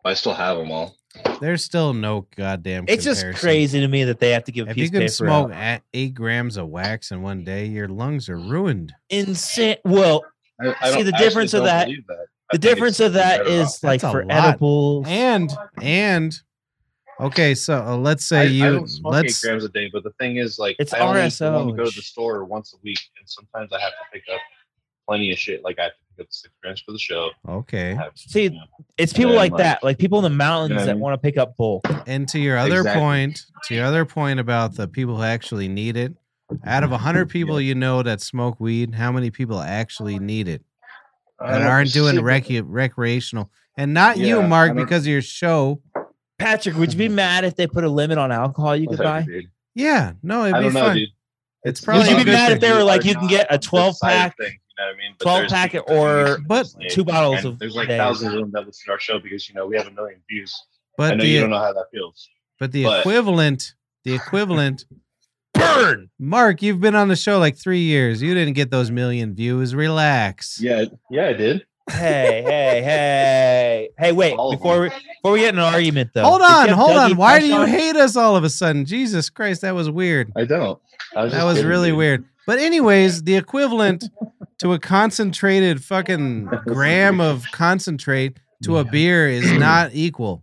Speaker 9: I still have them all.
Speaker 2: There's still no goddamn.
Speaker 4: It's just
Speaker 2: comparison.
Speaker 4: crazy to me that they have to give a
Speaker 2: If
Speaker 4: piece
Speaker 2: you
Speaker 4: of
Speaker 2: can
Speaker 4: paper
Speaker 2: smoke
Speaker 4: out.
Speaker 2: at eight grams of wax in one day, your lungs are ruined.
Speaker 4: Insane. Well,
Speaker 9: I,
Speaker 4: See, the
Speaker 9: actually
Speaker 4: difference of
Speaker 9: don't
Speaker 4: that-
Speaker 9: believe that. I
Speaker 4: the
Speaker 9: think it's
Speaker 4: difference of that
Speaker 9: better off.
Speaker 4: is like
Speaker 2: That's a
Speaker 4: for
Speaker 2: lot.
Speaker 4: edibles.
Speaker 2: And and okay, so uh, let's say
Speaker 9: I,
Speaker 2: you
Speaker 9: I don't smoke
Speaker 2: let's
Speaker 9: eight grams a day, but the thing is, like,
Speaker 4: It's
Speaker 9: I only
Speaker 4: RSO
Speaker 9: wanna go
Speaker 4: and
Speaker 9: to the
Speaker 4: sh-
Speaker 9: store once a week, and sometimes I have to pick up plenty of shit. Like, I have to pick up six grams for the show.
Speaker 2: okay.
Speaker 9: I have-
Speaker 4: See,
Speaker 9: you know,
Speaker 4: It's people
Speaker 9: Yeah,
Speaker 4: like
Speaker 9: like-
Speaker 4: that, like people in the mountains
Speaker 9: Yeah, I
Speaker 4: that
Speaker 9: mean-
Speaker 4: want to pick up bulk.
Speaker 2: And to your other
Speaker 9: Exactly.
Speaker 2: point, to your other point about the people who actually need it, out of hundred people you know that smoke weed, how many people actually need it
Speaker 9: I
Speaker 2: that
Speaker 9: don't
Speaker 2: aren't doing
Speaker 9: see-
Speaker 2: rec- recreational? And not
Speaker 9: Yeah,
Speaker 2: you,
Speaker 9: I
Speaker 2: Mark,
Speaker 9: don't-
Speaker 2: because of your show.
Speaker 4: Patrick, would you be
Speaker 9: Mm-hmm.
Speaker 4: mad if they put a limit on alcohol you could
Speaker 9: Whatever,
Speaker 4: buy?
Speaker 9: dude.
Speaker 2: Yeah, no, it'd
Speaker 9: I
Speaker 2: be
Speaker 9: don't know,
Speaker 2: fun.
Speaker 9: dude.
Speaker 2: It's
Speaker 4: Would
Speaker 2: probably
Speaker 4: you
Speaker 2: a
Speaker 4: be
Speaker 2: good
Speaker 4: mad
Speaker 2: thing.
Speaker 4: if they were like, you can
Speaker 9: Not
Speaker 4: get a
Speaker 9: the
Speaker 4: 12
Speaker 9: side
Speaker 4: pack?
Speaker 9: thing, you know what I mean? But
Speaker 4: 12
Speaker 9: there's
Speaker 4: pack
Speaker 9: people that
Speaker 4: or
Speaker 9: use it
Speaker 2: But
Speaker 9: personally,
Speaker 4: Two bottles
Speaker 9: and
Speaker 4: of
Speaker 9: There's like
Speaker 4: a day.
Speaker 9: thousands of them that listen to our show because, you know, we have a million views. I
Speaker 2: But
Speaker 9: know you don't
Speaker 2: the
Speaker 9: know how that feels.
Speaker 2: but the
Speaker 9: but-
Speaker 2: equivalent, the equivalent
Speaker 4: burn.
Speaker 2: Mark, you've been on the show like three years. You didn't get those million views. Relax.
Speaker 9: Yeah, yeah, I did.
Speaker 4: Hey, hey, hey, hey! Wait,
Speaker 9: All of
Speaker 4: before we before we get in an argument though.
Speaker 2: hold
Speaker 4: did you
Speaker 2: on,
Speaker 4: have
Speaker 2: hold
Speaker 4: Dougie
Speaker 2: on. Why do you
Speaker 4: Fresh on?
Speaker 2: hate us all of a sudden? Jesus Christ, that was weird.
Speaker 9: I don't. I
Speaker 2: That
Speaker 9: just
Speaker 2: was
Speaker 9: kidding,
Speaker 2: really
Speaker 9: dude.
Speaker 2: weird. But anyways, the equivalent to a concentrated fucking gram of concentrate to a beer is not equal.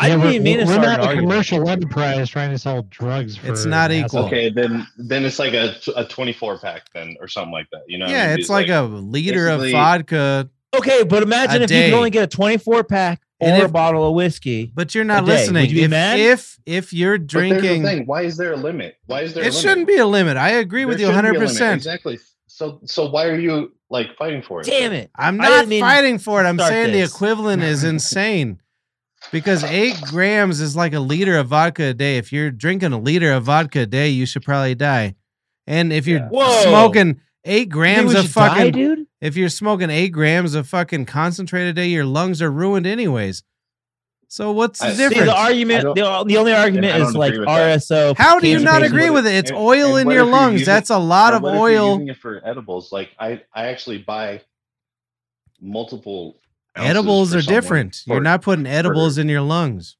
Speaker 4: I didn't
Speaker 3: we're-
Speaker 4: even mean to
Speaker 3: We're
Speaker 4: start
Speaker 3: not
Speaker 4: an
Speaker 3: a
Speaker 4: argument.
Speaker 3: commercial enterprise trying to sell drugs. For
Speaker 2: It's not equal.
Speaker 3: assholes.
Speaker 9: Okay, then then it's like a, a 24 pack then or something like that. You know? what I
Speaker 2: Yeah,
Speaker 9: mean?
Speaker 2: it's like a liter of
Speaker 9: basically-
Speaker 2: vodka,
Speaker 4: Okay, but imagine
Speaker 2: A
Speaker 4: if you
Speaker 2: day.
Speaker 4: could only get a 24 pack or
Speaker 2: And
Speaker 4: a
Speaker 2: if-
Speaker 4: bottle of whiskey.
Speaker 2: but you're not
Speaker 4: A day. Would
Speaker 2: listening.
Speaker 4: you be
Speaker 2: if,
Speaker 4: mad?
Speaker 2: if if you're
Speaker 9: But there's the
Speaker 2: drinking,
Speaker 9: thing. Why is there a limit? Why is there? a
Speaker 2: it
Speaker 9: limit?
Speaker 2: shouldn't be a limit. I agree with you
Speaker 9: There shouldn't be a
Speaker 2: 100.
Speaker 9: limit,
Speaker 2: percent
Speaker 9: Exactly. So so why are you like fighting for it?
Speaker 4: Damn it!
Speaker 2: I'm
Speaker 4: I didn't
Speaker 2: not
Speaker 4: mean
Speaker 2: fighting for it. I'm
Speaker 4: start
Speaker 2: saying
Speaker 4: this.
Speaker 2: the equivalent is insane. Because eight grams is like a liter of vodka a day. If you're drinking a liter of vodka a day, you should probably die. And if you're
Speaker 5: Whoa.
Speaker 2: smoking eight grams
Speaker 4: we
Speaker 2: of
Speaker 4: should die,
Speaker 2: fucking,
Speaker 4: dude.
Speaker 2: if you're smoking eight grams of fucking concentrate a day, your lungs are ruined anyways. So what's the
Speaker 9: I- See,
Speaker 4: See,
Speaker 2: difference?
Speaker 4: the
Speaker 9: I
Speaker 4: argument,
Speaker 9: don't-
Speaker 4: the, the only argument
Speaker 9: I
Speaker 4: is
Speaker 9: don't
Speaker 4: like
Speaker 9: agree with that.
Speaker 4: RSO.
Speaker 2: How do you
Speaker 4: cancer
Speaker 2: not
Speaker 4: patients-
Speaker 2: agree with it? It's
Speaker 9: And-
Speaker 2: oil
Speaker 9: and
Speaker 2: in
Speaker 9: what
Speaker 2: your
Speaker 9: if you're
Speaker 2: lungs.
Speaker 9: using-
Speaker 2: That's a lot
Speaker 9: But
Speaker 2: of
Speaker 9: what if you're
Speaker 2: oil.
Speaker 9: Using it for edibles, like I, I actually buy multiple. ounces
Speaker 2: Edibles
Speaker 9: for
Speaker 2: are
Speaker 9: someone
Speaker 2: different.
Speaker 9: for-
Speaker 2: You're not putting edibles in your lungs.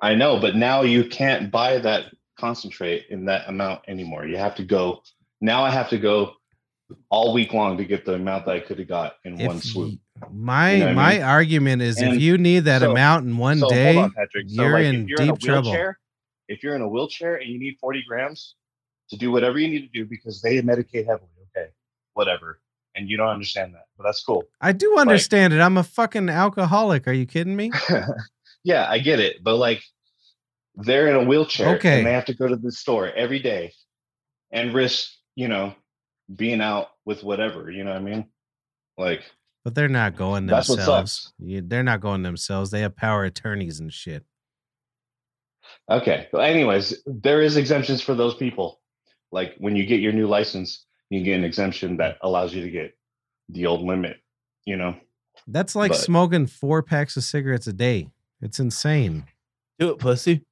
Speaker 9: I know, but now you can't buy that concentrate in that amount anymore. You have to go. Now I have to go all week long to get the amount that I could have got in
Speaker 2: If
Speaker 9: one swoop.
Speaker 2: y- My
Speaker 9: You know what I
Speaker 2: my
Speaker 9: mean?
Speaker 2: argument is if
Speaker 9: And
Speaker 2: you need that
Speaker 9: so-
Speaker 2: amount in one
Speaker 9: So, hold
Speaker 2: day,
Speaker 9: on, Patrick. So,
Speaker 2: you're
Speaker 9: like,
Speaker 2: in
Speaker 9: if you're
Speaker 2: deep trouble.
Speaker 9: wheelchair- If you're in a wheelchair and you need 40 grams to do whatever you need to do because they medicate heavily, okay, whatever. And you don't understand that, but that's cool.
Speaker 2: I do understand it. I'm a fucking alcoholic. Are you kidding me?
Speaker 9: yeah, I get it, but like they're in a wheelchair
Speaker 2: Okay.
Speaker 9: and they have to go to the store every day and risk, you know, being out with whatever, you know what I mean? Like
Speaker 2: But they're not going
Speaker 9: That's what
Speaker 2: themselves.
Speaker 9: sucks.
Speaker 2: Yeah, they're not going themselves. They have power attorneys and shit.
Speaker 9: okay. Well, anyways, there is exemptions for those people. Like when you get your new license, you get an exemption that allows you to get the old limit, you know.
Speaker 2: That's like
Speaker 9: But-
Speaker 2: smoking four packs of cigarettes a day. It's insane.
Speaker 4: Do it, pussy.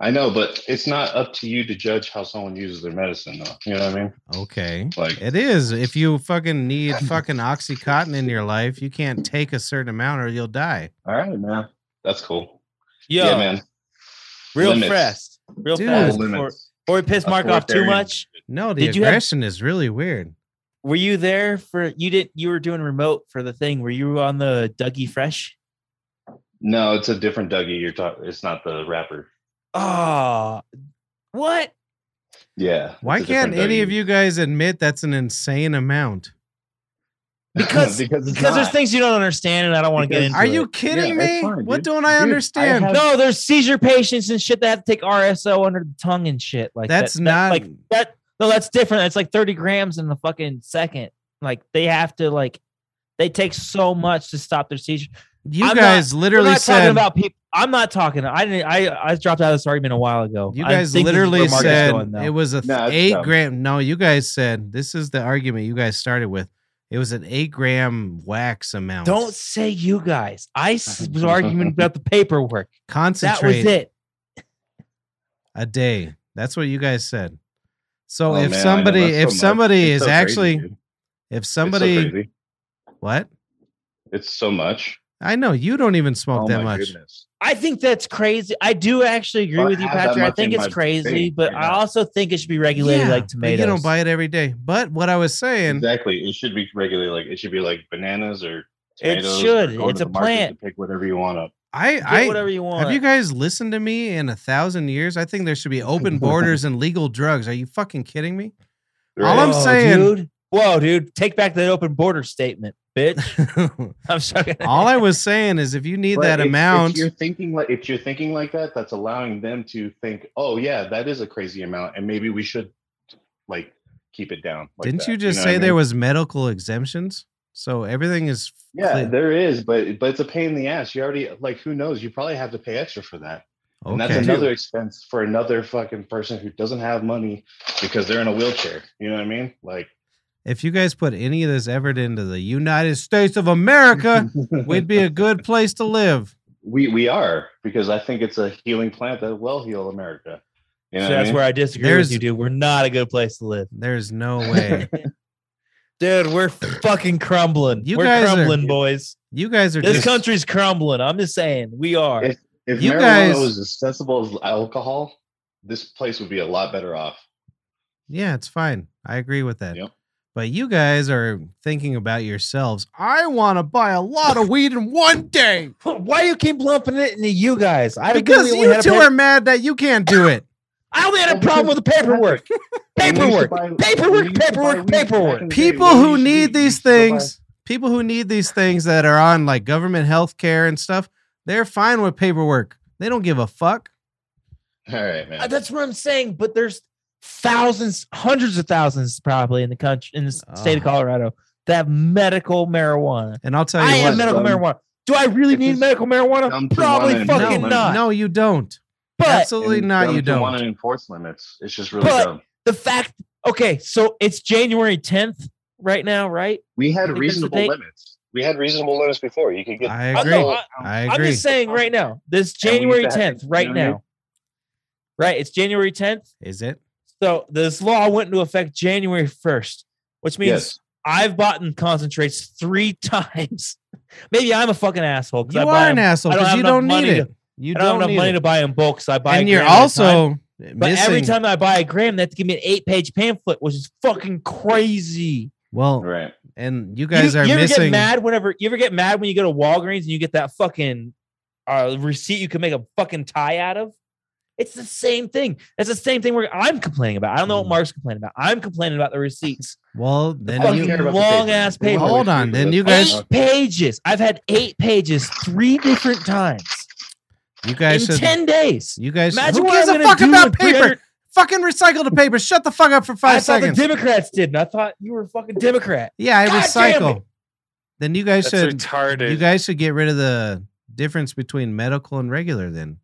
Speaker 9: I know, but it's not up to you to judge how someone uses their medicine though. You know what I mean?
Speaker 2: Okay.
Speaker 9: Like
Speaker 2: It is. If you fucking need fucking Oxycontin in your life, you can't take a certain amount or you'll die.
Speaker 9: all right, man. That's cool.
Speaker 4: Yo,
Speaker 9: yeah, man.
Speaker 4: real
Speaker 9: Limits.
Speaker 4: fast, real
Speaker 2: Dude.
Speaker 4: fast. Before,
Speaker 9: Limits.
Speaker 4: before we piss
Speaker 9: That's
Speaker 4: Mark
Speaker 9: what
Speaker 4: off too
Speaker 9: they're in.
Speaker 4: much,
Speaker 2: No, the
Speaker 4: Did you have-
Speaker 2: aggression is really weird.
Speaker 4: were you there for? You didn't. You were doing remote for the thing. Were you on the Dougie Fresh?
Speaker 9: No, it's a different Dougie. You're talking. It's not the rapper.
Speaker 4: Oh, what?
Speaker 9: Yeah.
Speaker 2: Why
Speaker 9: it's a different
Speaker 2: can't any of
Speaker 9: Dougie.
Speaker 2: you guys admit that's an insane amount?
Speaker 4: Because-
Speaker 9: because, it's
Speaker 4: Because there's
Speaker 9: not.
Speaker 4: things you don't understand, and I don't want to get
Speaker 9: Because-
Speaker 4: into.
Speaker 2: Are
Speaker 4: it.
Speaker 2: you kidding
Speaker 9: Yeah,
Speaker 2: me?
Speaker 9: it's fine,
Speaker 2: what
Speaker 9: dude.
Speaker 2: don't I
Speaker 9: Dude, I
Speaker 2: understand?
Speaker 9: have-
Speaker 4: No, there's seizure patients and shit that have to take RSO under the tongue and shit. Like that-
Speaker 2: that's
Speaker 4: that-
Speaker 2: not
Speaker 4: like that. No, that's different. That's like 30 grams in the fucking second. Like they have to like they take so much to stop their seizure.
Speaker 2: you
Speaker 4: I'm not-
Speaker 2: guys
Speaker 4: We're
Speaker 2: literally
Speaker 4: not
Speaker 2: said
Speaker 4: talking about people. I'm not talking. I didn't. I I dropped out of this argument a while ago.
Speaker 2: you
Speaker 4: I
Speaker 2: guys
Speaker 4: think this is where
Speaker 2: literally
Speaker 4: Mark is
Speaker 2: said
Speaker 4: going, though.
Speaker 2: it was a th-
Speaker 9: No, it's
Speaker 2: eight
Speaker 9: dumb.
Speaker 2: gram. No, you guys said this is the argument you guys started with. It was an eight gram wax amount.
Speaker 4: Don't say you guys. I s- was arguing about the paperwork. That was
Speaker 2: concentrate
Speaker 4: it.
Speaker 2: a day. That's what you guys said. So
Speaker 9: Oh,
Speaker 2: if
Speaker 9: man, I know,
Speaker 2: somebody,
Speaker 9: that's so
Speaker 2: if
Speaker 9: much.
Speaker 2: somebody
Speaker 9: It's
Speaker 2: is
Speaker 9: so crazy,
Speaker 2: actually,
Speaker 9: dude. It's
Speaker 2: if
Speaker 9: so
Speaker 2: somebody,
Speaker 9: crazy.
Speaker 2: what?
Speaker 9: It's so much.
Speaker 2: I know you don't even smoke
Speaker 9: Oh
Speaker 2: that
Speaker 9: my
Speaker 2: much.
Speaker 9: goodness.
Speaker 4: I think that's crazy. I do actually agree
Speaker 9: Well,
Speaker 4: with you,
Speaker 9: I have that
Speaker 4: Patrick. I
Speaker 9: much
Speaker 4: think
Speaker 9: in
Speaker 4: it's
Speaker 9: my
Speaker 4: crazy,
Speaker 9: thing,
Speaker 4: but
Speaker 9: you
Speaker 4: I
Speaker 9: know.
Speaker 4: also think it should be regulated like
Speaker 2: but
Speaker 4: tomatoes.
Speaker 2: You don't buy it every day. But what I was saying,
Speaker 9: Exactly. It should be regulated. Like it should be like bananas or.
Speaker 4: It
Speaker 9: tomatoes or
Speaker 4: should.
Speaker 9: go to
Speaker 4: It's
Speaker 9: the market to
Speaker 4: a plant.
Speaker 9: Pick whatever you want up.
Speaker 2: I,
Speaker 4: Get
Speaker 2: I,
Speaker 4: whatever you want.
Speaker 2: Have you guys listened to me in a thousand years? I think there should be open borders and legal drugs. Are you fucking kidding me? All I'm
Speaker 4: Whoa,
Speaker 2: saying-
Speaker 4: dude. Whoa, dude, take back that open border statement, bitch. I'm sorry.
Speaker 2: All I was saying is if you need
Speaker 9: But
Speaker 2: that
Speaker 9: if- if
Speaker 2: amount,
Speaker 9: you're thinking like if you're thinking like that, that's allowing them to think, oh yeah, that is a crazy amount, and maybe we should like keep it down. like
Speaker 2: didn't
Speaker 9: that,"
Speaker 2: you just
Speaker 9: know what
Speaker 2: say
Speaker 9: I mean?
Speaker 2: there was medical exemptions? So everything is
Speaker 9: Yeah,
Speaker 2: clear.
Speaker 9: there is, but but it's a pain in the ass. You already like who knows? You probably have to pay extra for that, and that's
Speaker 2: okay.
Speaker 9: another expense for another fucking person who doesn't have money because they're in a wheelchair. You know what I mean? Like
Speaker 2: If you guys put any of this effort into the United States of America, we'd be a good place to live.
Speaker 9: we we are because I think it's a healing plant that will heal America. You know
Speaker 4: so
Speaker 9: what I
Speaker 4: that's
Speaker 9: mean?
Speaker 4: where I disagree
Speaker 2: There's-
Speaker 4: with you, dude. We're not a good place to live,
Speaker 2: There's no way.
Speaker 4: dude. We're fucking crumbling.
Speaker 2: You
Speaker 4: we're
Speaker 2: guys are-
Speaker 4: crumbling, boys.
Speaker 2: You guys are
Speaker 4: This
Speaker 2: just
Speaker 4: country's crumbling. I'm just saying, we are.
Speaker 9: If- if
Speaker 2: You
Speaker 9: marijuana
Speaker 2: guys-
Speaker 9: was accessible as alcohol, this place would be a lot better off.
Speaker 2: Yeah, it's fine. I agree with that.
Speaker 9: Yep.
Speaker 2: But you guys are thinking about yourselves. I want to buy a lot of weed in one day
Speaker 4: Why do you keep lumping it into you guys? I
Speaker 2: because
Speaker 4: really
Speaker 2: you
Speaker 4: had a
Speaker 2: two
Speaker 4: pay-
Speaker 2: are mad that you can't do it.
Speaker 4: I only had a
Speaker 9: Well,
Speaker 4: problem with the paperwork.
Speaker 9: And we used to
Speaker 4: paperwork.
Speaker 9: buy- we
Speaker 4: Paperwork.
Speaker 9: used to buy
Speaker 4: Paperwork.
Speaker 9: weed back in
Speaker 4: Paperwork.
Speaker 9: the day.
Speaker 2: People
Speaker 9: We
Speaker 2: who
Speaker 9: used to
Speaker 2: need
Speaker 9: do- we
Speaker 2: these
Speaker 9: used to buy-
Speaker 2: things, people who need these things that are on like government health care and stuff, they're fine with paperwork. They don't give a fuck.
Speaker 9: All right, man.
Speaker 4: Uh, That's what I'm saying. But there's thousands, hundreds of thousands, probably in the country, in the s- state of
Speaker 2: Oh.
Speaker 4: Colorado, that have medical marijuana.
Speaker 2: And I'll tell
Speaker 4: I
Speaker 2: you
Speaker 4: have
Speaker 2: what,
Speaker 9: am-
Speaker 4: medical
Speaker 9: dumb.
Speaker 4: marijuana.
Speaker 10: Do I really
Speaker 9: If
Speaker 10: need
Speaker 9: it's
Speaker 10: medical marijuana?
Speaker 9: dumb to
Speaker 10: Probably
Speaker 9: wanna
Speaker 10: fucking
Speaker 9: implement-
Speaker 10: not.
Speaker 2: No, you don't.
Speaker 10: But
Speaker 2: Absolutely
Speaker 9: And
Speaker 2: not.
Speaker 9: dumb
Speaker 2: You
Speaker 9: to want
Speaker 2: don't.
Speaker 9: to enforce limits. It's just really
Speaker 10: But-
Speaker 9: dumb.
Speaker 10: the fact
Speaker 4: Okay, so it's January 10th right now, right?
Speaker 9: We had
Speaker 4: think that's the
Speaker 9: reasonable
Speaker 4: thing.
Speaker 9: limits. We had reasonable limits before. You could get.
Speaker 2: I
Speaker 4: I'm
Speaker 2: agree.
Speaker 4: not- I-
Speaker 2: I
Speaker 4: I'm
Speaker 2: agree.
Speaker 4: just saying right now, this
Speaker 9: And we
Speaker 4: January
Speaker 9: used to have
Speaker 4: 10th, right
Speaker 9: January-
Speaker 4: now. Right, it's January 10th.
Speaker 2: Is it?
Speaker 4: So this law went into effect January 1st, which means
Speaker 9: Yes.
Speaker 4: I've bought in concentrates three times. Maybe I'm a fucking asshole. 'cause
Speaker 2: You
Speaker 4: I buy
Speaker 2: are an
Speaker 4: 'em-
Speaker 2: asshole
Speaker 4: I don't
Speaker 2: because
Speaker 4: have
Speaker 2: you
Speaker 4: enough
Speaker 2: don't need
Speaker 4: money
Speaker 2: it.
Speaker 4: to-
Speaker 2: You
Speaker 4: I don't
Speaker 2: don't
Speaker 4: have enough
Speaker 2: need
Speaker 4: money
Speaker 2: it.
Speaker 4: to buy in bulk, so I buy. a
Speaker 2: And you're
Speaker 4: gram at a time.
Speaker 2: also
Speaker 4: But every
Speaker 2: missing.
Speaker 4: time I buy a gram, they have to give me an eight-page pamphlet, which is fucking crazy.
Speaker 2: Well,
Speaker 9: Right.
Speaker 2: and you guys are
Speaker 4: ever get
Speaker 2: missing.
Speaker 4: mad whenever you ever get mad when you go to Walgreens and you get that fucking uh, receipt you can make a fucking tie out of. It's the same thing. That's the same thing where I'm complaining about. I don't know what
Speaker 2: Mm.
Speaker 4: Mark's complaining about. I'm complaining about the receipts.
Speaker 2: Well,
Speaker 9: I
Speaker 2: then
Speaker 9: don't
Speaker 2: you
Speaker 9: care about the
Speaker 4: long
Speaker 9: paper.
Speaker 4: ass
Speaker 9: We're
Speaker 4: paper.
Speaker 9: not
Speaker 2: Hold
Speaker 9: really
Speaker 2: on,
Speaker 9: free
Speaker 2: then
Speaker 9: for
Speaker 2: you
Speaker 9: this.
Speaker 2: guys-
Speaker 4: Eight pages. I've had eight pages three different times
Speaker 2: you guys
Speaker 4: in
Speaker 2: should
Speaker 4: ten days.
Speaker 2: you guys should,
Speaker 4: Imagine
Speaker 2: who
Speaker 4: what
Speaker 2: gives
Speaker 4: I'm
Speaker 2: a
Speaker 4: gonna
Speaker 2: fuck
Speaker 4: do
Speaker 2: about
Speaker 4: with
Speaker 2: paper?
Speaker 4: 300
Speaker 2: Fucking recycle the paper. Shut the fuck up for
Speaker 4: I
Speaker 2: five
Speaker 4: thought
Speaker 2: seconds.
Speaker 4: the Democrats did, and I thought you were a fucking Democrat.
Speaker 2: yeah, I
Speaker 4: God damn
Speaker 2: recycle. Then you guys
Speaker 5: That's
Speaker 2: should
Speaker 5: retarded.
Speaker 2: you guys should get rid of the difference between medical and regular then.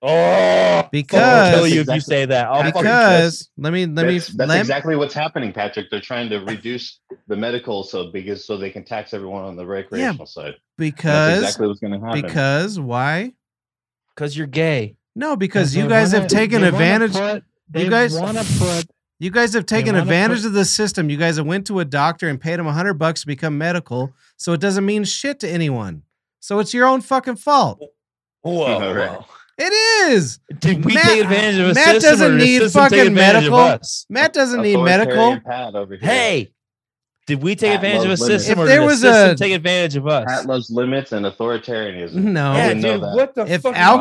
Speaker 4: Oh, I'll kill
Speaker 2: Because
Speaker 4: you if you
Speaker 9: Exactly.
Speaker 4: say that. I'll fucking
Speaker 2: because let me let me
Speaker 9: that's, that's
Speaker 2: let
Speaker 9: exactly what's happening, Patrick. They're trying to reduce the medical so because so they can tax everyone on the recreational side. That's
Speaker 2: because
Speaker 9: exactly what's going to happen.
Speaker 2: because why?
Speaker 4: because you're gay.
Speaker 2: No, because you guys have taken advantage you guys-
Speaker 3: want to put
Speaker 2: You guys have taken
Speaker 3: wanna put-
Speaker 2: advantage of the system. You guys have went to a doctor and paid him a hundred bucks to become medical, so it doesn't mean shit to anyone. So it's your own fucking fault.
Speaker 4: Whoa,
Speaker 9: All right.
Speaker 4: whoa.
Speaker 2: It is.
Speaker 4: Did we
Speaker 2: Matt-
Speaker 4: take advantage of a
Speaker 2: Matt
Speaker 4: system
Speaker 2: doesn't
Speaker 4: or did
Speaker 2: need
Speaker 4: system take
Speaker 2: fucking
Speaker 4: advantage of
Speaker 2: medical.
Speaker 4: us?
Speaker 2: Matt doesn't need
Speaker 9: Authoritarian
Speaker 2: medical.
Speaker 9: Pat over here.
Speaker 4: Hey, did we take
Speaker 9: Pat
Speaker 4: advantage of a
Speaker 9: loves women.
Speaker 4: system
Speaker 2: If
Speaker 4: or
Speaker 2: there
Speaker 4: did the
Speaker 2: was
Speaker 4: system
Speaker 2: a-
Speaker 4: take advantage of
Speaker 9: Pat
Speaker 4: us?
Speaker 9: loves limits and authoritarianism.
Speaker 2: No.
Speaker 9: I
Speaker 4: Yeah,
Speaker 9: wouldn't know
Speaker 4: dude,
Speaker 9: that.
Speaker 4: what the
Speaker 2: If
Speaker 4: fuck am I saying?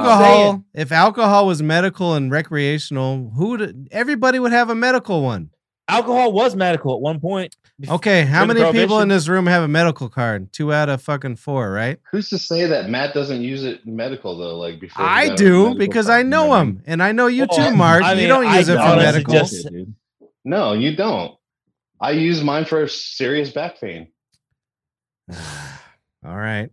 Speaker 2: alcohol, if alcohol was medical and recreational, who would everybody would have a medical one?
Speaker 4: alcohol was medical at one point.
Speaker 2: Okay, how
Speaker 4: During
Speaker 2: many people in
Speaker 4: Prohibition?
Speaker 2: this room have a medical card? Two out of fucking four, right?
Speaker 9: Who's to say that Matt doesn't use it in medical though? Like before he got
Speaker 2: I
Speaker 9: a
Speaker 2: do
Speaker 9: medical
Speaker 2: because
Speaker 9: card,
Speaker 2: I
Speaker 9: you what
Speaker 2: know
Speaker 9: I
Speaker 2: him, and I know you
Speaker 4: Well,
Speaker 2: too, Mark.
Speaker 4: I
Speaker 2: you
Speaker 4: mean,
Speaker 2: don't
Speaker 4: I
Speaker 2: use it for
Speaker 4: honestly
Speaker 2: medical.
Speaker 4: just-
Speaker 9: Bullshit, dude. No, you don't. I use mine for serious back pain,
Speaker 2: All right,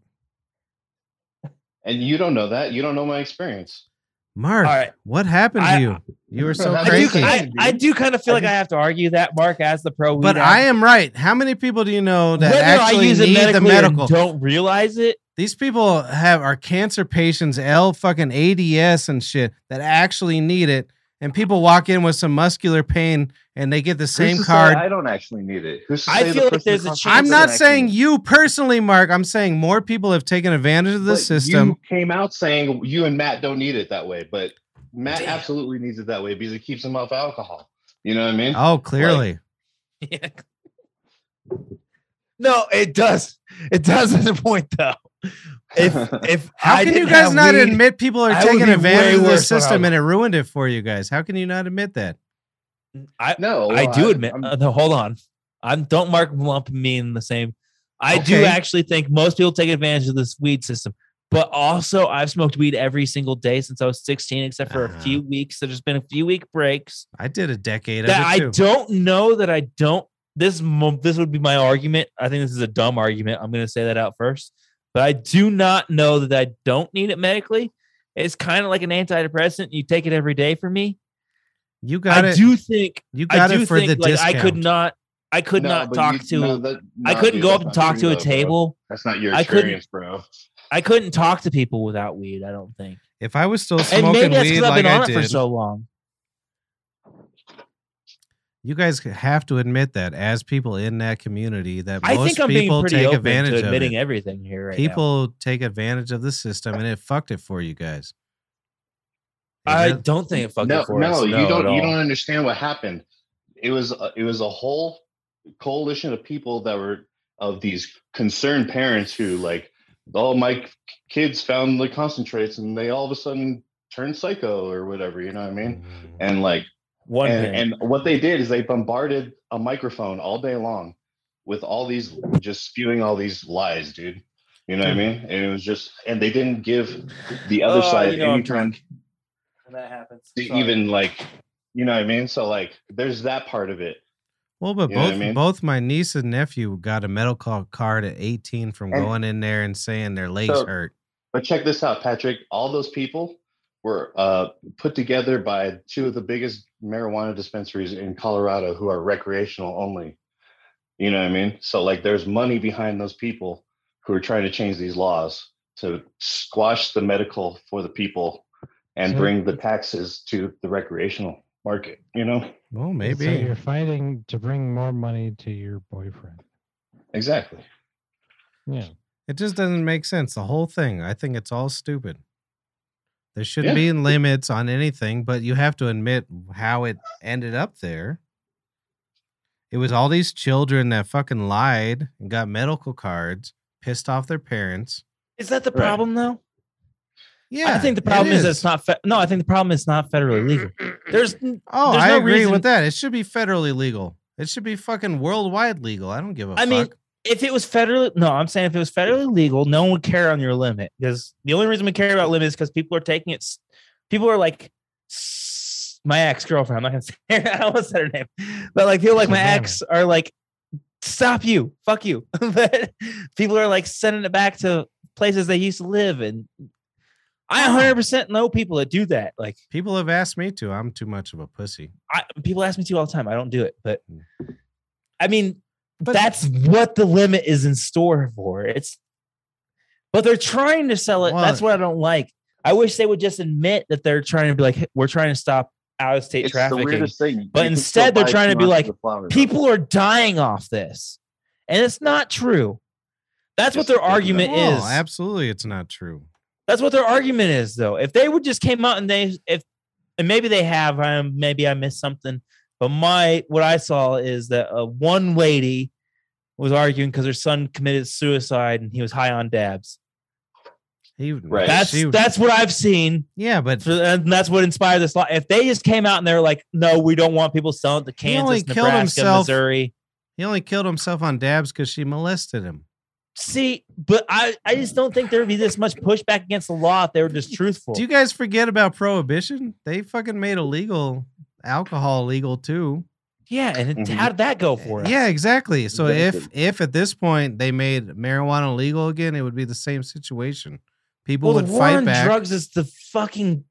Speaker 9: and you don't know that. You don't know my experience.
Speaker 2: Mark.
Speaker 4: All right.
Speaker 2: What happened
Speaker 4: I-
Speaker 2: to you? You were so
Speaker 9: I do-
Speaker 4: I do,
Speaker 2: crazy.
Speaker 4: I, I do kind of feel like I have to argue that Mark as the pro.
Speaker 2: but I am right. How many people do you know that
Speaker 4: whether I
Speaker 2: actually
Speaker 4: use it
Speaker 2: need the
Speaker 4: medically
Speaker 2: medical?
Speaker 4: and don't realize it.
Speaker 2: These people have are cancer patients, L fucking ADS and shit that actually need it. And people walk in with some muscular pain and they get the
Speaker 9: Who's
Speaker 2: same
Speaker 9: to say
Speaker 2: card.
Speaker 9: I don't actually need it. Who's to
Speaker 4: I
Speaker 9: say the
Speaker 4: feel like
Speaker 9: person
Speaker 4: there's a
Speaker 9: across the
Speaker 4: chance
Speaker 2: I'm
Speaker 9: street
Speaker 2: not
Speaker 9: doesn't
Speaker 2: saying
Speaker 9: actually-
Speaker 2: you personally, Mark. I'm saying more people have taken advantage of the
Speaker 9: But
Speaker 2: system.
Speaker 9: You came out saying you and Matt don't need it that way, but Matt
Speaker 4: Damn.
Speaker 9: absolutely needs it that way because it keeps him off alcohol. You know what I mean?
Speaker 2: Oh, clearly.
Speaker 4: no, it does. It does at a point though. If if
Speaker 2: How
Speaker 4: I
Speaker 2: can you
Speaker 4: didn't
Speaker 2: guys
Speaker 4: have
Speaker 2: not
Speaker 4: weed-
Speaker 2: admit people are
Speaker 4: I would
Speaker 2: taking
Speaker 4: be
Speaker 2: advantage
Speaker 4: way
Speaker 2: of the
Speaker 4: worse when I
Speaker 2: system
Speaker 4: was-
Speaker 2: and it ruined it for you guys? How can you not admit that?
Speaker 4: I
Speaker 9: no,
Speaker 4: I do admit.
Speaker 9: I'm-
Speaker 4: uh, no, hold on. I'm don't mark lump me in the same. I do
Speaker 2: Okay.
Speaker 4: actually think most people take advantage of this weed system, but also I've smoked weed every single day since I was 16, except for
Speaker 2: Uh-huh.
Speaker 4: a few weeks. So there's been a few week breaks
Speaker 2: I did a decade
Speaker 4: that I
Speaker 2: of it too.
Speaker 4: don't know that I don't. This mo- this would be my argument. I think this is a dumb argument. I'm going to say that out first, but I do not know that I don't need it medically. It's kind of like an antidepressant. You take it every day for me.
Speaker 2: you got
Speaker 4: I
Speaker 2: it.
Speaker 4: do think
Speaker 2: you
Speaker 4: I
Speaker 2: got
Speaker 4: do
Speaker 2: it for
Speaker 4: think
Speaker 2: the
Speaker 4: like
Speaker 2: discount.
Speaker 4: I could not I could
Speaker 9: No,
Speaker 4: not
Speaker 9: but
Speaker 4: talk
Speaker 9: you-
Speaker 4: to
Speaker 9: no, that-
Speaker 4: I
Speaker 9: no,
Speaker 4: couldn't
Speaker 9: dude,
Speaker 4: go
Speaker 9: that's
Speaker 4: up and
Speaker 9: not
Speaker 4: talk
Speaker 9: true,
Speaker 4: to a
Speaker 9: though, bro.
Speaker 4: table.
Speaker 9: That's not your
Speaker 4: I couldn't-
Speaker 9: experience, bro.
Speaker 4: I couldn't talk to people without weed, I don't think.
Speaker 2: If I was still
Speaker 4: And
Speaker 2: smoking
Speaker 4: maybe that's
Speaker 2: weed
Speaker 4: because I've
Speaker 2: like
Speaker 4: been on
Speaker 2: I
Speaker 4: it for
Speaker 2: did,
Speaker 4: so long.
Speaker 2: you guys have to admit that as people in that community, that
Speaker 4: I
Speaker 2: most
Speaker 4: think I'm being
Speaker 2: people
Speaker 4: pretty
Speaker 2: take
Speaker 4: open
Speaker 2: advantage
Speaker 4: to
Speaker 2: of
Speaker 4: admitting
Speaker 2: it.
Speaker 4: everything here right now.
Speaker 2: people take advantage of the system, and it fucked it for you guys. It
Speaker 4: I
Speaker 2: does-
Speaker 4: don't think it fucking
Speaker 9: no,
Speaker 4: for
Speaker 9: no,
Speaker 4: us.
Speaker 9: you
Speaker 4: at
Speaker 9: don't. You
Speaker 4: all.
Speaker 9: don't understand what happened. It was a, it was a whole coalition of people that were of these concerned parents who like, oh, my kids found the concentrates and they all of a sudden turned psycho or whatever. You know what I mean? And like,
Speaker 4: One
Speaker 9: and,
Speaker 4: thing.
Speaker 9: and what they did is they bombarded a microphone all day long with all these just spewing all these lies, dude. You know what I mean? And it was just, and they didn't give the other
Speaker 4: Oh,
Speaker 9: side
Speaker 4: you know
Speaker 9: any
Speaker 4: I'm
Speaker 9: time
Speaker 4: when that happens.
Speaker 9: to
Speaker 4: sorry.
Speaker 9: even like you know what i mean so like there's that part of it
Speaker 2: Well, but
Speaker 9: You know what
Speaker 2: both
Speaker 9: I mean?
Speaker 2: both my niece and nephew got a medical card at 18 from
Speaker 9: And-
Speaker 2: going in there and saying their legs
Speaker 9: So-
Speaker 2: hurt.
Speaker 9: But check this out, Patrick. All those people were uh, put together by two of the biggest marijuana dispensaries in Colorado who are recreational only. You know what I mean? So, like, there's money behind those people who are trying to change these laws to squash the medical for the people and
Speaker 3: So-
Speaker 4: Mm-hmm.
Speaker 9: bring the taxes to the recreational market, you know?
Speaker 2: Well,
Speaker 3: So
Speaker 2: maybe.
Speaker 3: you're fighting to bring more money to your boyfriend.
Speaker 9: Exactly.
Speaker 3: Yeah.
Speaker 2: It just doesn't make sense. The whole thing. I think it's all stupid. There shouldn't
Speaker 9: Yeah.
Speaker 2: be limits on anything, but you have to admit how it ended up there. It was all these children that fucking lied and got medical cards, pissed off their parents.
Speaker 4: Is that the
Speaker 9: Right.
Speaker 4: problem though?
Speaker 2: Yeah,
Speaker 4: I think the
Speaker 2: it
Speaker 4: problem is. that it's not. Fe- no, I think the problem is not federally legal. There's
Speaker 2: Oh,
Speaker 4: there's
Speaker 2: I
Speaker 4: no
Speaker 2: agree
Speaker 4: reason-
Speaker 2: with that. It should be federally legal. It should be fucking worldwide legal. I don't give a
Speaker 4: I
Speaker 2: fuck.
Speaker 4: mean, if it was federally, no, I'm saying if it was federally legal, no one would care on your limit because the only reason we care about limits because people are taking it. s- People are like s- my ex girlfriend. I'm not gonna say her, I almost said her name, but like people like my
Speaker 3: Savannah.
Speaker 4: ex are like, stop you, fuck you. but people are like sending it back to places they used to live, and I 100 percent know people that do that. Like
Speaker 2: people have asked me to. I'm too much of a pussy.
Speaker 4: I, people ask me to all the time. I don't do it, but
Speaker 2: Mm.
Speaker 9: Hmm.
Speaker 4: I mean,
Speaker 2: But-
Speaker 4: that's what the limit is in store for. It's, but they're trying to sell it. That's
Speaker 2: Well-
Speaker 4: what I don't like. I wish they would just admit that they're trying to be like, "Hey, we're trying to stop out of state trafficking.
Speaker 9: thing.
Speaker 4: But
Speaker 9: You can
Speaker 4: instead
Speaker 9: still
Speaker 4: they're
Speaker 9: buy
Speaker 4: trying to
Speaker 9: two
Speaker 4: be
Speaker 9: ounces
Speaker 4: like,
Speaker 9: of flower, though.
Speaker 4: People are dying off this, and it's not true. That's what
Speaker 9: Yes,
Speaker 4: their
Speaker 9: it is.
Speaker 4: argument
Speaker 2: No,
Speaker 4: is.
Speaker 2: absolutely, it's not true.
Speaker 4: That's what their argument is, though. If they would just came out and they, if, and maybe they have, I am maybe I missed something, but my what I saw is that uh, one lady was arguing because her son committed suicide and he was high on dabs.
Speaker 2: He,
Speaker 9: Right.
Speaker 4: That's
Speaker 2: she-
Speaker 4: that's what I've seen,
Speaker 2: yeah, but
Speaker 4: So- and that's what inspired this law. If they just came out and they're like, "No, we don't want people selling it to
Speaker 2: He only
Speaker 4: Kansas,
Speaker 2: killed
Speaker 4: Nebraska,
Speaker 2: himself-
Speaker 4: Missouri,"
Speaker 2: he only killed himself on dabs because she molested him.
Speaker 4: see, but I I just don't think there would be this much pushback against the law if they were just truthful.
Speaker 2: Do you guys forget about prohibition? They fucking made illegal alcohol legal too.
Speaker 4: yeah, and it,
Speaker 9: Mhm.
Speaker 4: how did that go for us?
Speaker 2: Mm-hmm. Yeah, exactly. So if
Speaker 9: Exactly.
Speaker 2: if at this point they made marijuana legal again, it would be the same situation. People
Speaker 4: Well,
Speaker 2: would
Speaker 4: the war
Speaker 2: fight
Speaker 4: on
Speaker 2: back.
Speaker 4: drugs is the fucking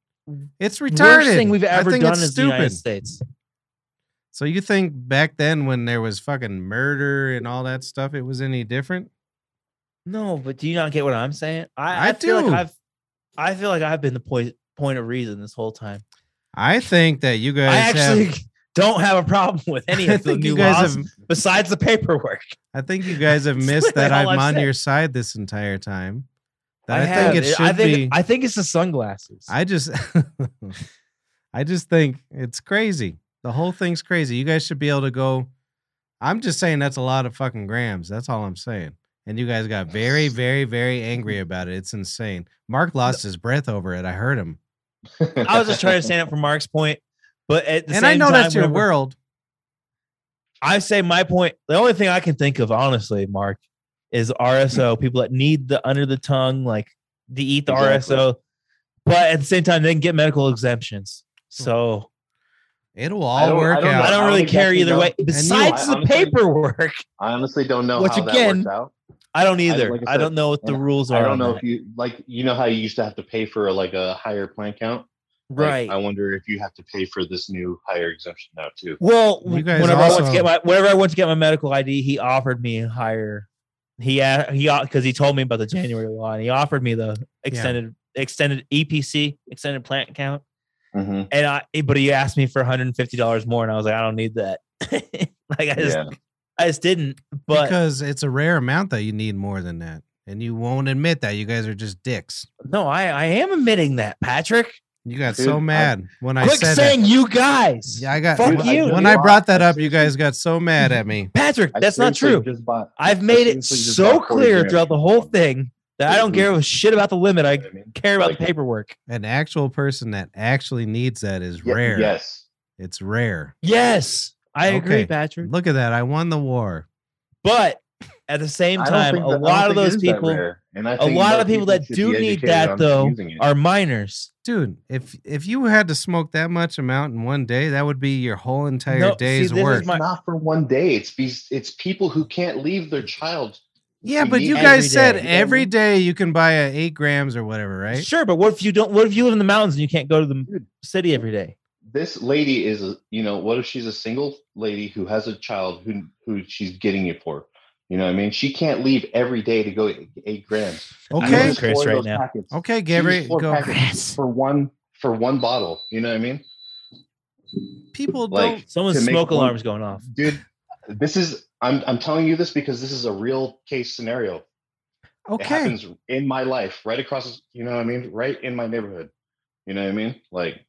Speaker 2: it's retarded.
Speaker 4: worst thing we've ever
Speaker 2: I think
Speaker 4: done
Speaker 2: it's
Speaker 4: as the
Speaker 2: stupid.
Speaker 4: United States.
Speaker 2: So you think back then when there was fucking murder and all that stuff, it was any different?
Speaker 4: No, but do you not get what I'm saying?
Speaker 2: I
Speaker 4: I, I, feel
Speaker 2: do.
Speaker 4: like I've I feel like I've been the point point of reason this whole time.
Speaker 2: I think that you guys
Speaker 4: I actually
Speaker 2: have.
Speaker 4: don't have a problem with any
Speaker 2: I
Speaker 4: of the
Speaker 2: think
Speaker 4: new
Speaker 2: you guys
Speaker 4: laws
Speaker 2: have.
Speaker 4: besides the paperwork.
Speaker 2: I think you guys have
Speaker 4: That's
Speaker 2: missed that
Speaker 4: literally all
Speaker 2: I'm
Speaker 4: I've
Speaker 2: on
Speaker 4: said.
Speaker 2: your side this entire time. That I,
Speaker 4: have.
Speaker 2: think it should
Speaker 4: I think
Speaker 2: be.
Speaker 4: I think it's the sunglasses.
Speaker 2: I just I just think it's crazy. The whole thing's crazy. You guys should be able to go. I'm just saying that's a lot of fucking grams. That's all I'm saying. And you guys got very, very, very angry about it. It's insane. Mark lost his breath over it. I heard him.
Speaker 4: I was just trying to stand up for Mark's point, but at the
Speaker 2: and
Speaker 4: same
Speaker 2: I know
Speaker 4: time,
Speaker 2: that's your
Speaker 4: whenever-
Speaker 2: world.
Speaker 4: I say my point. The only thing I can think of, honestly, Mark, is RSO people that need the under the tongue, like to eat the
Speaker 9: Exactly.
Speaker 4: RSO, but at the same time they can get medical exemptions. So
Speaker 2: It'll
Speaker 9: I
Speaker 2: all
Speaker 9: don't- I
Speaker 2: work
Speaker 9: don't know.
Speaker 4: I
Speaker 2: out.
Speaker 4: don't really
Speaker 9: think that's
Speaker 4: care either
Speaker 9: enough.
Speaker 4: way.
Speaker 9: And
Speaker 2: you-
Speaker 4: Besides
Speaker 9: I
Speaker 4: the
Speaker 9: honestly-
Speaker 4: paperwork,
Speaker 9: I honestly don't know
Speaker 4: Which
Speaker 9: how that
Speaker 4: again,
Speaker 9: works out.
Speaker 4: I don't either. I,
Speaker 9: like I
Speaker 4: don't
Speaker 9: said,
Speaker 4: know what the
Speaker 9: and
Speaker 4: rules are.
Speaker 9: I don't
Speaker 4: on
Speaker 9: know
Speaker 4: that.
Speaker 9: if you like you know how you used to have to pay for like a higher plant count. Like,
Speaker 4: right.
Speaker 9: I wonder if you have to pay for this new higher exemption now too.
Speaker 4: well,
Speaker 2: You guys
Speaker 4: whenever I went
Speaker 2: also-
Speaker 4: to get my whenever I went to get my medical ID, he offered me a higher. He a- he because he told me about the January law, and he offered me the extended extended EPC extended plant count.
Speaker 9: Mm-hmm.
Speaker 4: And I, but he asked me for $150 more, and I was like, I don't need that. like I just,
Speaker 9: Yeah.
Speaker 4: I just didn't. But
Speaker 2: because it's a rare amount that you need more than that. And you won't admit that. You guys are just dicks.
Speaker 4: no, I, I am admitting that, Patrick.
Speaker 2: You got
Speaker 9: Dude,
Speaker 2: so
Speaker 9: I'm-
Speaker 2: mad when I
Speaker 4: Quit
Speaker 2: said
Speaker 4: saying
Speaker 2: that.
Speaker 4: you guys.
Speaker 2: Yeah, I got
Speaker 4: Fuck
Speaker 2: when-
Speaker 4: you.
Speaker 2: when I brought that up, you guys got so mad at me.
Speaker 4: Patrick,
Speaker 9: I
Speaker 4: that's not true.
Speaker 9: seriously Just bought,
Speaker 4: I've made it
Speaker 9: seriously just
Speaker 4: so
Speaker 9: bought 40
Speaker 4: clear
Speaker 9: grams.
Speaker 4: throughout the whole thing that I
Speaker 11: Mm-hmm.
Speaker 4: don't give a shit about the limit. I
Speaker 9: You know what mean?
Speaker 4: care about
Speaker 9: Like-
Speaker 4: the paperwork.
Speaker 2: an actual person that actually needs that is
Speaker 9: Ye-
Speaker 2: rare.
Speaker 9: Yes.
Speaker 2: It's rare.
Speaker 4: Yes, I agree,
Speaker 2: Okay.
Speaker 4: Patrick.
Speaker 2: Look at that. I won the war.
Speaker 4: But At the same
Speaker 11: I don't
Speaker 4: time,
Speaker 11: think
Speaker 4: a
Speaker 11: that- I don't
Speaker 4: lot of
Speaker 11: think it
Speaker 4: those
Speaker 11: is that
Speaker 4: people
Speaker 11: rare, and I
Speaker 4: a
Speaker 11: think
Speaker 4: lot
Speaker 11: more
Speaker 4: of people that
Speaker 11: should
Speaker 4: do
Speaker 11: be
Speaker 4: need
Speaker 11: educated
Speaker 4: that,
Speaker 11: on
Speaker 4: though,
Speaker 11: using it.
Speaker 4: are minors.
Speaker 2: Dude, if if you had to smoke that much amount in one day, that would be your whole entire
Speaker 4: No, see,
Speaker 2: day's
Speaker 4: this is
Speaker 2: work.
Speaker 11: It's
Speaker 4: my-
Speaker 11: not for one day. It's these. It's people who can't leave their child.
Speaker 2: yeah,
Speaker 11: we
Speaker 2: but
Speaker 11: need
Speaker 2: you
Speaker 11: every
Speaker 2: guys said
Speaker 4: day. You know what I
Speaker 2: every
Speaker 11: mean?
Speaker 2: day you can buy a eight grams or whatever, right?
Speaker 4: Sure, but what if you don't? What if you live in the mountains and you can't go to the m- city every day?
Speaker 11: This lady is, a, you know, what if she's a single lady who has a child who who she's getting it for? You know, what I mean, she can't leave every day to go eight, eight grams. You know,
Speaker 4: Okay.
Speaker 2: Okay,
Speaker 11: there's four of
Speaker 4: Right
Speaker 11: those
Speaker 4: now.
Speaker 11: packets.
Speaker 2: okay,
Speaker 11: She
Speaker 2: Gabby,
Speaker 11: needs four
Speaker 2: go.
Speaker 11: packets for one for one bottle. You know what I mean?
Speaker 2: People
Speaker 11: Like,
Speaker 2: don't.
Speaker 4: Someone's
Speaker 11: To make
Speaker 4: smoke
Speaker 11: one-
Speaker 4: alarm's going off.
Speaker 11: dude this is i'm i'm telling you this because this is a real case scenario it
Speaker 2: Okay,
Speaker 11: happens in my life right across you know what i mean right in my neighborhood you know what i mean like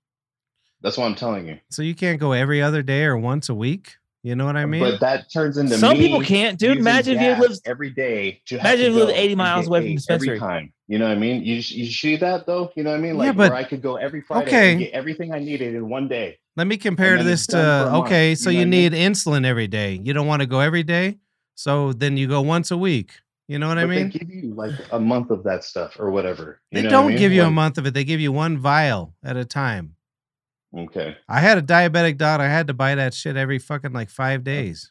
Speaker 11: that's what i'm telling you
Speaker 2: so you can't go every other day or once a week. You know what I mean?
Speaker 11: but that turns into
Speaker 4: Some
Speaker 11: me
Speaker 4: people can't, dude.
Speaker 11: using
Speaker 4: Imagine if
Speaker 11: gas
Speaker 4: you lived
Speaker 11: every day to have
Speaker 4: imagine
Speaker 11: to
Speaker 4: if you lived
Speaker 11: go
Speaker 4: 80
Speaker 11: and
Speaker 4: miles
Speaker 11: get
Speaker 4: away from the
Speaker 11: eight
Speaker 4: dispensary.
Speaker 11: every time you know what i mean you, you see that though you know what i mean
Speaker 2: Yeah,
Speaker 11: like
Speaker 2: but-
Speaker 11: where i could go every friday
Speaker 2: okay.
Speaker 11: and get everything i needed in one day
Speaker 2: Let me compare
Speaker 11: then
Speaker 2: this
Speaker 11: it's done for a
Speaker 2: to
Speaker 11: month,
Speaker 2: okay,
Speaker 11: you
Speaker 2: so
Speaker 11: know
Speaker 2: you,
Speaker 11: what I
Speaker 2: need
Speaker 11: mean?
Speaker 2: insulin every day. You don't want to go every day, so then you go once a week. You know what I
Speaker 11: But
Speaker 2: mean?
Speaker 11: they give you like a month of that stuff or whatever you
Speaker 2: They
Speaker 11: know what I
Speaker 2: don't
Speaker 11: mean?
Speaker 2: give you a
Speaker 11: Like-
Speaker 2: month of it. They give you one vial at a time.
Speaker 11: okay
Speaker 2: I had a diabetic dot. I had to buy that shit every fucking like five days.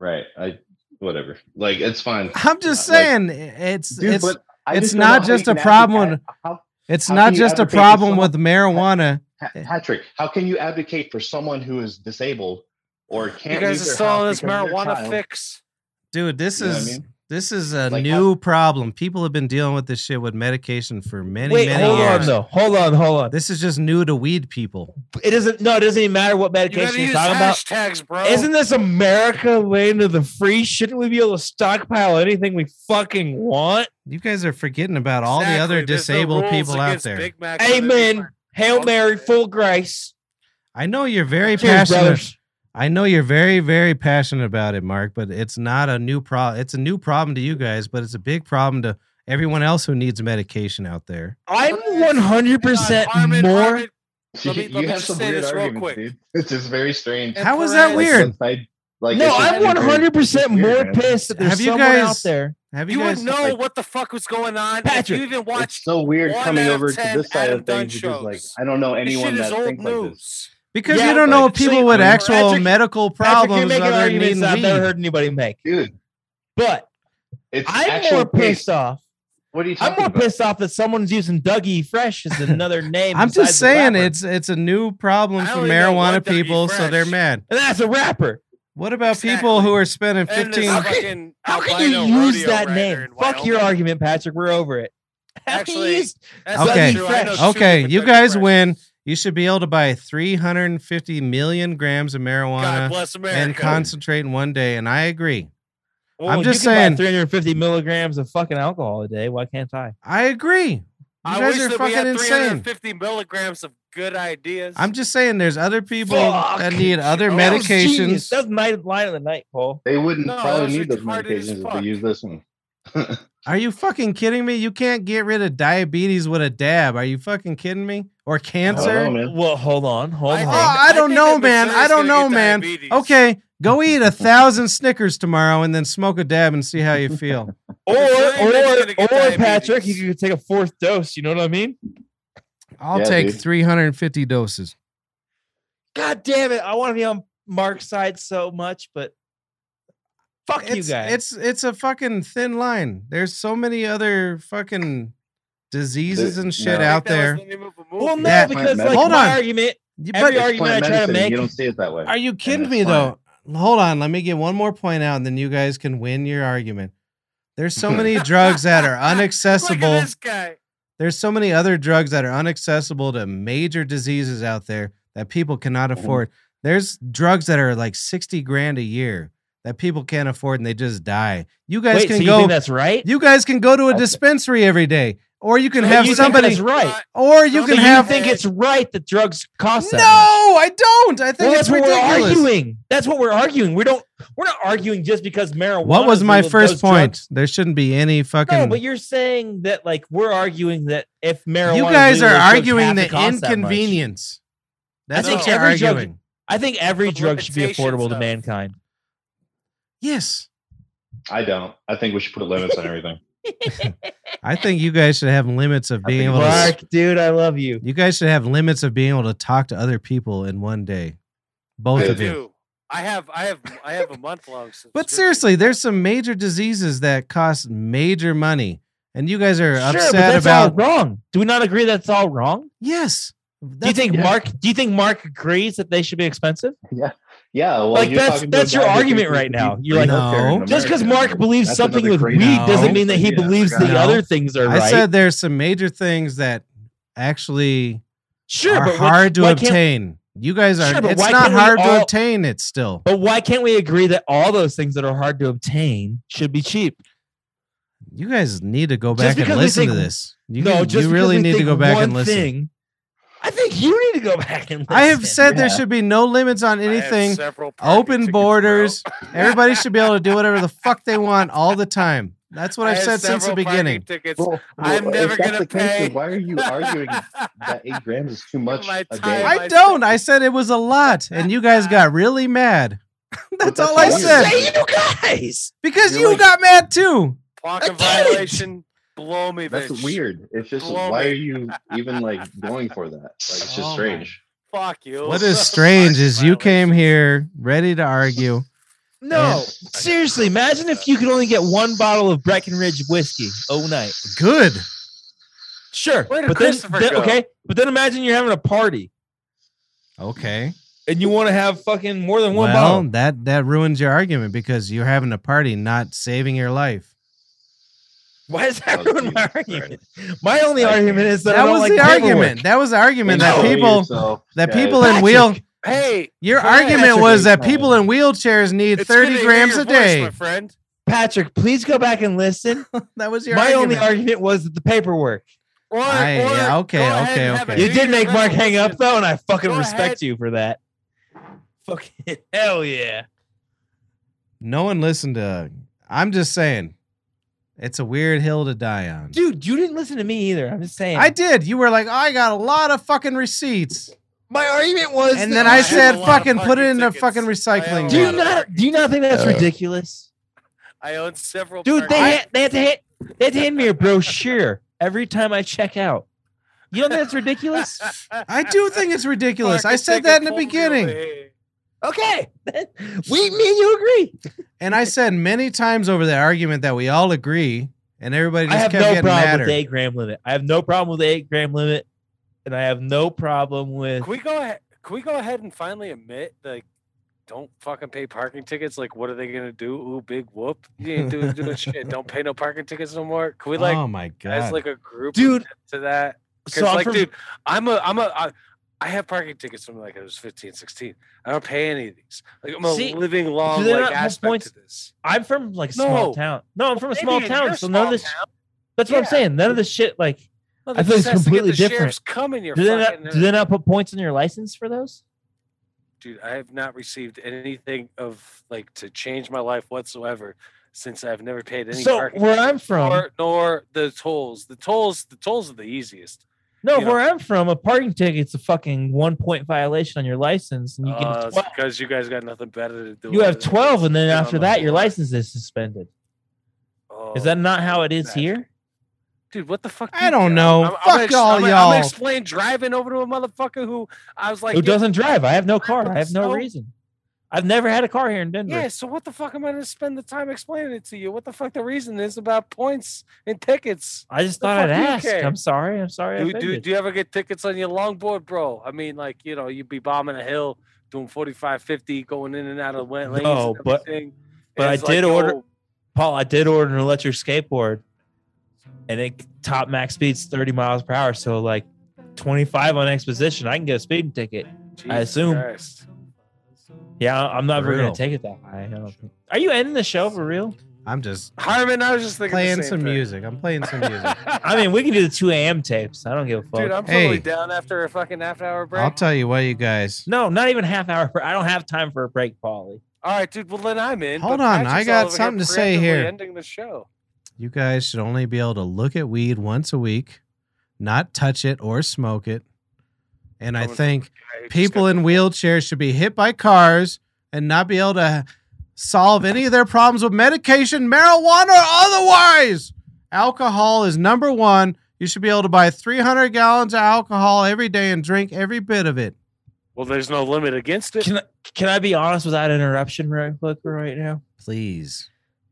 Speaker 11: Right. I whatever. Like it's fine.
Speaker 2: I'm just
Speaker 11: Like,
Speaker 2: saying it's
Speaker 11: dude,
Speaker 2: it's
Speaker 11: but I
Speaker 2: it's
Speaker 11: don't know
Speaker 2: not
Speaker 11: how
Speaker 2: just
Speaker 11: you
Speaker 2: a
Speaker 11: can advocate-
Speaker 2: problem-
Speaker 11: how-
Speaker 2: it's
Speaker 11: how
Speaker 2: not
Speaker 11: can you
Speaker 2: just a
Speaker 11: advocate for
Speaker 2: problem
Speaker 11: someone-
Speaker 2: with marijuana.
Speaker 11: Pa- Patrick, how can you advocate for someone who is disabled or
Speaker 5: You guys are
Speaker 11: can't? leave their
Speaker 5: still on
Speaker 11: house
Speaker 5: this
Speaker 11: because of their
Speaker 5: marijuana
Speaker 11: child?
Speaker 5: fix.
Speaker 2: Dude, this
Speaker 11: You know what I
Speaker 2: is
Speaker 11: mean?
Speaker 2: this is a
Speaker 11: Like, how-
Speaker 2: new problem. People have been dealing with this shit with medication for many
Speaker 4: Wait,
Speaker 2: many
Speaker 4: hold on
Speaker 2: years.
Speaker 4: though. Hold on, hold on.
Speaker 2: This is just new to weed people.
Speaker 4: It doesn't. No, it doesn't even matter what
Speaker 5: You gotta
Speaker 4: medication
Speaker 5: use
Speaker 4: you're talking about.
Speaker 5: hashtags, bro.
Speaker 4: Isn't this America land of the free? Shouldn't we be able to stockpile anything we fucking want?
Speaker 2: You guys are forgetting about all the
Speaker 5: Exactly.
Speaker 2: other
Speaker 5: There's no
Speaker 2: disabled
Speaker 5: rules
Speaker 2: people out
Speaker 5: against
Speaker 2: there.
Speaker 5: Big Macs and
Speaker 4: Amen.
Speaker 5: everything.
Speaker 4: Hail
Speaker 5: Okay.
Speaker 4: Mary, full grace.
Speaker 2: I know you're very
Speaker 4: Cheers,
Speaker 2: passionate.
Speaker 4: brothers.
Speaker 2: I know you're very, very passionate about it, Mark, but it's not a new problem. It's a new problem to you guys, but it's a big problem to everyone else who needs medication out there.
Speaker 4: I'm
Speaker 5: Hang on,
Speaker 4: 100%
Speaker 5: Harmon,
Speaker 4: more.
Speaker 5: Harmon, Let me-
Speaker 11: You,
Speaker 5: let me
Speaker 11: have
Speaker 5: just
Speaker 11: some
Speaker 5: say
Speaker 11: weird
Speaker 5: this real
Speaker 11: arguments,
Speaker 5: quick.
Speaker 11: dude. It's just very strange.
Speaker 5: And
Speaker 2: How is that
Speaker 5: Perez-
Speaker 11: Like,
Speaker 2: weird?
Speaker 11: sometimes- Like,
Speaker 4: no,
Speaker 11: it's just
Speaker 4: I'm
Speaker 11: very-
Speaker 4: 100%
Speaker 11: it's weird,
Speaker 4: more
Speaker 11: man.
Speaker 4: pissed that there's
Speaker 2: Have you
Speaker 4: someone out
Speaker 2: guys-
Speaker 4: there.
Speaker 2: Have you,
Speaker 5: You
Speaker 2: guys?
Speaker 5: would know
Speaker 11: like-
Speaker 5: what the fuck was going on if
Speaker 4: Patrick,
Speaker 5: you even
Speaker 11: It's
Speaker 5: watched.
Speaker 11: so weird
Speaker 5: one
Speaker 11: coming
Speaker 5: out of
Speaker 11: over to
Speaker 5: 10
Speaker 11: this side
Speaker 5: Adam
Speaker 11: of
Speaker 5: Dunn
Speaker 11: things because, like,
Speaker 5: shows.
Speaker 11: I don't know
Speaker 5: This
Speaker 11: anyone
Speaker 5: shit is
Speaker 11: that
Speaker 5: old
Speaker 11: thinks like this.
Speaker 5: news.
Speaker 2: because
Speaker 4: Yeah,
Speaker 2: you don't know
Speaker 11: like-
Speaker 2: people
Speaker 4: See,
Speaker 2: with
Speaker 4: Patrick-
Speaker 2: actual medical
Speaker 4: Patrick, you're
Speaker 2: problems
Speaker 4: making
Speaker 2: other than
Speaker 4: arguments
Speaker 2: needing
Speaker 4: I've
Speaker 2: weed.
Speaker 4: never heard anybody make.
Speaker 11: Dude,
Speaker 4: But
Speaker 11: it's
Speaker 4: I'm
Speaker 11: actual
Speaker 4: more
Speaker 11: case.
Speaker 4: pissed off.
Speaker 11: What are you
Speaker 4: I'm
Speaker 11: talking
Speaker 4: more
Speaker 11: about?
Speaker 4: pissed off that someone's using Dougie Fresh as another name.
Speaker 2: I'm
Speaker 4: besides
Speaker 2: just
Speaker 4: the
Speaker 2: saying
Speaker 4: rapper.
Speaker 2: it's it's a new problem
Speaker 5: I
Speaker 2: for
Speaker 5: only know one
Speaker 2: marijuana
Speaker 5: Dougie
Speaker 2: people, so they're
Speaker 5: Fresh.
Speaker 2: mad.
Speaker 4: And that's a rapper.
Speaker 2: What about people who
Speaker 5: Exactly.
Speaker 2: are spending
Speaker 5: And this
Speaker 2: 15?
Speaker 4: How can-
Speaker 5: fucking
Speaker 4: How can you
Speaker 5: albino
Speaker 4: use
Speaker 5: rodeo
Speaker 4: that
Speaker 5: rider
Speaker 4: name?
Speaker 5: in
Speaker 4: Fuck your
Speaker 5: Wyoming.
Speaker 4: argument, Patrick. We're over it. How can you
Speaker 5: Actually,
Speaker 4: use-
Speaker 5: That's not
Speaker 2: Okay.
Speaker 5: true. I know
Speaker 4: Fresh.
Speaker 5: two
Speaker 2: Okay,
Speaker 5: different
Speaker 2: you
Speaker 5: Dougie
Speaker 2: guys
Speaker 5: Fresh.
Speaker 2: win. You should be able to buy 350 million grams of
Speaker 5: God
Speaker 2: marijuana
Speaker 5: bless America.
Speaker 2: and concentrate in one day, and I agree.
Speaker 4: Well,
Speaker 2: I'm
Speaker 4: if you
Speaker 2: just
Speaker 4: can buy
Speaker 2: saying-
Speaker 4: 350 milligrams of fucking alcohol a day. Why can't I?
Speaker 2: I agree. You
Speaker 5: I
Speaker 2: guys
Speaker 5: wish
Speaker 2: are
Speaker 5: that we
Speaker 2: fucking
Speaker 5: had
Speaker 2: insane.
Speaker 5: 350 milligrams of good ideas.
Speaker 2: I'm just saying there's other people that
Speaker 4: Fuck.
Speaker 2: need other
Speaker 5: Oh,
Speaker 4: That was
Speaker 2: medications.
Speaker 4: genius. That was night line of the night, Paul.
Speaker 11: They wouldn't
Speaker 5: No, that was
Speaker 11: probably need those
Speaker 5: retarded as
Speaker 11: medications if
Speaker 5: fuck.
Speaker 11: they use this one.
Speaker 2: Are you fucking kidding me? You can't get rid of diabetes with a dab. Are you fucking kidding me? Or
Speaker 11: I don't know,
Speaker 2: cancer?
Speaker 11: man.
Speaker 4: Well, hold on, hold
Speaker 5: think-
Speaker 2: Oh,
Speaker 4: on.
Speaker 2: I don't
Speaker 5: think
Speaker 2: know,
Speaker 5: that
Speaker 2: man. I
Speaker 5: Missouri's
Speaker 2: don't
Speaker 5: gonna
Speaker 2: know,
Speaker 5: get
Speaker 2: man.
Speaker 5: diabetes.
Speaker 2: Okay, go eat a thousand Snickers tomorrow and then smoke a dab and see how you feel.
Speaker 4: Or, or,
Speaker 5: Missouri's gonna
Speaker 4: or,
Speaker 5: get diabetes.
Speaker 4: Patrick, you could take a fourth dose. You know what I mean?
Speaker 2: I'll
Speaker 11: Yeah,
Speaker 2: take
Speaker 11: dude.
Speaker 2: 350 doses.
Speaker 4: God damn it! I want to be on Mark's side so much, but fuck
Speaker 2: it's,
Speaker 4: you guys.
Speaker 2: It's it's a fucking thin line. There's so many other fucking diseases
Speaker 11: The-
Speaker 2: and
Speaker 5: I
Speaker 2: shit
Speaker 5: think
Speaker 11: no.
Speaker 2: out
Speaker 5: that was
Speaker 2: there.
Speaker 5: the name of a movie.
Speaker 4: well, no,
Speaker 2: that-
Speaker 4: because like
Speaker 2: Hold
Speaker 4: my
Speaker 2: on.
Speaker 4: argument.
Speaker 2: You-
Speaker 4: every
Speaker 2: but
Speaker 4: argument I try to make-
Speaker 11: You don't see it that way.
Speaker 2: are you kidding
Speaker 11: it's
Speaker 2: me
Speaker 11: fine.
Speaker 2: though? Hold on, let me get one more point out, and then you guys can win your argument. There's so many drugs that are
Speaker 5: Look
Speaker 2: unaccessible.
Speaker 5: at this guy.
Speaker 2: There's so many other drugs that are unaccessible to major diseases out there that people cannot afford. There's drugs that are like 60 grand a year that people can't afford and they just die. You guys
Speaker 4: Wait, so
Speaker 2: can
Speaker 4: you
Speaker 2: go
Speaker 4: think that's right?
Speaker 2: You guys can go to a
Speaker 11: Okay.
Speaker 2: dispensary every day, or you can
Speaker 4: So
Speaker 2: have
Speaker 4: you think
Speaker 2: somebody,
Speaker 4: that's right.
Speaker 2: or you
Speaker 5: So
Speaker 2: can
Speaker 4: So
Speaker 2: have.
Speaker 4: You think it's right that drugs cost
Speaker 2: no,
Speaker 4: that much?
Speaker 2: I don't. I think
Speaker 4: Well,
Speaker 2: it's
Speaker 4: that's what we're
Speaker 2: ridiculous.
Speaker 4: arguing. That's what we're arguing. We don't. We're not arguing just because marijuana.
Speaker 2: What was
Speaker 4: is
Speaker 2: my
Speaker 4: one of
Speaker 2: first
Speaker 4: those
Speaker 2: point?
Speaker 4: drugs-
Speaker 2: There shouldn't be any fucking.
Speaker 4: No, but you're saying that like we're arguing that if marijuana,
Speaker 2: you guys
Speaker 4: legal,
Speaker 2: are
Speaker 4: it shouldn't
Speaker 2: arguing
Speaker 4: have to
Speaker 2: the
Speaker 4: cost that much.
Speaker 2: inconvenience. That's
Speaker 5: think
Speaker 2: what you're
Speaker 4: every drug-
Speaker 2: arguing.
Speaker 4: I think every
Speaker 5: The
Speaker 4: drug should be
Speaker 5: limitations
Speaker 4: affordable to
Speaker 5: of-
Speaker 4: mankind.
Speaker 2: Yes,
Speaker 9: I don't. I think we should put limits on everything.
Speaker 2: I think you guys should have limits of
Speaker 4: I think
Speaker 2: being able to.
Speaker 4: Mark, dude, I love you.
Speaker 2: You guys should have limits of being able to talk to other people in one day, both
Speaker 9: I
Speaker 2: of you.
Speaker 5: do. I have, I have, I have a month long.
Speaker 2: But seriously, there's some major diseases that cost major money, and you guys are
Speaker 4: sure, but
Speaker 2: upset
Speaker 4: that's
Speaker 2: about.
Speaker 4: all wrong. Do we not agree that's all wrong?
Speaker 2: Yes.
Speaker 4: Do you
Speaker 2: That's-
Speaker 4: think
Speaker 9: yeah.
Speaker 4: Mark? Do you think Mark agrees that they should be expensive?
Speaker 9: Yeah, well,
Speaker 4: Like,
Speaker 9: you're
Speaker 4: that's-
Speaker 9: talking to a
Speaker 4: that's your
Speaker 9: guy who
Speaker 4: argument
Speaker 9: thinks
Speaker 4: right
Speaker 9: he's
Speaker 4: now.
Speaker 9: the
Speaker 4: You're like,
Speaker 9: best player in
Speaker 2: No.
Speaker 4: Just because
Speaker 9: America.
Speaker 4: Mark believes
Speaker 9: That's
Speaker 4: something
Speaker 9: another
Speaker 4: with
Speaker 9: great
Speaker 4: weed
Speaker 2: No.
Speaker 4: doesn't mean that he
Speaker 9: Yeah, I
Speaker 4: believes the
Speaker 9: forgot.
Speaker 2: No.
Speaker 4: other things are
Speaker 2: I
Speaker 4: right.
Speaker 2: said there's some major things that actually
Speaker 4: sure,
Speaker 2: are
Speaker 4: but why-
Speaker 2: hard to
Speaker 4: why can't-
Speaker 2: obtain. You guys are.
Speaker 4: Sure, but
Speaker 2: it's
Speaker 4: why
Speaker 2: not
Speaker 4: can't we
Speaker 2: hard to
Speaker 4: all-
Speaker 2: obtain. It's still.
Speaker 4: But why can't we agree that all those things that are hard to obtain should be cheap?
Speaker 2: You guys need to go
Speaker 4: Just
Speaker 2: back and
Speaker 4: because we
Speaker 2: listen to
Speaker 4: think-
Speaker 2: this. You,
Speaker 4: no,
Speaker 2: you
Speaker 4: just because
Speaker 2: really
Speaker 4: we
Speaker 2: need to
Speaker 4: think
Speaker 2: go back
Speaker 4: one
Speaker 2: and listen.
Speaker 4: Thing, I think you need to go back and listen.
Speaker 2: I have said there
Speaker 9: Yeah.
Speaker 2: should be no limits on anything.
Speaker 5: Several parking
Speaker 2: Open
Speaker 5: tickets, bro.
Speaker 2: borders. Everybody should be able to do whatever the fuck they want all the time. That's what
Speaker 5: I
Speaker 2: I've
Speaker 5: have
Speaker 2: said since the
Speaker 5: several parking
Speaker 2: beginning.
Speaker 5: Tickets.
Speaker 9: Well, well,
Speaker 5: I'm
Speaker 9: if
Speaker 5: never
Speaker 9: that's
Speaker 5: gonna
Speaker 9: the case, then
Speaker 5: pay.
Speaker 9: Why are you arguing that eight grams is too much
Speaker 5: My
Speaker 9: a
Speaker 5: time,
Speaker 9: day?
Speaker 5: my-
Speaker 2: I don't. I said it was a lot, and you guys got really mad. That's
Speaker 9: that's
Speaker 2: all I
Speaker 9: all you
Speaker 2: said.
Speaker 4: Say you guys.
Speaker 2: Because
Speaker 9: You're
Speaker 2: you
Speaker 9: like-
Speaker 2: got mad too.
Speaker 5: Parking
Speaker 4: I get it.
Speaker 5: violation. Blow me.
Speaker 9: That's
Speaker 5: bitch.
Speaker 9: weird. It's just
Speaker 5: Blow
Speaker 9: why
Speaker 5: me.
Speaker 9: are you even like going for that? Like it's just
Speaker 2: Oh my-
Speaker 9: strange.
Speaker 5: Fuck you.
Speaker 2: What is strange is you came here ready to argue.
Speaker 4: No, seriously. Imagine if you could only get one bottle of Breckenridge whiskey overnight.
Speaker 2: Good.
Speaker 4: Sure,
Speaker 5: Where did
Speaker 4: but then,
Speaker 5: Christopher
Speaker 4: then-
Speaker 5: go?
Speaker 4: okay, but then imagine you're having a party
Speaker 2: Okay.
Speaker 4: and you want to have fucking more than one
Speaker 2: well,
Speaker 4: bottle.
Speaker 2: that that ruins your argument because you're having a party, not saving your life.
Speaker 4: Why does that
Speaker 9: Oh,
Speaker 4: ruin my
Speaker 9: Jesus
Speaker 4: argument? My only
Speaker 9: I-
Speaker 4: argument is that,
Speaker 2: That,
Speaker 4: I don't
Speaker 2: was
Speaker 4: like
Speaker 2: the
Speaker 4: paperwork.
Speaker 2: argument. That was the argument
Speaker 9: You
Speaker 2: that
Speaker 9: know
Speaker 2: people
Speaker 9: yourself,
Speaker 2: that
Speaker 9: guys.
Speaker 2: people in wheel
Speaker 5: Hey,
Speaker 2: your
Speaker 5: Patrick,
Speaker 2: argument was that
Speaker 9: Patrick.
Speaker 2: people in wheelchairs need
Speaker 5: it's good
Speaker 2: 30
Speaker 5: to hear
Speaker 2: grams
Speaker 5: your
Speaker 2: a
Speaker 5: voice,
Speaker 2: day.
Speaker 5: my friend.
Speaker 4: Patrick, please go back and listen.
Speaker 2: That was your
Speaker 4: my
Speaker 2: argument.
Speaker 4: only argument was that the paperwork.
Speaker 5: Or,
Speaker 2: I-
Speaker 5: or
Speaker 2: yeah,
Speaker 5: go
Speaker 2: okay,
Speaker 5: ahead and
Speaker 2: okay,
Speaker 5: have
Speaker 2: okay.
Speaker 5: a
Speaker 2: Hey,
Speaker 4: You
Speaker 5: New
Speaker 4: did make
Speaker 5: Year's
Speaker 4: Mark hang up
Speaker 5: resolution.
Speaker 4: though, and I fucking
Speaker 5: Go
Speaker 4: respect
Speaker 5: ahead.
Speaker 4: you for that. Fucking hell yeah.
Speaker 2: No one listened to I'm just saying. It's a weird hill to die on.
Speaker 4: Dude, you didn't listen to me either. I'm just saying.
Speaker 2: I did. You were like, I got a lot of fucking receipts.
Speaker 4: my argument was
Speaker 2: And
Speaker 4: that
Speaker 2: then
Speaker 5: I
Speaker 2: I
Speaker 5: have
Speaker 2: said,
Speaker 5: a lot of
Speaker 2: fucking put it
Speaker 5: parking
Speaker 2: in the
Speaker 5: tickets.
Speaker 2: fucking
Speaker 5: I have
Speaker 2: recycling.
Speaker 5: a
Speaker 4: Do you
Speaker 5: lot of-
Speaker 2: bin."
Speaker 4: not do you not think that's
Speaker 9: Uh,
Speaker 4: ridiculous?
Speaker 5: I own several.
Speaker 4: Dude, they
Speaker 5: parking-
Speaker 4: had, they had to hit they had to hand me a brochure every time I check out. You don't think that's ridiculous?
Speaker 2: I do think it's ridiculous. I
Speaker 5: Parking
Speaker 2: said that in
Speaker 5: ticket
Speaker 2: the
Speaker 5: pulled me
Speaker 2: beginning.
Speaker 5: away.
Speaker 4: Okay. we me and you agree.
Speaker 2: And I said many times over the argument that we all agree, and everybody
Speaker 4: I
Speaker 2: just
Speaker 4: have
Speaker 2: kept
Speaker 4: no
Speaker 2: getting
Speaker 4: problem
Speaker 2: madder.
Speaker 4: with the eight gram limit. I have no problem with the eight gram limit, and I have no problem with
Speaker 5: Can we go ahead? Can we go ahead and finally admit like, don't fucking pay parking tickets? Like, what are they gonna do? Ooh, big whoop! You ain't doing, doing shit. Don't pay no parking tickets no more. Can we like,
Speaker 2: oh my god!
Speaker 5: as like a group,
Speaker 4: Dude,
Speaker 5: admit to that? Because
Speaker 4: so I'm
Speaker 5: like,
Speaker 4: from-
Speaker 5: dude, I'm a, I'm a, I, I have parking tickets from like I was 15, 16. I don't pay any of these. Like, I'm a
Speaker 4: See,
Speaker 5: living long
Speaker 4: do they
Speaker 5: like
Speaker 4: not have
Speaker 5: aspect
Speaker 4: points?
Speaker 5: to this.
Speaker 4: I'm from like a small
Speaker 5: No.
Speaker 4: town. No, I'm from a small
Speaker 5: Idiot, you're
Speaker 4: town,
Speaker 5: a
Speaker 4: so none of
Speaker 5: small
Speaker 4: this.
Speaker 5: town.
Speaker 4: That's what I'm
Speaker 5: Yeah.
Speaker 4: saying. None of this shit. Like, I feel
Speaker 5: Motherfucker
Speaker 4: it's
Speaker 5: has to get
Speaker 4: completely
Speaker 5: the
Speaker 4: different.
Speaker 5: sheriff's Come in your
Speaker 4: do they not
Speaker 5: fucking-
Speaker 4: do they not put points in your license for those?
Speaker 5: dude, I have not received anything of like to change my life whatsoever since I've never paid any.
Speaker 4: So
Speaker 5: parking
Speaker 4: where
Speaker 5: tickets,
Speaker 4: I'm from-
Speaker 5: nor, nor the tolls. The tolls, the tolls are the easiest.
Speaker 4: No,
Speaker 5: You know-
Speaker 4: where I'm from, a parking ticket's a fucking one point violation on your license, and you get
Speaker 5: Uh, it's
Speaker 4: 12.
Speaker 5: because you guys got nothing better to do.
Speaker 4: You have
Speaker 5: other than
Speaker 4: 12, and then
Speaker 5: sit on
Speaker 4: after
Speaker 5: the
Speaker 4: that, your
Speaker 5: floor.
Speaker 4: license is suspended. Is
Speaker 5: Oh,
Speaker 4: that not how it is
Speaker 5: exactly.
Speaker 4: here?
Speaker 5: dude? What the fuck?
Speaker 2: I
Speaker 5: you
Speaker 2: don't
Speaker 5: got?
Speaker 2: know.
Speaker 5: I'm, I'm
Speaker 2: Fuck
Speaker 5: ex-
Speaker 2: all
Speaker 5: I'm, I'm
Speaker 2: y'all.
Speaker 5: gonna explain driving over to a motherfucker who I was like,
Speaker 4: Who
Speaker 5: yo,
Speaker 4: doesn't drive? I have no car. I have no
Speaker 5: So-
Speaker 4: reason. I've never had a car here in Denver.
Speaker 5: Yeah, so what the fuck am I gonna spend the time explaining it to you? What the fuck the reason is about points and tickets?
Speaker 4: I just
Speaker 5: The
Speaker 4: thought I'd
Speaker 5: fuck do you
Speaker 4: ask.
Speaker 5: care?
Speaker 4: I'm sorry. I'm sorry. I
Speaker 5: Do, do,
Speaker 4: offended.
Speaker 5: do you ever get tickets on your longboard, bro? I mean, like, you know, you'd be bombing a hill, doing 45, 50, going in and out of wet lanes.
Speaker 4: No,
Speaker 5: and
Speaker 4: but-
Speaker 5: everything.
Speaker 4: but I
Speaker 5: It's
Speaker 4: did order-
Speaker 5: yo,
Speaker 4: Paul, I did order an electric skateboard and it top max speeds 30 miles per hour. So like 25 on exposition, I can get a speeding ticket. I
Speaker 5: Jesus
Speaker 4: assume.
Speaker 5: Christ.
Speaker 4: Yeah, I- I'm not going
Speaker 2: Brutal.
Speaker 4: to take it that high. I don't think. Are you ending the show for real?
Speaker 2: I'm just
Speaker 5: Harmon, I was just thinking. the
Speaker 2: playing
Speaker 5: same
Speaker 2: some
Speaker 5: thing.
Speaker 2: music. I'm playing some music.
Speaker 4: I mean, we can do the 2 a.m. tapes. I don't give a fuck.
Speaker 5: Dude, I'm
Speaker 2: Hey.
Speaker 5: totally down after a fucking half hour break.
Speaker 2: I'll tell you what, you guys.
Speaker 4: no, not even half hour. For, I don't have time for a break, Paulie.
Speaker 5: All right, dude. Well, then I'm in.
Speaker 2: Hold
Speaker 5: but
Speaker 2: on, I
Speaker 5: Patrick's
Speaker 2: got
Speaker 5: all over here
Speaker 2: something to say
Speaker 5: preemptively
Speaker 2: here.
Speaker 5: Ending the show.
Speaker 2: You guys should only be able to look at weed once a week, not touch it or smoke it. And I
Speaker 5: Coming from
Speaker 2: think
Speaker 5: I just
Speaker 2: people
Speaker 5: got-
Speaker 2: in wheelchairs should be hit by cars and not be able to solve any of their problems with medication, marijuana, or otherwise. Alcohol is number one. You should be able to buy 300 gallons of alcohol every day and drink every bit of it.
Speaker 5: Well, there's no limit against it.
Speaker 4: Can I, can I be honest without interruption, right quick, right now?
Speaker 1: Please.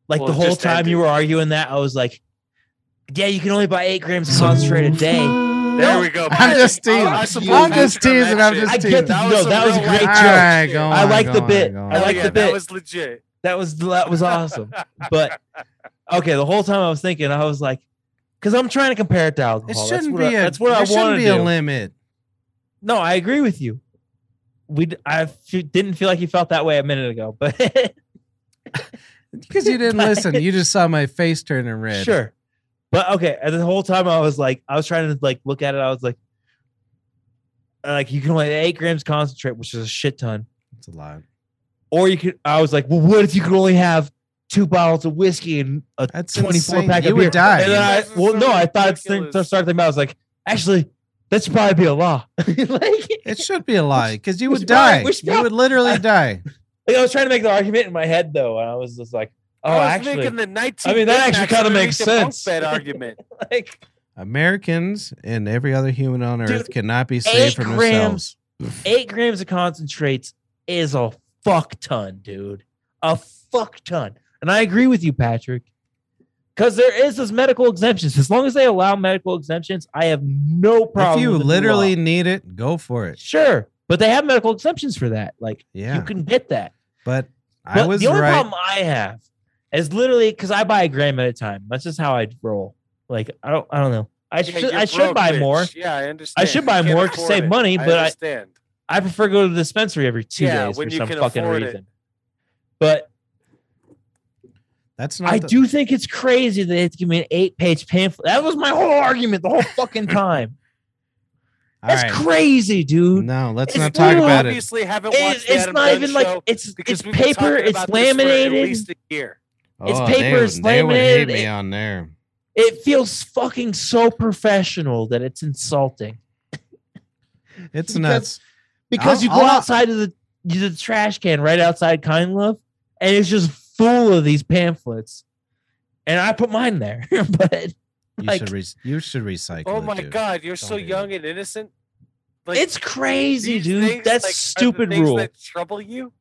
Speaker 4: Like
Speaker 5: Well,
Speaker 4: the
Speaker 5: it
Speaker 4: whole
Speaker 5: just
Speaker 4: time
Speaker 5: ended.
Speaker 4: you were arguing that, I was like, "Yeah, you can only buy eight grams of concentrate a day."
Speaker 5: There we go.
Speaker 2: I'm just teasing.
Speaker 5: I
Speaker 2: I'm
Speaker 5: support
Speaker 2: just
Speaker 5: you on that
Speaker 2: teasing. I'm
Speaker 5: shit.
Speaker 2: just
Speaker 4: I
Speaker 2: teasing.
Speaker 4: get that. No, that was a great
Speaker 5: real
Speaker 4: joke.
Speaker 5: life
Speaker 2: Alright,
Speaker 5: shit.
Speaker 2: go
Speaker 4: I
Speaker 2: on,
Speaker 4: like
Speaker 2: go
Speaker 4: the
Speaker 2: on,
Speaker 4: bit.
Speaker 2: go
Speaker 4: I
Speaker 2: on.
Speaker 5: Hell
Speaker 4: like
Speaker 5: yeah,
Speaker 4: the
Speaker 5: That
Speaker 4: bit.
Speaker 5: was legit.
Speaker 4: That was that was awesome. But okay, the whole time I was thinking, I was like, because I'm trying to compare it to alcohol.
Speaker 2: It
Speaker 4: that's
Speaker 2: shouldn't
Speaker 4: what
Speaker 2: be a.
Speaker 4: I, that's what
Speaker 2: there
Speaker 4: I
Speaker 2: shouldn't
Speaker 4: want to
Speaker 2: be
Speaker 4: do.
Speaker 2: a limit.
Speaker 4: No, I agree with you. We d- I f- didn't feel like you felt that way a minute ago, but
Speaker 2: Because you didn't
Speaker 4: Like-
Speaker 2: listen. You just saw my face turning red.
Speaker 4: sure. But okay, and the whole time I was like, I was trying to like look at it. I was like, uh, like you can only eight grams concentrate, which is a shit ton.
Speaker 2: It's a lot.
Speaker 4: Or you could. I was like, well, what if you could only have two bottles of whiskey and a
Speaker 2: That's
Speaker 4: 24
Speaker 2: insane.
Speaker 4: pack
Speaker 2: You
Speaker 4: of
Speaker 2: would
Speaker 4: beer.
Speaker 2: die.
Speaker 4: And then I,
Speaker 5: That's
Speaker 4: well,
Speaker 5: so
Speaker 4: no, I thought it's started
Speaker 5: ridiculous.
Speaker 4: thinking about. it. I was like, actually, that should probably be a law. like,
Speaker 2: It should be a lie because you
Speaker 4: Which
Speaker 2: would
Speaker 4: probably-
Speaker 2: die.
Speaker 4: which
Speaker 2: You would literally die.
Speaker 4: like, I was trying to make the argument in my head though, and I was just like, oh,
Speaker 5: I was
Speaker 4: actually,
Speaker 5: making the 19.
Speaker 4: I mean, that actually kinda makes sense.
Speaker 5: That argument.
Speaker 4: like
Speaker 2: Americans and every other human on
Speaker 4: Dude,
Speaker 2: earth cannot be saved from
Speaker 4: grams.
Speaker 2: themselves.
Speaker 4: eight grams of concentrates is a fuck ton, dude. A fuck ton. And I agree with you, Patrick. Because there is those medical exemptions. As long as they allow medical exemptions, I have no problem.
Speaker 2: If you
Speaker 4: with the
Speaker 2: literally
Speaker 4: law.
Speaker 2: need it, go for it.
Speaker 4: sure, but they have medical exemptions for that. Like you
Speaker 2: Yeah,
Speaker 4: can get that.
Speaker 2: but I
Speaker 4: But
Speaker 2: was
Speaker 4: the only
Speaker 2: right.
Speaker 4: problem I have is literally because I buy a gram at a time. That's just how I roll. Like I don't, I don't know. I
Speaker 5: Yeah,
Speaker 4: should,
Speaker 5: you're
Speaker 4: I should
Speaker 5: broke,
Speaker 4: buy
Speaker 5: bitch.
Speaker 4: more.
Speaker 5: Yeah, I understand.
Speaker 4: should
Speaker 5: You
Speaker 4: buy
Speaker 5: can't
Speaker 4: more to
Speaker 5: afford
Speaker 4: save
Speaker 5: it.
Speaker 4: money, but I-
Speaker 5: understand.
Speaker 4: I prefer go to the dispensary every two
Speaker 5: Yeah,
Speaker 4: days
Speaker 5: when
Speaker 4: for
Speaker 5: you
Speaker 4: some
Speaker 5: can
Speaker 4: fucking
Speaker 5: afford it.
Speaker 4: reason. But
Speaker 2: That's not.
Speaker 4: I
Speaker 2: the-
Speaker 4: do think it's crazy that it's giving me an eight-page pamphlet. That was my whole argument the whole fucking time.
Speaker 2: All
Speaker 4: That's
Speaker 2: right.
Speaker 4: crazy, dude.
Speaker 2: No, let's
Speaker 4: It's
Speaker 2: not talk
Speaker 4: literally
Speaker 2: about it.
Speaker 5: obviously haven't
Speaker 4: It-
Speaker 5: watched the
Speaker 4: it's
Speaker 5: Adam
Speaker 4: not
Speaker 5: Dunn
Speaker 4: even
Speaker 5: show
Speaker 4: like it's
Speaker 5: because
Speaker 4: it's
Speaker 5: we've been
Speaker 4: paper.
Speaker 5: talking
Speaker 4: It's
Speaker 5: about this for
Speaker 4: laminated.
Speaker 5: At least a year.
Speaker 4: It's
Speaker 2: Oh,
Speaker 4: paper,
Speaker 2: They,
Speaker 4: it's
Speaker 2: they would hate
Speaker 4: laminated,
Speaker 2: me
Speaker 4: it-
Speaker 2: on there.
Speaker 4: It feels fucking so professional that it's insulting.
Speaker 2: It's
Speaker 4: because-
Speaker 2: nuts.
Speaker 4: Because
Speaker 2: I'll-
Speaker 4: you go
Speaker 2: I'll-
Speaker 4: outside of the the trash can right outside Kind Love, and it's just full of these pamphlets. And I put mine there, but
Speaker 2: You
Speaker 4: like-
Speaker 2: should. Re- you should recycle.
Speaker 5: Oh
Speaker 2: it,
Speaker 5: my
Speaker 2: dude.
Speaker 5: god, you're so
Speaker 2: Don't do
Speaker 5: young
Speaker 2: that.
Speaker 5: and innocent.
Speaker 4: it's crazy,
Speaker 5: these
Speaker 4: dude.
Speaker 5: things,
Speaker 4: That's
Speaker 5: like, are the
Speaker 4: stupid
Speaker 5: things
Speaker 4: rule.
Speaker 5: That trouble you?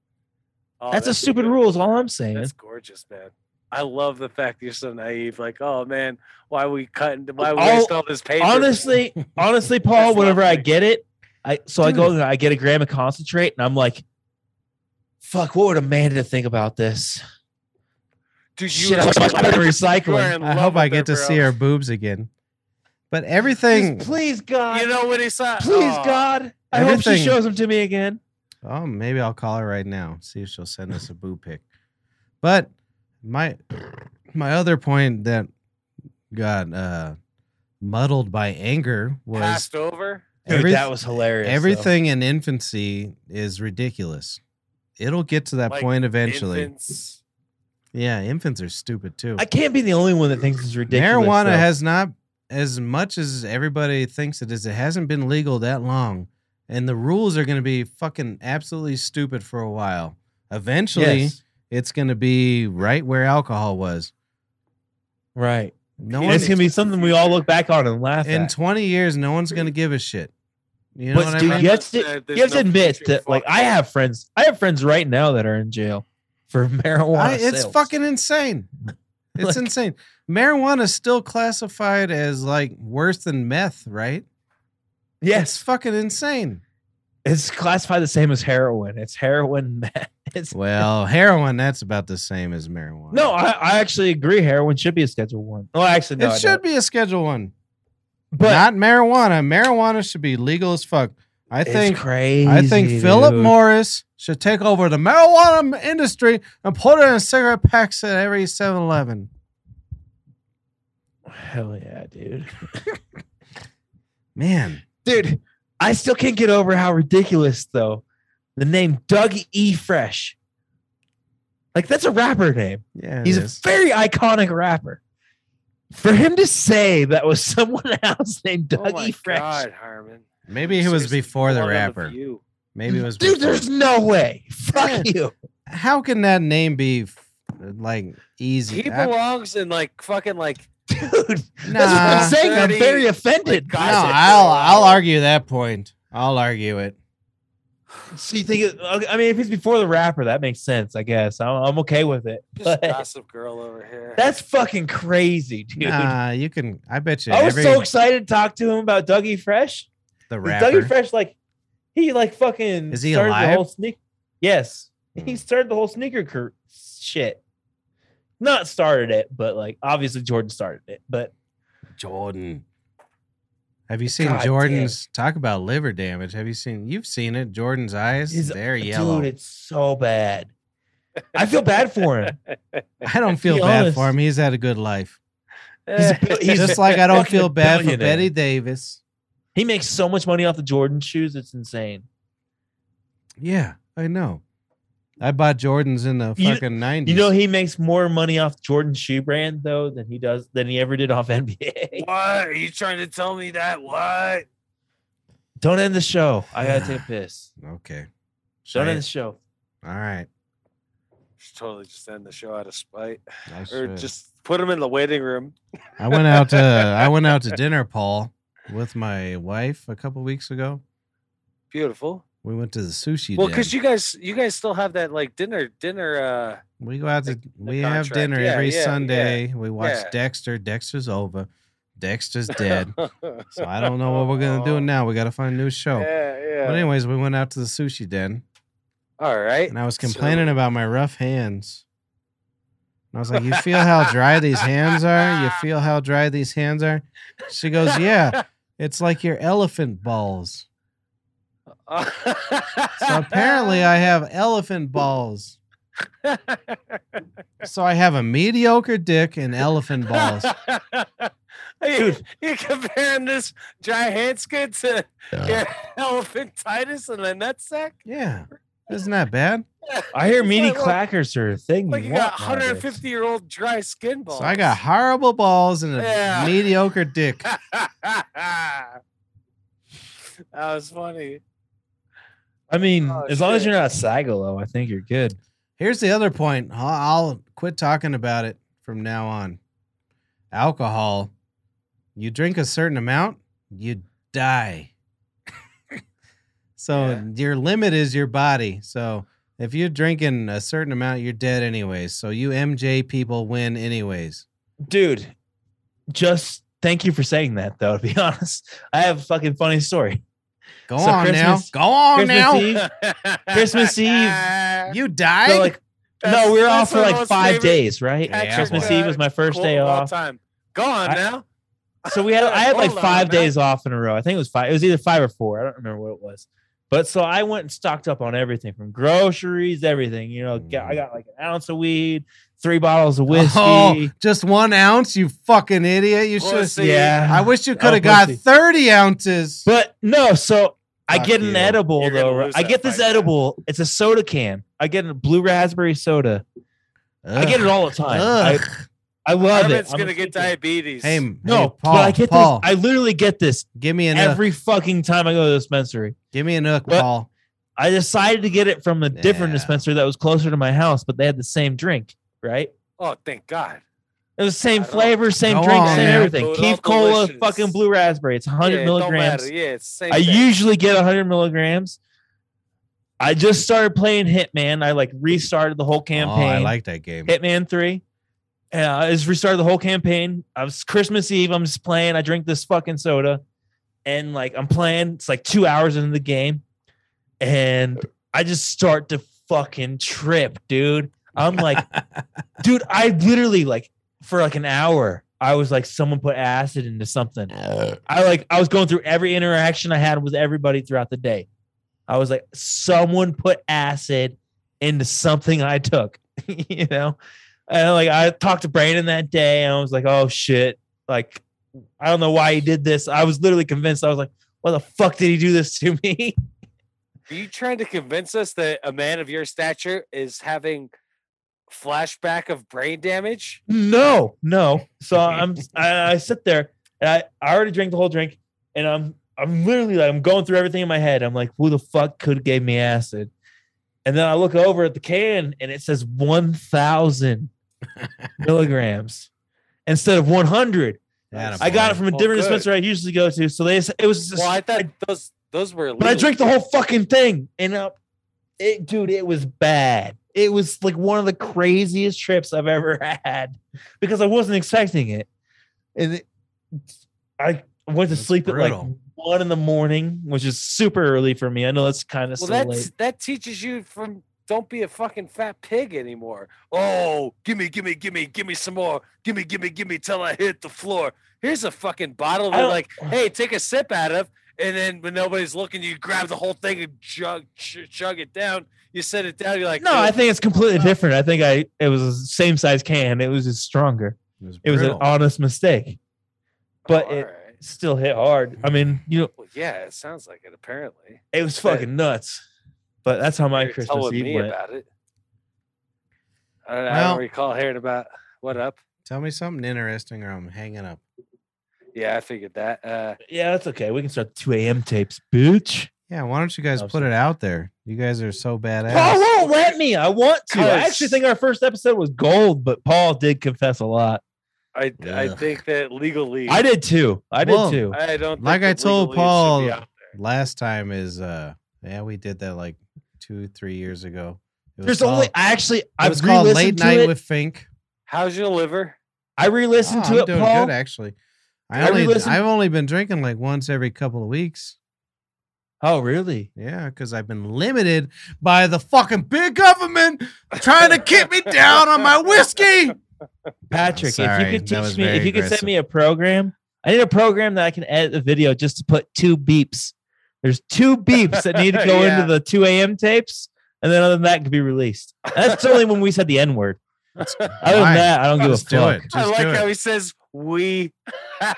Speaker 5: Oh,
Speaker 4: that's, a stupid
Speaker 5: good.
Speaker 4: rule. Is all I'm saying.
Speaker 5: That's gorgeous, man. I love the fact that you're so naive. Like, oh man, why we cutting? Why we
Speaker 4: All-
Speaker 5: waste all this paper?
Speaker 4: honestly, honestly, Paul,
Speaker 5: That's
Speaker 4: whenever I
Speaker 5: lovely.
Speaker 4: get it, I so I go and I get a gram of concentrate, and I'm like, "Fuck, what would Amanda think about this?"
Speaker 5: dude, you
Speaker 4: Shit,
Speaker 5: are-
Speaker 4: I'm
Speaker 5: you are
Speaker 4: recycling.
Speaker 5: in
Speaker 2: I
Speaker 5: love
Speaker 2: hope I
Speaker 5: with
Speaker 2: get
Speaker 5: her,
Speaker 2: to see
Speaker 5: bro.
Speaker 2: her boobs again. But everything.
Speaker 4: Please, please, God,
Speaker 5: You know what he saw?
Speaker 4: please,
Speaker 5: Oh,
Speaker 4: God, I hope she
Speaker 2: Everything-
Speaker 4: shows them to me again.
Speaker 2: Oh, maybe I'll call her right now. See if she'll send us a boo pic. But my my other point that got uh, muddled by anger was
Speaker 5: passed over.
Speaker 4: Dude,
Speaker 2: everyth-
Speaker 4: that was hilarious. though.
Speaker 2: everything in infancy is ridiculous. It'll get to that
Speaker 5: Like
Speaker 2: point eventually.
Speaker 5: Infants.
Speaker 2: Yeah, infants are stupid too.
Speaker 4: I can't be the only one that thinks it's ridiculous.
Speaker 2: Marijuana
Speaker 4: though.
Speaker 2: has not, as much as everybody thinks it is, it hasn't been legal that long. And the rules are going to be fucking absolutely stupid for a while. Eventually,
Speaker 4: Yes.
Speaker 2: it's going to be right where alcohol was.
Speaker 4: right.
Speaker 2: No
Speaker 4: It's
Speaker 2: one's
Speaker 4: gonna be something we all look back on and laugh
Speaker 2: in
Speaker 4: at.
Speaker 2: 20 years, no one's going to give a shit. You know
Speaker 4: But
Speaker 2: what
Speaker 4: dude,
Speaker 2: I mean?
Speaker 4: you have to-
Speaker 5: There's
Speaker 4: you have to
Speaker 5: no
Speaker 4: admit
Speaker 5: future
Speaker 4: that, like,
Speaker 5: fuck
Speaker 4: I have friends. I have friends right now that are in jail for marijuana.
Speaker 2: I- it's
Speaker 4: sales.
Speaker 2: fucking insane. It's
Speaker 4: Like-
Speaker 2: insane. Marijuana is still classified as like worse than meth, right? It's
Speaker 4: yes.
Speaker 2: fucking insane.
Speaker 4: It's classified the same as heroin. It's heroin. meth. It's
Speaker 2: Well, heroin, that's about the same as marijuana.
Speaker 4: no. I, I actually agree. Heroin should be a Schedule One. Well, actually, no.
Speaker 2: it
Speaker 4: I
Speaker 2: should
Speaker 4: don't.
Speaker 2: be a Schedule One,
Speaker 4: But
Speaker 2: not marijuana. Marijuana should be legal as fuck. I
Speaker 4: it's
Speaker 2: think.
Speaker 4: crazy.
Speaker 2: I think Philip
Speaker 4: dude.
Speaker 2: Morris should take over the marijuana industry and put it in cigarette packs at every 7-Eleven.
Speaker 4: Hell yeah, dude.
Speaker 2: Man,
Speaker 4: dude, I still can't get over how ridiculous though the name Doug E. Fresh. Like that's a rapper name.
Speaker 2: yeah, it
Speaker 4: He's
Speaker 2: is.
Speaker 4: a very iconic rapper. For him to say that was someone else named
Speaker 5: Oh
Speaker 4: Doug
Speaker 5: my
Speaker 4: E. Fresh,
Speaker 5: God, Harmon.
Speaker 2: maybe he was
Speaker 5: Seriously,
Speaker 2: before the
Speaker 5: pull out of
Speaker 2: rapper.
Speaker 5: view.
Speaker 2: Maybe it was.
Speaker 4: dude,
Speaker 2: before.
Speaker 4: there's no way. Fuck you.
Speaker 2: how can that name be f- like easy?
Speaker 5: He
Speaker 2: I-
Speaker 5: belongs in like fucking like
Speaker 4: Dude, that's what
Speaker 2: nah.
Speaker 4: I'm saying. I'm
Speaker 5: Dirty,
Speaker 4: very
Speaker 5: like,
Speaker 4: offended.
Speaker 2: Uh, No,
Speaker 5: guys that
Speaker 2: I'll
Speaker 5: go
Speaker 2: I'll
Speaker 5: out.
Speaker 2: argue that point. I'll argue it.
Speaker 4: So you think? It, I mean, if he's before the rapper, that makes sense. I guess I'm, I'm okay with it.
Speaker 5: just
Speaker 4: But
Speaker 5: gossip girl over here.
Speaker 4: that's fucking crazy, dude.
Speaker 2: Nah, you can. I bet you
Speaker 4: I was
Speaker 2: every
Speaker 4: so excited to talk to him about Dougie Fresh.
Speaker 2: the
Speaker 4: 'Cause Dougie
Speaker 2: rapper.
Speaker 4: Fresh, like, he like fucking
Speaker 2: Is he
Speaker 4: started
Speaker 2: alive?
Speaker 4: The whole sneak- yes,
Speaker 8: Hmm.
Speaker 4: he started the whole sneaker cur- shit. Not started it, but like obviously Jordan started it. But
Speaker 8: Jordan.
Speaker 2: Have you seen
Speaker 4: God damn.
Speaker 2: Jordan's talk about liver damage? Have you seen? You've seen it. Jordan's eyes.
Speaker 4: His-
Speaker 2: They're yellow.
Speaker 4: dude, it's so bad. I feel bad for him.
Speaker 2: I don't feel
Speaker 4: be
Speaker 2: bad
Speaker 4: honest.
Speaker 2: for him. He's had a good life.
Speaker 4: He's, a, he's
Speaker 2: Just like I don't
Speaker 4: fucking a
Speaker 2: feel bad for
Speaker 4: billionaire.
Speaker 2: Betty Davis.
Speaker 4: He makes so much money off the Jordan shoes. It's insane.
Speaker 2: Yeah, I know. I bought Jordans in the
Speaker 4: You-
Speaker 2: fucking nineties.
Speaker 4: You know he makes more money off Jordan shoe brand though than he does than he ever did off NBA.
Speaker 5: what are you trying to tell me that? What?
Speaker 4: Don't end the show. I gotta take a piss.
Speaker 2: okay.
Speaker 4: Don't
Speaker 2: Shit.
Speaker 4: end the show.
Speaker 2: All right.
Speaker 5: Should totally just end the show out of spite,
Speaker 2: I
Speaker 5: or
Speaker 2: should.
Speaker 5: just put him in the waiting room.
Speaker 2: I went out to I went out to dinner, Paul, with my wife a couple weeks ago.
Speaker 5: Beautiful.
Speaker 2: We went to the sushi.
Speaker 5: well,
Speaker 2: den.
Speaker 5: because you guys, you guys still have that like dinner, dinner. uh
Speaker 2: we go out to we have
Speaker 5: contract.
Speaker 2: dinner
Speaker 5: Yeah,
Speaker 2: every
Speaker 5: yeah, yeah,
Speaker 2: Sunday. we watch
Speaker 5: yeah.
Speaker 2: Dexter. Dexter's over. Dexter's dead. so I don't know what we're gonna do now. We gotta find a new show.
Speaker 5: uh, Yeah, yeah.
Speaker 2: But anyways, we went out to the sushi den,
Speaker 5: All right.
Speaker 2: and I was complaining about my rough hands. And I was like, "You feel how dry these hands are? You feel how dry these hands are?" She goes, "Yeah, it's like your elephant balls." So apparently, I have elephant balls. So I have a mediocre dick and elephant balls.
Speaker 5: Dude, you comparing this dry hand skid to your elephantitis and a nutsack?
Speaker 2: Yeah, isn't that bad?
Speaker 4: I hear
Speaker 5: It's
Speaker 4: meaty
Speaker 5: like, look,
Speaker 4: clackers are a thing.
Speaker 5: Like you
Speaker 4: want
Speaker 5: got
Speaker 4: nowadays.
Speaker 5: 150 year old dry skin balls.
Speaker 2: So I got horrible balls and a
Speaker 5: Yeah.
Speaker 2: mediocre dick.
Speaker 5: that was funny.
Speaker 4: I mean,
Speaker 5: Oh,
Speaker 4: as long as
Speaker 5: shit.
Speaker 4: you're not Sagalo, I think you're good.
Speaker 2: Here's the other point. I'll, I'll quit talking about it from now on. Alcohol, you drink a certain amount, you die. so
Speaker 5: Yeah.
Speaker 2: your limit is your body. So if you're drinking a certain amount, you're dead anyways. So you MJ people win anyways.
Speaker 4: Dude, just thank you for saying that though, to be honest. I have a fucking funny story.
Speaker 2: Go
Speaker 4: So
Speaker 2: on
Speaker 4: Christmas-
Speaker 2: now. Go
Speaker 5: Oh,
Speaker 2: on
Speaker 4: Christmas
Speaker 2: now.
Speaker 4: Eve, Christmas Eve.
Speaker 2: You died.
Speaker 4: so like no, we were off for
Speaker 5: my
Speaker 4: like
Speaker 5: most
Speaker 4: five
Speaker 5: favorite
Speaker 4: days, right?
Speaker 2: Yeah,
Speaker 4: Christmas
Speaker 2: boy.
Speaker 4: Eve was my first
Speaker 5: quote
Speaker 4: day
Speaker 5: of all
Speaker 4: off.
Speaker 5: Time. Go on
Speaker 4: I-
Speaker 5: now.
Speaker 4: So we had I had like
Speaker 5: Hold on,
Speaker 4: five
Speaker 5: man.
Speaker 4: days off in a row. I think it was five. It was either five or four. I don't remember what it was. But so I went and stocked up on everything from groceries, everything. You know,
Speaker 5: Mm.
Speaker 4: got, I got like an ounce of weed, three bottles of whiskey.
Speaker 2: Oh, just one ounce, you fucking idiot. You
Speaker 5: Well,
Speaker 2: should
Speaker 5: see,
Speaker 4: yeah,
Speaker 2: I wish you could have got
Speaker 4: Oh, pussy.
Speaker 2: 30 ounces.
Speaker 4: But no, so I
Speaker 2: Fuck
Speaker 4: get an
Speaker 2: you.
Speaker 4: edible
Speaker 5: You're gonna
Speaker 4: though. right?
Speaker 5: lose
Speaker 4: I
Speaker 5: that
Speaker 4: get this
Speaker 5: fight, man.
Speaker 4: edible. It's a soda can. I get a blue raspberry soda. I get it all the time. I,
Speaker 2: Ugh.
Speaker 4: I love
Speaker 5: Herman's
Speaker 4: it. I'm
Speaker 5: gonna
Speaker 4: a
Speaker 5: get
Speaker 4: freaking-
Speaker 5: diabetes.
Speaker 2: Hey, m-
Speaker 4: No,
Speaker 2: hey, Paul,
Speaker 4: but I get
Speaker 2: Paul,
Speaker 4: this. I literally get this
Speaker 2: give me an every,
Speaker 4: every fucking time I go to the dispensary.
Speaker 2: Give me an hook,
Speaker 4: But-
Speaker 2: Paul.
Speaker 4: I decided to get it from a different
Speaker 2: Yeah.
Speaker 4: dispensary that was closer to my house, but they had the same drink, right?
Speaker 5: oh, thank God.
Speaker 4: It was the same
Speaker 5: I don't-
Speaker 4: flavor, same
Speaker 2: Go
Speaker 4: drink,
Speaker 2: on,
Speaker 4: same
Speaker 2: man.
Speaker 4: everything.
Speaker 5: Those are
Speaker 4: Keith
Speaker 5: all
Speaker 4: Cola,
Speaker 5: delicious.
Speaker 4: fucking blue raspberry. It's 100
Speaker 5: yeah, it don't
Speaker 4: milligrams.
Speaker 5: matter. Yeah, it's same
Speaker 4: I
Speaker 5: thing.
Speaker 4: usually get 100 milligrams. I just started playing Hitman. I like restarted the whole campaign.
Speaker 2: Oh, I like that game.
Speaker 4: Hitman Uh, 3. Yeah, I just restarted the whole campaign. I was Christmas Eve. I'm just playing. I drink this fucking soda and like I'm playing. It's like two hours into the game. And I just start to fucking trip, dude. I'm like, dude, I literally like for like an hour, I was like, someone put acid into something. I like I was going through every interaction I had with everybody throughout the day. I was like, someone put acid into something I took, you know. And like I talked to Brandon that day, and I was like, oh shit, like I don't know why he did this. I was literally convinced. I was like, why the fuck did he do this to me?
Speaker 5: Are you trying to convince us that a man of your stature is having flashback of brain damage?
Speaker 4: no, no. So I'm I, I sit there and I, I already drank the whole drink and I'm I'm literally like I'm going through everything in my head. I'm like, who the fuck could have gave me acid? And then I look over at the can and it says 1,000 milligrams instead of 100.
Speaker 1: Atta
Speaker 4: I got it
Speaker 1: boy.
Speaker 4: from a
Speaker 5: Well,
Speaker 4: different
Speaker 5: good.
Speaker 4: dispensary I usually go to. So they it was just,
Speaker 5: Well, I thought those those were.
Speaker 4: but I
Speaker 5: illegal.
Speaker 4: drank the whole fucking thing. And uh, it, dude, it was bad. It was like one of the craziest trips I've ever had because I wasn't expecting it. And it, I went to
Speaker 1: That's
Speaker 4: sleep at like
Speaker 1: brutal.
Speaker 4: one in the morning, which is super early for me. I know that's kind of
Speaker 5: Well,
Speaker 4: still
Speaker 5: that's
Speaker 4: late.
Speaker 5: that teaches you from don't be a fucking fat pig anymore. Oh, gimme, gimme, gimme, gimme some more. Gimme, gimme, gimme till I hit the floor. Here's a fucking bottle
Speaker 4: I
Speaker 5: that
Speaker 4: don't-
Speaker 5: like, hey, take a sip out of. And then when nobody's looking, you grab the whole thing and chug, ch- chug it down. You set it down. You're like,
Speaker 4: No,
Speaker 5: "Ooh,
Speaker 4: I think it's completely different. I think I it was the same size can. It was just stronger.
Speaker 2: It was,
Speaker 4: It was an
Speaker 2: brutal.
Speaker 4: honest mistake. But
Speaker 5: all
Speaker 4: it
Speaker 5: right."
Speaker 4: still hit hard. I mean, you know,
Speaker 5: Well, yeah, it sounds like it. Apparently,
Speaker 4: it was fucking nuts. But that's how my
Speaker 5: You're
Speaker 4: Christmas
Speaker 5: telling
Speaker 4: Eve
Speaker 5: me
Speaker 4: went.
Speaker 5: about it. I don't, I
Speaker 2: Well-
Speaker 5: don't recall hearing about what up.
Speaker 2: Tell me something interesting or I'm hanging up.
Speaker 5: Yeah, I figured that. Uh,
Speaker 4: Yeah, that's okay. We can start the 2 a.m. tapes, bitch.
Speaker 2: Yeah, why don't you guys put
Speaker 4: Absolutely.
Speaker 2: it out there? You guys are so
Speaker 4: Paul
Speaker 2: badass.
Speaker 4: won't let me. I want to. I actually
Speaker 5: Cause-
Speaker 4: think our first episode was gold, but Paul did confess a lot.
Speaker 5: I I
Speaker 1: Ugh.
Speaker 5: think that legally,
Speaker 4: I did too. I did
Speaker 2: Well,
Speaker 4: too.
Speaker 5: I don't think
Speaker 2: Like I
Speaker 5: that
Speaker 2: told
Speaker 5: legally it should
Speaker 2: Paul
Speaker 5: be out.
Speaker 2: last time is uh yeah, we did that like two, three years ago. It was
Speaker 4: There's
Speaker 2: called-
Speaker 4: only I actually
Speaker 2: it
Speaker 4: I've
Speaker 2: was called
Speaker 4: re-listened
Speaker 2: Late
Speaker 4: to
Speaker 2: Night
Speaker 4: it.
Speaker 2: with Fink.
Speaker 5: How's your liver?
Speaker 4: I re-listened
Speaker 2: Oh,
Speaker 4: to
Speaker 2: I'm
Speaker 4: it,
Speaker 2: doing
Speaker 4: Paul.
Speaker 2: good actually.
Speaker 4: I
Speaker 2: I only
Speaker 4: re-listened-
Speaker 2: I've only been drinking like once every couple of weeks.
Speaker 4: Oh, really?
Speaker 2: Yeah, because I've been limited by the fucking big government trying to keep me down on my whiskey.
Speaker 4: Patrick, if
Speaker 2: sorry,
Speaker 4: you could
Speaker 2: that
Speaker 4: teach
Speaker 2: was
Speaker 4: me, if
Speaker 2: very
Speaker 4: you could send
Speaker 2: aggressive.
Speaker 4: me a program, I need a program that I can edit the video just to put two beeps. There's two beeps that need to go
Speaker 5: Yeah.
Speaker 4: into the 2 a.m. tapes, and then other than that, it could be released. That's only when we said the N word. Other than
Speaker 2: Why?
Speaker 4: that, I don't give a
Speaker 2: Just do
Speaker 4: fuck.
Speaker 2: it. Just
Speaker 5: I like
Speaker 2: do
Speaker 5: how
Speaker 2: it.
Speaker 5: he says we.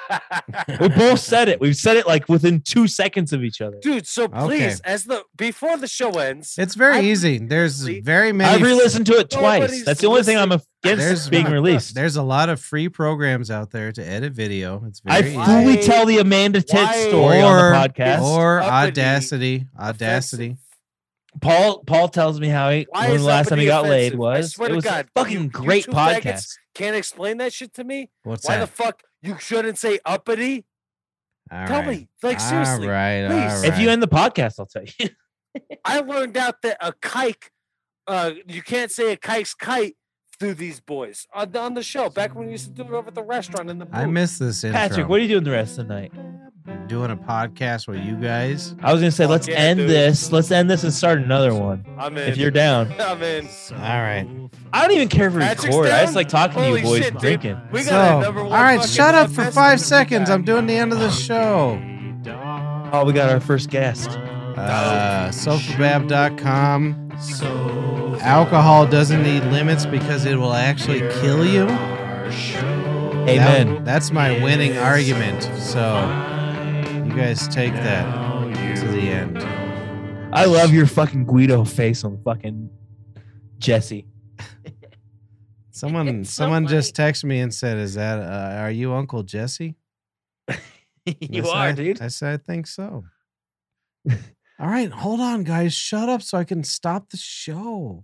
Speaker 4: We both said it. We've said it like within two seconds of each other.
Speaker 5: Dude, so
Speaker 2: Okay.
Speaker 5: please, as the before the show ends,
Speaker 2: It's very
Speaker 5: I've-
Speaker 2: easy. There's
Speaker 5: I've
Speaker 2: very
Speaker 4: I
Speaker 2: many.
Speaker 4: re-listened to it twice.
Speaker 5: Nobody's
Speaker 4: That's the only thing I'm against
Speaker 2: There's-
Speaker 4: being released.
Speaker 2: There's a lot of free programs out there to edit video. It's
Speaker 4: I
Speaker 2: very easy.
Speaker 4: fully tell the Amanda Titt
Speaker 5: why-
Speaker 4: story on the podcast.
Speaker 2: Or
Speaker 5: Uppity.
Speaker 2: Audacity. Audacity.
Speaker 4: Paul Paul tells me how he
Speaker 5: Why
Speaker 4: when
Speaker 5: is
Speaker 4: the last time he
Speaker 5: uppity
Speaker 4: got laid
Speaker 5: offensive? I
Speaker 4: was.
Speaker 5: swear
Speaker 4: It
Speaker 5: to
Speaker 4: was
Speaker 5: God,
Speaker 4: a fucking
Speaker 5: you-
Speaker 4: great
Speaker 5: you two
Speaker 4: podcast.
Speaker 5: faggots can't explain that shit to me.
Speaker 2: What's
Speaker 5: Why the
Speaker 2: that?
Speaker 5: fuck you shouldn't say uppity?
Speaker 2: All
Speaker 5: Tell
Speaker 2: right.
Speaker 5: me, like seriously.
Speaker 2: All right.
Speaker 5: please.
Speaker 2: all
Speaker 4: If you
Speaker 2: right.
Speaker 4: end the podcast, I'll tell you.
Speaker 5: I learned out that a kike, uh, you can't say a kike's kite through these boys on the, on the show. Back when we used to do it over at the restaurant in the
Speaker 2: I
Speaker 5: booth.
Speaker 2: miss this intro.
Speaker 4: Patrick, what are you doing the rest of the night?
Speaker 2: doing a podcast with you guys?
Speaker 4: I was gonna say
Speaker 5: Fuck
Speaker 4: let's
Speaker 5: yeah,
Speaker 4: end
Speaker 5: dude.
Speaker 4: this. Let's end this and start another one.
Speaker 5: I'm in.
Speaker 4: If you're down.
Speaker 5: I'm in.
Speaker 1: All
Speaker 2: right.
Speaker 4: I don't even care if we
Speaker 5: Patrick's
Speaker 4: record. I just
Speaker 5: down?
Speaker 4: like talking to
Speaker 5: Holy
Speaker 4: you boys
Speaker 5: shit,
Speaker 4: and
Speaker 5: dude.
Speaker 4: drinking.
Speaker 5: We
Speaker 2: so,
Speaker 5: got a number
Speaker 2: all
Speaker 5: one.
Speaker 2: right,
Speaker 5: fucking
Speaker 2: shut up for
Speaker 5: podcast
Speaker 2: five
Speaker 5: to be
Speaker 2: seconds.
Speaker 5: back.
Speaker 2: I'm doing the end of the show.
Speaker 4: Oh, we got our first guest.
Speaker 2: Uh, SofaBab.com. Alcohol doesn't need limits because it will actually kill you. That-
Speaker 4: Amen.
Speaker 2: that's my winning argument. So you guys take that to the end.
Speaker 4: I love your fucking Guido face on fucking Jesse.
Speaker 2: Someone,
Speaker 4: It's so
Speaker 2: someone just texted me and said, "Is that uh, are you Uncle Jesse?" And I
Speaker 4: you
Speaker 2: said,
Speaker 4: are,
Speaker 2: "I-
Speaker 4: dude.
Speaker 2: I said, "I think so." All right, hold on, guys. Shut up so I can stop the show.